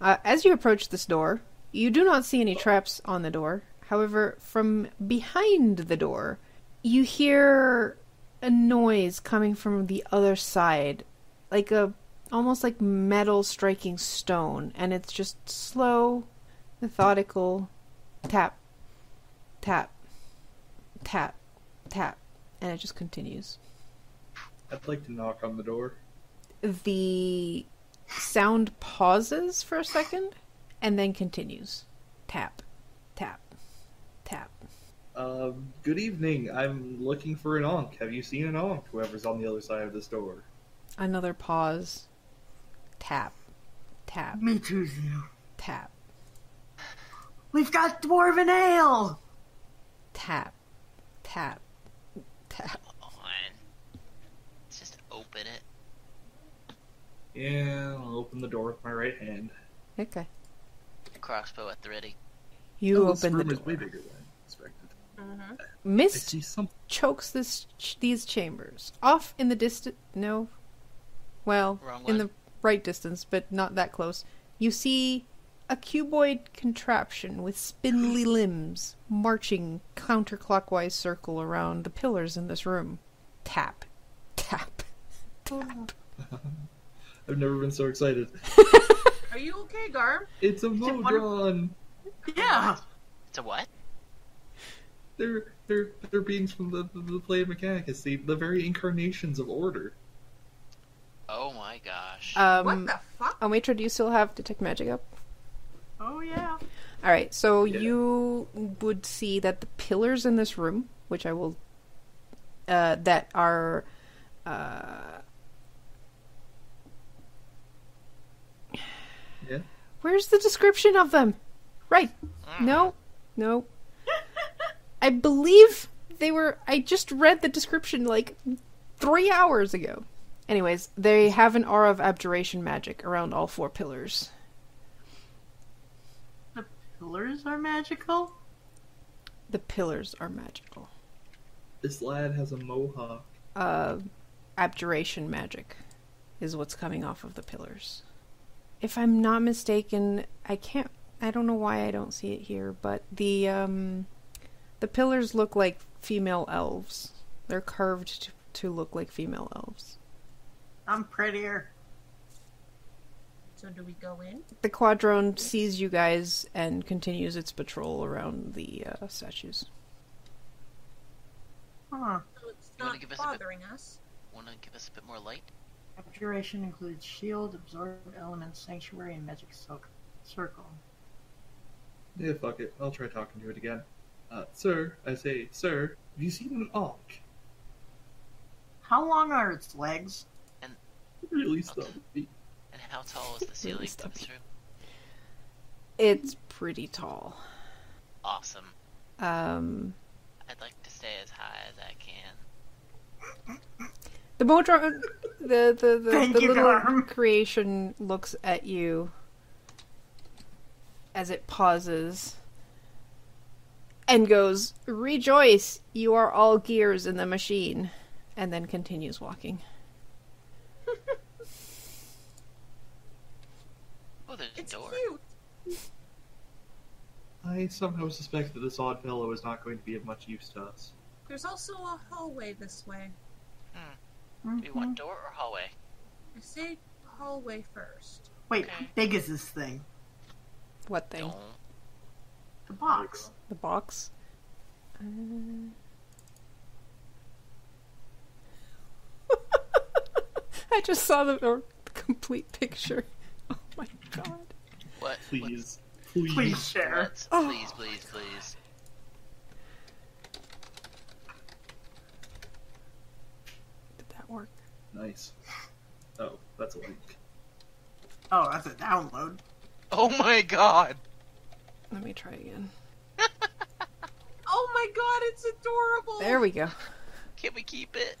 [SPEAKER 1] Uh, as you approach this door, you do not see any traps on the door. However, from behind the door, you hear a noise coming from the other side, like a almost like metal striking stone, and it's just slow, methodical tap, tap, tap, tap, and it just continues.
[SPEAKER 3] I'd like to knock on the door.
[SPEAKER 1] the sound pauses for a second and then continues. Tap, tap, tap.
[SPEAKER 3] Um, good evening. I'm looking for an onk. Have you seen an onk? Whoever's on the other side of this door.
[SPEAKER 1] Another pause. Tap, tap,
[SPEAKER 4] <laughs> Me too, Zeno.
[SPEAKER 1] tap,
[SPEAKER 4] We've got Dwarven Ale!
[SPEAKER 1] tap, tap, tap.
[SPEAKER 9] on. Let's just open it.
[SPEAKER 3] Yeah, I'll open the door with my right hand.
[SPEAKER 1] Okay.
[SPEAKER 9] Crossbow at the ready.
[SPEAKER 1] You
[SPEAKER 3] Oh, this
[SPEAKER 1] open the
[SPEAKER 3] room is way
[SPEAKER 1] door.
[SPEAKER 3] bigger than I expected.
[SPEAKER 4] Mm-hmm.
[SPEAKER 3] I
[SPEAKER 1] Mist
[SPEAKER 3] see something.
[SPEAKER 1] chokes this ch- these chambers. Off in the distance, no, well,
[SPEAKER 9] Wrong
[SPEAKER 1] in
[SPEAKER 9] one.
[SPEAKER 1] the right distance, but not that close. You see a cuboid contraption with spindly limbs marching counterclockwise circle around the pillars in this room. Tap, tap.
[SPEAKER 3] I've never been so excited.
[SPEAKER 2] Are you okay, Garm?
[SPEAKER 3] It's a
[SPEAKER 4] it one of-
[SPEAKER 3] Modron.
[SPEAKER 4] Yeah!
[SPEAKER 9] It's a what?
[SPEAKER 3] They're they're they're beings from the the, the play of Mechanicus, the, the very incarnations of order.
[SPEAKER 9] Oh my gosh.
[SPEAKER 2] what
[SPEAKER 1] Um,
[SPEAKER 2] the fuck?
[SPEAKER 1] Omitra, do you still have detect magic up?
[SPEAKER 4] Oh, yeah.
[SPEAKER 1] All right, so
[SPEAKER 3] Yeah.
[SPEAKER 1] you would see that the pillars in this room, which I will, uh, that are, uh,
[SPEAKER 3] Yeah.
[SPEAKER 1] where's the description of them? Right? No, no. I believe they were. I just read the description like three hours ago. Anyways, they have an aura of abjuration magic around all four pillars.
[SPEAKER 4] The pillars are magical?
[SPEAKER 1] The pillars are magical.
[SPEAKER 3] This lad has a mohawk.
[SPEAKER 1] uh, abjuration magic is what's coming off of the pillars. If I'm not mistaken, I can't. I don't know why I don't see it here, but the um, the pillars look like female elves. They're curved to, to look like female elves.
[SPEAKER 4] I'm prettier.
[SPEAKER 2] So do we go in?
[SPEAKER 1] The quadrone sees you guys and continues its patrol around the uh, statues.
[SPEAKER 4] Huh.
[SPEAKER 2] So it's
[SPEAKER 9] You wanna
[SPEAKER 2] not
[SPEAKER 9] give us a bit-
[SPEAKER 2] bothering us.
[SPEAKER 9] Want to give us a bit more light?
[SPEAKER 4] Abjuration includes shield, absorb element, sanctuary, and magic silk. circle.
[SPEAKER 3] Yeah, fuck it. I'll try talking to it again. Uh, sir, I say, sir, have you seen an onk?
[SPEAKER 4] How long are its legs?
[SPEAKER 3] Really stumpy.
[SPEAKER 9] And how tall
[SPEAKER 1] <laughs>
[SPEAKER 9] is the ceiling to
[SPEAKER 1] Stop
[SPEAKER 9] this room?
[SPEAKER 1] It's pretty tall.
[SPEAKER 9] Awesome.
[SPEAKER 1] Um,
[SPEAKER 9] I'd like to stay as high as I can.
[SPEAKER 1] The Modron, the the the,
[SPEAKER 4] Thank
[SPEAKER 1] the
[SPEAKER 4] you,
[SPEAKER 1] little
[SPEAKER 4] <laughs> Garm.
[SPEAKER 1] creation looks at you as it pauses and goes, "Rejoice! You are all gears in the machine," and then continues
[SPEAKER 4] <laughs>
[SPEAKER 1] walking.
[SPEAKER 9] Oh, there's
[SPEAKER 2] It's
[SPEAKER 9] Oh, a door.
[SPEAKER 2] cute.
[SPEAKER 3] I somehow suspect that this odd fellow is not going to be of much use to us.
[SPEAKER 2] There's also a hallway this way.
[SPEAKER 9] Do
[SPEAKER 4] Mm-hmm.
[SPEAKER 9] you want door or hallway?
[SPEAKER 2] I say hallway first.
[SPEAKER 4] Wait, how big is this thing?
[SPEAKER 1] What thing?
[SPEAKER 9] Don't.
[SPEAKER 4] The box.
[SPEAKER 1] The
[SPEAKER 4] <laughs>
[SPEAKER 1] box? <laughs> Uh... I just saw the or- complete picture. <laughs> Oh my god.
[SPEAKER 9] What?
[SPEAKER 3] Please. Please.
[SPEAKER 4] Please share.
[SPEAKER 9] What?
[SPEAKER 1] Oh.
[SPEAKER 9] Please, please, please.
[SPEAKER 1] Did that work?
[SPEAKER 3] Nice. Oh, that's a link.
[SPEAKER 4] Oh, that's a download.
[SPEAKER 9] Oh my god!
[SPEAKER 1] Let me try again.
[SPEAKER 2] Oh my god, it's adorable!
[SPEAKER 1] <laughs> There we go.
[SPEAKER 9] Can we keep
[SPEAKER 1] <laughs>
[SPEAKER 9] it?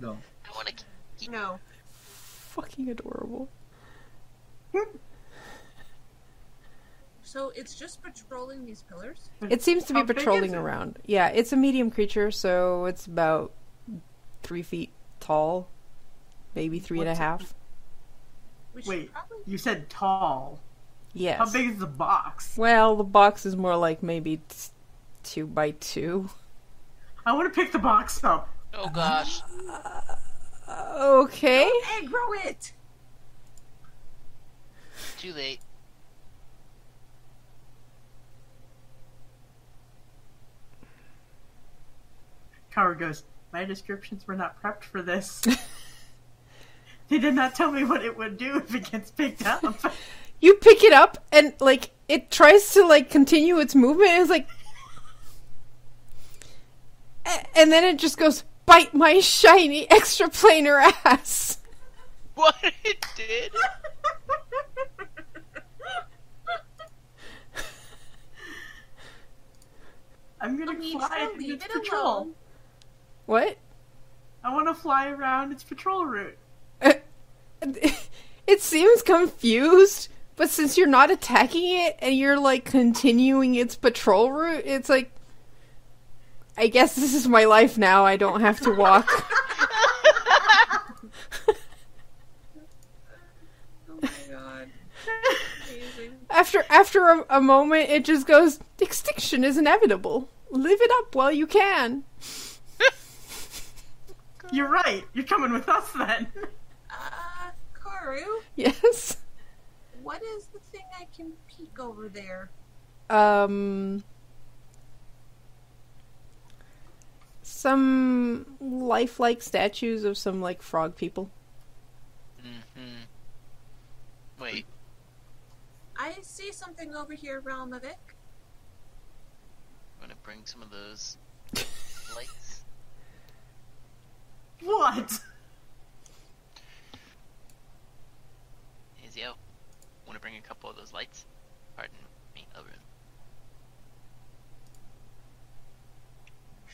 [SPEAKER 3] No.
[SPEAKER 9] I want to keep
[SPEAKER 2] No.
[SPEAKER 1] Fucking adorable.
[SPEAKER 2] So it's just patrolling these pillars?
[SPEAKER 1] It seems to be
[SPEAKER 4] How big is
[SPEAKER 1] patrolling
[SPEAKER 4] it?
[SPEAKER 1] around. Yeah, it's a medium creature, so it's about three feet tall, maybe three and a
[SPEAKER 4] What's it-
[SPEAKER 1] half.
[SPEAKER 2] We should
[SPEAKER 4] Wait,
[SPEAKER 2] probably
[SPEAKER 4] you said tall.
[SPEAKER 1] Yes.
[SPEAKER 4] How big is the box?
[SPEAKER 1] Well, the box is more like maybe t- two by two.
[SPEAKER 4] I want to pick the box up.
[SPEAKER 1] Uh-huh.
[SPEAKER 9] Oh gosh.
[SPEAKER 1] Okay.
[SPEAKER 2] aggro it!
[SPEAKER 9] Too late. <laughs>
[SPEAKER 4] Kara goes, My descriptions were not prepped for this. they did not tell me what it would do if it gets picked up.
[SPEAKER 1] You pick it up and like it tries to like continue its movement. And it's like, A- and then it just goes bite my shiny extraplanar ass. <laughs>
[SPEAKER 9] What it did?
[SPEAKER 4] I'm gonna
[SPEAKER 2] We
[SPEAKER 4] fly
[SPEAKER 2] should
[SPEAKER 4] in
[SPEAKER 2] leave
[SPEAKER 4] its
[SPEAKER 2] it
[SPEAKER 4] patrol.
[SPEAKER 2] alone.
[SPEAKER 1] What?
[SPEAKER 4] I want to fly around its patrol route.
[SPEAKER 1] <laughs> It seems confused, but since you're not attacking it and you're like continuing its patrol route, it's like, I guess this is my life now. I don't have to walk. <laughs>
[SPEAKER 2] Oh my
[SPEAKER 4] <laughs>
[SPEAKER 2] god. Amazing.
[SPEAKER 1] After after a, a moment, it just goes. Extinction is inevitable. Live it up while you can. <laughs>
[SPEAKER 4] You're right. You're coming with us then. <laughs>
[SPEAKER 2] Uh, Karu,
[SPEAKER 1] Yes.
[SPEAKER 2] what is the thing I can peek over there?
[SPEAKER 1] Um. Some lifelike statues of some like frog people.
[SPEAKER 9] hmm Wait.
[SPEAKER 2] I see something over here, Realmovic.
[SPEAKER 9] I'm gonna bring some
[SPEAKER 1] <laughs>
[SPEAKER 9] of those lights.
[SPEAKER 4] What?
[SPEAKER 9] Azio, wanna bring a couple of those lights? Pardon me, Elrin.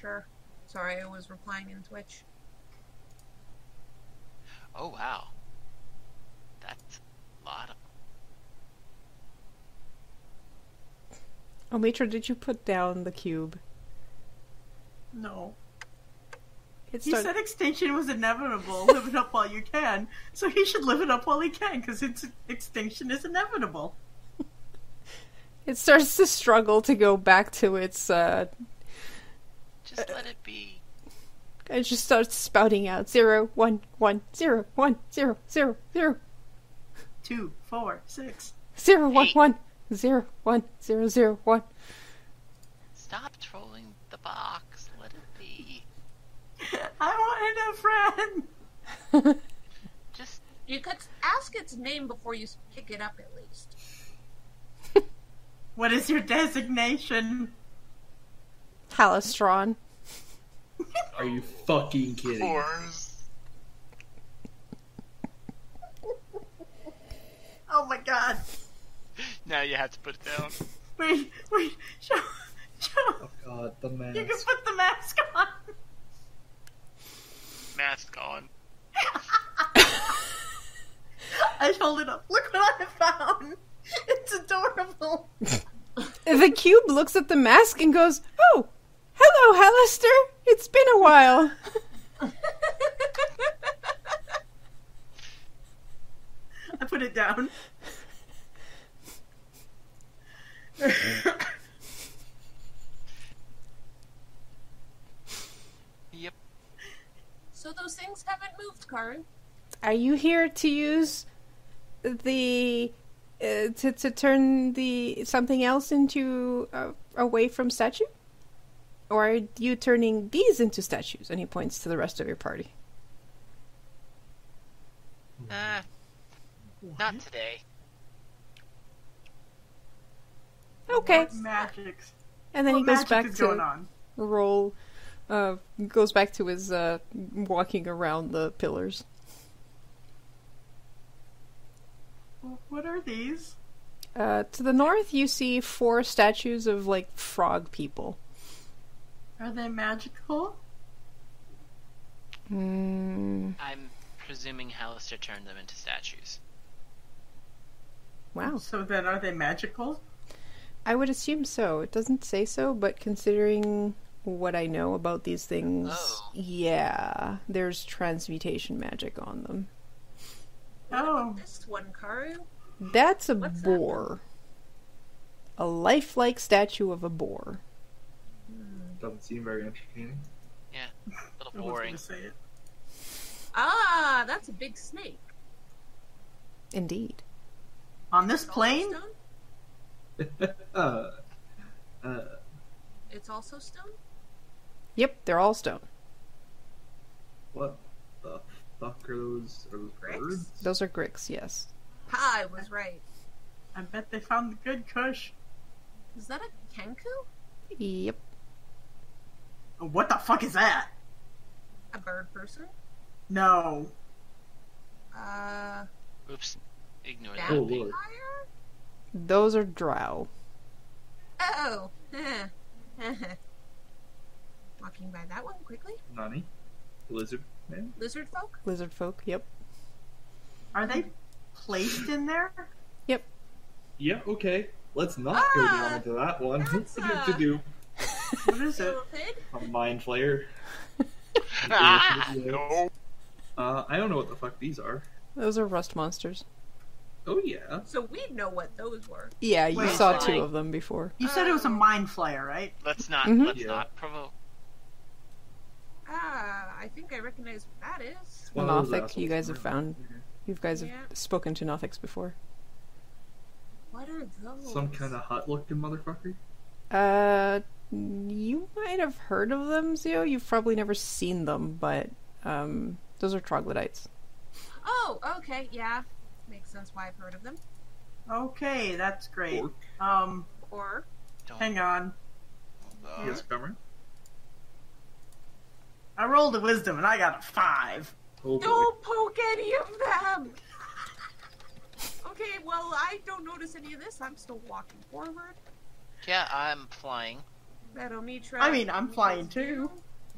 [SPEAKER 2] Sure. Sorry, I was replying in Twitch.
[SPEAKER 9] Oh wow. That's a lot of.
[SPEAKER 1] Omitra, did you put down the cube?
[SPEAKER 4] No.
[SPEAKER 1] It
[SPEAKER 4] He
[SPEAKER 1] start-
[SPEAKER 4] said extinction was inevitable. live it up while you can. So he should live it up while he can, because its extinction is inevitable.
[SPEAKER 1] it starts to struggle to go back to its. uh
[SPEAKER 9] Just let it be.
[SPEAKER 1] It just starts spouting out zero one one zero one zero zero zero
[SPEAKER 4] Two, four, six. <laughs>
[SPEAKER 1] zero one
[SPEAKER 9] Hey.
[SPEAKER 1] one zero one zero zero one. <laughs>
[SPEAKER 9] Stop trolling the box. Let it be.
[SPEAKER 4] I wanted a friend.
[SPEAKER 9] Just
[SPEAKER 2] You could ask its name before you pick it up, at least.
[SPEAKER 4] What is your designation?
[SPEAKER 1] Halistron.
[SPEAKER 3] Are you fucking kidding?
[SPEAKER 9] Horse.
[SPEAKER 4] Oh my god.
[SPEAKER 5] Now you have to put it down.
[SPEAKER 4] Wait, wait, show, show.
[SPEAKER 3] Oh god, the
[SPEAKER 4] You can
[SPEAKER 3] mask.
[SPEAKER 4] put the mask <laughs> on.
[SPEAKER 5] Mask on.
[SPEAKER 4] I hold it up. Look what I found. It's adorable.
[SPEAKER 1] The cube looks at the mask and goes, "Oh, hello, Hallister. It's been a while."
[SPEAKER 4] I put it down.
[SPEAKER 9] Yep.
[SPEAKER 2] So those things haven't moved, Karu.
[SPEAKER 1] Are you here to use the uh, to to turn the something else into uh, away from statue, or are you turning these into statues? And he points to the rest of your party.
[SPEAKER 4] Mm-hmm.
[SPEAKER 5] Uh, not today.
[SPEAKER 1] <laughs> Okay,
[SPEAKER 4] What magics?
[SPEAKER 1] and then
[SPEAKER 4] what
[SPEAKER 1] he goes
[SPEAKER 4] magic
[SPEAKER 1] back
[SPEAKER 4] is
[SPEAKER 1] to
[SPEAKER 4] going on?
[SPEAKER 1] roll. Uh, goes back to his uh, walking around the pillars.
[SPEAKER 4] What are these?
[SPEAKER 1] Uh, to the north, you see four statues of like frog people.
[SPEAKER 4] Are they magical?
[SPEAKER 1] Mm,
[SPEAKER 5] I'm presuming Hallister turned them into statues.
[SPEAKER 1] wow.
[SPEAKER 4] So then, are they magical?
[SPEAKER 1] I would assume so. It doesn't say so, but considering what I know about these things,
[SPEAKER 5] Oh.
[SPEAKER 1] yeah, there's transmutation magic on them.
[SPEAKER 4] Oh,
[SPEAKER 2] This one, Karu.
[SPEAKER 1] That's a
[SPEAKER 2] What's that?
[SPEAKER 1] boar. A lifelike statue of a boar.
[SPEAKER 3] Doesn't seem very entertaining. <laughs>
[SPEAKER 5] A
[SPEAKER 4] I
[SPEAKER 5] little
[SPEAKER 4] was
[SPEAKER 5] boring.
[SPEAKER 4] gonna say it.
[SPEAKER 2] Ah, that's a big snake.
[SPEAKER 1] Indeed.
[SPEAKER 4] On this plane?
[SPEAKER 2] Stone?
[SPEAKER 3] Uh, uh,
[SPEAKER 2] It's also stone.
[SPEAKER 1] Yep, they're all stone.
[SPEAKER 3] what the fuck are those? Are those
[SPEAKER 2] Bricks?
[SPEAKER 3] birds?
[SPEAKER 1] Those are gricks, yes.
[SPEAKER 2] Ha! I was right.
[SPEAKER 4] I bet they found the good Kush.
[SPEAKER 2] Is that a kenku?
[SPEAKER 1] Yep.
[SPEAKER 4] Oh, What the fuck is that?
[SPEAKER 2] A bird person?
[SPEAKER 4] No.
[SPEAKER 2] Uh,
[SPEAKER 5] Oops. Ignore
[SPEAKER 2] Yeah.
[SPEAKER 5] that.
[SPEAKER 3] Oh lord!
[SPEAKER 2] fire?
[SPEAKER 1] Those are drow.
[SPEAKER 2] Oh. <laughs> huh. Walking by that one quickly.
[SPEAKER 3] Nani, lizard man.
[SPEAKER 2] Lizard folk.
[SPEAKER 1] Lizard folk,
[SPEAKER 2] <laughs>
[SPEAKER 1] yep.
[SPEAKER 4] Are they placed in there?
[SPEAKER 3] Yeah, okay. Let's not go
[SPEAKER 2] Ah,
[SPEAKER 3] down into that one. <laughs>
[SPEAKER 2] that's,
[SPEAKER 3] We have
[SPEAKER 2] uh,
[SPEAKER 3] to do
[SPEAKER 4] What is it?
[SPEAKER 2] Lilithid.
[SPEAKER 3] a mind flayer.
[SPEAKER 5] <laughs>
[SPEAKER 2] Ah.
[SPEAKER 9] No.
[SPEAKER 3] Uh, I don't know what the fuck these are.
[SPEAKER 1] Those are rust monsters.
[SPEAKER 3] Oh yeah.
[SPEAKER 2] So we know what those were.
[SPEAKER 1] Yeah, you
[SPEAKER 4] Wait,
[SPEAKER 1] saw
[SPEAKER 5] it's
[SPEAKER 1] two
[SPEAKER 5] like-
[SPEAKER 1] of them before.
[SPEAKER 4] You said it was a
[SPEAKER 2] Um,
[SPEAKER 4] mind flayer, right?
[SPEAKER 9] Let's not.
[SPEAKER 1] Mhm.
[SPEAKER 9] Let's
[SPEAKER 3] Yeah.
[SPEAKER 9] not provoke.
[SPEAKER 2] Ah, I think I recognize what that is.
[SPEAKER 3] One of those
[SPEAKER 1] Nothic, you
[SPEAKER 3] assholes.
[SPEAKER 1] guys have found. You guys have
[SPEAKER 2] Yeah.
[SPEAKER 1] spoken to Nothics before.
[SPEAKER 2] What are those?
[SPEAKER 3] Some kind of hot-looking motherfucker.
[SPEAKER 1] Uh, you might have heard of them, Zio. You've probably never seen them, but um, those are troglodytes.
[SPEAKER 2] Oh, okay, yeah. Makes sense why I've heard of them.
[SPEAKER 4] Okay, that's great.
[SPEAKER 3] Orc.
[SPEAKER 4] Um,
[SPEAKER 2] Or
[SPEAKER 5] Don't.
[SPEAKER 4] hang on.
[SPEAKER 9] Uh,
[SPEAKER 3] Yes, Cameron.
[SPEAKER 4] I rolled a wisdom and I got a five.
[SPEAKER 3] Oh boy.
[SPEAKER 2] don't poke any of them. <laughs> okay, well I don't notice any of this. I'm still walking forward.
[SPEAKER 5] Yeah, I'm flying.
[SPEAKER 2] That Omitra.
[SPEAKER 4] I mean, I'm flying too.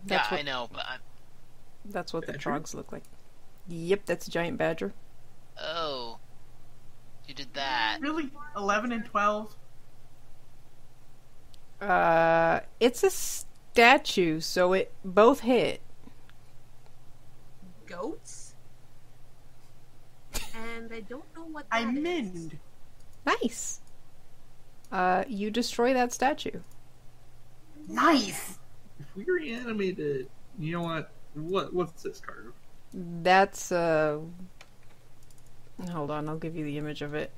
[SPEAKER 1] That's
[SPEAKER 5] yeah,
[SPEAKER 1] what
[SPEAKER 5] I know, but I'm.
[SPEAKER 1] that's what the
[SPEAKER 3] Badger?
[SPEAKER 1] trogs look like. Yep, that's a giant badger.
[SPEAKER 5] Oh. You did that.
[SPEAKER 4] Really? 11 and 12?
[SPEAKER 1] Uh, it's a statue, so it both hit.
[SPEAKER 2] Goats. And I don't know what that
[SPEAKER 4] I
[SPEAKER 2] is.
[SPEAKER 4] minned.
[SPEAKER 1] Nice. Uh, you destroy that statue.
[SPEAKER 4] Nice!
[SPEAKER 3] If we reanimated, you know what? What? What's this card?
[SPEAKER 1] That's uh. Hold on, I'll give you the image of it.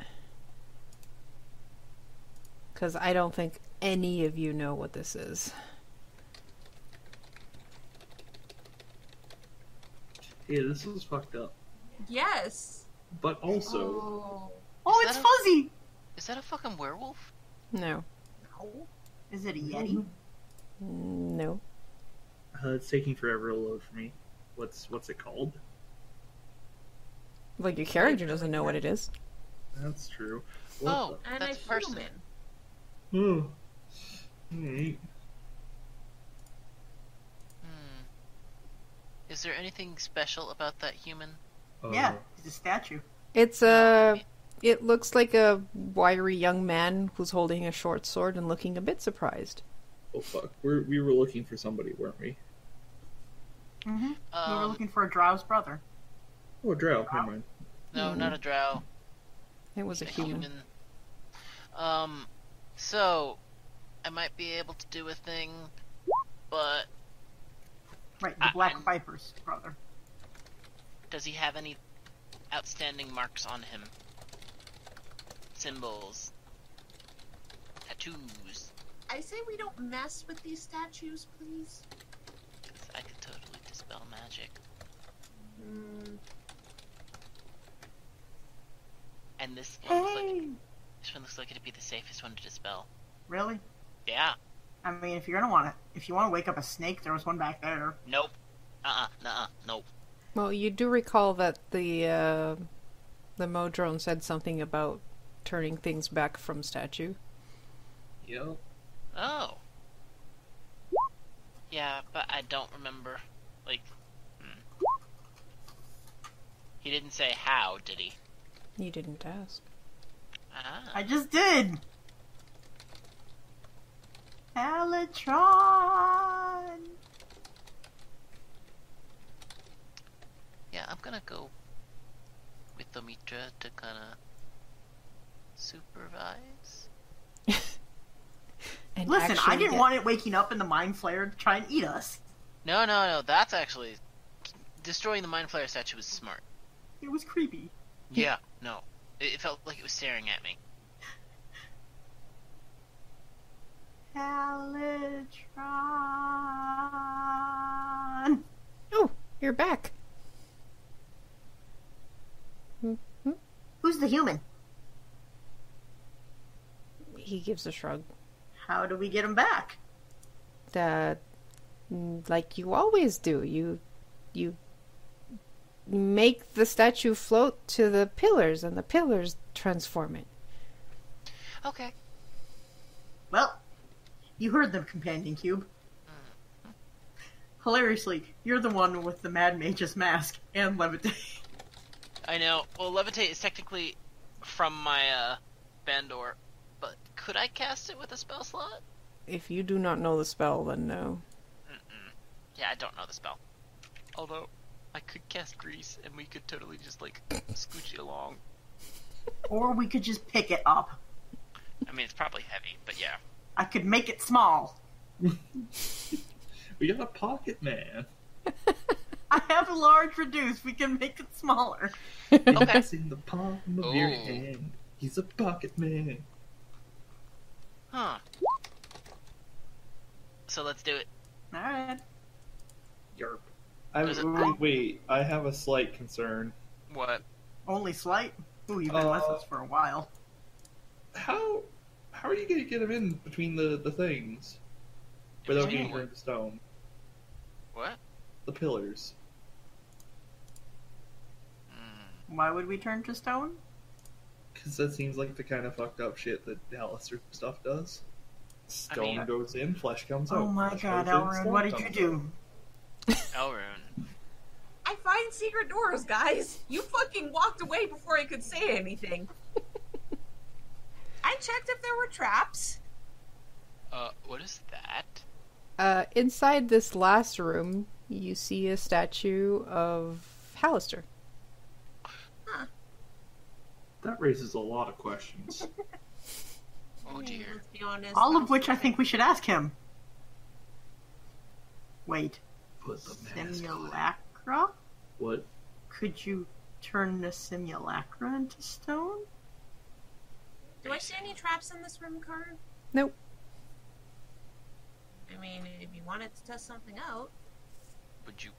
[SPEAKER 1] Because I don't think any of you know what this is.
[SPEAKER 3] Hey, this is fucked up.
[SPEAKER 2] Yes.
[SPEAKER 3] But also,
[SPEAKER 2] Oh
[SPEAKER 4] Oh,
[SPEAKER 5] Is
[SPEAKER 4] it's
[SPEAKER 5] that a-
[SPEAKER 4] fuzzy!
[SPEAKER 5] Is that a fucking werewolf?
[SPEAKER 1] No.
[SPEAKER 2] no.
[SPEAKER 4] Is it a yeti?
[SPEAKER 1] No.
[SPEAKER 5] Oh.
[SPEAKER 3] uh, it's taking forever to load for me. What's what's it called?
[SPEAKER 1] Like your character doesn't know what it is.
[SPEAKER 3] That's true.
[SPEAKER 5] Oh,
[SPEAKER 3] What
[SPEAKER 2] And
[SPEAKER 5] that's
[SPEAKER 2] a
[SPEAKER 5] a person.
[SPEAKER 2] human.
[SPEAKER 3] the- Hmm. Alright.
[SPEAKER 5] Hmm. Is there anything special about that human?
[SPEAKER 3] Uh,
[SPEAKER 4] Yeah, it's a statue.
[SPEAKER 1] It's a. It looks like a wiry young man who's holding a short sword and looking a bit surprised.
[SPEAKER 3] Oh fuck. We're, we were looking for somebody, weren't we?
[SPEAKER 4] Mm-hmm. we were
[SPEAKER 5] Um,
[SPEAKER 4] looking for a drow's brother.
[SPEAKER 3] Oh, Drow. Never mind.
[SPEAKER 5] no, not a drow.
[SPEAKER 1] It was a
[SPEAKER 5] A
[SPEAKER 1] human.
[SPEAKER 5] human. Um, So, I might be able to do a thing, but
[SPEAKER 4] Right, the
[SPEAKER 5] I-
[SPEAKER 4] Black
[SPEAKER 5] I'm-
[SPEAKER 4] Vipers, brother.
[SPEAKER 5] does he have any outstanding marks on him? Symbols, tattoos.
[SPEAKER 2] I say we don't mess with these statues, please.
[SPEAKER 5] 'Cause I could totally dispel magic,
[SPEAKER 2] Mm,
[SPEAKER 5] and this one looks like this one looks like it'd be the safest one to dispel.
[SPEAKER 4] Really?
[SPEAKER 5] Yeah.
[SPEAKER 4] I mean, if you're gonna want to, if you want to wake up a snake, there was one back there.
[SPEAKER 5] Nope. Uh. uh Nuh. Nope.
[SPEAKER 1] Well, you do recall that the uh, the Modrone said something about turning things back from statue.
[SPEAKER 3] Yep.
[SPEAKER 5] Oh. Yeah, but I don't remember. Like, hmm. he didn't say how, did he?
[SPEAKER 1] You didn't ask. <laughs>
[SPEAKER 5] Ah,
[SPEAKER 4] I just did. Alatron.
[SPEAKER 5] yeah. I'm gonna go with Omitra to kind of supervise.
[SPEAKER 1] And
[SPEAKER 4] Listen, I
[SPEAKER 1] actually
[SPEAKER 4] didn't
[SPEAKER 1] get-
[SPEAKER 4] want it waking up in the mind flare to try and eat us.
[SPEAKER 5] No, no, no. That's actually destroying the mind flayer statue was smart.
[SPEAKER 4] It was creepy.
[SPEAKER 5] Yeah. No, it, it felt like it was staring at me.
[SPEAKER 4] Alatron.
[SPEAKER 1] Oh, you're back.
[SPEAKER 4] Who's the human?
[SPEAKER 1] He gives a shrug.
[SPEAKER 4] How do we get him back?
[SPEAKER 1] That, mm, like you always do, you you make the statue float to the pillars, and the pillars transform it.
[SPEAKER 5] Okay.
[SPEAKER 4] Well, you heard the companion cube. Hilariously, you're the one with the Mad Mage's mask and levitate.
[SPEAKER 5] I know. Well, levitate is technically from my uh, Bandor, but could I cast it with a spell slot?
[SPEAKER 1] If you do not know the spell, then no.
[SPEAKER 5] Mm-mm. Yeah, I don't know the spell. Although, I could cast Grease, and we could totally just, like, scooch it along.
[SPEAKER 4] Or we could just pick it up.
[SPEAKER 5] I mean, it's probably heavy, but yeah.
[SPEAKER 4] I could make it small.
[SPEAKER 3] We got a pocket man.
[SPEAKER 4] I have a large reduce. We can make it smaller.
[SPEAKER 5] <laughs> Okay.
[SPEAKER 3] It's in the palm of your
[SPEAKER 5] Ooh.
[SPEAKER 3] hand. He's a pocket man.
[SPEAKER 5] Huh. So let's do it.
[SPEAKER 4] All right.
[SPEAKER 3] Yerp. I,
[SPEAKER 5] Does it-
[SPEAKER 3] wait, wait, I have a slight concern.
[SPEAKER 5] What?
[SPEAKER 4] Only slight. Ooh, you've been with
[SPEAKER 3] Uh,
[SPEAKER 4] us for a while.
[SPEAKER 3] How how are you gonna get him in between the, the things? Without being turned to stone.
[SPEAKER 5] What?
[SPEAKER 3] The pillars.
[SPEAKER 5] Mm.
[SPEAKER 4] Why would we turn to stone?
[SPEAKER 3] Because that seems like the kind of fucked up shit that Alistair stuff does. Stone
[SPEAKER 5] mean-
[SPEAKER 3] goes in, flesh comes out.
[SPEAKER 4] Oh my
[SPEAKER 3] flesh
[SPEAKER 4] god,
[SPEAKER 3] goes in,
[SPEAKER 4] Elrond,
[SPEAKER 3] stone
[SPEAKER 4] what did you
[SPEAKER 3] comes out.
[SPEAKER 4] do?
[SPEAKER 5] Elrune.
[SPEAKER 2] I find secret doors, guys. You fucking walked away before I could say anything. I checked if there were traps.
[SPEAKER 5] Uh, what is that?
[SPEAKER 1] Uh, inside this last room, you see a statue of Hallister. <laughs>
[SPEAKER 3] That raises a lot of
[SPEAKER 4] <laughs>
[SPEAKER 3] questions.
[SPEAKER 9] Hmm.
[SPEAKER 5] Oh dear.
[SPEAKER 2] Hmm, Let's be honest.
[SPEAKER 4] All of which I think we should ask him. Wait,
[SPEAKER 3] Put the mask on.
[SPEAKER 4] simulacra?
[SPEAKER 3] What?
[SPEAKER 4] Could you turn the simulacra into stone?
[SPEAKER 2] Do I see any traps in this room, card?
[SPEAKER 1] Nope.
[SPEAKER 2] I mean, if you wanted to test something out,
[SPEAKER 5] Would you?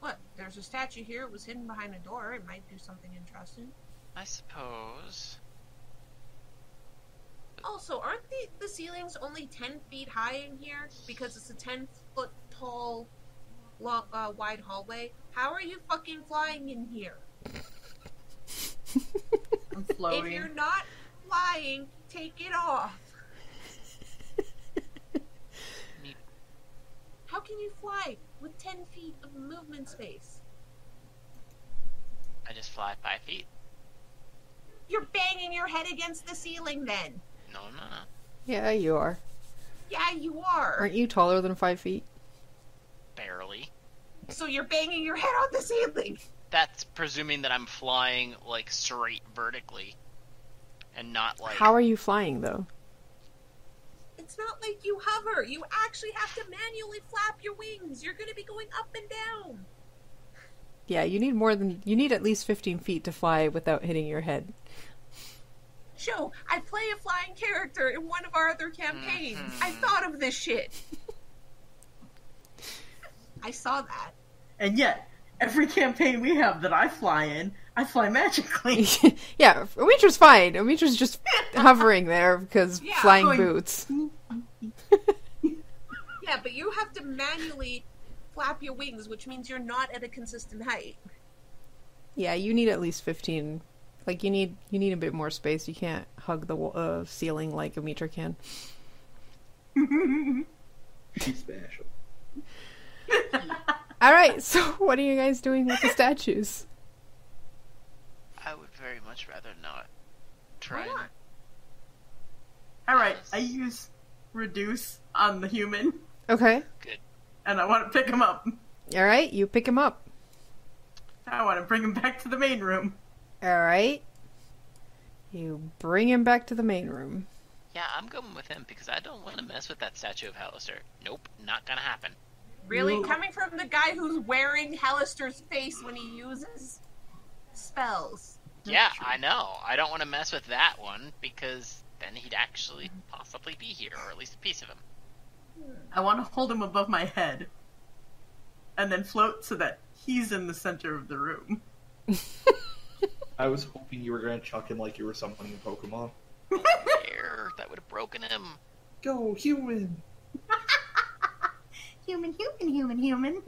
[SPEAKER 2] what? There's a statue here. It was hidden behind a door. It might do something interesting.
[SPEAKER 5] I suppose.
[SPEAKER 2] Also, aren't the, the ceilings only 10 feet high in here? Because it's a 10 foot tall, long, uh, wide hallway. How are you fucking flying in here?
[SPEAKER 4] I'm
[SPEAKER 2] If
[SPEAKER 4] floating.
[SPEAKER 2] you're not flying, take it off.
[SPEAKER 5] Neat.
[SPEAKER 2] How can you fly with 10 feet of movement space?
[SPEAKER 5] I just fly five feet.
[SPEAKER 2] You're banging your head against the ceiling then.
[SPEAKER 5] No, no, no.
[SPEAKER 1] Yeah, you are.
[SPEAKER 2] Yeah, you are.
[SPEAKER 1] Aren't you taller than five feet?
[SPEAKER 5] Barely.
[SPEAKER 2] So you're banging your head on the ceiling.
[SPEAKER 9] <laughs>
[SPEAKER 5] That's presuming that I'm flying like straight vertically.
[SPEAKER 9] and not like
[SPEAKER 1] How are you flying though?
[SPEAKER 2] It's not like you hover. You actually have to manually flap your wings. You're going to be going up and down.
[SPEAKER 1] Yeah, you need more than you need at least 15 feet to fly without hitting your head.
[SPEAKER 2] Show, I play a flying character in one of our other campaigns. I thought of this shit. I saw that.
[SPEAKER 4] And yet, every campaign we have that I fly in, I fly <laughs> magically.
[SPEAKER 1] <laughs> yeah, Omitra's fine. Omitra's just hovering there because
[SPEAKER 2] Yeah,
[SPEAKER 1] flying
[SPEAKER 4] going-
[SPEAKER 1] boots.
[SPEAKER 2] Yeah, but you have to manually flap your wings, which means you're not at a consistent height.
[SPEAKER 1] Yeah, you need at least 15. Like you need you need a bit more space. You can't hug the wa- uh, ceiling like Omitra can.
[SPEAKER 3] She's special.
[SPEAKER 1] All right, <laughs> so what are you guys doing with the statues?
[SPEAKER 9] I would very much rather not try.
[SPEAKER 2] not?
[SPEAKER 9] And...
[SPEAKER 4] Alright, I use reduce on the human,
[SPEAKER 1] Okay.
[SPEAKER 4] and I want to pick him up.
[SPEAKER 1] All right, you pick him up.
[SPEAKER 4] I want to bring him back to the main room.
[SPEAKER 1] All right. You bring him back to the main <laughs> room.
[SPEAKER 9] Yeah, I'm going with him because I don't want to mess with that statue of Hallister. Nope, not gonna happen.
[SPEAKER 2] Really?
[SPEAKER 4] Whoa.
[SPEAKER 2] Coming from the guy who's wearing Hallister's face when he uses spells.
[SPEAKER 9] yeah, I know. I don't want to mess with that one because then he'd actually possibly be here, or at least a piece of him.
[SPEAKER 4] I want to hold him above my head, and then float so that he's in the center of the room.
[SPEAKER 3] I was hoping you were going to chuck him like you were summoning a Pokemon.
[SPEAKER 9] There, that would have broken him.
[SPEAKER 3] Go, human!
[SPEAKER 4] Human, human, human, human.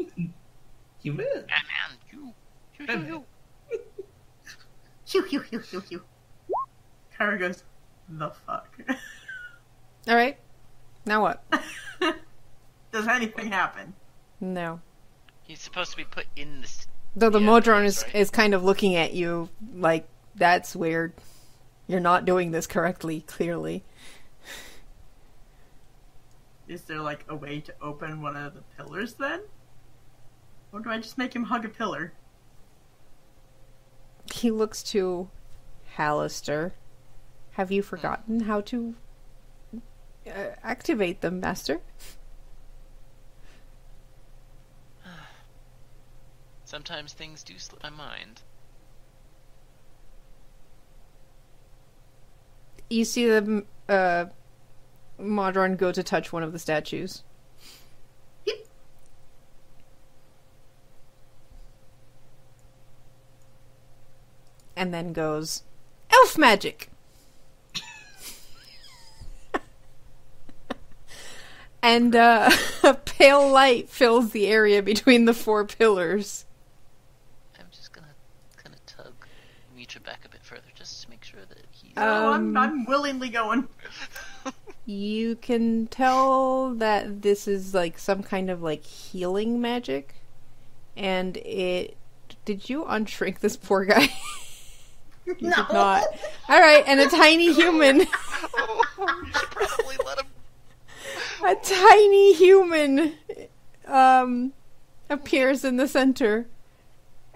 [SPEAKER 3] Human!
[SPEAKER 9] Batman, you, you, you, you.
[SPEAKER 4] Hew, hew, hew, hew, hew. Kara goes, the fuck. <laughs>
[SPEAKER 1] All right. Now what?
[SPEAKER 4] Does anything happen?
[SPEAKER 1] No.
[SPEAKER 9] He's supposed to be put in the. s-
[SPEAKER 1] Though the
[SPEAKER 9] Yeah,
[SPEAKER 1] Modron
[SPEAKER 9] that's
[SPEAKER 1] is,
[SPEAKER 9] right.
[SPEAKER 1] is kind of looking at you like, that's weird. You're not doing this correctly, clearly.
[SPEAKER 4] Is there like a way to open one of the pillars then? Or do I just make him hug a pillar?
[SPEAKER 1] He looks to Hallister. Have you forgotten how to uh, activate them, Master?
[SPEAKER 9] Sometimes things do slip my mind.
[SPEAKER 1] You see the uh, Modron go to touch one of the statues. And then goes, Elf magic! <laughs> and uh, <laughs> a pale light fills the area between the four pillars.
[SPEAKER 9] I'm just gonna, gonna tug Mitra back a bit further just to make sure that he's.
[SPEAKER 4] No,
[SPEAKER 1] Um,
[SPEAKER 4] I'm, I'm willingly going.
[SPEAKER 1] You can tell that this is like some kind of like healing magic. And it. Did you unshrink this poor guy? <laughs> You did
[SPEAKER 4] <laughs>
[SPEAKER 1] not. All right, and a
[SPEAKER 9] <laughs>
[SPEAKER 1] tiny human,
[SPEAKER 9] you should Oh, probably let him.
[SPEAKER 1] <laughs> a tiny human, um, appears in the center,
[SPEAKER 9] Oh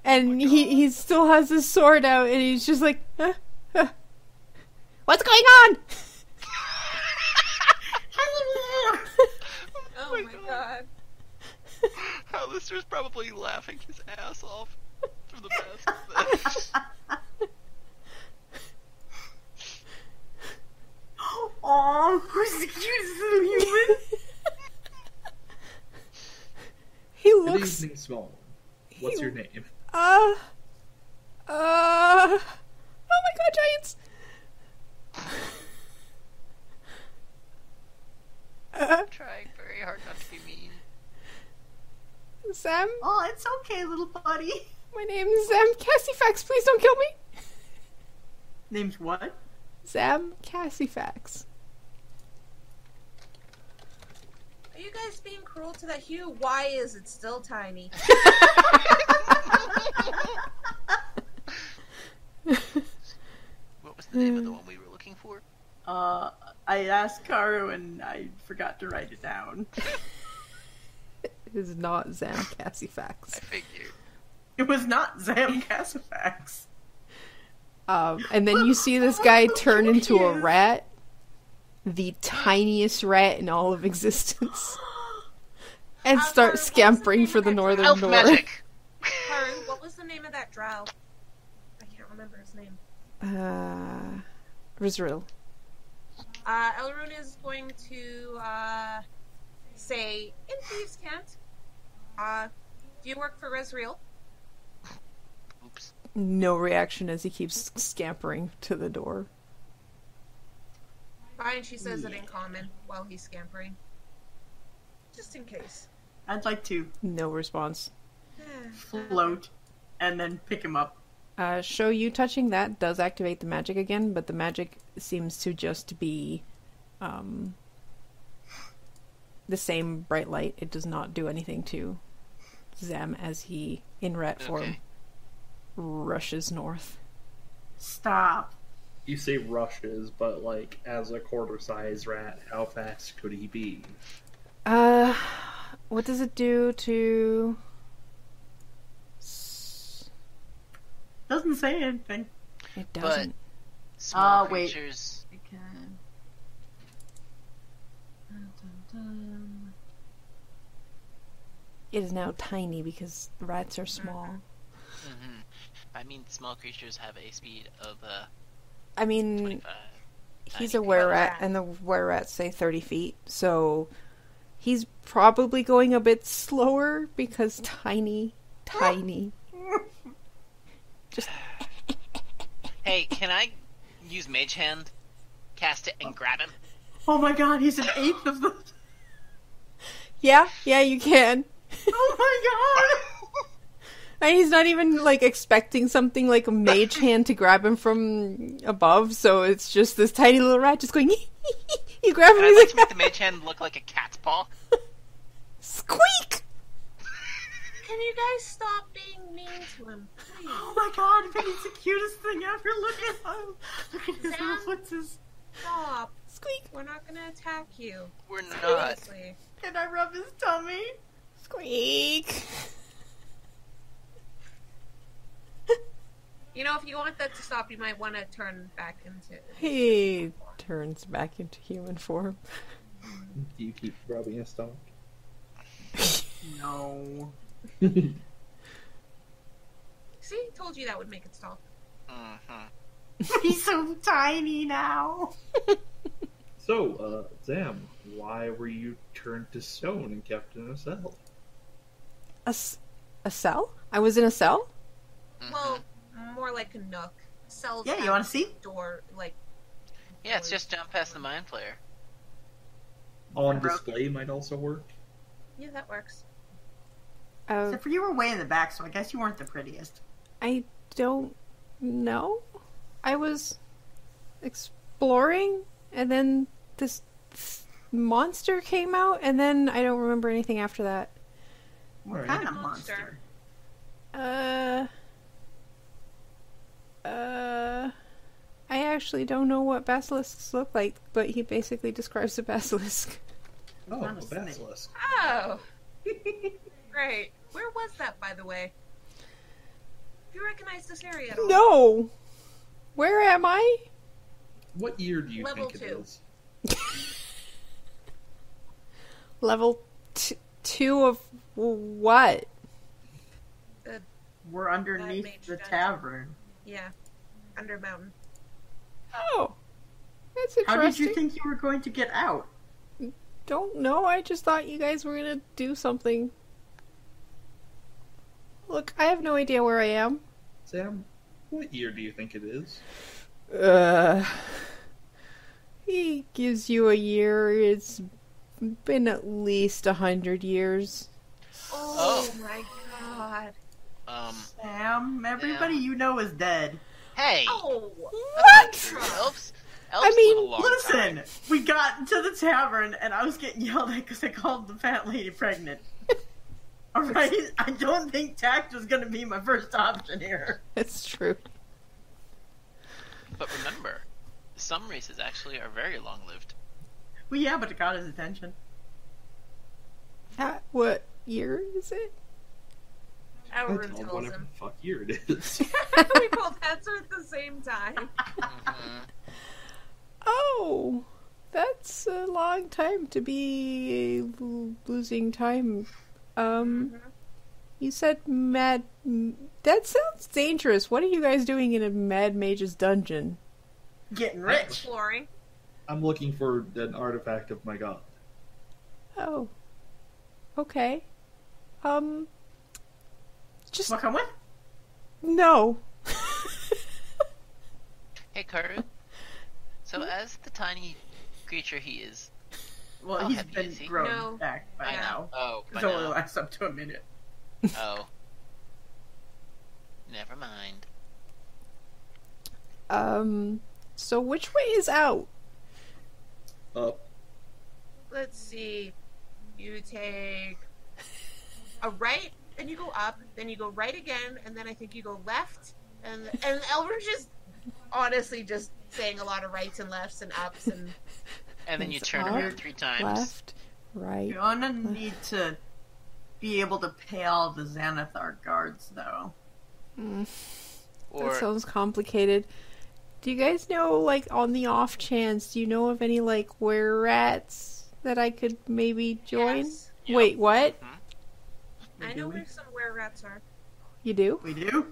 [SPEAKER 1] and he he still has his sword out, and he's just like, "Huh? Huh? "What's going on?" <laughs>
[SPEAKER 9] <laughs>
[SPEAKER 2] Oh, my god.
[SPEAKER 9] Alistair's probably laughing his ass off for
[SPEAKER 5] <laughs>
[SPEAKER 9] the best.
[SPEAKER 4] Aw, <laughs> who's the cutest little <laughs> human?
[SPEAKER 1] <laughs> He
[SPEAKER 3] Good
[SPEAKER 1] looks,
[SPEAKER 3] evening, small one. What's your name?
[SPEAKER 1] uh, uh, oh my god, giants! Uh,
[SPEAKER 9] <laughs> Trying very hard not to be mean.
[SPEAKER 1] Sam,
[SPEAKER 4] Aw, it's okay, little buddy.
[SPEAKER 1] my name is Sam Cassifax. Please don't kill me,
[SPEAKER 4] Name's what?
[SPEAKER 1] Sam Cassifax.
[SPEAKER 2] Are you guys being cruel to that hue? Why is it still <laughs> tiny?
[SPEAKER 9] What was the name of the one we were looking for?
[SPEAKER 4] Uh, I asked Karu and I forgot to write it down. <laughs>
[SPEAKER 1] is not Zam Cassifax.
[SPEAKER 9] Figure.
[SPEAKER 4] <gasps> It was not Zam Cassifax.
[SPEAKER 1] Um, and then you see this guy turn into a rat, the tiniest rat in all of existence, and start scampering for the northern
[SPEAKER 9] Elf
[SPEAKER 1] door. <laughs>
[SPEAKER 9] magic.
[SPEAKER 2] Karen, what was the name of that drow? I can't remember his name.
[SPEAKER 1] Uh, Rizril.
[SPEAKER 2] Uh, Elrune is going to uh, say, "In thieves' cant, uh, do you work for Resreal?"
[SPEAKER 9] Oops.
[SPEAKER 1] No reaction as he keeps scampering to the door.
[SPEAKER 2] Fine, she says it in common while he's scampering, just in case.
[SPEAKER 4] I'd like to
[SPEAKER 1] No response.
[SPEAKER 4] float and then pick him up.
[SPEAKER 1] Uh, show you touching that does activate the magic again, but the magic seems to just be um, the same bright light. It does not do anything to Zem as he, in rat form,
[SPEAKER 9] Okay.
[SPEAKER 1] rushes north.
[SPEAKER 4] Stop.
[SPEAKER 3] You say rushes, but like as a quarter sized rat, how fast could he be?
[SPEAKER 1] Uh, what does it do to. S-
[SPEAKER 4] Doesn't say anything.
[SPEAKER 1] It doesn't.
[SPEAKER 9] Small
[SPEAKER 4] Uh, wait.
[SPEAKER 9] creatures.
[SPEAKER 10] Again. Dun, dun,
[SPEAKER 1] It is now tiny because rats are
[SPEAKER 9] Mm-hmm.
[SPEAKER 1] small.
[SPEAKER 9] Mhm. I mean, small creatures have a speed of uh,
[SPEAKER 1] I mean,
[SPEAKER 9] 25.
[SPEAKER 1] he's
[SPEAKER 9] I
[SPEAKER 1] a
[SPEAKER 9] think
[SPEAKER 1] were
[SPEAKER 9] about
[SPEAKER 1] rat, and the were rats say 30 feet, so he's probably going a bit slower because tiny,
[SPEAKER 9] <laughs>
[SPEAKER 1] tiny.
[SPEAKER 9] Hey, can I use Mage Hand? Cast it and grab him?
[SPEAKER 4] Oh my god, he's an eighth of the. <laughs>
[SPEAKER 1] Yeah, yeah, you can.
[SPEAKER 4] Oh my god!
[SPEAKER 1] And he's not even like expecting something like a
[SPEAKER 9] <laughs>
[SPEAKER 1] mage hand to grab him from above, so it's just this tiny little rat just going. <laughs> you grab him,
[SPEAKER 9] And I'd
[SPEAKER 1] he's
[SPEAKER 9] like to
[SPEAKER 1] like
[SPEAKER 9] make the Mage Hand look like a cat's paw.
[SPEAKER 1] squeak.
[SPEAKER 2] Can you guys stop being mean to him, please?
[SPEAKER 4] Oh my god, but he's the cutest thing ever. Look at him. Look at his
[SPEAKER 2] Sam?
[SPEAKER 4] little footsies.
[SPEAKER 2] Stop.
[SPEAKER 1] Squeak,
[SPEAKER 2] We're not gonna attack you.
[SPEAKER 9] We're not.
[SPEAKER 2] Seriously.
[SPEAKER 4] Can I rub his tummy?
[SPEAKER 1] squeak.
[SPEAKER 2] You know, if you want that to stop, you might want to turn back into.
[SPEAKER 1] He turns back into human form.
[SPEAKER 3] Do you keep rubbing his <laughs> stomach?
[SPEAKER 4] <laughs> No.
[SPEAKER 2] See, told you that would make it stop.
[SPEAKER 9] Mhm.
[SPEAKER 5] Mm-hmm.
[SPEAKER 4] He's so tiny now.
[SPEAKER 3] So, uh, Zam, why were you turned to stone and kept in a cell?
[SPEAKER 1] A, s- a cell? I was in a cell?
[SPEAKER 9] Mm-hmm.
[SPEAKER 2] Well, more like a nook. Cells.
[SPEAKER 4] Yeah, you
[SPEAKER 2] have
[SPEAKER 4] want to see?
[SPEAKER 2] door like
[SPEAKER 9] Yeah, it's just down past the Mind Flayer.
[SPEAKER 3] On
[SPEAKER 4] I broke-
[SPEAKER 3] display might also work.
[SPEAKER 2] yeah, that works.
[SPEAKER 1] Uh,
[SPEAKER 4] Except for you were way in the back, so I guess you weren't the prettiest.
[SPEAKER 1] I don't know. I was exploring, and then this th- monster came out, and then I don't remember anything after that.
[SPEAKER 4] What
[SPEAKER 3] Right.
[SPEAKER 4] kind of
[SPEAKER 2] Monster.
[SPEAKER 4] monster?
[SPEAKER 1] Uh. Uh. I actually don't know what basilisks look like, but he basically describes a basilisk.
[SPEAKER 3] Oh,
[SPEAKER 4] Not a
[SPEAKER 3] a
[SPEAKER 4] snake.
[SPEAKER 3] basilisk.
[SPEAKER 2] <laughs> Oh, great. Where was that, by the way? Do you recognize this area? at all?
[SPEAKER 1] No! Where am I?
[SPEAKER 3] What year do you
[SPEAKER 2] Level
[SPEAKER 3] think it
[SPEAKER 2] two.
[SPEAKER 3] is?
[SPEAKER 1] Level t- 2 of what?
[SPEAKER 4] We're
[SPEAKER 2] mage
[SPEAKER 4] underneath the
[SPEAKER 2] dungeon.
[SPEAKER 4] tavern.
[SPEAKER 2] Yeah, under mountain.
[SPEAKER 1] Oh, that's interesting.
[SPEAKER 4] How did you think you were going to get out?
[SPEAKER 1] Don't know. I just thought you guys were gonna do something. Look, I have no idea where I am.
[SPEAKER 3] Zam, what year do you think it is?
[SPEAKER 1] Uh, he gives you a year. It's been at least a hundred years.
[SPEAKER 2] Oh, my god.
[SPEAKER 9] Um,
[SPEAKER 4] Sam, everybody you know is dead.
[SPEAKER 9] hey!
[SPEAKER 2] Oh,
[SPEAKER 1] What?
[SPEAKER 9] Elves? Elves
[SPEAKER 1] I mean,
[SPEAKER 9] live a long time.
[SPEAKER 4] Listen, we got to the tavern and I was getting yelled at because I called the fat lady pregnant. Alright? I don't think tact was going to be my first option here.
[SPEAKER 1] <laughs> That's true.
[SPEAKER 9] But remember, some races actually are very long lived.
[SPEAKER 4] Well, yeah, but it got his attention.
[SPEAKER 1] At what year is it?
[SPEAKER 3] I
[SPEAKER 2] Elrond
[SPEAKER 3] tell
[SPEAKER 2] tells <laughs>
[SPEAKER 3] whatever
[SPEAKER 2] him.
[SPEAKER 3] the fuck year it is.
[SPEAKER 1] <laughs>
[SPEAKER 2] we both answer at the same time.
[SPEAKER 9] Mhm.
[SPEAKER 1] Oh, that's a long time to be lo- losing time.
[SPEAKER 2] Mm-hmm.
[SPEAKER 1] Um, you said mad. That sounds dangerous. What are you guys doing in a mad mage's dungeon?
[SPEAKER 4] Getting rich.
[SPEAKER 2] Exploring.
[SPEAKER 3] I'm looking for an artifact of my god.
[SPEAKER 1] Oh, okay. Um, just
[SPEAKER 4] What come with?
[SPEAKER 1] no. <laughs>
[SPEAKER 9] Hey, Karu. So, as the tiny creature he is,
[SPEAKER 4] Well,
[SPEAKER 9] I'll
[SPEAKER 4] he's
[SPEAKER 9] have you,
[SPEAKER 4] been
[SPEAKER 9] is he?
[SPEAKER 4] grown
[SPEAKER 2] No.
[SPEAKER 4] back by
[SPEAKER 9] I
[SPEAKER 4] now.
[SPEAKER 9] know. Oh,
[SPEAKER 4] It
[SPEAKER 9] but
[SPEAKER 4] only
[SPEAKER 9] no.
[SPEAKER 4] lasts up to a minute.
[SPEAKER 9] oh. Never mind.
[SPEAKER 1] Um, so which way is out?
[SPEAKER 3] Up.
[SPEAKER 2] Let's see. You take a right, then you go up, then you go right again, and then I think you go left. And and Elrond just honestly just saying a lot of rights and lefts and ups and
[SPEAKER 9] And then you
[SPEAKER 1] It's
[SPEAKER 9] turn
[SPEAKER 1] up,
[SPEAKER 9] around three times.
[SPEAKER 1] Left, right.
[SPEAKER 4] You're gonna need to be able to pay all the Xanathar guards, though.
[SPEAKER 1] Hmm.
[SPEAKER 9] Or
[SPEAKER 1] That sounds complicated. Do you guys know, like, on the off chance, do you know of any, like, were rats that I could maybe join?
[SPEAKER 2] Yes.
[SPEAKER 9] Yeah.
[SPEAKER 1] Wait, what?
[SPEAKER 2] I know
[SPEAKER 4] Do
[SPEAKER 2] where
[SPEAKER 4] we?
[SPEAKER 2] some were rats are.
[SPEAKER 1] You do?
[SPEAKER 4] We do?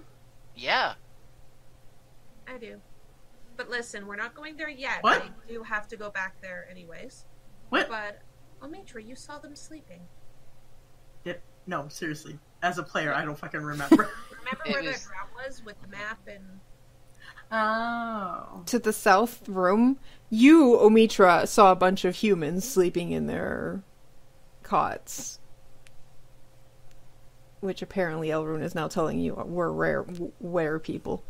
[SPEAKER 9] yeah.
[SPEAKER 2] I do. But listen, we're not going there yet.
[SPEAKER 4] What?
[SPEAKER 2] I do have to go back there anyways.
[SPEAKER 4] What?
[SPEAKER 2] But Omitra, you saw them sleeping.
[SPEAKER 4] Did- No, seriously. As a player, I don't fucking <laughs> remember.
[SPEAKER 2] Remember
[SPEAKER 9] It
[SPEAKER 2] where
[SPEAKER 9] was-
[SPEAKER 2] that ground was with the map and
[SPEAKER 4] oh.
[SPEAKER 1] To the south room, you, Omitra, saw a bunch of humans sleeping in their cots. Which apparently Elrune is now telling you were rare, w- were people.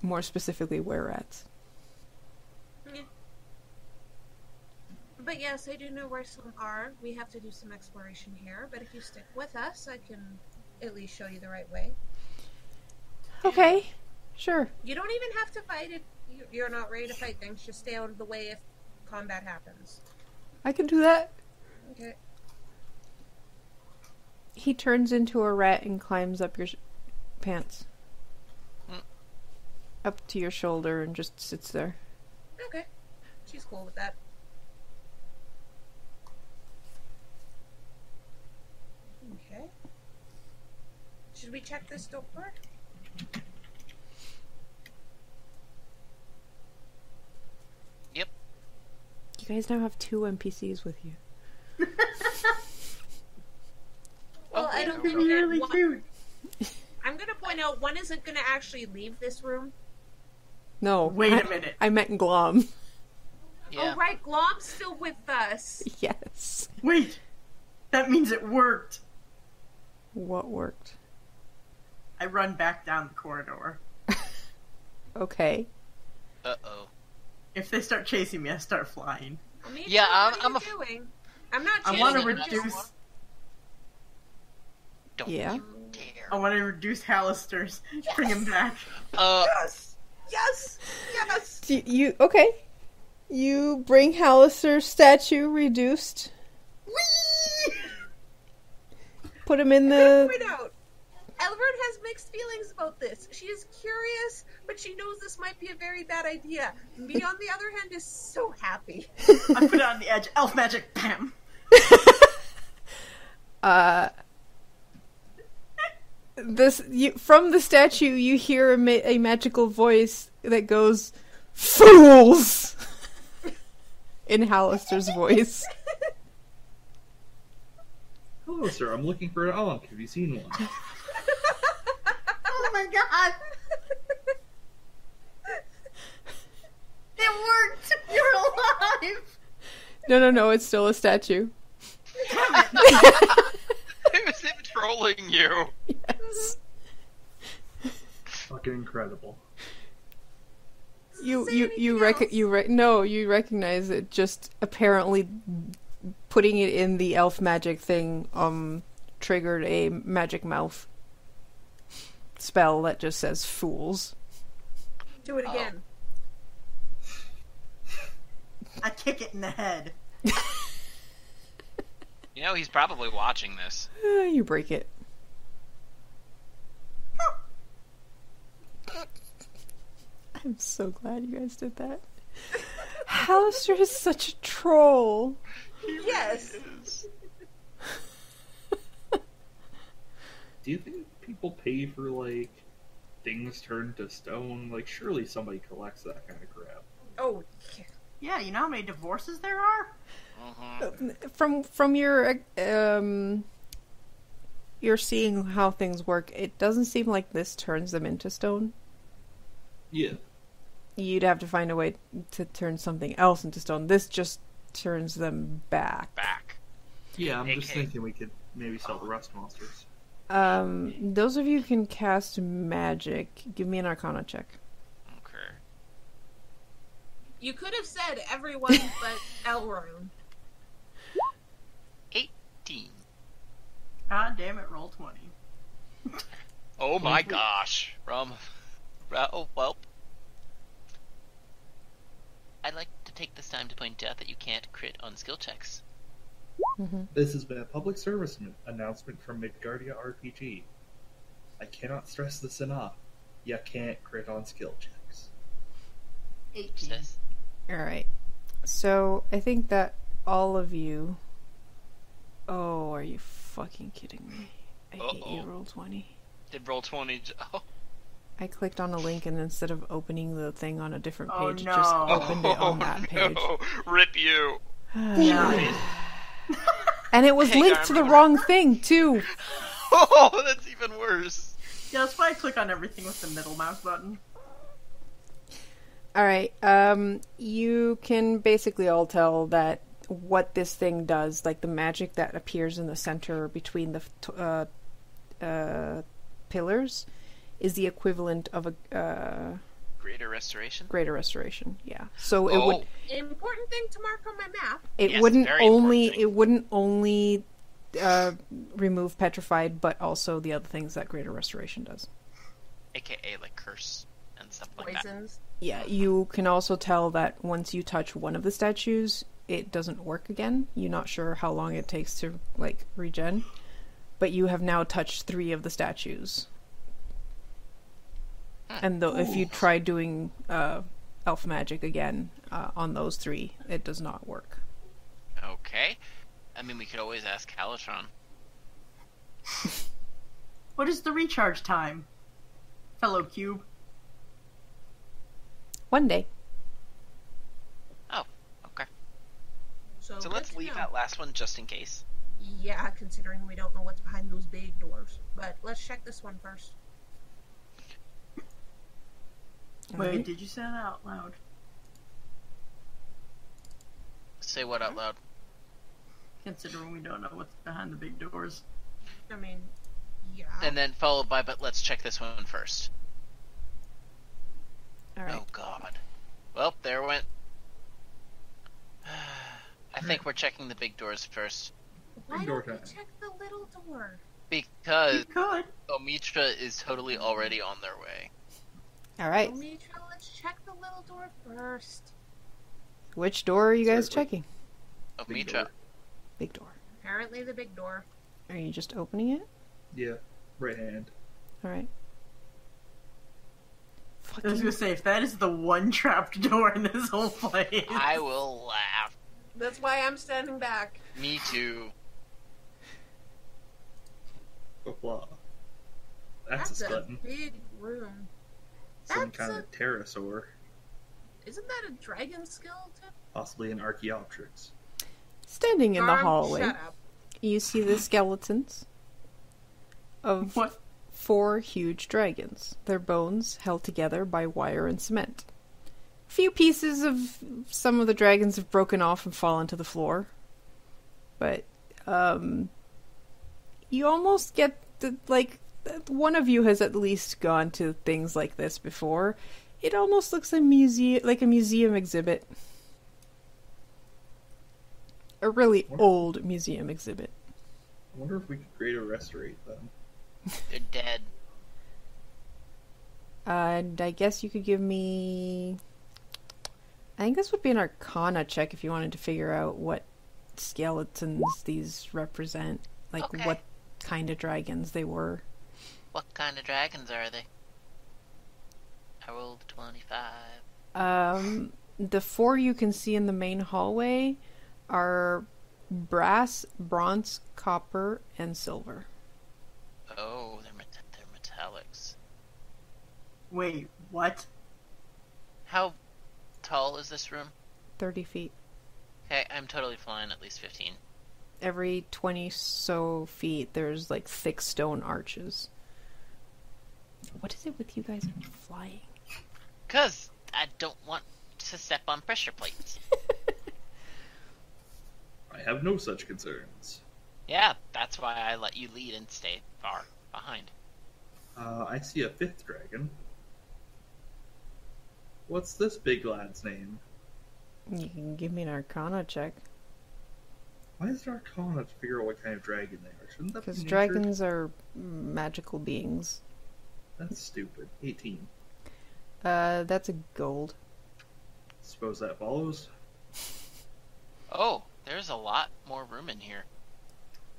[SPEAKER 1] More specifically, were rats.
[SPEAKER 2] But yes, I do know where some are. We have to do some exploration here, but if you stick with us, I can at least show you the right way.
[SPEAKER 1] Okay, sure.
[SPEAKER 2] You don't even have to fight if you- you're not ready to fight things. Just stay out of the way if combat happens.
[SPEAKER 1] I can do that.
[SPEAKER 2] Okay.
[SPEAKER 1] He turns into a rat and climbs up your sh- pants.
[SPEAKER 9] Mm.
[SPEAKER 1] Up to your shoulder and just sits there.
[SPEAKER 2] Okay. She's cool with that. Okay. Should we check this door?
[SPEAKER 1] You guys now have two NPCs with you.
[SPEAKER 2] Well, I don't think that
[SPEAKER 4] Really
[SPEAKER 2] one-
[SPEAKER 4] cute.
[SPEAKER 2] <laughs> I'm going to point out one isn't going to actually leave this room.
[SPEAKER 1] No.
[SPEAKER 4] Wait
[SPEAKER 1] I,
[SPEAKER 4] a minute.
[SPEAKER 1] I meant Glom. <laughs>
[SPEAKER 9] Yeah.
[SPEAKER 2] Oh, right. Glom's still with us.
[SPEAKER 1] yes.
[SPEAKER 4] Wait. That means it worked.
[SPEAKER 1] What worked?
[SPEAKER 4] I run back down the corridor.
[SPEAKER 1] Okay.
[SPEAKER 9] Uh oh.
[SPEAKER 4] If they start chasing me, I start flying.
[SPEAKER 2] Me
[SPEAKER 9] Yeah,
[SPEAKER 2] too,
[SPEAKER 9] I'm-
[SPEAKER 2] what are
[SPEAKER 9] I'm
[SPEAKER 2] you
[SPEAKER 9] a f-
[SPEAKER 2] doing. I'm not.
[SPEAKER 4] I
[SPEAKER 9] Yeah,
[SPEAKER 4] want to
[SPEAKER 9] yeah, that's
[SPEAKER 4] reduce.
[SPEAKER 9] one. Don't
[SPEAKER 1] Yeah.
[SPEAKER 9] you dare.
[SPEAKER 4] I want to reduce Hallister's. Bring him back.
[SPEAKER 9] Uh,
[SPEAKER 2] Yes, yes, yes.
[SPEAKER 1] Do you okay? You bring Hallister's statue reduced.
[SPEAKER 4] Whee!
[SPEAKER 2] <laughs>
[SPEAKER 1] Put him in
[SPEAKER 4] <laughs>
[SPEAKER 2] Point
[SPEAKER 1] the.
[SPEAKER 2] out, Elrond has mixed feelings about this. She is curious, but she knows this might be a very bad idea. Me, on the other hand, is so happy.
[SPEAKER 4] I put it on the edge. Elf magic. Bam.
[SPEAKER 1] <laughs> Uh, This you, from the statue, you hear a, ma- a magical voice that goes, "Fools!" <laughs> in Hallister's voice.
[SPEAKER 3] Hello, sir. I'm looking for an Ankh. Have you seen one?
[SPEAKER 4] Oh my god! It worked! <laughs> You're alive!
[SPEAKER 1] No, no, no. It's still a statue.
[SPEAKER 9] it was him trolling you.
[SPEAKER 1] <laughs>
[SPEAKER 3] Fucking incredible.
[SPEAKER 1] You
[SPEAKER 2] Say
[SPEAKER 1] you you rec-
[SPEAKER 2] anything else.
[SPEAKER 1] you rec- no you recognize it. Just apparently putting it in the elf magic thing um triggered a magic mouth spell that just says fools.
[SPEAKER 2] Do it again.
[SPEAKER 4] I kick it in the head.
[SPEAKER 9] You know he's probably watching this.
[SPEAKER 1] Uh, you break Eh, it. I'm so glad you guys did <laughs> that. Hallister is such a troll.
[SPEAKER 2] Yes.
[SPEAKER 3] Do you think people pay for like things turned to stone? Like, surely somebody collects that kind of crap.
[SPEAKER 2] Oh,
[SPEAKER 4] <laughs> Yeah, you know how many divorces there are?
[SPEAKER 9] Mhm.
[SPEAKER 1] From from your um you're seeing how things work, it doesn't seem like this turns them into stone.
[SPEAKER 3] Yeah,
[SPEAKER 1] You'd have to find a way to turn something else into stone. This just turns them back.
[SPEAKER 9] Back.
[SPEAKER 3] yeah. I'm just
[SPEAKER 9] Okay.
[SPEAKER 3] thinking we could maybe sell the rust monsters.
[SPEAKER 1] Um those of you who can cast magic, give me an arcana check.
[SPEAKER 9] Okay.
[SPEAKER 2] you could have said <laughs> everyone but Elrond.
[SPEAKER 9] 18.
[SPEAKER 4] God damn it, roll 20.
[SPEAKER 9] Oh my gosh. Rum. Ra- Oh, well. I'd like to take this time to point out that you can't crit on skill checks.
[SPEAKER 3] This has been a public service m- announcement from Midgardia RPG. I cannot stress this enough. You can't crit on skill checks.
[SPEAKER 2] Mm-hmm.
[SPEAKER 4] 18.
[SPEAKER 9] Says,
[SPEAKER 1] All right. So I think that all of you. Oh, are you fucking kidding me? I hate you,
[SPEAKER 9] Uh-oh.
[SPEAKER 1] roll twenty.
[SPEAKER 9] Did roll 20. j- Oh,
[SPEAKER 1] I clicked on a link and instead of opening the thing on a different
[SPEAKER 4] Oh,
[SPEAKER 1] page, it
[SPEAKER 4] no.
[SPEAKER 1] just opened it
[SPEAKER 9] <laughs>
[SPEAKER 1] on that page.
[SPEAKER 9] Oh, no. Rip you.
[SPEAKER 1] <sighs> And it was
[SPEAKER 9] Hey,
[SPEAKER 1] linked to the
[SPEAKER 9] Garmin.
[SPEAKER 1] wrong thing too.
[SPEAKER 9] <laughs> Oh, that's even worse.
[SPEAKER 4] <laughs> Yeah, that's why I click on everything with the middle mouse button.
[SPEAKER 1] All right. Um, you can basically all tell that what this thing does, like the magic that appears in the center between the t- uh, uh, pillars, is the equivalent of a uh,
[SPEAKER 9] Greater restoration.
[SPEAKER 1] greater restoration. Yeah. So it would
[SPEAKER 2] Important thing to mark on my map.
[SPEAKER 1] it
[SPEAKER 9] Oh, Yes,
[SPEAKER 1] wouldn't
[SPEAKER 9] very important
[SPEAKER 1] only
[SPEAKER 9] thing.
[SPEAKER 1] it wouldn't only uh, remove petrified, but also the other things that greater restoration does.
[SPEAKER 9] AKA like curse and stuff like that.
[SPEAKER 2] Poisons.
[SPEAKER 1] Yeah, you can also tell that once you touch one of the statues, it doesn't work again. You're not sure how long it takes to like regen, but you have now touched three of the statues. And though if you try doing uh, elf magic again uh, on those three, it does not work.
[SPEAKER 9] Okay. I mean, we could always ask Halatron.
[SPEAKER 4] What is the recharge time? Fellow cube.
[SPEAKER 1] One day.
[SPEAKER 9] Oh, okay.
[SPEAKER 2] So,
[SPEAKER 9] So
[SPEAKER 2] good
[SPEAKER 9] let's
[SPEAKER 2] to
[SPEAKER 9] leave
[SPEAKER 2] know.
[SPEAKER 9] that last one just in case.
[SPEAKER 2] Yeah, considering we don't know what's behind those big doors. But let's check this one first.
[SPEAKER 4] Wait, did you say that out loud?
[SPEAKER 9] Say what
[SPEAKER 2] Mm-hmm.
[SPEAKER 9] out loud.
[SPEAKER 4] Considering we don't know what's behind the big doors.
[SPEAKER 2] I mean, yeah.
[SPEAKER 9] And then followed by, but let's check this one first.
[SPEAKER 1] All right.
[SPEAKER 9] Oh god. Well, there went. <sighs> I think we're checking the big doors first.
[SPEAKER 2] Why
[SPEAKER 3] Door
[SPEAKER 2] don't we
[SPEAKER 3] time.
[SPEAKER 2] check the little door?
[SPEAKER 4] You
[SPEAKER 5] Uh,
[SPEAKER 9] Because
[SPEAKER 4] could.
[SPEAKER 9] Omitra is totally already on their way.
[SPEAKER 1] All right.
[SPEAKER 2] Omitra, let's check the little door first.
[SPEAKER 1] Which door are you guys
[SPEAKER 3] Certainly.
[SPEAKER 1] checking?
[SPEAKER 3] Big
[SPEAKER 9] Omitra.
[SPEAKER 3] door.
[SPEAKER 1] Big door.
[SPEAKER 2] Apparently, the big door.
[SPEAKER 1] Are you just opening it?
[SPEAKER 3] Yeah, right hand.
[SPEAKER 1] All right.
[SPEAKER 4] I was
[SPEAKER 1] Fucking
[SPEAKER 4] gonna say, if that is the one trapped door in this whole place.
[SPEAKER 9] I will laugh.
[SPEAKER 2] That's why I'm standing back.
[SPEAKER 9] Me too.
[SPEAKER 3] Blah, blah. That's,
[SPEAKER 2] That's,
[SPEAKER 3] a
[SPEAKER 2] a
[SPEAKER 3] glutton.
[SPEAKER 2] big room.
[SPEAKER 3] Some
[SPEAKER 2] that's
[SPEAKER 3] kind
[SPEAKER 2] a-
[SPEAKER 3] of pterosaur.
[SPEAKER 2] Isn't that a dragon skill tip?
[SPEAKER 3] Possibly an Archaeopteryx.
[SPEAKER 1] standing in the
[SPEAKER 2] Garm,
[SPEAKER 1] hallway.
[SPEAKER 2] Shut up.
[SPEAKER 1] You see the skeletons of
[SPEAKER 4] What?
[SPEAKER 1] four huge dragons, their bones held together by wire and cement. A few pieces of some of the dragons have broken off and fallen to the floor. But um you almost get the, like that one of you has at least gone to things like this before. It almost looks a museum like a museum exhibit. A really old museum exhibit.
[SPEAKER 3] I wonder if we could greater restorate them.
[SPEAKER 9] They're dead.
[SPEAKER 1] And I guess you could give me. I think this would be an Arcana check if you wanted to figure out what skeletons these represent, like
[SPEAKER 9] Okay.
[SPEAKER 1] what kind of dragons they were.
[SPEAKER 9] What kind of dragons are they? I rolled a 25.
[SPEAKER 1] Um, the four you can see in the main hallway are brass, bronze, copper, and silver.
[SPEAKER 9] Oh, they're, met- they're metallics.
[SPEAKER 4] Wait, what?
[SPEAKER 9] How tall is this room?
[SPEAKER 1] 30 feet.
[SPEAKER 9] Okay, I'm totally flying at least 15.
[SPEAKER 1] Every 20 so feet, there's like thick stone arches. What is it with you guys and <laughs> flying?
[SPEAKER 9] Because I don't want to step on pressure plates.
[SPEAKER 3] I have no such concerns.
[SPEAKER 9] yeah, that's why I let you lead and stay far behind.
[SPEAKER 3] Uh, I see a fifth dragon. What's this big lad's name?
[SPEAKER 1] You can give me an arcana check.
[SPEAKER 3] Why is it Arcana to figure out what kind of dragon they are? Shouldn't that be
[SPEAKER 1] Because
[SPEAKER 3] nature?
[SPEAKER 1] dragons are magical beings.
[SPEAKER 3] That's stupid. 18.
[SPEAKER 1] Uh, that's a gold.
[SPEAKER 3] Suppose that follows.
[SPEAKER 9] Oh, there's a lot more room in here.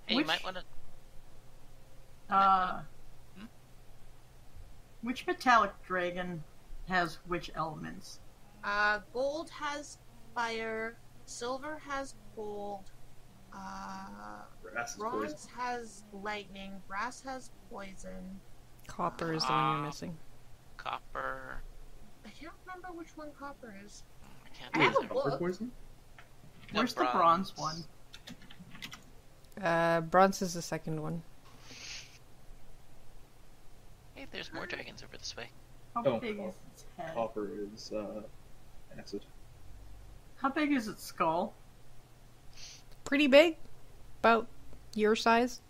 [SPEAKER 9] Hey,
[SPEAKER 4] Which-
[SPEAKER 9] you might want to.
[SPEAKER 4] Uh, which metallic dragon has which elements?
[SPEAKER 2] Uh, gold has fire, silver has gold, uh,
[SPEAKER 3] Brass is poison.
[SPEAKER 2] bronze has lightning, brass has poison.
[SPEAKER 1] Copper is the one you're
[SPEAKER 9] Ah.
[SPEAKER 1] missing.
[SPEAKER 9] Copper.
[SPEAKER 2] I can't remember which one copper is.
[SPEAKER 9] I
[SPEAKER 2] I
[SPEAKER 9] can't
[SPEAKER 2] have
[SPEAKER 3] Wait,
[SPEAKER 2] a
[SPEAKER 3] is copper
[SPEAKER 2] book.
[SPEAKER 3] poison?
[SPEAKER 9] No,
[SPEAKER 4] Where's the bronze one?
[SPEAKER 1] Uh, bronze is the second one.
[SPEAKER 9] Hey, there's more dragons over this way.
[SPEAKER 4] How
[SPEAKER 3] Oh.
[SPEAKER 4] big is its head?
[SPEAKER 3] Copper is uh, acid.
[SPEAKER 4] How big is its skull?
[SPEAKER 1] Pretty big, about your size.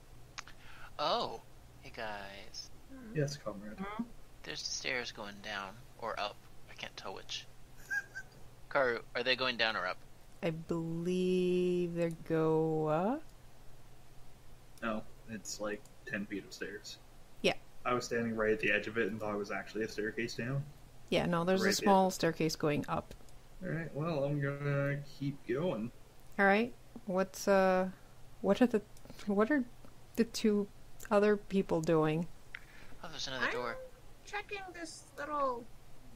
[SPEAKER 9] Oh, hey guys.
[SPEAKER 3] Yes, comrade.
[SPEAKER 9] There's stairs going down or up. I can't tell which. Karu, are they going down or up?
[SPEAKER 1] I believe they go up.
[SPEAKER 3] No, it's like 10 feet of stairs.
[SPEAKER 1] Yeah.
[SPEAKER 3] I was standing right at the edge of it and thought it was actually a staircase down.
[SPEAKER 1] Yeah, no, there's a
[SPEAKER 3] Right, yeah.
[SPEAKER 1] small staircase going up.
[SPEAKER 3] Alright, well, I'm gonna keep going.
[SPEAKER 1] All right. What's uh, what are the, what are the two other people doing?
[SPEAKER 9] Oh, there's another door.
[SPEAKER 2] checking this little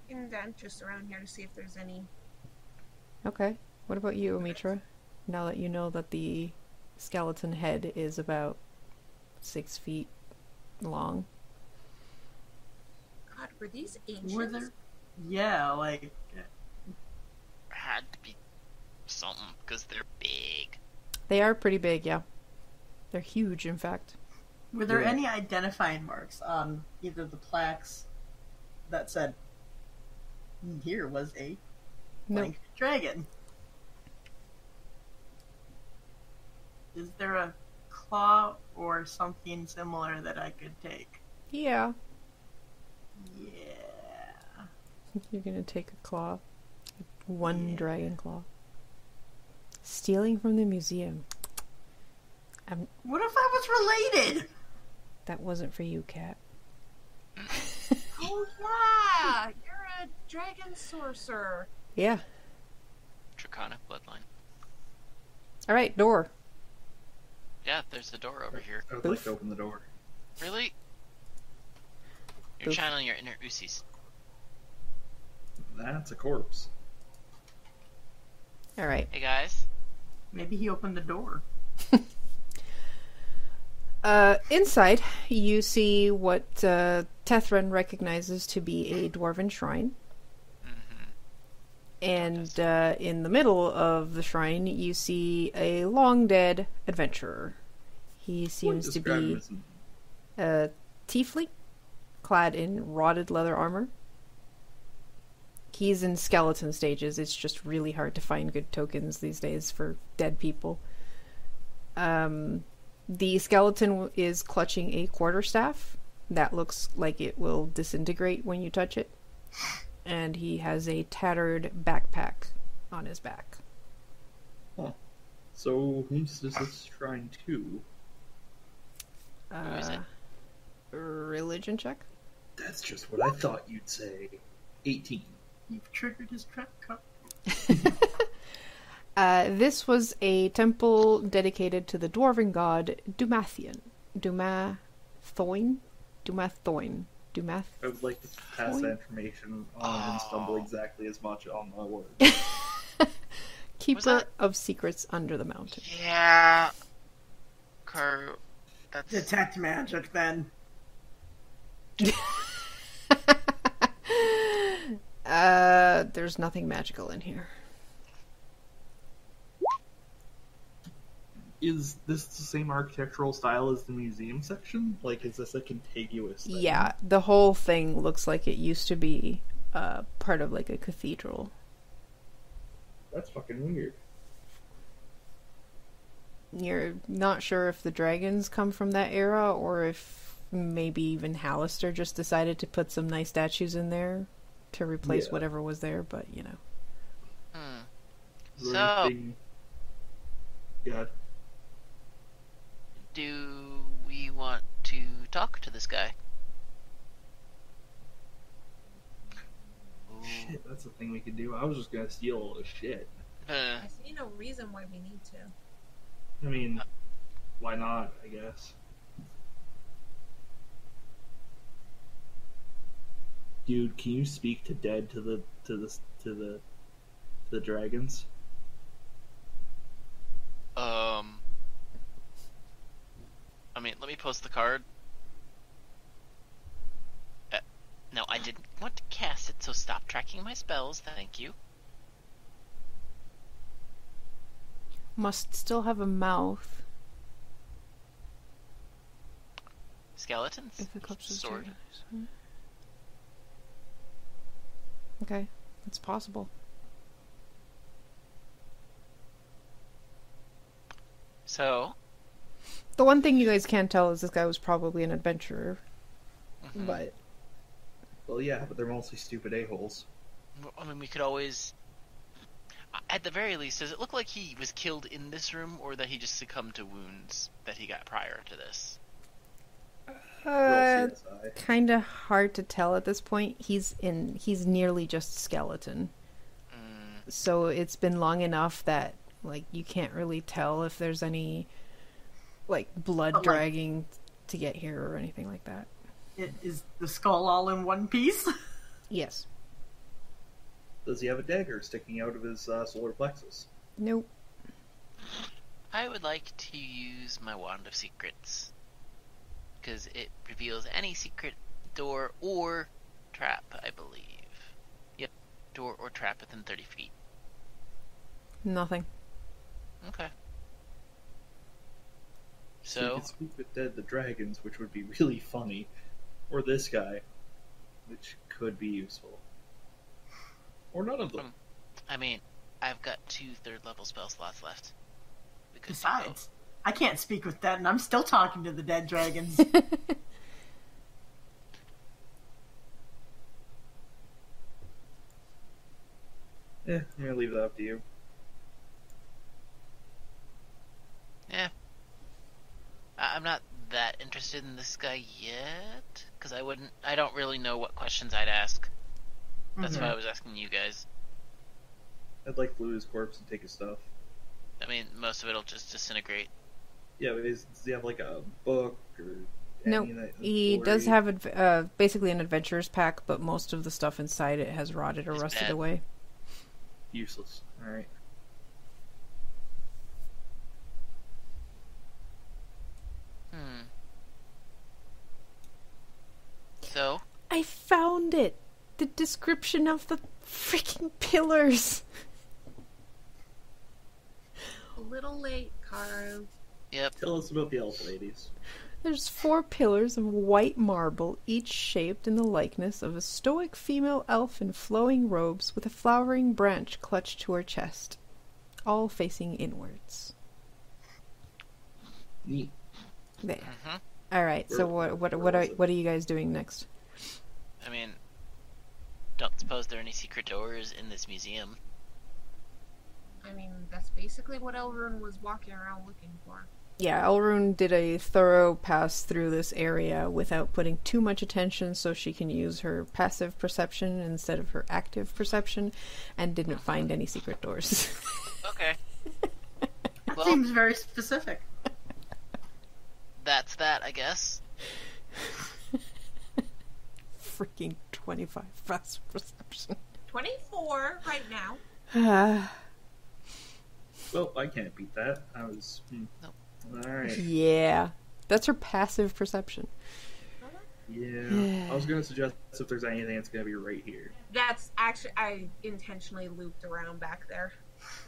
[SPEAKER 2] indent just around here to see if there's any.
[SPEAKER 1] Okay. What about you, Amitra? Now that you know that the skeleton head is about six feet long.
[SPEAKER 2] God, were these ancient?
[SPEAKER 4] Were there? Yeah, like
[SPEAKER 9] Had to be something because they're big.
[SPEAKER 1] They are pretty big, yeah. They're huge, in fact.
[SPEAKER 4] were there
[SPEAKER 3] Yeah.
[SPEAKER 4] any identifying marks on either the plaques that said "Hmm, here was a
[SPEAKER 1] No,
[SPEAKER 4] blank dragon? Is there a claw or something similar that I could take?
[SPEAKER 1] yeah. <laughs>
[SPEAKER 4] Yeah.
[SPEAKER 1] You're gonna take a claw. One dragon claw. Stealing from the museum.
[SPEAKER 4] What if I was related?
[SPEAKER 1] That wasn't for you, <laughs> cat.
[SPEAKER 2] Oh yeah, you're a dragon sorcerer.
[SPEAKER 1] Yeah.
[SPEAKER 9] Draconic bloodline.
[SPEAKER 1] All right, door.
[SPEAKER 9] Yeah, there's a door over here.
[SPEAKER 3] I would
[SPEAKER 1] Oof.
[SPEAKER 3] like to open the door.
[SPEAKER 9] Really? You're
[SPEAKER 1] Oof.
[SPEAKER 9] channeling your inner Usis.
[SPEAKER 3] That's a corpse.
[SPEAKER 1] All right.
[SPEAKER 9] Hey guys.
[SPEAKER 4] Maybe he opened the door.
[SPEAKER 1] Uh, inside, you see what uh, Tethran recognizes to be a dwarven shrine. And uh, in the middle of the shrine, you see a long dead adventurer. He seems to
[SPEAKER 3] Describe him
[SPEAKER 1] be
[SPEAKER 3] as an-
[SPEAKER 1] a tiefling clad in rotted leather armor. He's in skeleton stages. It's just really hard to find good tokens these days for dead people. Um, the skeleton w- is clutching a quarterstaff that looks like it will disintegrate when you touch it. And he has a tattered backpack on his back.
[SPEAKER 3] So, whom does this shrine to?
[SPEAKER 9] Who is it?
[SPEAKER 1] Uh, Religion check?
[SPEAKER 3] That's just what I thought you'd say. 18.
[SPEAKER 4] You've triggered his trap cup.
[SPEAKER 1] Uh, this was a temple dedicated to the dwarven god Dumathian. Dumathoin? Dumathoin. do math.
[SPEAKER 3] I would like to pass
[SPEAKER 1] Point.
[SPEAKER 3] that information on and stumble exactly as much on my word.
[SPEAKER 1] Keeper
[SPEAKER 5] that-
[SPEAKER 1] of secrets under the mountain.
[SPEAKER 5] Yeah. Crow. That's
[SPEAKER 4] Detect magic, then.
[SPEAKER 1] <laughs> Uh, there's nothing magical in here.
[SPEAKER 3] <laughs> Is this the same architectural style as the museum section? Like, is this a contiguous? Thing?
[SPEAKER 1] Yeah, the whole thing looks like it used to be uh, part of like a cathedral.
[SPEAKER 3] that's fucking weird.
[SPEAKER 1] You're not sure if the dragons come from that era or if maybe even Hallister just decided to put some nice statues in there to replace
[SPEAKER 3] Yeah.
[SPEAKER 1] whatever was there, but you know. Uh,
[SPEAKER 5] Hmm.
[SPEAKER 3] Is there
[SPEAKER 5] So-
[SPEAKER 3] anything- Yeah,
[SPEAKER 5] Do we want to talk to this guy?
[SPEAKER 9] Oh.
[SPEAKER 5] Ooh.
[SPEAKER 3] shit, that's a thing we could do. I was just gonna steal all this shit.
[SPEAKER 5] Uh,
[SPEAKER 2] I see no reason why we need to.
[SPEAKER 3] I mean, why not? I guess. Dude, can you speak to dead to the to the to the to the dragons?
[SPEAKER 5] <laughs> um. I mean, let me post the card. Uh, no, I didn't want to cast it, so stop tracking my spells. Thank you.
[SPEAKER 1] Must still have a mouth.
[SPEAKER 5] Skeletons.
[SPEAKER 1] If the corpse is
[SPEAKER 5] Sword.
[SPEAKER 1] dragonized. Okay, it's possible.
[SPEAKER 5] So,
[SPEAKER 1] The one thing you guys can tell is this guy was probably an adventurer,
[SPEAKER 5] mhm.
[SPEAKER 1] but
[SPEAKER 3] Well, yeah, but they're mostly stupid a holes.
[SPEAKER 5] I mean, we could always. At the very least, does it look like he was killed in this room, or that he just succumbed to wounds that he got prior to this?
[SPEAKER 1] uh, kind of hard to tell at this point. He's in he's nearly just skeleton.
[SPEAKER 4] Mm.
[SPEAKER 1] So it's been long enough that like you can't really tell if there's any like blood
[SPEAKER 4] But, like-
[SPEAKER 1] dragging to get here or anything like that.
[SPEAKER 4] It, is the skull all in one piece? <laughs>
[SPEAKER 1] Yes.
[SPEAKER 3] Does he have a dagger sticking out of his uh, solar plexus?
[SPEAKER 1] Nope.
[SPEAKER 5] I would like to use my Wand of Secrets. Because it reveals any secret door or trap, I believe. Yep, door or trap within 30 feet.
[SPEAKER 1] Nothing.
[SPEAKER 5] Okay.
[SPEAKER 3] he
[SPEAKER 5] So,
[SPEAKER 3] could speak with dead the dragons, which would be <laughs> really funny, or this guy, which could be useful, or none of them.
[SPEAKER 5] I mean, I've got two third level spell slots left. We could do both.
[SPEAKER 4] Besides, I can't speak with dead, and I'm still talking to the dead dragons.
[SPEAKER 3] Yeah, Eh, I'm gonna leave that up to you.
[SPEAKER 5] I- I'm not that interested in this guy yet, because I wouldn't. I don't really know what questions I'd ask. That's why I was asking you guys.
[SPEAKER 3] I'd like to loot his corpse and take his stuff.
[SPEAKER 5] I mean, most of it'll just disintegrate.
[SPEAKER 3] Yeah, but is, does he have like a book or?
[SPEAKER 1] No,
[SPEAKER 3] any of that
[SPEAKER 1] He does
[SPEAKER 3] glory?
[SPEAKER 1] have adv- uh, basically an adventurer's pack, but most of the stuff inside it has rotted or
[SPEAKER 5] He's
[SPEAKER 1] rusted
[SPEAKER 5] bad.
[SPEAKER 1] away.
[SPEAKER 3] useless. All right.
[SPEAKER 5] Hmm. So,
[SPEAKER 1] I found it. The description of the freaking pillars.
[SPEAKER 2] A little late, Caro.
[SPEAKER 5] yep.
[SPEAKER 3] Tell us about the elf ladies.
[SPEAKER 1] There's four pillars of white marble, each shaped in the likeness of a stoic female elf in flowing robes with a flowering branch clutched to her chest, all facing inwards.
[SPEAKER 3] Neat.
[SPEAKER 1] There.
[SPEAKER 5] hmm
[SPEAKER 1] All right. So
[SPEAKER 3] Where-
[SPEAKER 1] what what
[SPEAKER 3] where
[SPEAKER 1] what are
[SPEAKER 3] was it?
[SPEAKER 1] what are you guys doing next?
[SPEAKER 5] I mean, don't suppose there are any secret doors in this museum.
[SPEAKER 2] I mean, that's basically what Elrune was walking around looking for.
[SPEAKER 1] Yeah, Elrune did a thorough pass through this area without putting too much attention, so she can use her passive perception instead of her active perception, and didn't find any secret doors.
[SPEAKER 5] Okay.
[SPEAKER 4] That
[SPEAKER 5] Well-
[SPEAKER 4] seems very specific.
[SPEAKER 5] That's that, I guess.
[SPEAKER 1] freaking 25 fast perception.
[SPEAKER 2] 24 right now.
[SPEAKER 3] Well, I can't beat that. I was. Hmm.
[SPEAKER 9] Nope.
[SPEAKER 3] All
[SPEAKER 1] <sighs> <laughs>
[SPEAKER 3] right.
[SPEAKER 1] yeah. That's her passive perception.
[SPEAKER 3] Yeah. I was going to suggest if there's anything, it's going to be right here.
[SPEAKER 2] That's actually, I intentionally looped around back there.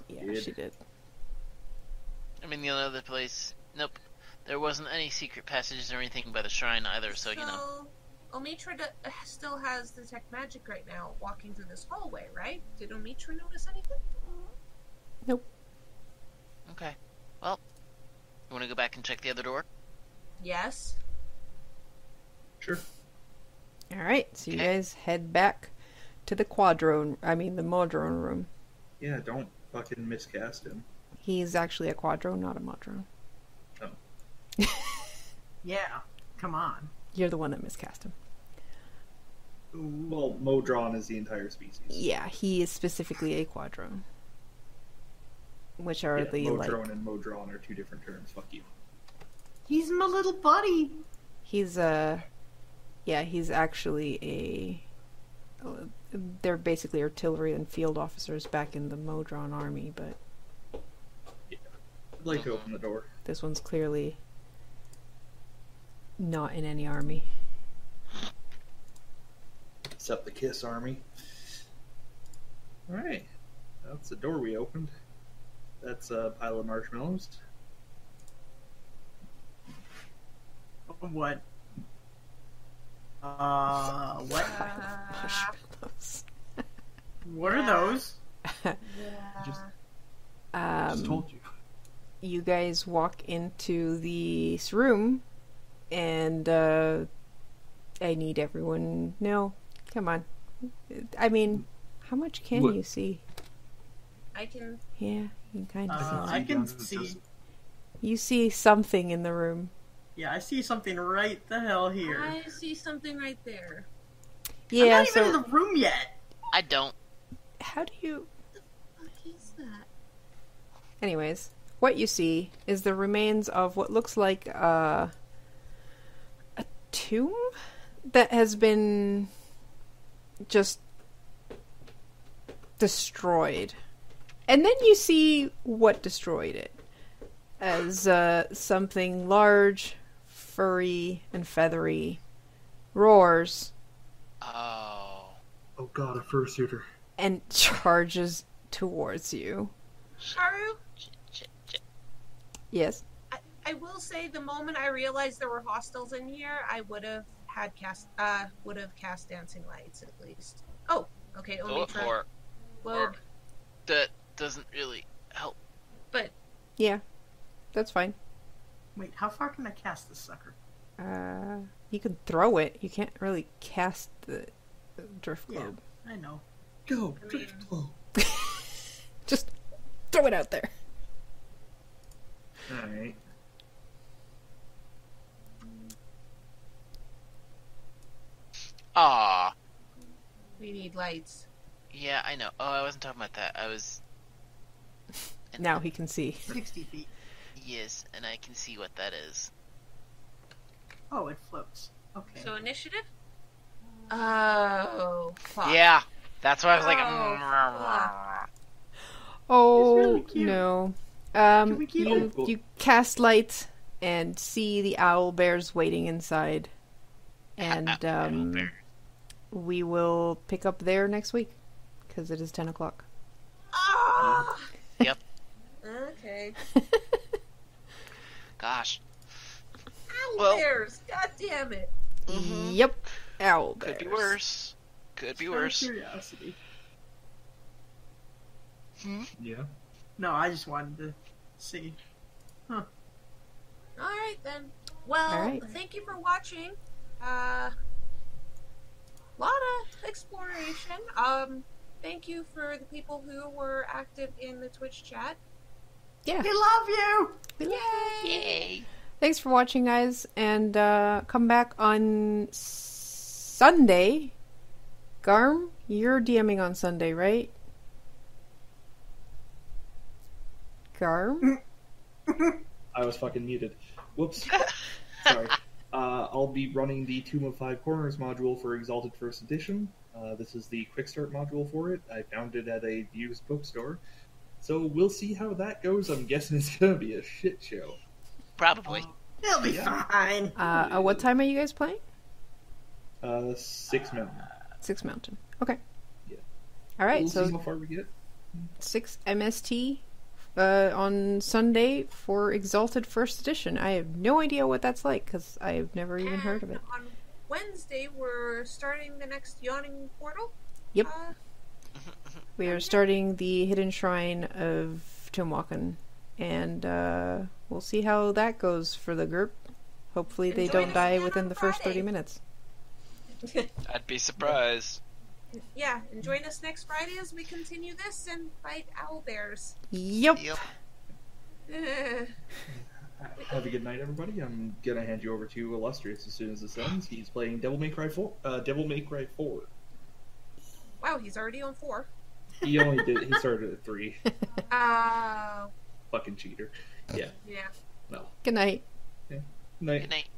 [SPEAKER 1] Yeah,
[SPEAKER 3] Good.
[SPEAKER 1] she did.
[SPEAKER 9] I mean, the only other place. Nope. There wasn't any secret passages or anything by the shrine either, so, you know.
[SPEAKER 2] So, Omitra d- uh, still has the tech magic right now walking through this hallway, right? Did Omitra notice anything?
[SPEAKER 9] Okay. Well, you want to go back and check the other door?
[SPEAKER 2] Yes.
[SPEAKER 3] Sure.
[SPEAKER 1] All right, so you
[SPEAKER 9] Okay.
[SPEAKER 1] guys head back to the quadrone, I mean the modrone room.
[SPEAKER 3] Yeah, don't fucking miscast him.
[SPEAKER 1] He's actually a quadrone, not a modrone.
[SPEAKER 3] Oh.
[SPEAKER 4] Yeah, come on.
[SPEAKER 1] <laughs> You're the one that miscast him.
[SPEAKER 3] Well, Modron is the entire species.
[SPEAKER 1] Yeah, he is specifically a quadrone. Which are
[SPEAKER 3] Yeah,
[SPEAKER 1] the like
[SPEAKER 3] Modron and Modron are two different terms. Fuck you.
[SPEAKER 4] He's my little buddy.
[SPEAKER 1] He's a, yeah, he's actually a. They're basically artillery and field officers back in the Modron army, but
[SPEAKER 3] I'd like to
[SPEAKER 1] Uh-huh.
[SPEAKER 3] open the door.
[SPEAKER 1] this one's clearly not in any army. <laughs>
[SPEAKER 3] Except the Kiss Army. Alright. That's the door we opened. That's a pile of marshmallows.
[SPEAKER 4] What? Uh, what?
[SPEAKER 1] Marshmallows.
[SPEAKER 4] What are those?
[SPEAKER 3] Just, just
[SPEAKER 1] Um,
[SPEAKER 3] told you.
[SPEAKER 1] you guys walk into this room, and uh, I need everyone. No, come on. I mean, how much can
[SPEAKER 3] What?
[SPEAKER 1] you see?
[SPEAKER 2] I can.
[SPEAKER 1] Yeah, you kind of
[SPEAKER 4] Uh,
[SPEAKER 1] see.
[SPEAKER 4] I can
[SPEAKER 3] Just-
[SPEAKER 4] see.
[SPEAKER 1] You see something in the room.
[SPEAKER 4] Yeah, I see something right the hell here.
[SPEAKER 2] I see something right there.
[SPEAKER 4] I'm
[SPEAKER 1] Yeah.
[SPEAKER 4] not
[SPEAKER 1] So
[SPEAKER 4] even in the room yet.
[SPEAKER 9] I don't.
[SPEAKER 1] how do you?
[SPEAKER 2] What is that?
[SPEAKER 1] Anyways, what you see is the remains of what looks like uh, a tomb that has been just destroyed. And then you see what destroyed it as uh, something large, furry, and feathery roars
[SPEAKER 9] Oh.
[SPEAKER 3] Oh god, a fursuiter.
[SPEAKER 1] and <laughs> charges towards you.
[SPEAKER 2] Sharu,
[SPEAKER 9] Shit, shit.
[SPEAKER 1] Yes.
[SPEAKER 2] I, I will say the moment I realized there were hostels in here, I would have had cast, uh, would have cast dancing lights at least. Oh, okay, Omitra.
[SPEAKER 9] Or,
[SPEAKER 2] Well,
[SPEAKER 9] that doesn't really help.
[SPEAKER 2] but
[SPEAKER 1] Yeah. That's fine.
[SPEAKER 4] Wait, how far can I cast this sucker?
[SPEAKER 1] Uh, you can throw it. You can't really cast the the drift
[SPEAKER 4] Yeah.
[SPEAKER 1] globe. <laughs>
[SPEAKER 4] I know.
[SPEAKER 3] Go, drift blow.
[SPEAKER 1] Just throw it out there.
[SPEAKER 3] Alright.
[SPEAKER 9] Ah.
[SPEAKER 2] we need lights.
[SPEAKER 9] Yeah, I know. Oh, I wasn't talking about that. I was. And-
[SPEAKER 1] Now he can see.
[SPEAKER 4] 60 feet.
[SPEAKER 9] Yes, and I can see what that is.
[SPEAKER 4] Oh, it floats. Okay.
[SPEAKER 2] So initiative. Oh, fuck.
[SPEAKER 9] Yeah, that's why I was like.
[SPEAKER 2] Oh,
[SPEAKER 9] mm,
[SPEAKER 1] Oh
[SPEAKER 4] really cute.
[SPEAKER 1] no. Um,
[SPEAKER 4] Can we keep
[SPEAKER 1] you,
[SPEAKER 3] it? Oh,
[SPEAKER 1] you cast light and see the owl bears waiting inside, and um, we will pick up there next week because it is ten <laughs> o'clock.
[SPEAKER 2] Ah!
[SPEAKER 9] Yep.
[SPEAKER 2] Okay.
[SPEAKER 9] Gosh.
[SPEAKER 2] Owl
[SPEAKER 9] Well-
[SPEAKER 2] bears. God damn it.
[SPEAKER 1] Yep, owl bears.
[SPEAKER 9] Could be worse. Could be
[SPEAKER 4] Out of
[SPEAKER 9] worse.
[SPEAKER 4] Curiosity.
[SPEAKER 3] Yeah.
[SPEAKER 4] No, I just wanted to see.
[SPEAKER 2] All right then. Well,
[SPEAKER 1] All right.
[SPEAKER 2] thank you for watching. Uh, lot of exploration. Um, thank you for the people who were active in the Twitch chat.
[SPEAKER 1] Yeah.
[SPEAKER 4] We love you!
[SPEAKER 9] Yay.
[SPEAKER 1] Thanks for watching, guys, and uh, come back on S- Sunday. Garm, you're DMing on Sunday, right? Garm?
[SPEAKER 3] Mm-hmm.
[SPEAKER 4] <laughs>
[SPEAKER 3] I was fucking muted. Whoops. Sorry. Uh, I'll be running the Tomb of Five Corners module for Exalted First Edition. Uh, this is the quick start module for it. I found it at a used bookstore. So we'll see how that goes. I'm guessing it's going to be a shit show.
[SPEAKER 9] Probably.
[SPEAKER 4] It'll be fine.
[SPEAKER 1] Uh, uh, what time are you guys playing?
[SPEAKER 3] Uh, six mountain.
[SPEAKER 1] Six Mountain. Okay.
[SPEAKER 3] Yeah.
[SPEAKER 1] All right,
[SPEAKER 3] we'll see how
[SPEAKER 1] so
[SPEAKER 3] far we get.
[SPEAKER 1] six MST uh, on Sunday for Exalted First Edition. I have no idea what that's like because I have never even heard of it.
[SPEAKER 2] And On Wednesday, we're starting the next Yawning Portal.
[SPEAKER 1] Yep.
[SPEAKER 2] Uh,
[SPEAKER 1] We are starting the Hidden Shrine of Tomwakan, and uh, we'll see how that goes for the group. Hopefully, they
[SPEAKER 2] Enjoy
[SPEAKER 1] don't
[SPEAKER 2] the
[SPEAKER 1] die
[SPEAKER 2] scan
[SPEAKER 1] within
[SPEAKER 2] on
[SPEAKER 1] the first
[SPEAKER 2] Friday.
[SPEAKER 1] 30 minutes.
[SPEAKER 5] I'd be surprised.
[SPEAKER 2] yeah, and join us next Friday as we continue this and fight owl bears.
[SPEAKER 1] Yep.
[SPEAKER 9] Yep.
[SPEAKER 2] Ugh.
[SPEAKER 3] Have a good night, everybody. I'm going to hand you over to Illustrious as soon as this ends. He's playing Devil May Cry 4. Uh, Devil May Cry 4.
[SPEAKER 2] <laughs> wow, he's already on four.
[SPEAKER 3] He only did, he started at 3.
[SPEAKER 2] Uh,
[SPEAKER 3] Fucking cheater.
[SPEAKER 2] yeah.
[SPEAKER 3] No.
[SPEAKER 1] Good night.
[SPEAKER 3] Night.
[SPEAKER 9] Good night.